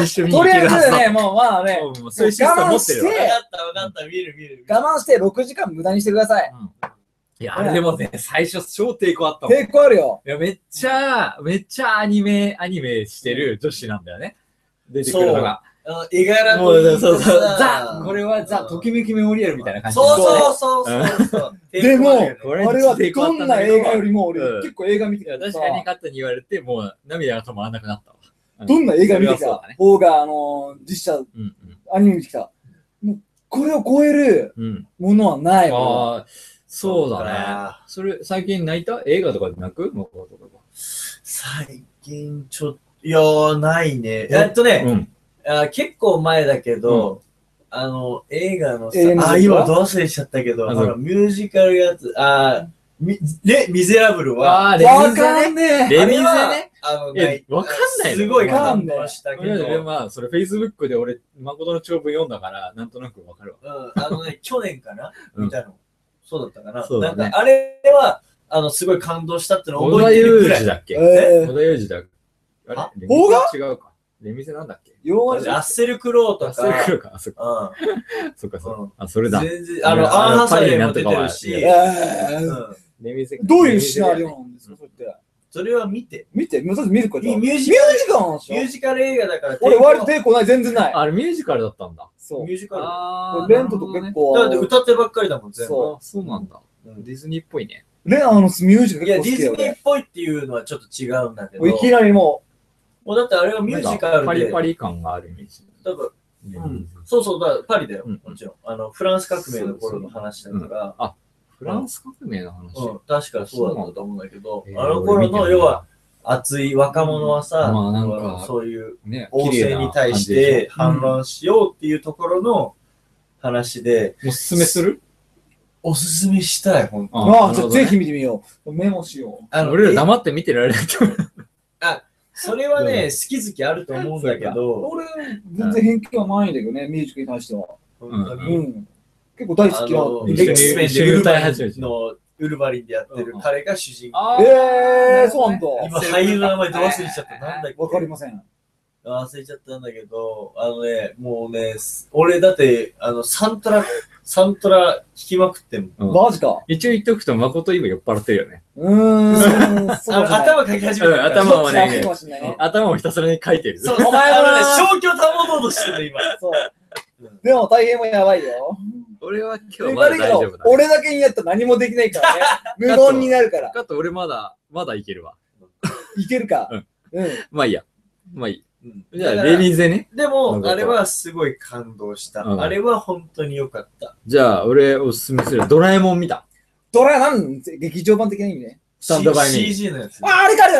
Speaker 1: 一緒に
Speaker 3: と
Speaker 1: 行
Speaker 3: り
Speaker 1: け
Speaker 3: あ
Speaker 1: る
Speaker 3: え
Speaker 1: はず
Speaker 3: ず
Speaker 1: だ。
Speaker 3: ね、もうまあね、
Speaker 1: もうもうそういうシステム持ってるわ
Speaker 3: 我慢し。
Speaker 4: かったわかった、見る見る。見る
Speaker 3: 我慢して6時間無駄にしてください。
Speaker 1: うんいや、あれでもね、最初超抵抗あったもん。い
Speaker 3: 抵抗あるよ。
Speaker 1: や、めっちゃ、めっちゃアニメ、アニメしてる女子なんだよね。出てくるのが。
Speaker 4: あの絵柄
Speaker 1: も
Speaker 4: と
Speaker 1: う、
Speaker 4: いい
Speaker 1: そうそう、ザ
Speaker 4: さ、
Speaker 1: これはザ、ときめきメモリアルみたいな感じ。
Speaker 4: そうそうそうそう。
Speaker 3: でも
Speaker 1: こ
Speaker 3: あ
Speaker 1: れ
Speaker 3: れはどんな映画よりも俺、
Speaker 1: うん
Speaker 3: 結構映画見て
Speaker 1: いや
Speaker 3: たから
Speaker 1: 確
Speaker 3: さ
Speaker 1: かにカットに言われて、もう涙が止まらなくなったわ。
Speaker 3: どんな映画見てき
Speaker 1: それはそう
Speaker 3: た
Speaker 1: だね
Speaker 3: 方が、あのー、実写、
Speaker 1: うん
Speaker 3: アニメ見てきた。もう、これを超える
Speaker 1: うん。うん。
Speaker 3: ものはないわ。
Speaker 1: ああ、そうだね。。それ、最近泣いた映画とかで泣く向こうとかが
Speaker 4: 最近ち
Speaker 2: ち
Speaker 4: ょっ
Speaker 2: ょっと、いやー、ないね。えっとね、
Speaker 1: うん。
Speaker 2: あー結構前だけど、あの、映画のさ、
Speaker 3: 映画の
Speaker 2: あ、今どう忘れしちゃったけど、
Speaker 1: あ
Speaker 2: ほ
Speaker 1: そう
Speaker 2: ら、ミュージカルやつ、あー、みレ・ミゼラブルは、
Speaker 1: ああ、レミ
Speaker 3: わ
Speaker 1: ゼ
Speaker 3: か
Speaker 1: ね。
Speaker 3: んねえ。
Speaker 1: レミゼ
Speaker 2: あれは
Speaker 1: ね。
Speaker 2: あの、
Speaker 1: え
Speaker 2: ない
Speaker 1: わかんないの
Speaker 2: すごい
Speaker 3: わかん
Speaker 2: 感
Speaker 3: ない
Speaker 2: 動したけ
Speaker 1: いや
Speaker 2: ど、
Speaker 1: でもまあ、それ、Facebook で俺、誠の長文読んだから、なんとなくわかるわ。
Speaker 2: うん、あの
Speaker 1: [LAUGHS]
Speaker 2: ね、去年かな
Speaker 1: うん
Speaker 2: 見たの。そうだったかな。
Speaker 1: そうだね
Speaker 2: なんか、あれは、あの、すごい感動したってのを
Speaker 1: 小
Speaker 2: 覚
Speaker 1: 田
Speaker 2: えてる
Speaker 1: 裕
Speaker 2: ぐら
Speaker 1: 二
Speaker 2: い。
Speaker 1: だっけ
Speaker 3: え
Speaker 1: 小
Speaker 3: ー
Speaker 1: 田裕二だっけあ
Speaker 2: あ
Speaker 1: れレミ
Speaker 3: 邦画
Speaker 1: ゼ違うか。レミゼなんだっけ
Speaker 3: 洋画じゃ
Speaker 2: ラッセル・クロウと
Speaker 1: あ、それ
Speaker 2: か、
Speaker 1: 来るか。あ、そっか、
Speaker 2: う
Speaker 1: そっか、そっ
Speaker 2: う
Speaker 1: か。あ、それだ
Speaker 2: ん。。全然、あ
Speaker 1: い
Speaker 2: の、
Speaker 1: やあの
Speaker 2: アンハサウェイも出てる
Speaker 1: パ
Speaker 2: し
Speaker 1: リ、
Speaker 3: え
Speaker 2: う
Speaker 3: ー
Speaker 2: ん、
Speaker 1: レミゼ
Speaker 3: どういうシナリオなんですか、それって。
Speaker 2: それは見て。
Speaker 3: 見て、まず見ること。
Speaker 2: ミュ
Speaker 3: ミュー
Speaker 2: ー
Speaker 3: ジ
Speaker 2: ジ
Speaker 3: カ
Speaker 2: カル
Speaker 3: ルなんでし
Speaker 2: ミュー
Speaker 3: ょ
Speaker 2: ジカル映画だから、
Speaker 3: 俺、割と
Speaker 2: テ
Speaker 3: 抵抗ない、全然ない。
Speaker 1: あれミュージカルだったんだ。
Speaker 3: そう
Speaker 2: ミ。ュージカル。
Speaker 1: あ
Speaker 3: 俺レントと結構、
Speaker 2: だ
Speaker 3: あ
Speaker 2: って
Speaker 3: の
Speaker 2: 歌ってばっかりだもん、全部。
Speaker 3: そ
Speaker 1: そう。そうなんだ。ディズニーっぽいね。
Speaker 3: レンあのミュージカル
Speaker 2: いや、
Speaker 3: 結
Speaker 2: ディズ
Speaker 3: 構好きよ
Speaker 2: ニーっ
Speaker 3: ね。
Speaker 2: ぽいっていうのはちょっと違うんだけど。
Speaker 3: 俺いきなりも
Speaker 2: もうだってあれはミュージカ
Speaker 1: パ
Speaker 2: ルで。
Speaker 1: リパリ感があるイメージ。
Speaker 2: 多分
Speaker 1: レ
Speaker 2: う
Speaker 1: ミ
Speaker 2: ん
Speaker 1: ゼ、
Speaker 2: そうそうだ、パリだよ、
Speaker 1: うん
Speaker 2: もちろん。あの、フランス革命の頃の話だから、
Speaker 1: フランス革命の話。
Speaker 2: うん、確かそうだったと思うんだけど
Speaker 1: え、ー
Speaker 2: あの頃の、要、
Speaker 1: 俺見てない
Speaker 2: は、熱い若者はさ、
Speaker 1: まあなんか
Speaker 2: そういう
Speaker 1: ね、
Speaker 2: 王
Speaker 1: 綺麗
Speaker 2: 政
Speaker 1: な
Speaker 2: に対し
Speaker 1: 感じで
Speaker 2: て反論しようっていうところの話で、
Speaker 1: しょ。おすすめする
Speaker 2: おすすめしたい、ほんと
Speaker 1: な
Speaker 3: う、
Speaker 1: る
Speaker 3: あ
Speaker 1: ほ
Speaker 3: あ、じゃあ
Speaker 1: どね
Speaker 3: ぜひ見てみよう。メモしよ
Speaker 2: あの
Speaker 1: 俺ら
Speaker 2: え
Speaker 1: 黙って見てられないと思う。
Speaker 2: それは
Speaker 1: うん
Speaker 2: ね、好き好きあると思うんだけ
Speaker 3: う。
Speaker 2: ど、
Speaker 3: 俺、全然偏見はないんだけどね、ミュージカルに対しては。
Speaker 2: 本当
Speaker 1: う
Speaker 2: に
Speaker 3: う。ん。結構大好きな
Speaker 2: あの
Speaker 3: ミュ
Speaker 1: 一緒
Speaker 3: ージカル
Speaker 1: に。
Speaker 2: X-Men
Speaker 1: 一緒に歌い
Speaker 2: で
Speaker 1: 始めて
Speaker 2: のウルヴァリンでやってる彼が主人公。
Speaker 1: あ
Speaker 3: えー、そうなんだ。
Speaker 2: 今俳優の名前どう忘れちゃった。なんだっけ
Speaker 3: わかりません。
Speaker 2: 忘れちゃったんだけど、あのね、もうね、す俺だって、あの、サントラ、サントラ聞きまくっても。
Speaker 1: うん
Speaker 3: マジか。
Speaker 1: 一応言っとくと、誠今酔っ払ってるよね。
Speaker 3: う
Speaker 1: [LAUGHS]
Speaker 3: ーん。そう
Speaker 2: あの
Speaker 3: かも
Speaker 2: 頭かき始めたから。
Speaker 1: うん頭をね
Speaker 3: そうかもしれないね。
Speaker 1: 頭をひたすらに書いてる。
Speaker 2: そう、
Speaker 3: お前
Speaker 2: あの
Speaker 3: はな
Speaker 2: ね、消去保とうとしてる今。
Speaker 3: そう。 [LAUGHS] でも大変もやばいよ。
Speaker 1: 俺は今日まだ
Speaker 3: 悪
Speaker 1: 大
Speaker 3: いけ
Speaker 1: 丈夫
Speaker 3: ど
Speaker 1: だ。、
Speaker 3: 俺だけにやったら何もできないか
Speaker 1: [LAUGHS]
Speaker 3: らね。無言になるから。
Speaker 1: かと俺まだ、まだいけるわ。
Speaker 3: いけるか。うん。
Speaker 1: まあいいや。まあいい。
Speaker 2: うん
Speaker 1: じゃあ、
Speaker 2: だから
Speaker 1: レミゼね。
Speaker 2: で
Speaker 1: なん
Speaker 2: も、
Speaker 1: か
Speaker 2: あれはすごい感動した。
Speaker 1: うん
Speaker 2: あれは本当に良かった。
Speaker 1: じゃあ、俺おすすめするドラえもん見た。
Speaker 3: ドラなん劇場版的な意味ね。
Speaker 1: スタンドバイミー
Speaker 2: C- CG のやつ。
Speaker 3: あ、あれかある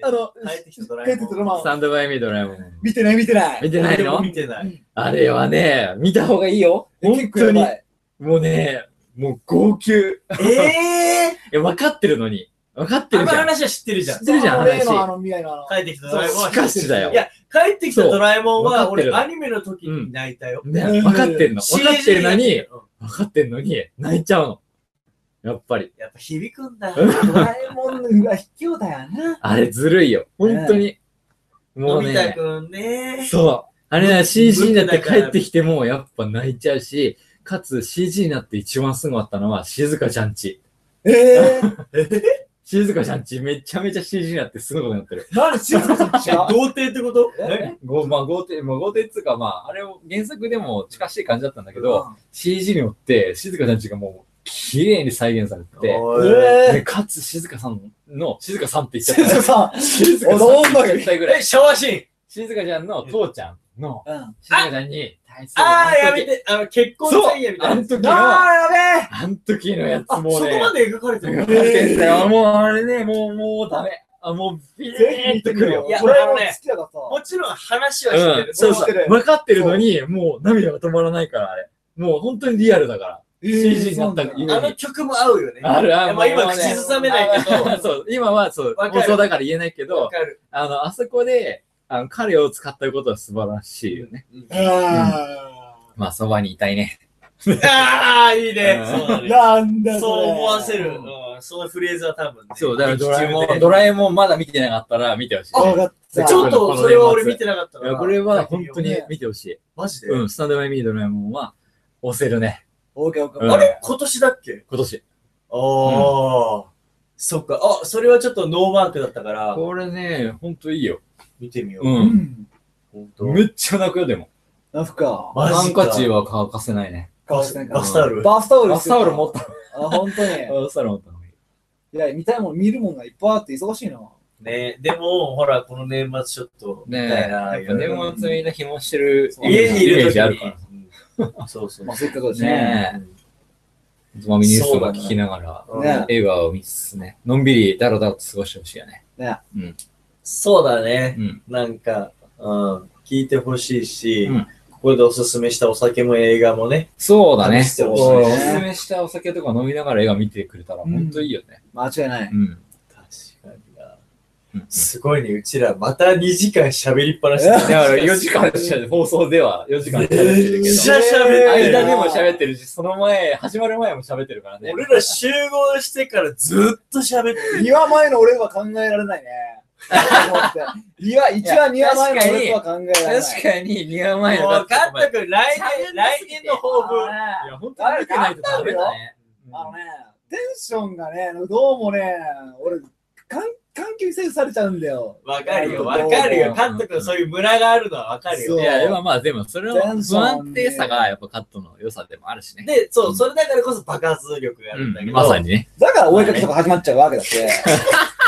Speaker 3: あの、
Speaker 2: 帰ってきたドラ
Speaker 3: 帰
Speaker 2: え
Speaker 3: って
Speaker 2: も
Speaker 3: きた
Speaker 2: ん。
Speaker 3: ドラマ
Speaker 1: スタンドバイミードラえもん。
Speaker 3: 見てない見てない。
Speaker 1: 見てないの
Speaker 2: 見てない。
Speaker 1: あれはね、見た方がいいよ。
Speaker 3: 結
Speaker 1: 本
Speaker 3: 構や
Speaker 1: 当
Speaker 3: ば
Speaker 1: に。
Speaker 3: い。
Speaker 1: もうね、もう号泣。い
Speaker 2: ええ
Speaker 1: や、分かってるのに。分かって
Speaker 2: ーあ
Speaker 1: る
Speaker 2: の
Speaker 1: じゃん。
Speaker 2: 話は知ってるじゃん
Speaker 1: 知。ってるじゃん、
Speaker 3: 例のあ
Speaker 1: 話。
Speaker 3: の未来のあの。
Speaker 2: 帰ってきたドラえもんは
Speaker 1: しかしだよ
Speaker 2: い。や、帰ってきたドラえもん
Speaker 1: そう分
Speaker 2: は、
Speaker 1: かってる
Speaker 2: 俺、アニメの時に泣いたよ。
Speaker 1: ね、分かってんの。分
Speaker 2: CG
Speaker 1: かってるのに、
Speaker 2: うん
Speaker 1: 分かってんのに、泣いちゃうの。やっぱり。
Speaker 2: やっぱ響くんだ。
Speaker 3: ドラえもんのが卑怯だよな。
Speaker 1: あれずるいよ。本当に。も
Speaker 2: の
Speaker 1: う
Speaker 2: び太
Speaker 1: ね、
Speaker 2: くんね。
Speaker 1: そう。あれ
Speaker 2: ぶ
Speaker 1: ね、
Speaker 2: っ
Speaker 1: CG になって
Speaker 2: ぶっ
Speaker 1: 帰
Speaker 2: だから
Speaker 1: ってきても、やっぱ泣いちゃうし、かつ CG になって一番すごかったのは、静香ちゃんち。
Speaker 3: えぇ、
Speaker 1: 静香ちゃんちめちゃめちゃ CG になってすごいことになってる。
Speaker 3: 何静かちゃん違う。
Speaker 2: 童貞ってこと
Speaker 3: え
Speaker 1: ごまあ、豪邸、まあ、豪邸っつうか、まあ、あれを原作でも近しい感じだったんだけど、CG によって静香ちゃんちがもう綺麗に再現されて、
Speaker 2: おい
Speaker 3: え
Speaker 1: でかつ静香さんの、静香さんって
Speaker 3: ぇ、
Speaker 1: 言っちゃっ
Speaker 3: [LAUGHS] 静
Speaker 1: た。静
Speaker 3: かさん。
Speaker 1: 香
Speaker 3: お、
Speaker 1: さんっ
Speaker 3: どんだ
Speaker 1: て
Speaker 3: け
Speaker 1: 言っ。たぐらい。
Speaker 2: え、シャワーシーン
Speaker 1: 静香ちゃんの父ちゃんの、
Speaker 3: うん。
Speaker 1: 静香ちゃんに対する
Speaker 2: あー、やめ
Speaker 1: て
Speaker 2: て、あの、結婚
Speaker 1: そう
Speaker 2: 詐欺やみた
Speaker 1: あ
Speaker 2: いな
Speaker 1: の
Speaker 2: やつ。
Speaker 1: 時の、あ
Speaker 3: あー、やべ
Speaker 1: の時のやつ
Speaker 2: そ
Speaker 1: もう
Speaker 2: こ
Speaker 1: ね
Speaker 2: ま、で描かれてる
Speaker 1: 分かってんだよもうあれね、もう、もうダメ。あ、もう、ビ
Speaker 3: え
Speaker 1: ーンとくるよ
Speaker 3: い。や、
Speaker 2: これも
Speaker 3: 好
Speaker 2: ね
Speaker 3: きだからさ。
Speaker 2: もちろん話はして
Speaker 1: う
Speaker 2: る
Speaker 1: ん、。そう
Speaker 3: 知っ
Speaker 1: そ
Speaker 3: てる
Speaker 1: う。分かってるのに、もう涙が止まらないから、あれ。もう本当にリアルだから。
Speaker 3: え
Speaker 1: CG になったゆえに。
Speaker 2: あの曲も合うよね。
Speaker 1: あるある
Speaker 2: いやまあ
Speaker 1: もう
Speaker 2: 今、口ずさめないけど。
Speaker 1: あそう、今はそう、
Speaker 2: わか
Speaker 1: 放
Speaker 2: る
Speaker 1: 送だから言えないけ
Speaker 2: わ
Speaker 1: ど、
Speaker 2: かる。
Speaker 1: あの、あそこで、あの、彼を使ったことは素晴らしいよね。
Speaker 3: あ
Speaker 1: まあ、そばにいたいね。
Speaker 2: ああ、いい
Speaker 1: う
Speaker 2: ね。
Speaker 1: ん
Speaker 2: そうだね
Speaker 3: なんだ
Speaker 2: そう思わせる。うんそういうフレーズは多分ね。
Speaker 1: そう、だからドラえも
Speaker 2: 劇中
Speaker 1: ん、
Speaker 2: で
Speaker 1: ドラえもんまだ見てなかったら見てほしい。
Speaker 3: わかった。
Speaker 2: ちょっと、それは俺見てなかった
Speaker 1: い
Speaker 2: な
Speaker 1: やこれは本当に見てほしい。
Speaker 2: マジで、
Speaker 1: うん、スタンドバイミードラえもんは押せるね。
Speaker 3: オーケーオーケー。
Speaker 1: うん
Speaker 2: あれ今年だっけ
Speaker 1: 今年。
Speaker 2: ああ、そっか。あ、それはちょっとノーマークだったから、
Speaker 1: これね、ほんといいよ。
Speaker 2: 見てみよう。
Speaker 1: う。
Speaker 3: うんん。
Speaker 2: ほんと
Speaker 1: めっちゃ泣くよ、でも。
Speaker 3: ラフか。
Speaker 2: マジか
Speaker 1: ハンカチは乾かせないね。
Speaker 2: バスバスタオル。
Speaker 3: バスタオル。。
Speaker 1: バスタオル持ったた
Speaker 3: あ、本当に。
Speaker 2: [LAUGHS]
Speaker 1: の。バスタオル持ったの。
Speaker 3: いや、見たいもん、見るもんがいっぱいあって忙しいな。
Speaker 2: ねでも、ほら、この年末ちょっと、み
Speaker 1: ねえ
Speaker 2: たいな。
Speaker 1: やっぱ年末みんな紐してる
Speaker 3: そう
Speaker 2: 家にい
Speaker 1: イメ
Speaker 2: る
Speaker 1: ー
Speaker 2: 時
Speaker 1: ジあるから。
Speaker 2: ら。そうそう
Speaker 3: まあ、。そういったことですね。
Speaker 1: ねえ。つまみニュースとか聞きながら、
Speaker 2: うん
Speaker 3: ね
Speaker 1: 映画を見つつね、のんびりだらだらと過ごしてほしいよね。
Speaker 2: そうだね。
Speaker 1: うん。
Speaker 2: なんか、うん、聞いてほしいし、
Speaker 1: うん
Speaker 2: ここでおすすめしたお酒も映画もね、
Speaker 1: そうだね。
Speaker 2: 楽しそうだ
Speaker 1: お
Speaker 2: ね
Speaker 1: すすめしたお酒とか飲みながら映画見てくれたら、ほんといいよね。
Speaker 3: 間違いない。
Speaker 1: うん。
Speaker 2: 確かにな。
Speaker 1: うん
Speaker 2: すごいね、うちらまた2時間喋りっぱなしだ
Speaker 1: だから4時間しゃ放送では4時間喋ってる
Speaker 2: め
Speaker 1: け
Speaker 2: っ
Speaker 1: ど
Speaker 2: ちゃ喋ってる
Speaker 1: 間でも喋ってるし、その前、始まる前も喋ってるからね。
Speaker 2: 俺ら集合してからずっと喋ってる。
Speaker 3: 2話前の俺は考えられないね。2話、1話、2話前の俺とは考えられない。
Speaker 1: 確かに2話前の
Speaker 2: もう、
Speaker 1: だって
Speaker 2: カ
Speaker 1: お前
Speaker 2: ット君、来年、来年の抱負。
Speaker 3: あ
Speaker 1: いや、本当に見てないとダメだね。
Speaker 3: のね、あのねテンションがね、どうもね、俺、かん環境制御されちゃうんだよ。
Speaker 2: わかるよ、
Speaker 3: な
Speaker 2: わ
Speaker 3: ん
Speaker 2: かる
Speaker 1: うん
Speaker 2: よ。カット君、そういうムラがあるのはわかる
Speaker 3: そう
Speaker 2: よ。
Speaker 1: いや、でもまあ、でもそれは不安定さがやっぱカットの良さでもあるしね。
Speaker 2: で、そう、それだからこそ爆発力があるんだけ
Speaker 1: うん
Speaker 2: ど、
Speaker 1: まさにね。
Speaker 3: だから追いかけとか始まっちゃうわけだって。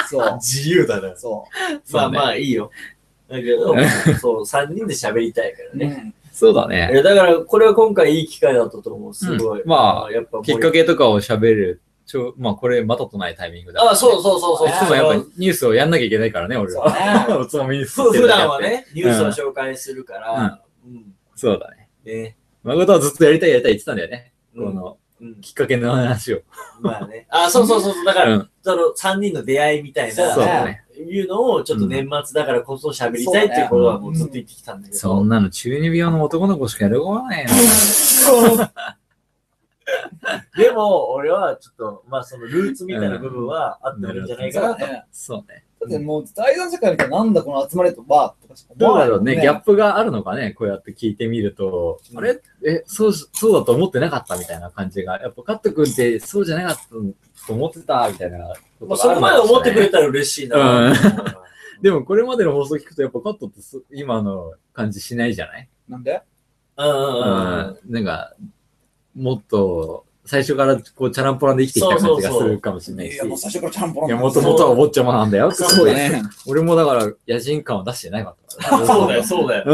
Speaker 3: そう。
Speaker 2: 自由だな。
Speaker 3: そ
Speaker 2: まあ
Speaker 1: そうね
Speaker 2: まあいいよ。だけど、そう、3人で喋りたいから
Speaker 3: う。
Speaker 2: ね。
Speaker 3: ね
Speaker 1: そうだ
Speaker 2: い
Speaker 1: ね。
Speaker 2: やだから、これは今回いい機会だったと思う。すごい。
Speaker 1: うんま
Speaker 2: あ、やっぱ
Speaker 1: きっかけとかを喋る、ちょまあ、これまたとないタイミングだ、
Speaker 2: あ、そうそうそうそう。
Speaker 1: いつもやっぱニュースをやんなきゃいけないからね、俺は。おつまみニュース
Speaker 2: ふ
Speaker 1: [LAUGHS] っていう
Speaker 2: 普
Speaker 1: だけあ
Speaker 2: 段
Speaker 1: っ
Speaker 2: は
Speaker 1: て。
Speaker 2: ね、ニュースを紹介するから、うん。
Speaker 1: そうだね。
Speaker 2: ね。
Speaker 1: 誠はずっとやりたいやりたい言ってたんだよね。
Speaker 2: う
Speaker 1: こ
Speaker 2: ん
Speaker 1: の
Speaker 2: うん
Speaker 1: きっかけの話を。
Speaker 2: まあね。あ、そうそうそうそう。だから、
Speaker 1: うん
Speaker 2: その3人の出会いみたい
Speaker 3: そう
Speaker 1: そう
Speaker 2: な、
Speaker 1: だね。
Speaker 2: いうのをちょっと年末だからこそ喋りたいっていうことはもうずっと言ってきたんだけ
Speaker 1: そ
Speaker 2: ど
Speaker 1: ん。なの中二病の男の子しかやることないよ。
Speaker 2: でも、俺はちょっと、まあそのルーツみたいな部分はあってもいいんじゃない
Speaker 3: そ
Speaker 2: か
Speaker 3: う
Speaker 2: なと
Speaker 3: だね。
Speaker 1: そうね。
Speaker 3: だってもう第三世界みたいな、なんだこの集まりとは、とかしか思
Speaker 1: どう
Speaker 3: わな
Speaker 1: だ
Speaker 3: い
Speaker 1: ろ
Speaker 3: も
Speaker 1: うんね、ギャップがあるのかね、こうやって聞いてみると、あれえ、そうし、そうだと思ってなかったみたいな感じが、やっぱカット君ってそうじゃなかったと思ってたみたいなこと
Speaker 2: まあ、
Speaker 1: が
Speaker 2: そ
Speaker 1: あ
Speaker 2: こ
Speaker 1: るの
Speaker 2: ま
Speaker 1: か
Speaker 2: で
Speaker 1: もしれ
Speaker 2: 思っ
Speaker 1: な
Speaker 2: て
Speaker 1: い
Speaker 2: くれたら嬉しいな。
Speaker 1: でもこれまでの放送聞くと、やっぱカットってそ今の感じしないじゃない
Speaker 3: なんで
Speaker 2: うんうん
Speaker 1: う
Speaker 2: うんうん。
Speaker 1: ん。なんか、もっと、最初からこうチャランポランで生きてきた感じがするかもしれない
Speaker 3: い
Speaker 1: し。
Speaker 3: や、もう最初からちゃんぽん
Speaker 1: いや、もともとはお坊ちゃまなんだよ。
Speaker 2: そうだ
Speaker 3: ね。
Speaker 1: 俺もだから、野人感を出してないわ。
Speaker 2: そうだよ、そうだよ。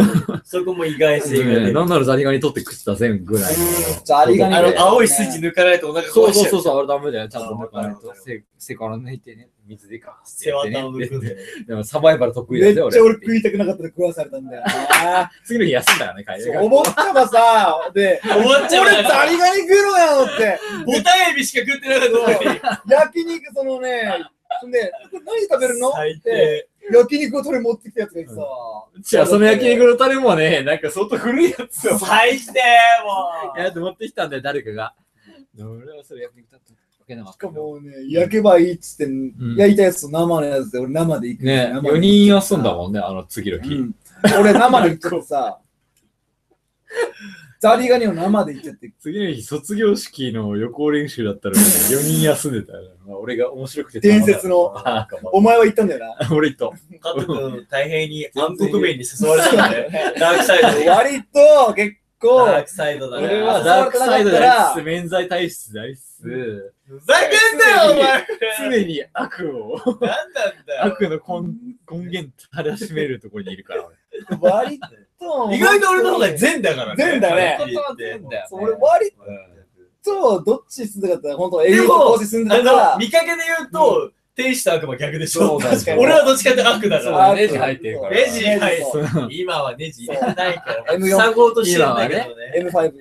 Speaker 2: そこも意外性が
Speaker 1: ね
Speaker 2: 出る。
Speaker 1: なんならザリガニ取って口出せんぐらいの。
Speaker 3: ザリガニ
Speaker 2: あ
Speaker 3: ね
Speaker 2: の、青いスイッチ抜かないとお腹
Speaker 1: そう
Speaker 2: 壊し
Speaker 1: そう
Speaker 2: ちゃ
Speaker 1: そう
Speaker 2: う。
Speaker 1: そう、あれダメだよ。ちゃんと抜かない
Speaker 2: わ
Speaker 1: と
Speaker 2: かるわ。か
Speaker 1: せ背から抜いてね、水でか
Speaker 2: 背わたを抜くん
Speaker 1: で。
Speaker 2: だよね。
Speaker 1: でもサバイバル得意
Speaker 3: め
Speaker 1: だ
Speaker 3: っちゃ
Speaker 1: よ、
Speaker 3: 俺食いたくなかったら食わされたんだ
Speaker 2: [LAUGHS]
Speaker 3: よな。
Speaker 1: 次の日休んだよね、帰
Speaker 3: そ
Speaker 1: り
Speaker 3: うお坊ちゃま
Speaker 2: [LAUGHS]
Speaker 3: さ、で、
Speaker 2: 思っちゃ
Speaker 3: 俺
Speaker 2: う
Speaker 3: ザリガニ食うのやろ
Speaker 2: [LAUGHS]
Speaker 3: って、
Speaker 2: ボタンエビしか食ってなかったのに。
Speaker 3: 焼肉、そのね、で、これ何食べるの
Speaker 2: 最
Speaker 3: って、
Speaker 2: 低。
Speaker 3: 焼肉を取り持ってきたやつがいてさ、
Speaker 1: じゃあ、その焼肉のタレもね、なんか相当古いやつを。
Speaker 2: 最低
Speaker 1: いや、持ってきたんだよ、誰かが。俺はそれ焼肉だったわけなかっ
Speaker 3: したか
Speaker 1: よ。
Speaker 3: もね、焼けばいいっつって、焼いたやつと生のやつで、俺生で行く。
Speaker 1: ね、
Speaker 3: 生で
Speaker 1: 4人遊んだもんね、あの次の
Speaker 3: う
Speaker 1: 日。
Speaker 3: ん、俺生で行っちゃって
Speaker 2: [LAUGHS]
Speaker 3: さ、ザリガニを生で行っちゃって、
Speaker 1: 次の日、卒業式の予行練習だったら、ね、4人休んでたよ、まあ俺が面白くて。
Speaker 3: 伝説の
Speaker 1: あ。
Speaker 3: お前は行ったんだよな。
Speaker 1: 俺と。
Speaker 2: カット君、大変に暗黒面に誘われたんだよね。ダークサイドに。 [LAUGHS] ダ
Speaker 3: 割と結
Speaker 2: ー
Speaker 3: 構、
Speaker 2: クサイドだね。
Speaker 1: 俺はダークサイドでありつつ、免罪体質でありつつ、
Speaker 2: ふざけんなよ、お前
Speaker 1: 常に悪を、
Speaker 3: [LAUGHS]
Speaker 2: 何なんだよ。
Speaker 1: 悪の根根源たらしめるところにいるから。
Speaker 3: 割と、
Speaker 2: 意外と俺の方が善だからね。
Speaker 3: 善だね
Speaker 2: はっきり言って
Speaker 3: そう俺割と、どっちに住んでたかって、本当英語講師住んで
Speaker 2: あ
Speaker 3: たか
Speaker 2: の、見かけで言うと、天使と悪魔逆でし
Speaker 1: そ
Speaker 2: ょ
Speaker 1: うだよ
Speaker 2: [LAUGHS] 俺はどっちかって悪だから
Speaker 3: ら、
Speaker 1: ネジ入ってるから
Speaker 2: ネジ入って
Speaker 3: そう
Speaker 2: 今はネジ入れてないから
Speaker 3: M4
Speaker 2: 塞ごうとしてんだけどね
Speaker 3: M5。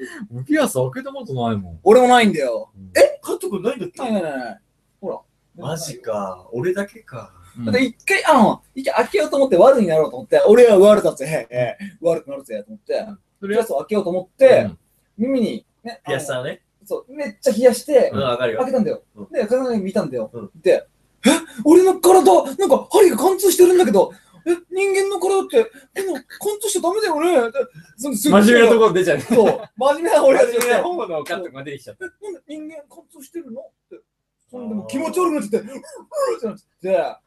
Speaker 1: ピアス開けたことないもん。
Speaker 3: 俺もないんだよ。
Speaker 2: えカット君ないんだっ
Speaker 3: ない
Speaker 2: け
Speaker 3: ないないない。ほら。
Speaker 2: マジか俺だけか
Speaker 3: だって一回、あの、一回開けようと思って悪になろうと思って、俺は悪だぜ、悪くなるぜ、と思って、
Speaker 1: そ
Speaker 3: ピアスを開けようと思って、耳に、ね、
Speaker 2: ピアス
Speaker 3: あ
Speaker 2: さんね。
Speaker 3: のそう、めっちゃ冷やして
Speaker 2: う、ん、わかる
Speaker 3: 開
Speaker 2: よ
Speaker 3: け。たんだよ
Speaker 2: うん。
Speaker 3: で、鏡見たんだよ
Speaker 2: うん。
Speaker 3: で、え俺の体、なんか針が貫通してるんだけど、え人間の体って、こんな貫通しちゃダメだよねでそのす
Speaker 1: 真面目なところ出ちゃう。
Speaker 3: そう、真面目な俺が
Speaker 1: 真
Speaker 3: 出
Speaker 1: 面
Speaker 3: て
Speaker 1: 目
Speaker 3: きた
Speaker 1: な方のカットが出てきちゃった。
Speaker 3: なんで人間貫通してるのって。そんでもう気持ち悪くなってて、うっうっってなっちゃ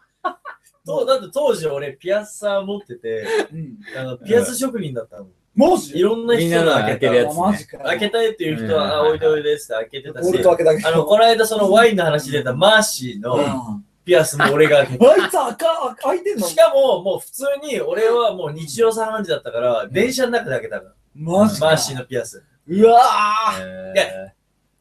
Speaker 2: そうだって当時俺ピアスさん持ってて、
Speaker 3: って。うん。
Speaker 2: あのピアス職人だったの。
Speaker 3: マ
Speaker 2: い
Speaker 3: ジ
Speaker 2: ろんな人が開け
Speaker 1: みんなの開けるやつ
Speaker 2: て
Speaker 1: ね
Speaker 3: マジかよ。
Speaker 2: 開けたいっていう人
Speaker 1: うん
Speaker 2: は、あ、おいでおいでっつって開けてたし
Speaker 3: 俺、と開けたけど。
Speaker 2: あの、この間そのワインの話出たマーシー
Speaker 3: うん
Speaker 2: のピアスも俺が開け
Speaker 3: あいつ赤、開いてん
Speaker 2: て。
Speaker 3: の
Speaker 2: しかも、もう普通に俺はもう日常茶飯事だったから、電車の中で開けたの。
Speaker 3: マジか。
Speaker 2: マーシーのピアス。っ
Speaker 3: うわー
Speaker 1: え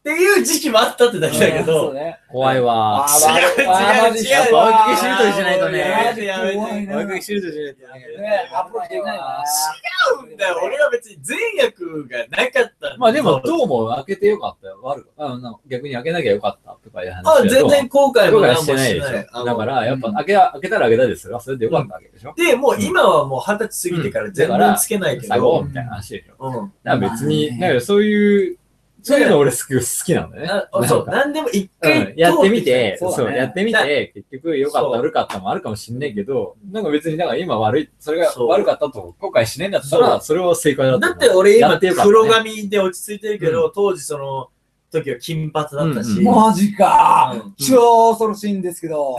Speaker 2: ていう時期もあったってだけだけ
Speaker 3: そう
Speaker 2: ど、
Speaker 3: ね
Speaker 1: ー怖いわ
Speaker 3: あー
Speaker 2: 違う
Speaker 3: わ
Speaker 2: 違
Speaker 3: ー
Speaker 2: う
Speaker 3: マジ
Speaker 2: 違う
Speaker 3: やばい
Speaker 1: 攻撃しりとりしないとね
Speaker 3: マジ
Speaker 2: やめてや
Speaker 3: 怖
Speaker 2: め
Speaker 3: い
Speaker 2: て
Speaker 3: な
Speaker 1: ワクワクしてるじゃ
Speaker 3: ねアプローチできないな
Speaker 2: 違うんだよ俺は別に善悪がなかったんだ
Speaker 1: まあでも、どうも開けてよかったよ。悪くあなんか逆に開けなきゃよかったとかいう話
Speaker 2: あ
Speaker 1: だと
Speaker 2: 全然後悔
Speaker 1: 後
Speaker 2: も
Speaker 1: 悔
Speaker 2: 何も
Speaker 1: し
Speaker 2: し
Speaker 1: て
Speaker 2: て
Speaker 1: な
Speaker 2: ないい
Speaker 1: でし
Speaker 2: あ
Speaker 1: ょ。
Speaker 2: の
Speaker 1: だから、やっぱ
Speaker 3: うん
Speaker 1: 開け開けたら開けたですら、それでよかったわけでしょ。
Speaker 2: で、もう今はもう二十歳過ぎてから全然つけないけ
Speaker 1: 最
Speaker 2: ど、
Speaker 1: 後みたいな話でしょ。
Speaker 2: うん。
Speaker 1: だから別に、
Speaker 3: まあね
Speaker 1: だからそういう、そういうの俺好き好きなんだよね。
Speaker 2: なそ
Speaker 1: なん
Speaker 2: う、
Speaker 1: か
Speaker 2: 何でも一
Speaker 1: うん
Speaker 2: 回、
Speaker 1: やってみて、
Speaker 3: そうだね
Speaker 1: そう、やってみ
Speaker 2: だ
Speaker 1: て、結局良かった、
Speaker 2: そう
Speaker 1: 悪かったもあるかもしんないけど、なんか別になんか今悪い、それが
Speaker 2: そう
Speaker 1: 悪かったと後悔しないんだったら、それは正解だと
Speaker 2: だ
Speaker 1: 思
Speaker 2: っ
Speaker 1: う
Speaker 2: て俺
Speaker 1: や
Speaker 2: 今
Speaker 1: ってよかったね
Speaker 2: 黒髪で落ち着いてるけど、当時その時は金髪だったし、
Speaker 1: うん
Speaker 3: マジか
Speaker 2: うん
Speaker 3: 超恐ろしいんですけど。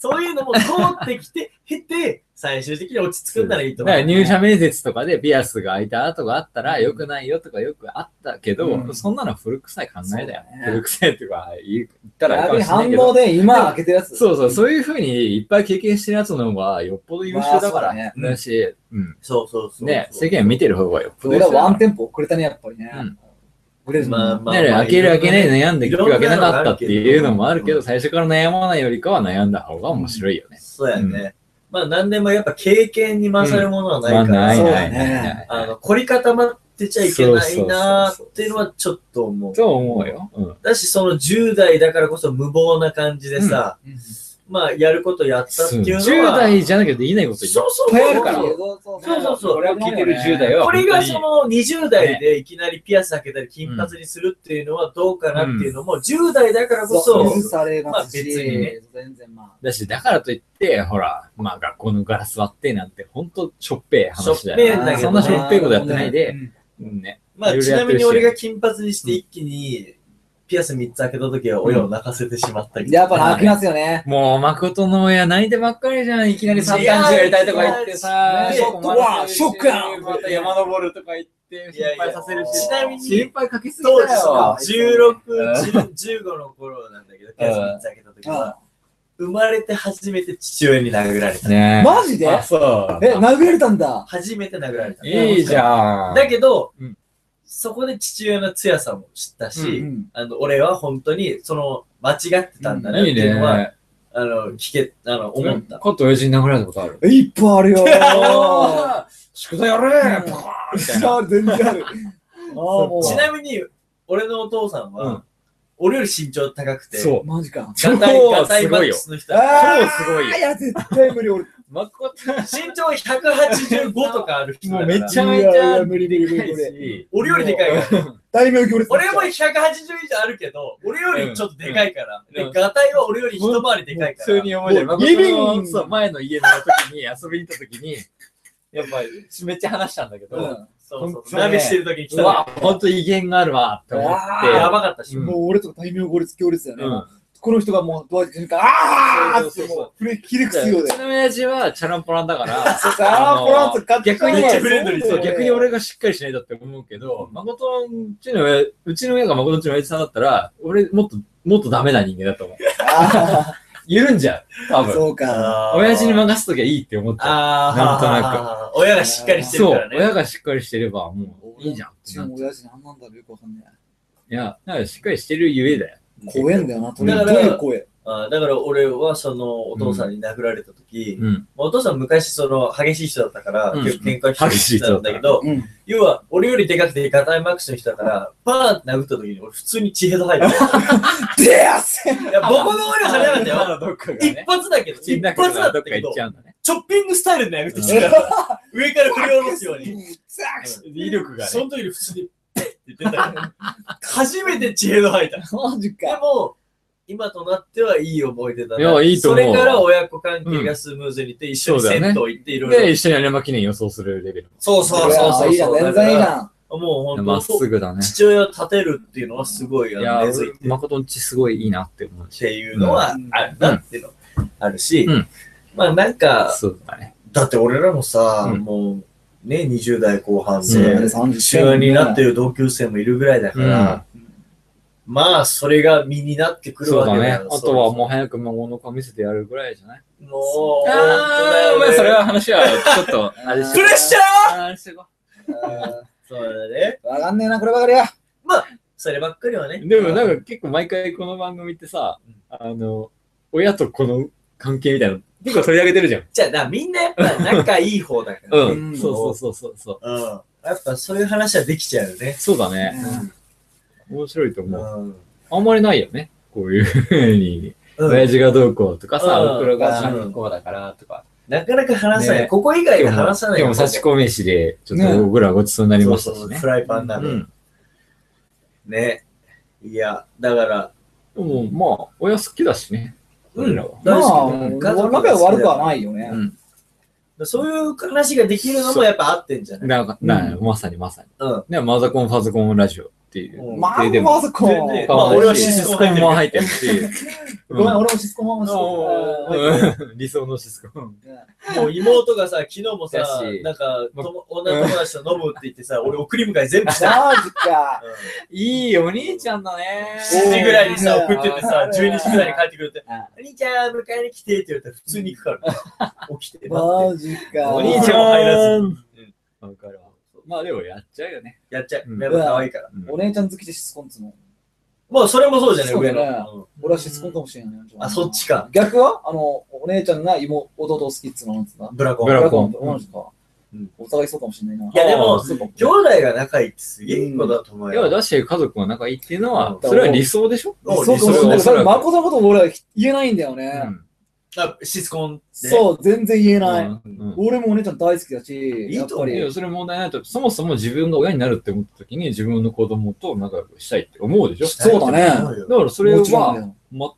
Speaker 2: そういうのも通ってきて、 [LAUGHS] 経て、最終的に落ち着くんならいいと
Speaker 1: だ
Speaker 2: 思
Speaker 1: か
Speaker 2: う。
Speaker 1: ら入社面接とかでピアスが開いた跡があったら
Speaker 3: うん
Speaker 1: 良くないよとかよくあったけど、
Speaker 3: うん
Speaker 1: そんなの古臭い考えだよ。
Speaker 3: そうだね
Speaker 1: 古臭いっていうか、言ったらあれかも
Speaker 3: 逆に
Speaker 1: しれない
Speaker 3: 反
Speaker 1: け
Speaker 3: 応
Speaker 1: ど。
Speaker 3: で今開けてるやつ。
Speaker 1: そうそう、そういうふうにいっぱい経験してるやつの方がよっぽど優秀だか
Speaker 3: ま
Speaker 1: ら、
Speaker 3: あそうだね
Speaker 1: だし、うん。
Speaker 2: そうそうそう。
Speaker 1: ね、世間見てる方がよっぽど優秀
Speaker 3: 俺は
Speaker 1: だから
Speaker 3: ワンテンポ遅れたね、やっぱりね
Speaker 1: うん。
Speaker 3: ブレずに。
Speaker 2: まあまあ、
Speaker 1: ね、開ける開けない
Speaker 2: い。
Speaker 1: 悩んで
Speaker 2: い
Speaker 1: 結
Speaker 2: ろ
Speaker 1: 局
Speaker 2: ん
Speaker 1: 開
Speaker 2: なの
Speaker 1: け
Speaker 2: が
Speaker 1: なかったっていうのもあるけ
Speaker 2: あ
Speaker 1: ど、
Speaker 2: る
Speaker 1: 最初から悩まないよりかは悩んだ方が面白いよね。
Speaker 2: そうやね。まあ何でもやっぱ経験に勝るものはない
Speaker 1: まあ、
Speaker 2: から、
Speaker 1: ない
Speaker 3: そう
Speaker 1: ない
Speaker 3: だね
Speaker 1: ない
Speaker 2: あ
Speaker 1: ない。
Speaker 2: の凝り固まってちゃいけないなーっていうのはちょっと思う。
Speaker 1: と思うよ。うん。
Speaker 2: だし、その10代だからこそ無謀な感じでさ、
Speaker 3: うん
Speaker 2: まあ、やることやったっていうのは。
Speaker 1: 10代じゃなきゃできないこといっ
Speaker 2: そうそう
Speaker 1: ぱいある
Speaker 2: そう
Speaker 1: から。
Speaker 2: そう。
Speaker 3: そうそ
Speaker 2: そう
Speaker 3: う
Speaker 2: そうそう
Speaker 1: これを聞いてる10代
Speaker 3: は。
Speaker 1: は。
Speaker 2: これが
Speaker 1: 本当
Speaker 2: そ
Speaker 1: に
Speaker 2: の20代でいきなりピアス開けたり金髪にするっていうのはどうかなっていうのも10代だからこ
Speaker 3: そう
Speaker 2: そ
Speaker 3: 許されます
Speaker 2: まあ
Speaker 3: し、
Speaker 2: 別にね
Speaker 3: 全然まあ。
Speaker 1: だし、だからといって、ほら、まあ学校のガラス割ってなんて、ほんとしょっぺえ話だ
Speaker 2: しょ
Speaker 1: よ
Speaker 2: っぺえだ
Speaker 1: ね。
Speaker 2: け
Speaker 1: そ
Speaker 2: ど
Speaker 1: ん
Speaker 2: ね
Speaker 1: なしょっぺえことやってないで、うんね。
Speaker 2: ま
Speaker 1: い
Speaker 2: あ
Speaker 1: ろい
Speaker 2: ち
Speaker 1: ろや
Speaker 2: な
Speaker 1: って
Speaker 2: み
Speaker 1: るし
Speaker 2: に俺が金髪にして一気にピアス3つ開けた時は親を泣かせてしまったり
Speaker 3: やっぱ泣きますよね。
Speaker 1: もう、誠の親泣いてばっかりじゃん。いきなり三段地やりたいとか言ってさ、
Speaker 3: い
Speaker 1: シ
Speaker 3: や
Speaker 1: ョックわ
Speaker 3: ショックやん
Speaker 1: また山登るとか言って、心配させるし。
Speaker 2: ちなみに
Speaker 1: 心配かけすぎだ
Speaker 2: 当時
Speaker 1: よ。
Speaker 2: 16、10 15の頃なんだけどピアス3つ開けた時は生まれて初めて父親に殴られた
Speaker 1: ね
Speaker 3: マジで
Speaker 1: あそう。
Speaker 3: え、殴れたんだ。
Speaker 2: 初めて殴られた
Speaker 1: いいじゃん。
Speaker 2: だけど、
Speaker 1: うん
Speaker 2: そこで父親の強さも知ったし、
Speaker 1: う
Speaker 3: うん
Speaker 2: あの俺は本当にその間違ってたんだなって
Speaker 1: いい
Speaker 2: いうのは、
Speaker 1: ね。
Speaker 2: あの聞けあの思った、
Speaker 1: コット親父に殴られたことある。
Speaker 3: えいっぱいあるよ。
Speaker 1: [LAUGHS] 宿題やれ
Speaker 3: うん
Speaker 1: パカーンみたいな。
Speaker 3: あ全然ある。ああ、も
Speaker 2: ち
Speaker 3: う。
Speaker 2: なみに俺のお父さんは、
Speaker 1: うん
Speaker 2: 俺より身長高くて
Speaker 1: そう。
Speaker 3: マジか。
Speaker 2: ガタイ
Speaker 1: 超
Speaker 2: ガタイ
Speaker 1: す
Speaker 2: マ
Speaker 1: ごい
Speaker 2: ッ
Speaker 1: よ
Speaker 2: クスの人だ
Speaker 3: あ
Speaker 1: 超すごいよ
Speaker 3: いや、絶対無理。俺、
Speaker 1: 誠
Speaker 2: 身長185とかある人
Speaker 1: も
Speaker 2: だか
Speaker 1: う
Speaker 2: ら
Speaker 1: めちゃ
Speaker 3: め
Speaker 1: め
Speaker 3: ち
Speaker 1: ち
Speaker 3: ゃ
Speaker 1: ゃ
Speaker 3: でかいし
Speaker 2: 俺よりでかいから
Speaker 3: 大名行列。
Speaker 2: 俺も180以上あるけど俺よりちょっとでかいから、
Speaker 1: うんうん
Speaker 2: でガタイは俺より一回りでかい
Speaker 1: 普
Speaker 2: から、
Speaker 1: 通に思い出
Speaker 3: もう
Speaker 1: る。
Speaker 3: リビング
Speaker 1: 誠のそう前の家の時に遊びに行った時に、やっぱりめっちゃ話したんだけ
Speaker 3: う
Speaker 1: ど、
Speaker 2: そうそ
Speaker 1: 本
Speaker 2: う
Speaker 1: 当ね
Speaker 2: 鍋してる時に来
Speaker 1: う
Speaker 2: た
Speaker 1: わ、ほんと威厳があるわって思っ
Speaker 3: わ
Speaker 2: で
Speaker 3: ー
Speaker 2: やばかったし、
Speaker 1: うん
Speaker 3: ん。もう俺とか大名行列行列だ
Speaker 1: て。
Speaker 3: よね。この人がもう、ドア開けた瞬間、ああ
Speaker 1: そう
Speaker 3: っ
Speaker 1: そうそ
Speaker 3: て
Speaker 1: うそう
Speaker 3: もう、振り切り口よう
Speaker 1: う
Speaker 3: で
Speaker 1: ち。の親父はチャランポランだ
Speaker 2: [LAUGHS]
Speaker 1: から、
Speaker 3: そうさあ、ポランと買っ
Speaker 1: 逆に
Speaker 2: めっちゃフレンドリー
Speaker 1: そう
Speaker 2: ね
Speaker 1: 逆に俺がしっかりしないとって思うけど、誠んちの親、うちの親が誠んちの親父さんだったら、俺もっと、もっとダメな人間だと思う。
Speaker 3: あ
Speaker 1: 緩んじゃう。多
Speaker 3: あ、
Speaker 1: 分。
Speaker 3: そうか。
Speaker 2: あー
Speaker 1: 親父に任せときゃいいって思っちゃう。
Speaker 2: ああ、
Speaker 1: なんとなく
Speaker 2: な [LAUGHS] く。親がしっかりしてる
Speaker 1: そ
Speaker 2: から
Speaker 1: う、
Speaker 2: ね。
Speaker 1: 親がしっかりしてれば、もういいじゃんって
Speaker 3: ち
Speaker 1: なっ
Speaker 3: の
Speaker 1: ちゃう。
Speaker 3: 親父なんなんだろうよくわかんない。
Speaker 1: いや、だからしっかりしてるゆえだよ。
Speaker 3: 怖えんだよな、とに
Speaker 2: だ
Speaker 3: か
Speaker 2: か
Speaker 3: く。
Speaker 2: ら
Speaker 3: どういう声
Speaker 2: あーだから俺はそのお父さんに殴られた時、
Speaker 1: うん。
Speaker 2: お父さん昔その激しい人だったから、
Speaker 1: うん
Speaker 2: 結構喧嘩してたんだけど、
Speaker 3: うん。
Speaker 2: 要は俺よりでかくてガタイマックスの人だから、パーンって殴った時に俺普通に血へど
Speaker 1: [LAUGHS]
Speaker 2: 入る。
Speaker 3: でやせ
Speaker 2: いや、ボコボコにはされなかった
Speaker 1: ま
Speaker 2: よ。
Speaker 1: だどっかが
Speaker 2: 一
Speaker 1: ね。
Speaker 2: 発だけど、一
Speaker 1: だ
Speaker 2: 発だった
Speaker 1: どっか
Speaker 2: け
Speaker 1: 行
Speaker 2: ど
Speaker 1: っち、ゃうんだね。
Speaker 2: チョッピングスタイル
Speaker 1: [LAUGHS]
Speaker 2: で殴ってきたから、上から振り下ろすように。
Speaker 3: ザク
Speaker 1: 威力がね。
Speaker 2: その時に普通に、ペって言ってた。初めて知恵の吐いた。
Speaker 3: マ
Speaker 2: [LAUGHS]
Speaker 3: ジ
Speaker 2: で
Speaker 3: か。
Speaker 2: も、今となってはいい思い出だな。
Speaker 1: いやいいと思う
Speaker 2: それから親子関係がスムーズにいって、一緒に
Speaker 1: そうだよ
Speaker 2: 銭
Speaker 1: ね
Speaker 2: 湯行っていろいろ。
Speaker 1: で、一緒に有馬記念予想するレベル。
Speaker 2: そうそうそうそう。
Speaker 3: いやいいな、全然いい
Speaker 2: だか
Speaker 3: な。
Speaker 2: ら。もう本当、
Speaker 1: まっすぐだね。
Speaker 2: 父親を立てるっていうのはすごい
Speaker 1: い
Speaker 2: あの
Speaker 1: や
Speaker 2: 根付いて、るっ
Speaker 1: 誠んちすごいいいなって思うし。
Speaker 2: ていうのは
Speaker 3: うん
Speaker 2: あるなっていうのあるし、
Speaker 1: うん
Speaker 2: まあなんか、
Speaker 1: そうだね。
Speaker 2: だって俺らもさ、
Speaker 1: うん
Speaker 2: もうね、20代後半
Speaker 1: そうだね
Speaker 2: で、中年になってる同級生もいるぐらいだから、まあそれが身になってくる
Speaker 1: そう
Speaker 2: わ
Speaker 1: だ
Speaker 2: けだ
Speaker 1: ね。あ
Speaker 2: よ
Speaker 1: とはもう早く孫の顔見せてやるぐらいじゃない
Speaker 2: もう、本当だ
Speaker 1: あ
Speaker 2: よ
Speaker 1: ー、
Speaker 2: ね
Speaker 1: まあそれは話はちょっ
Speaker 2: [LAUGHS]
Speaker 1: と、あれし
Speaker 3: プレッシャ
Speaker 1: あーしてこ
Speaker 2: あーそうだね。
Speaker 3: ーわかんねえな、こればかりや。
Speaker 2: そればっかりはね。
Speaker 1: うでもなんか結構毎回この番組ってさ、あの、親と子の関係みたいな、結構取り上げてるじゃん。
Speaker 2: じゃあな、みんなやっぱ仲いい方だから、ね。
Speaker 1: うん。そうそうそうそうそう。
Speaker 2: うん。やっぱそういう話はできちゃうよね。
Speaker 1: そうだね。面白いと思う。
Speaker 2: うん。
Speaker 1: あんまりないよね。こういうふうに。
Speaker 2: うん
Speaker 1: 親父がどうこうとかさ、
Speaker 2: うん
Speaker 1: おふくろが
Speaker 2: うん
Speaker 1: こうだからとか。
Speaker 2: なかなか話さない。
Speaker 1: ね
Speaker 2: ここ以外で話さない
Speaker 1: で
Speaker 2: よ
Speaker 1: も、
Speaker 2: ね。
Speaker 1: 差し込みしで、ちょっ
Speaker 3: ね
Speaker 1: と僕らごちそうになりましたし
Speaker 2: そうそう
Speaker 1: ね
Speaker 2: フ。ライパンなの、
Speaker 1: うん。
Speaker 2: ね。いや、だから、
Speaker 1: でも、まあ、親好きだしね。俺らは。
Speaker 3: まあ、
Speaker 2: 大好き
Speaker 3: 仲悪くはないよね。
Speaker 1: うん。
Speaker 2: そういう話ができるのもやっぱ合ってんじゃない
Speaker 1: なんか、なまさにまさに。
Speaker 2: うん。
Speaker 1: ね、マザコン、ファザコンラジオっていう。
Speaker 2: うん
Speaker 3: まあ、まずこ
Speaker 2: 全然
Speaker 3: う。
Speaker 2: まあ俺はシ
Speaker 1: シ
Speaker 2: ス
Speaker 1: ス
Speaker 2: コン
Speaker 1: コンも入ってるし。
Speaker 3: ごめん、俺もシスコママし
Speaker 1: うん [LAUGHS] 理想のシスコン。
Speaker 2: もう妹がさ、昨日もさ
Speaker 1: だ、し
Speaker 2: なんか、とも女友達と飲むって言ってさ、俺送り迎え全部した。
Speaker 3: マジか。
Speaker 2: うん
Speaker 1: いいお兄ちゃんだね。
Speaker 2: 7時ぐらいにさ、
Speaker 3: おー
Speaker 2: 送っててさ、12時ぐらいに帰ってくれて、
Speaker 3: あ
Speaker 2: お兄ちゃん、迎えに来てって言われたら普通に行くから、起きて、待って、
Speaker 3: マジか。
Speaker 2: お兄ちゃんも入らず
Speaker 1: わかるわ。まあでもやっちゃうよね。
Speaker 2: やっちゃ
Speaker 1: うん
Speaker 2: う。やっぱ可愛いから。
Speaker 3: お姉ちゃん好きでシスコンつの。
Speaker 2: もうそれもそうじゃない、
Speaker 3: そうだ
Speaker 2: 上
Speaker 3: ね
Speaker 2: の。
Speaker 3: 俺はシスコンかもしれない。
Speaker 2: うんあ、そっち。か。
Speaker 3: 逆はあの、お姉ちゃんが妹、弟好きっつのなんつだ。
Speaker 2: ブラコン
Speaker 1: ブ。ラ
Speaker 3: マジか。お互いそうかもしれないな。
Speaker 2: いやでも
Speaker 3: あー、そうかも
Speaker 2: 兄弟が仲いいってすげえいいことだと思う
Speaker 1: いや、
Speaker 2: よ。
Speaker 1: だし家族が仲いいっていうのは
Speaker 2: う、ん
Speaker 1: それは理想でしょ
Speaker 2: もう
Speaker 3: そうかもしれな
Speaker 1: 理
Speaker 3: い。
Speaker 1: 想
Speaker 3: そ
Speaker 1: はおそら
Speaker 3: れ、
Speaker 1: く
Speaker 3: まことのことも俺は言えないんだよね。
Speaker 2: あシスコンで。う。
Speaker 3: そう、全然言え
Speaker 1: うん
Speaker 3: ない。
Speaker 1: うん
Speaker 3: 俺もお姉ちゃん大好きだし、
Speaker 2: い
Speaker 3: やっ
Speaker 2: いと
Speaker 3: ぱ
Speaker 2: 思う
Speaker 1: い
Speaker 3: り。
Speaker 1: やそれ問題ないと、そもそも自分が親になるって思った時に自分の子供と仲良くしたいって思うでしょ
Speaker 3: そうだね
Speaker 1: だからそれ
Speaker 3: もちろんだ
Speaker 1: は
Speaker 3: よ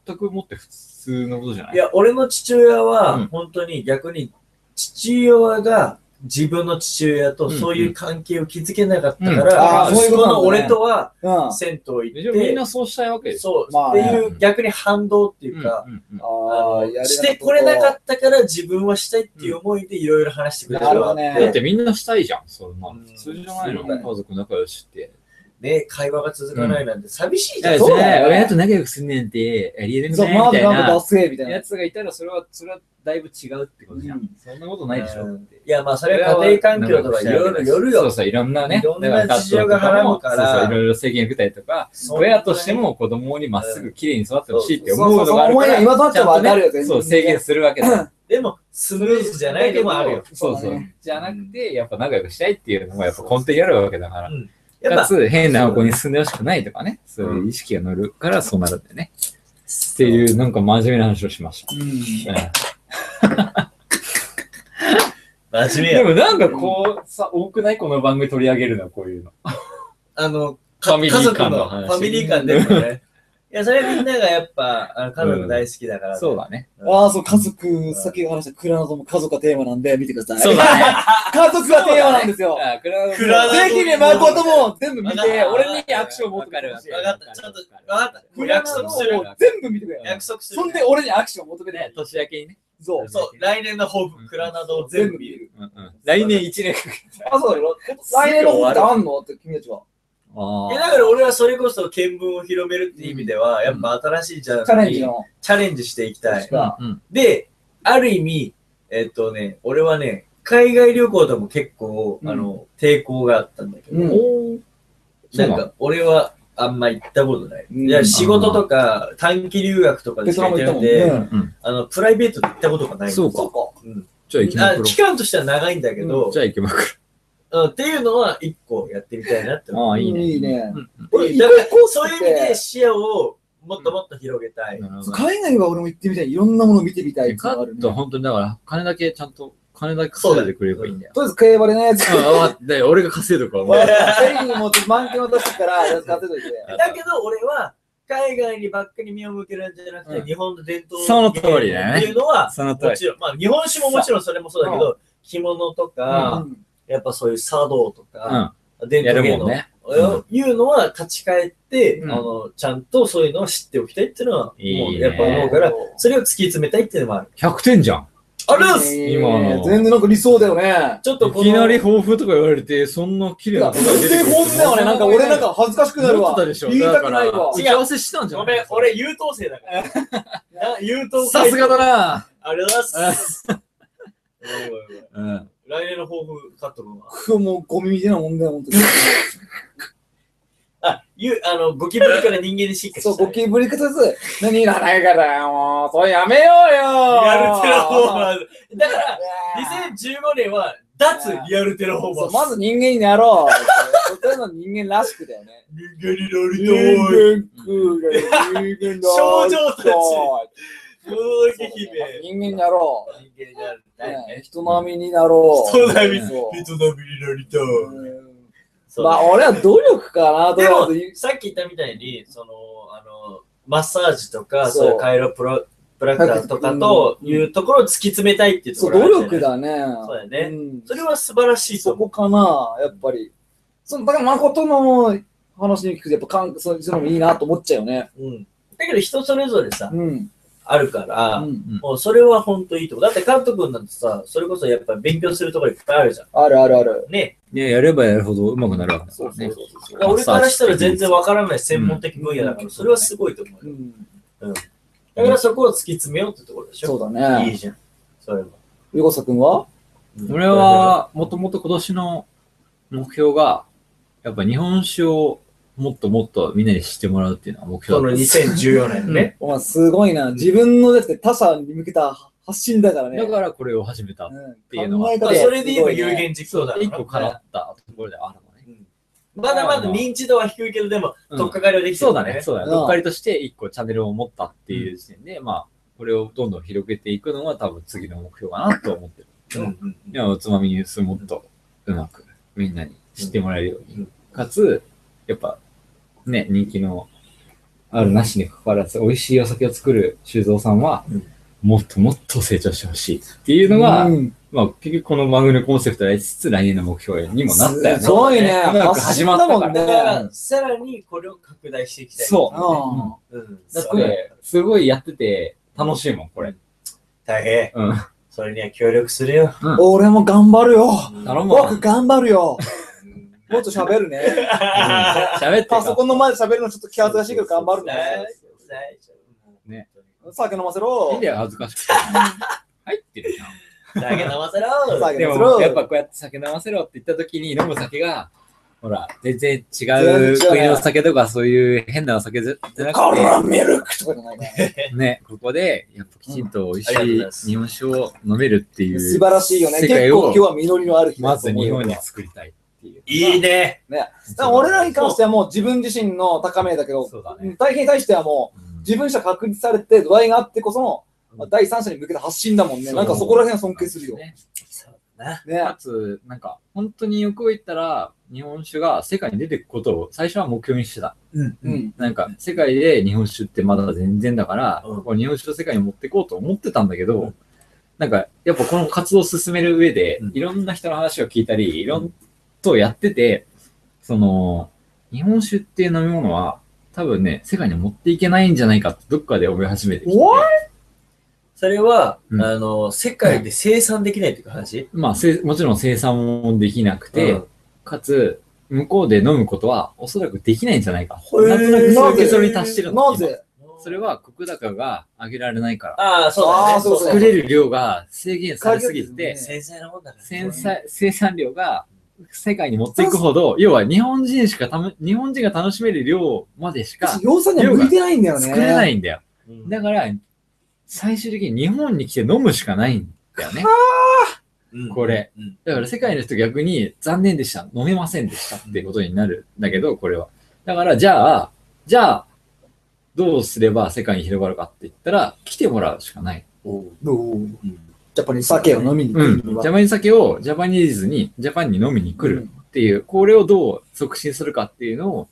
Speaker 1: 全くもって普通のことじゃない
Speaker 2: いや、俺の父親
Speaker 1: う
Speaker 2: は
Speaker 1: ん、
Speaker 2: 本当に逆に、父親が自分の父親と
Speaker 1: うん
Speaker 2: そういう関係を築けなかったか
Speaker 1: うん
Speaker 3: あ
Speaker 2: ら、
Speaker 3: ーそうい
Speaker 2: 息
Speaker 3: うこ
Speaker 2: 子
Speaker 3: となんだ
Speaker 2: の
Speaker 3: ね
Speaker 2: 俺とは
Speaker 3: うん。あ
Speaker 2: 銭湯
Speaker 1: でし
Speaker 2: 行
Speaker 1: ょ
Speaker 2: っ
Speaker 1: みん
Speaker 2: て、
Speaker 1: なそうしたいわけでしょ。
Speaker 2: そう、
Speaker 3: まあ
Speaker 2: って
Speaker 3: ね
Speaker 2: いう逆に反動っていうか、
Speaker 1: うんうんうん
Speaker 3: あ、やれなかったこと
Speaker 2: してこれなかったから自分はしたいっていう思いでいろいろ話してくれた
Speaker 3: なるほ
Speaker 2: ら、
Speaker 3: どね
Speaker 1: だってみんなしたいじゃん、そんな
Speaker 2: うん
Speaker 1: 普通じゃないの、
Speaker 3: そうだね
Speaker 1: 家族仲良しって。
Speaker 2: ね、会話が続かないなんて寂しいじゃん。
Speaker 3: そうだよね
Speaker 1: 親と仲良くすんねんって、ありえる
Speaker 3: そう、マーブなんか出せ、みたい
Speaker 1: や
Speaker 3: な。
Speaker 1: つがいたらそれは、それはだいぶ違うってことじゃん。
Speaker 3: うん
Speaker 1: そんなことないでしょ。
Speaker 2: う
Speaker 1: っ
Speaker 2: ん
Speaker 1: て
Speaker 2: いや、まあ、それは家庭環境とかいろいろよる
Speaker 1: そう
Speaker 2: よ。
Speaker 1: そう、いろんなね。
Speaker 2: いろんな事情が絡むから
Speaker 1: だそうそう、いろいろ制限受けたりとか、親としても子供にまっすぐ綺麗に育ってほしいって思うのがある
Speaker 3: そうそうそう思い
Speaker 1: か
Speaker 3: が
Speaker 1: ら、
Speaker 3: 今となっ
Speaker 1: ち
Speaker 3: ては
Speaker 1: ゃん
Speaker 3: わ
Speaker 1: と
Speaker 3: かるよ
Speaker 1: ね、そう、制限するわけだ。
Speaker 2: でも、スムーズじゃないでもあるよ。
Speaker 1: そう
Speaker 3: そ
Speaker 1: そう
Speaker 3: だ
Speaker 1: う
Speaker 3: ね。
Speaker 1: じゃなくて、やっぱ仲良くしたいっていうのがやっぱ根底にあるわけだから。
Speaker 2: やっ
Speaker 1: か
Speaker 2: ぱ、
Speaker 1: つ、変な方向に進んでほしくないとかね。そういう意識が乗るからそうなるんだよね。っていう、なんか真面目な話をしました。
Speaker 3: うん。
Speaker 1: うん
Speaker 2: 真面目
Speaker 1: で
Speaker 2: や。
Speaker 1: もなんかこう、さ、多くないこの番組取り上げるのはこういうの。
Speaker 2: あの、
Speaker 1: ファ
Speaker 2: か
Speaker 1: ミ
Speaker 2: 家
Speaker 1: リー
Speaker 2: 族
Speaker 1: 間の
Speaker 2: の
Speaker 1: 話
Speaker 2: ファミリー感でもね。いや、それはみんながやっぱ、あの家族大好きだから。
Speaker 1: そうだね。
Speaker 2: うん
Speaker 3: ああ、そう、家族、さっき話したクラナドも家族がテーマなんで、見てください。
Speaker 1: だね。
Speaker 3: [LAUGHS] 家族がテーマなんですよ。
Speaker 1: あクラウド
Speaker 2: クラウド
Speaker 3: ぜひね、誠も全部見
Speaker 2: わか
Speaker 3: て、
Speaker 2: る
Speaker 3: 俺にアクションを持ってくれ
Speaker 1: わかる
Speaker 2: わかった。ちょっと、わかった。も
Speaker 3: ク
Speaker 2: う
Speaker 3: ラ
Speaker 2: 約
Speaker 3: ナド
Speaker 2: 束
Speaker 3: を
Speaker 2: する。
Speaker 3: 全部見てくれ。
Speaker 2: 約束する。
Speaker 3: そんで、俺にアクションを求め
Speaker 1: ね
Speaker 3: て。
Speaker 1: 年明けにね。
Speaker 3: そう。
Speaker 2: そう、来年の抱負、クラナドを全部見る。
Speaker 1: うんうん来年1年かけて。
Speaker 3: あ、そうだよ。来年のことあんのって君たちは。
Speaker 1: あ
Speaker 2: いやだから俺はそれこそ見聞を広めるっていう意味では、やっぱ新しいじゃん。
Speaker 3: チャレンジの。
Speaker 2: チャレンジしていきたい。
Speaker 3: が
Speaker 1: うん
Speaker 2: で、ある意味、えっとね、俺はね、海外旅行とも結構、
Speaker 3: うん
Speaker 2: あの、抵抗があったんだけど、
Speaker 3: うん
Speaker 1: おー
Speaker 2: な
Speaker 1: そうんなの
Speaker 2: か、俺はあんま行ったことない。
Speaker 3: うん
Speaker 2: いや仕事とか、短期留学とかで
Speaker 3: ベ
Speaker 2: し
Speaker 3: ト
Speaker 2: か
Speaker 3: ナ
Speaker 2: 行っ
Speaker 3: ム
Speaker 2: て
Speaker 3: 行った
Speaker 2: な
Speaker 3: も
Speaker 2: くて、。
Speaker 3: んねうん
Speaker 1: うん
Speaker 2: あの、プライベートで行ったことがない。
Speaker 1: そうか
Speaker 3: そ。う
Speaker 1: じゃあ行きま
Speaker 2: あ
Speaker 1: くろ
Speaker 2: 期間としては長いんだけど、
Speaker 1: う。じゃあ行きまく
Speaker 2: うんっていうのは一個やってみたいなって
Speaker 1: ろう。
Speaker 2: 思
Speaker 1: ああ、
Speaker 2: う。
Speaker 3: か。
Speaker 1: いいね。
Speaker 3: いいね。
Speaker 1: うんうん
Speaker 3: 俺、
Speaker 2: だか
Speaker 3: 行こ
Speaker 2: ら
Speaker 3: うこう
Speaker 2: そういう意味で視野をもっともっと広げたい。
Speaker 1: なるほ
Speaker 3: そう
Speaker 1: ど
Speaker 3: 海外は俺も行ってみたい。いろんなもの見てみたいっていうのがある
Speaker 1: 本当にだから、金だけちゃんと金だけ稼いでくれればいいんだよ。
Speaker 3: とりあえず、競馬でね、
Speaker 1: ああ、わかったよ俺が稼いとくわ、もう。
Speaker 3: ゼリー持って満点渡すから、やってといて。
Speaker 2: だけど俺は海外にばっかり身を向けるんじゃなくて、
Speaker 1: うん
Speaker 2: 日本の伝統
Speaker 1: その通りだね
Speaker 2: っていうのは
Speaker 1: その通
Speaker 2: も
Speaker 1: り。
Speaker 2: ちろん、まあ、日本酒ももちろんそれもそうだけど、着物とか、やっぱそういう茶道と
Speaker 1: う
Speaker 2: か、
Speaker 1: ん。
Speaker 2: 伝
Speaker 1: や
Speaker 2: 統
Speaker 1: る
Speaker 2: 芸
Speaker 1: も
Speaker 2: 能、
Speaker 1: んね。
Speaker 2: をいうのは立ち返って、
Speaker 1: うん
Speaker 2: あのちゃんとそういうのを知っておきたいっていうのは、
Speaker 1: いいね
Speaker 2: もうやっぱ思うから、それを突き詰めたいっていうのもある。
Speaker 1: 100点じゃん。
Speaker 2: ありがとうございます
Speaker 3: えー
Speaker 1: 今の
Speaker 3: 全然なんか理想だよね。
Speaker 2: ちょっと
Speaker 1: い
Speaker 2: こ
Speaker 1: きなり
Speaker 2: の、
Speaker 1: 抱負とか言われて、そんな綺麗な
Speaker 3: 全
Speaker 1: ことが出て
Speaker 3: 然
Speaker 1: くる。
Speaker 3: 本音だよね。なんか俺なんか恥ずかしくなる
Speaker 1: 思っ
Speaker 3: わ
Speaker 1: てた。でしょ。
Speaker 3: 言いた
Speaker 1: だ
Speaker 3: く
Speaker 1: か
Speaker 3: な
Speaker 1: ら、
Speaker 3: いわ
Speaker 1: 打。ち合わせしたんじゃ
Speaker 2: ご
Speaker 1: ん。
Speaker 2: めん、俺優等生だから。な [LAUGHS] 優等生。
Speaker 1: さすがだな。
Speaker 2: ありがとうございます。おいおいおい
Speaker 1: うん。
Speaker 2: 来年の抱負カットのは。
Speaker 3: もうゴミみたいなもんだよ、本当に。
Speaker 2: あ、ゆあの、ゴキブリから人間に進化した
Speaker 3: そ
Speaker 2: ね。
Speaker 3: う、ゴキブリかつつ、何いらないからよ、もう。それやめようよ。
Speaker 2: リアルテラフォー
Speaker 3: う
Speaker 2: マーズ。だから、2015年は、脱リアルテラフォーマ
Speaker 3: そ
Speaker 2: ー
Speaker 3: う
Speaker 2: ズ。
Speaker 3: まず人間になろう。そういうの人間らしくだよね。
Speaker 2: 人間になり
Speaker 3: 人
Speaker 2: たい。
Speaker 3: 間食うが人間だ。
Speaker 2: 少女たち
Speaker 3: そう
Speaker 2: もののけ姫。
Speaker 3: 人間になろ
Speaker 2: 人
Speaker 3: う。
Speaker 2: 間になりたいね。
Speaker 3: ね人並みになろう。
Speaker 2: 人並み
Speaker 3: そう
Speaker 2: 人並みになりたい。
Speaker 3: うん
Speaker 2: そう
Speaker 3: まあ、俺は努力かな、と
Speaker 2: で
Speaker 3: りあ
Speaker 2: も
Speaker 3: えず。、
Speaker 2: さっき言ったみたいに、その、あの、マッサージとか、
Speaker 3: そ
Speaker 2: そ
Speaker 3: う
Speaker 2: ういうカイロプロプラクターとかというところを突き詰めたいっていうと
Speaker 3: そ
Speaker 2: こ
Speaker 3: う、
Speaker 2: ろ
Speaker 3: 努
Speaker 2: があるじゃない
Speaker 3: 力だね。
Speaker 2: そうだよね
Speaker 3: ん
Speaker 2: それは素晴らしいと
Speaker 3: そ
Speaker 2: 思う。
Speaker 3: こかな、やっぱり。そのだから、誠の話に聞くと、やっぱ、かんそういうのもいいなと思っちゃうよね。
Speaker 2: うん。だけど人それぞれさ、
Speaker 3: うん。
Speaker 2: あるから、
Speaker 3: うん
Speaker 2: もうそれは本当いいと思う。だって監督なんてさ、それこそやっぱ勉強するところいっぱいあるじゃ
Speaker 3: あるあるある。
Speaker 2: ん。ね。
Speaker 1: いや、やればやるほど上手くなるわけだ
Speaker 3: そ
Speaker 1: か
Speaker 3: う
Speaker 1: ら
Speaker 3: そ
Speaker 1: ね
Speaker 3: う。そうそう。
Speaker 1: マッサージ
Speaker 2: 俺からしたら全然わからない専門的分野だか
Speaker 3: う
Speaker 2: ら、
Speaker 3: ん
Speaker 2: それはすごいと思う
Speaker 3: う
Speaker 2: よ。
Speaker 3: ん、
Speaker 2: だからそこを突き詰めようってところでしょ。
Speaker 3: そうだ
Speaker 2: いい
Speaker 3: ね。
Speaker 2: じゃん。それも。
Speaker 3: ゆこさくんは
Speaker 2: うん
Speaker 1: 俺、は、もともと今年の目標が、やっぱ日本酒をもっともっとみんなに知ってもらうっていうのは目
Speaker 2: そ
Speaker 1: 標
Speaker 2: の
Speaker 1: だった。
Speaker 2: 2014年ね。
Speaker 3: お前すごいな。自分のやつで他者に向けた発信だからね。、
Speaker 1: だからこれを始めた。ていううんのは
Speaker 3: 考え
Speaker 2: ま
Speaker 3: 方
Speaker 2: あ
Speaker 3: が
Speaker 2: それで言えば有
Speaker 3: すごいね
Speaker 2: 言実行だから
Speaker 1: 一個叶ったところであるのね。
Speaker 2: うんまだまだ認知度は低いけど、でも、
Speaker 1: うん
Speaker 2: とっかかりはできて
Speaker 1: そう
Speaker 2: るか
Speaker 1: だ
Speaker 2: ら
Speaker 1: ね、。そうだね。
Speaker 3: うん
Speaker 1: うっかりとして一個チャンネルを持ったっていう時点で、まあ、これをどんどん広げていくのが多分次の目標かなと思ってる。
Speaker 2: うんうん
Speaker 1: いや、おつまみニュースもっとうまくみんなに知ってもらえるよう
Speaker 2: う
Speaker 1: に。かつ、やっぱ、ね、人気のあるなしにかかわらず、美味しいお酒を作る修造さんは
Speaker 2: うん、
Speaker 1: もっともっと成長してほしいっていうのが、
Speaker 3: うん
Speaker 1: まあ、結局この番組のコンセプトでありつつ、来年の目標にもなったよね。
Speaker 3: すごいね。
Speaker 1: うまく始まったから
Speaker 3: 発信
Speaker 2: だか
Speaker 3: だもんね。
Speaker 2: ら、さらにこれを拡大していきたい。
Speaker 1: そう。
Speaker 3: うん
Speaker 2: う。うん。
Speaker 1: だっ
Speaker 2: それ
Speaker 1: て、すごいやってて楽しいもん、これ。
Speaker 2: 大変。
Speaker 1: うん。
Speaker 2: それには協力するよ。
Speaker 3: 俺も頑張るよ。
Speaker 1: 頼むわ。
Speaker 3: 僕頑張るよ。もっと喋
Speaker 1: [LAUGHS]
Speaker 3: るね。
Speaker 1: 喋って
Speaker 3: パソコンの前で喋るのちょっと気恥ずかしいけど頑張る
Speaker 2: 大
Speaker 3: ね。
Speaker 2: 丈夫。
Speaker 1: ね。
Speaker 3: 酒飲ませろ。
Speaker 1: いいんだよ、恥ずかしくて。入ってるじゃん。
Speaker 2: だけ騙せろ
Speaker 3: 酒
Speaker 1: で
Speaker 3: 飲ませ
Speaker 1: も、
Speaker 3: ろ。
Speaker 1: やっぱこうやって酒飲ませろって言った時に飲む酒が、ほら、全然違う
Speaker 3: 全然違う
Speaker 1: 国の酒とかそういう変なお酒じゃじゃな
Speaker 3: カ
Speaker 1: く
Speaker 3: ラーミルクとかじゃないからね。
Speaker 1: て、ね、ここで、やっぱきちんと美味し
Speaker 2: うんありがとうござい
Speaker 1: い
Speaker 2: ます
Speaker 1: 日本酒を飲めるってい
Speaker 3: [LAUGHS] 素晴
Speaker 1: う、
Speaker 3: らしいよね。
Speaker 1: 世
Speaker 3: 結
Speaker 1: 界を
Speaker 3: 構今日は実りのある日
Speaker 1: ま
Speaker 3: だと
Speaker 1: ず
Speaker 3: 思う
Speaker 1: 日
Speaker 3: よ
Speaker 1: 本に作りたいっていう。
Speaker 2: いいね。
Speaker 3: だから俺らに関してはもう自分自身の高めだけど、
Speaker 1: そうだ
Speaker 3: う
Speaker 1: ね。
Speaker 3: ん大変に対してはも
Speaker 1: う
Speaker 3: うん自分者確立されて度合いがあってこその、まあ第三者に向けた発信だもんね。なんかそこら辺は尊敬するよ。ね。
Speaker 1: ね
Speaker 2: そうな。
Speaker 1: かつ、なんか、本当に欲を言ったら、日本酒が世界に出ていくことを最初は目標にしてた。
Speaker 2: うん
Speaker 3: う。ん。
Speaker 1: なんか、世界で日本酒ってまだ全然だから、
Speaker 2: うん
Speaker 1: こう日本酒を世界に持ってこうと思ってたんだけど、
Speaker 2: うん
Speaker 1: なんか、やっぱこの活動を進める上で、
Speaker 2: うん
Speaker 1: いろんな人の話を聞いたり、いろんとやってて、その、日本酒っていう飲み物は、多分ね、世界に持っていけないんじゃないかってどっかで思い始めてきて。
Speaker 2: それは、
Speaker 1: うん
Speaker 2: あの、世界で生産できないっていう話
Speaker 1: まあ、せいもちろん生産もできなくて、
Speaker 2: うん
Speaker 1: かつ、向こうで飲むことはおそらくできないんじゃないか。
Speaker 2: ー
Speaker 1: なんとなくそういう結論に達してるんだ
Speaker 3: なぜ
Speaker 1: 今それは、国高が上げられないから。
Speaker 2: ああ、そうだ
Speaker 3: あ
Speaker 2: ね。
Speaker 3: ーそうそう
Speaker 1: 作れる量が制限されすぎ
Speaker 3: 限られ
Speaker 1: て、
Speaker 3: てる
Speaker 2: 繊細なもんだから。
Speaker 1: 生産生産量が世界に持っていくほど、要は日本人しかたむ日本人が楽しめる量までしか
Speaker 3: 洋さんには向いてないんだよね。。
Speaker 1: 作れないいんだよ。
Speaker 2: うん
Speaker 1: だから、最終的に日本に来て飲むしかないんだよね。
Speaker 2: うん
Speaker 1: これ
Speaker 2: うん
Speaker 1: だから世界の人逆に残念でした。飲めませんでしたってことになるんだけど、これは。だから、じゃあ、じゃあ、どうすれば世界に広がるかって言ったら、来てもらうしかない。
Speaker 2: おう
Speaker 3: どう
Speaker 2: うん
Speaker 3: ジャパニーズ酒を飲みに来
Speaker 1: う
Speaker 3: る
Speaker 1: ん。ジ
Speaker 3: には
Speaker 1: ャパニーズ酒をジャパニーズに、ジャパンに飲みに来
Speaker 3: う
Speaker 1: る
Speaker 3: ん
Speaker 1: っていう、これをどう促進するかっていうのを、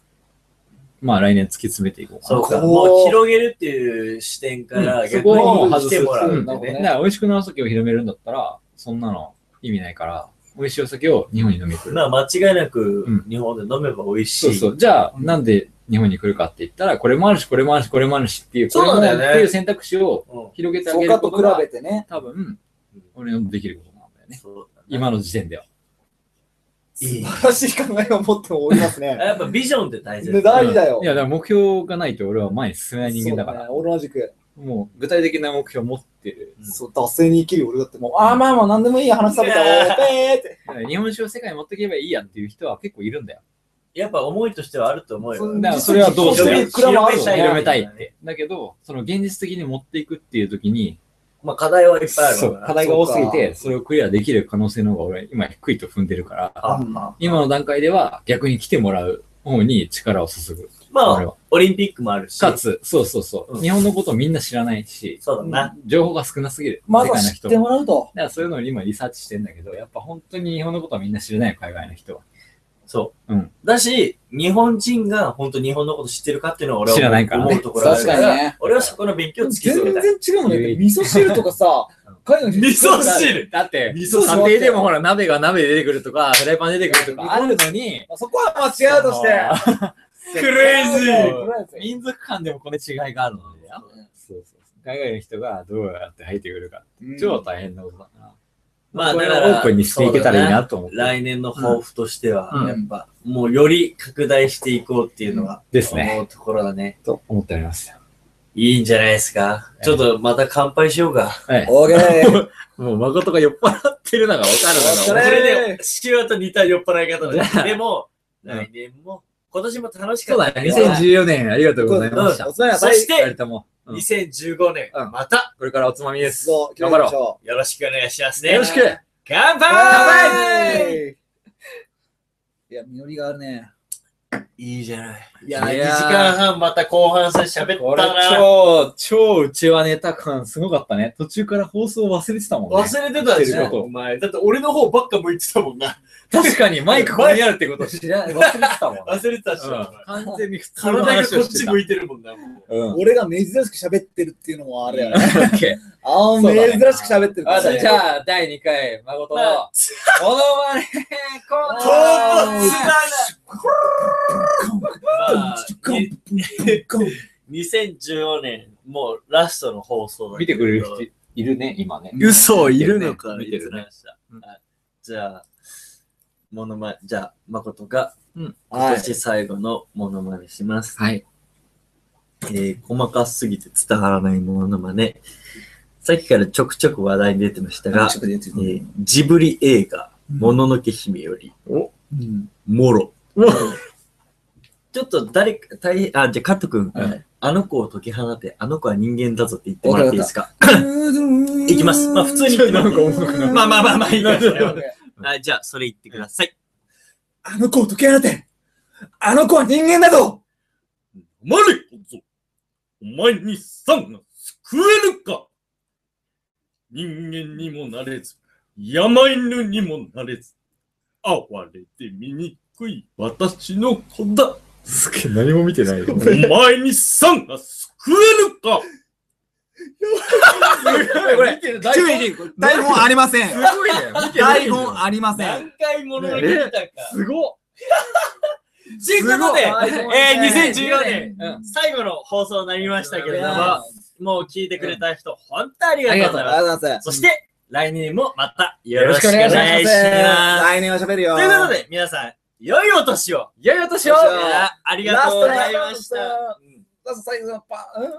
Speaker 1: まあ来年突き詰めていこうか
Speaker 2: そうか、
Speaker 3: こう
Speaker 2: もう広げるっていう視点か
Speaker 1: う
Speaker 2: ら
Speaker 1: んそ
Speaker 2: 逆
Speaker 1: こを
Speaker 2: に
Speaker 1: 外す
Speaker 2: 来ても
Speaker 1: な。
Speaker 2: らう
Speaker 1: うんん。
Speaker 2: で
Speaker 1: だか
Speaker 2: ね。
Speaker 1: ら美味しくなお酒を広めるんだったら、そんなの意味ないから、美味しいお酒を日本に飲みに来る。
Speaker 2: まあ間違いなく
Speaker 1: うん
Speaker 2: 日本で飲めば美味しい。
Speaker 1: そうそう。じゃあ、
Speaker 3: うん
Speaker 1: なんで日本に来るかって言ったら、これもあるし、これもあるし、これもあるしっていう、こ
Speaker 2: そう
Speaker 1: れも
Speaker 2: なんだよね
Speaker 1: っていう選択肢を
Speaker 2: うん
Speaker 1: 広げてあげる
Speaker 3: 他
Speaker 1: こととが、
Speaker 3: 比べてね。
Speaker 1: 多分、俺のできることなんだよね。
Speaker 2: そうだね
Speaker 1: 今の時点では。
Speaker 2: いい
Speaker 3: 素晴らしい考えを持っておりま
Speaker 1: [LAUGHS]
Speaker 3: すね。
Speaker 2: やっぱビジョンって大
Speaker 3: で
Speaker 2: 切。
Speaker 3: 大事だよ。
Speaker 1: いや、だから目標がないと俺は前に進めない人間だから、
Speaker 3: そうね同じく。
Speaker 1: もう具体的な目標を持ってる。
Speaker 2: うん
Speaker 3: そう、惰性に生きる俺だってもう、ああ、まあまあ、なんでもいいや、話された。おーぺーって。
Speaker 1: だから日本酒を世界に持っていけばいいやっていう人は結構いるんだよ。
Speaker 2: やっぱ思いとしてはあると思うよ。
Speaker 1: だからそれはどう
Speaker 3: そ
Speaker 1: し
Speaker 3: う
Speaker 1: て
Speaker 3: いう蔵もあるよ
Speaker 2: 広
Speaker 1: 広
Speaker 3: ね。
Speaker 1: めたいって。だけど、その現実的に持っていくっていう時に、
Speaker 2: まあ課題はいっぱいある
Speaker 1: そ
Speaker 2: の
Speaker 1: う
Speaker 2: か
Speaker 1: 課
Speaker 2: ら。
Speaker 1: 題が多すぎて、それをクリアできる可能性の方が俺今低いと踏んでるから、
Speaker 2: あ
Speaker 3: うん
Speaker 2: あ
Speaker 1: 今の段階では逆に来てもらう方に力を注ぐ。
Speaker 2: ま
Speaker 1: 俺
Speaker 2: あ
Speaker 1: は、
Speaker 2: オリンピックもあるし。
Speaker 1: かつ、そうそうそう、
Speaker 2: うん
Speaker 1: 日本のことをみんな知らないし、
Speaker 2: そうだな。
Speaker 1: 情報が少なすぎる。
Speaker 3: まず
Speaker 1: 世
Speaker 3: は
Speaker 1: 界の
Speaker 3: 知
Speaker 1: 人
Speaker 3: ってもらうと。
Speaker 1: だからそういうのを今リサーチしてんだけど、やっぱ本当に日本のことはみんな知らないよ、海外の人は。
Speaker 2: そう。
Speaker 1: うん
Speaker 2: だし、日本人が本当日本のこと知ってるかっていうのは俺は
Speaker 1: 知らないからね
Speaker 2: 思うところがあるか、
Speaker 3: 確からにね
Speaker 2: 俺はそこの勉強を突き
Speaker 3: 全
Speaker 2: 詰めたい。
Speaker 3: 然違うもんね。味噌汁と
Speaker 1: [LAUGHS]
Speaker 3: かさ
Speaker 2: うん、
Speaker 3: 海外の人
Speaker 2: 味噌汁
Speaker 1: だって、
Speaker 3: 味
Speaker 1: 家
Speaker 3: 噌
Speaker 1: 庭でもほら、鍋が鍋で出てくるとか、フライパンで出てくるとかあるのに、
Speaker 3: まあそこは間違いとして。
Speaker 2: クレイジー
Speaker 3: ー
Speaker 1: 民族間でもこれ違いがあるのでよ。そうそうそう海外の人がどうやって入ってくるか、超大変なことだから。
Speaker 2: まあ
Speaker 1: これを
Speaker 2: だから
Speaker 1: オープンにしていけたらいいなと思って。
Speaker 2: 来年の抱負としては、
Speaker 1: うん
Speaker 2: やっぱ、もうより拡大していこうっていうのは、
Speaker 1: ですね
Speaker 2: 思うところだね。
Speaker 1: と思っております。
Speaker 2: いいんじゃないですか。
Speaker 1: ええ
Speaker 2: ちょっとまた乾杯しようか。
Speaker 1: はい。 [LAUGHS]
Speaker 3: オーケー。
Speaker 1: もう誠が酔っ払ってるのがわかる
Speaker 3: そ
Speaker 2: そ
Speaker 3: れ
Speaker 2: れ
Speaker 1: のが。
Speaker 2: で、父親と似た酔っ払い方
Speaker 1: じゃあ
Speaker 2: で。でも、
Speaker 1: うん
Speaker 2: 来年も、今年も楽しか
Speaker 1: そう
Speaker 2: っ
Speaker 1: だ
Speaker 2: た
Speaker 1: ね。
Speaker 2: ね。
Speaker 1: 2014年ありがとうございました。
Speaker 3: おつまみは
Speaker 2: そし
Speaker 1: 二人
Speaker 2: て、
Speaker 1: とも、うん
Speaker 2: 2015年、
Speaker 1: うん
Speaker 2: また、
Speaker 1: これからおつまみです。よ
Speaker 3: 頑張ろ
Speaker 2: よろしくお願いします
Speaker 1: ろ
Speaker 2: ね。
Speaker 1: しく
Speaker 2: 乾
Speaker 3: 乾
Speaker 2: 杯
Speaker 3: 杯いや、実りがあるね。
Speaker 2: いいじゃない。い
Speaker 1: い
Speaker 2: 2
Speaker 1: やー
Speaker 2: 時間半また後半戦喋っ
Speaker 1: これ
Speaker 2: たな。
Speaker 1: 超、超うちはネタ感すごかったね。途中から放送忘れてたもんね。
Speaker 2: 忘れてたでし
Speaker 1: 言ってる
Speaker 2: ょ、
Speaker 1: こと
Speaker 2: お前。だって俺の方ばっか向いてたもんな。
Speaker 1: 確かにマイクここにあるってこと知らない。 [LAUGHS] 忘れてたもんね。
Speaker 2: 忘れてたでしょ。お前
Speaker 1: うん完全に普通の
Speaker 2: 体が
Speaker 1: 話
Speaker 2: こ
Speaker 1: を
Speaker 2: っ
Speaker 1: して
Speaker 2: ち
Speaker 1: た。
Speaker 2: 向いてるもんな。もう
Speaker 1: うん。
Speaker 3: 俺が珍しく喋ってるっていうのもあれやね。
Speaker 1: オッケー
Speaker 3: あ
Speaker 1: そ
Speaker 3: あ、
Speaker 1: うだ
Speaker 3: 珍
Speaker 1: ね
Speaker 3: しく喋ってるから
Speaker 1: あ
Speaker 3: ね。
Speaker 1: じゃあ、第2回、誠の、
Speaker 2: ま
Speaker 1: モ
Speaker 2: あ
Speaker 1: ノマネコー
Speaker 2: 唐
Speaker 1: ナ
Speaker 2: 突
Speaker 1: ー
Speaker 2: まあに2014年、もうラストの放送だ
Speaker 1: 見
Speaker 2: け
Speaker 1: て
Speaker 2: ど
Speaker 1: くれる人いるね、今ね。
Speaker 2: 嘘いるのか
Speaker 1: 見てるね
Speaker 2: いつだはいじゃあ、モノマネ、じゃあ、誠が今
Speaker 3: はい。
Speaker 2: 年最後のモノマネします。
Speaker 1: はい。
Speaker 2: えー細かすぎて伝わらないモノマネ。さっきからちょくちょく話題に出てましたが、
Speaker 3: ちょっとやって
Speaker 2: え
Speaker 3: みて
Speaker 2: ージブリ映画、
Speaker 3: うん
Speaker 2: もののけ姫より、
Speaker 3: うん
Speaker 2: もろ。ちょっと誰か、大変、あ、じゃあ、カット君、
Speaker 1: はい
Speaker 2: あの子を解き放て、あの子は人間だぞって言ってもらっていいですか。
Speaker 3: い
Speaker 2: いきます。まあ、普通に言ってもらっていい
Speaker 3: なんか重くなる
Speaker 2: まあまあまあまあ、いいです
Speaker 1: なる
Speaker 2: よ
Speaker 1: ほ。
Speaker 2: はい、じゃあ、それ言ってください。
Speaker 3: あの子を解き放てあの子は人間だぞ
Speaker 2: マリコぞ、お前にさんが救えるか人間にもなれず、山犬にもなれず、哀れで醜い私の子だ。
Speaker 1: すげえ、何も見てないよ。
Speaker 2: お前にさんが救えるか
Speaker 1: これ、見てる大根
Speaker 3: 台本ありませ
Speaker 1: す
Speaker 3: ん
Speaker 1: ごいね。見てない
Speaker 3: 台
Speaker 1: よ
Speaker 3: 本ありません
Speaker 2: 何回ものでたか。 [LAUGHS]
Speaker 1: すごっ
Speaker 2: ということで、えー、2014年、
Speaker 1: うん
Speaker 2: 最後の放送になりましたけれど
Speaker 3: あ
Speaker 2: も、もう聞いてくれた人、本当あり
Speaker 1: が
Speaker 2: が
Speaker 1: と
Speaker 2: と
Speaker 1: う
Speaker 2: う
Speaker 1: ご
Speaker 2: ご
Speaker 1: ざ
Speaker 2: ざ
Speaker 1: い
Speaker 2: い
Speaker 1: ま
Speaker 2: ますす。そ
Speaker 3: りがとうございます
Speaker 2: して、来年もまたよろしくお願いし
Speaker 1: よろしくお願いし
Speaker 2: ます。
Speaker 3: 来年は喋るよ
Speaker 2: ということで、皆さん、良いお年を
Speaker 1: 良いお年
Speaker 3: を
Speaker 1: を
Speaker 3: じゃあ
Speaker 2: いやありがとうございました。
Speaker 3: ラ
Speaker 2: うん
Speaker 3: ラスト最後のパンうん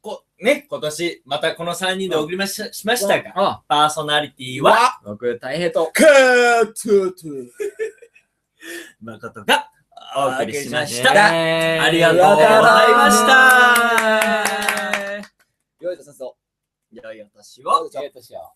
Speaker 2: こね、今年、またこの3人で送りまししましたが、
Speaker 1: あ、
Speaker 2: パーソナリティは、
Speaker 1: 僕、大平と。
Speaker 3: カートトゥ
Speaker 2: 誠がお送りしました。
Speaker 1: あ
Speaker 2: ありがとうございました。
Speaker 3: よいしょ先生
Speaker 2: 良いお年を。
Speaker 1: 良いお年を。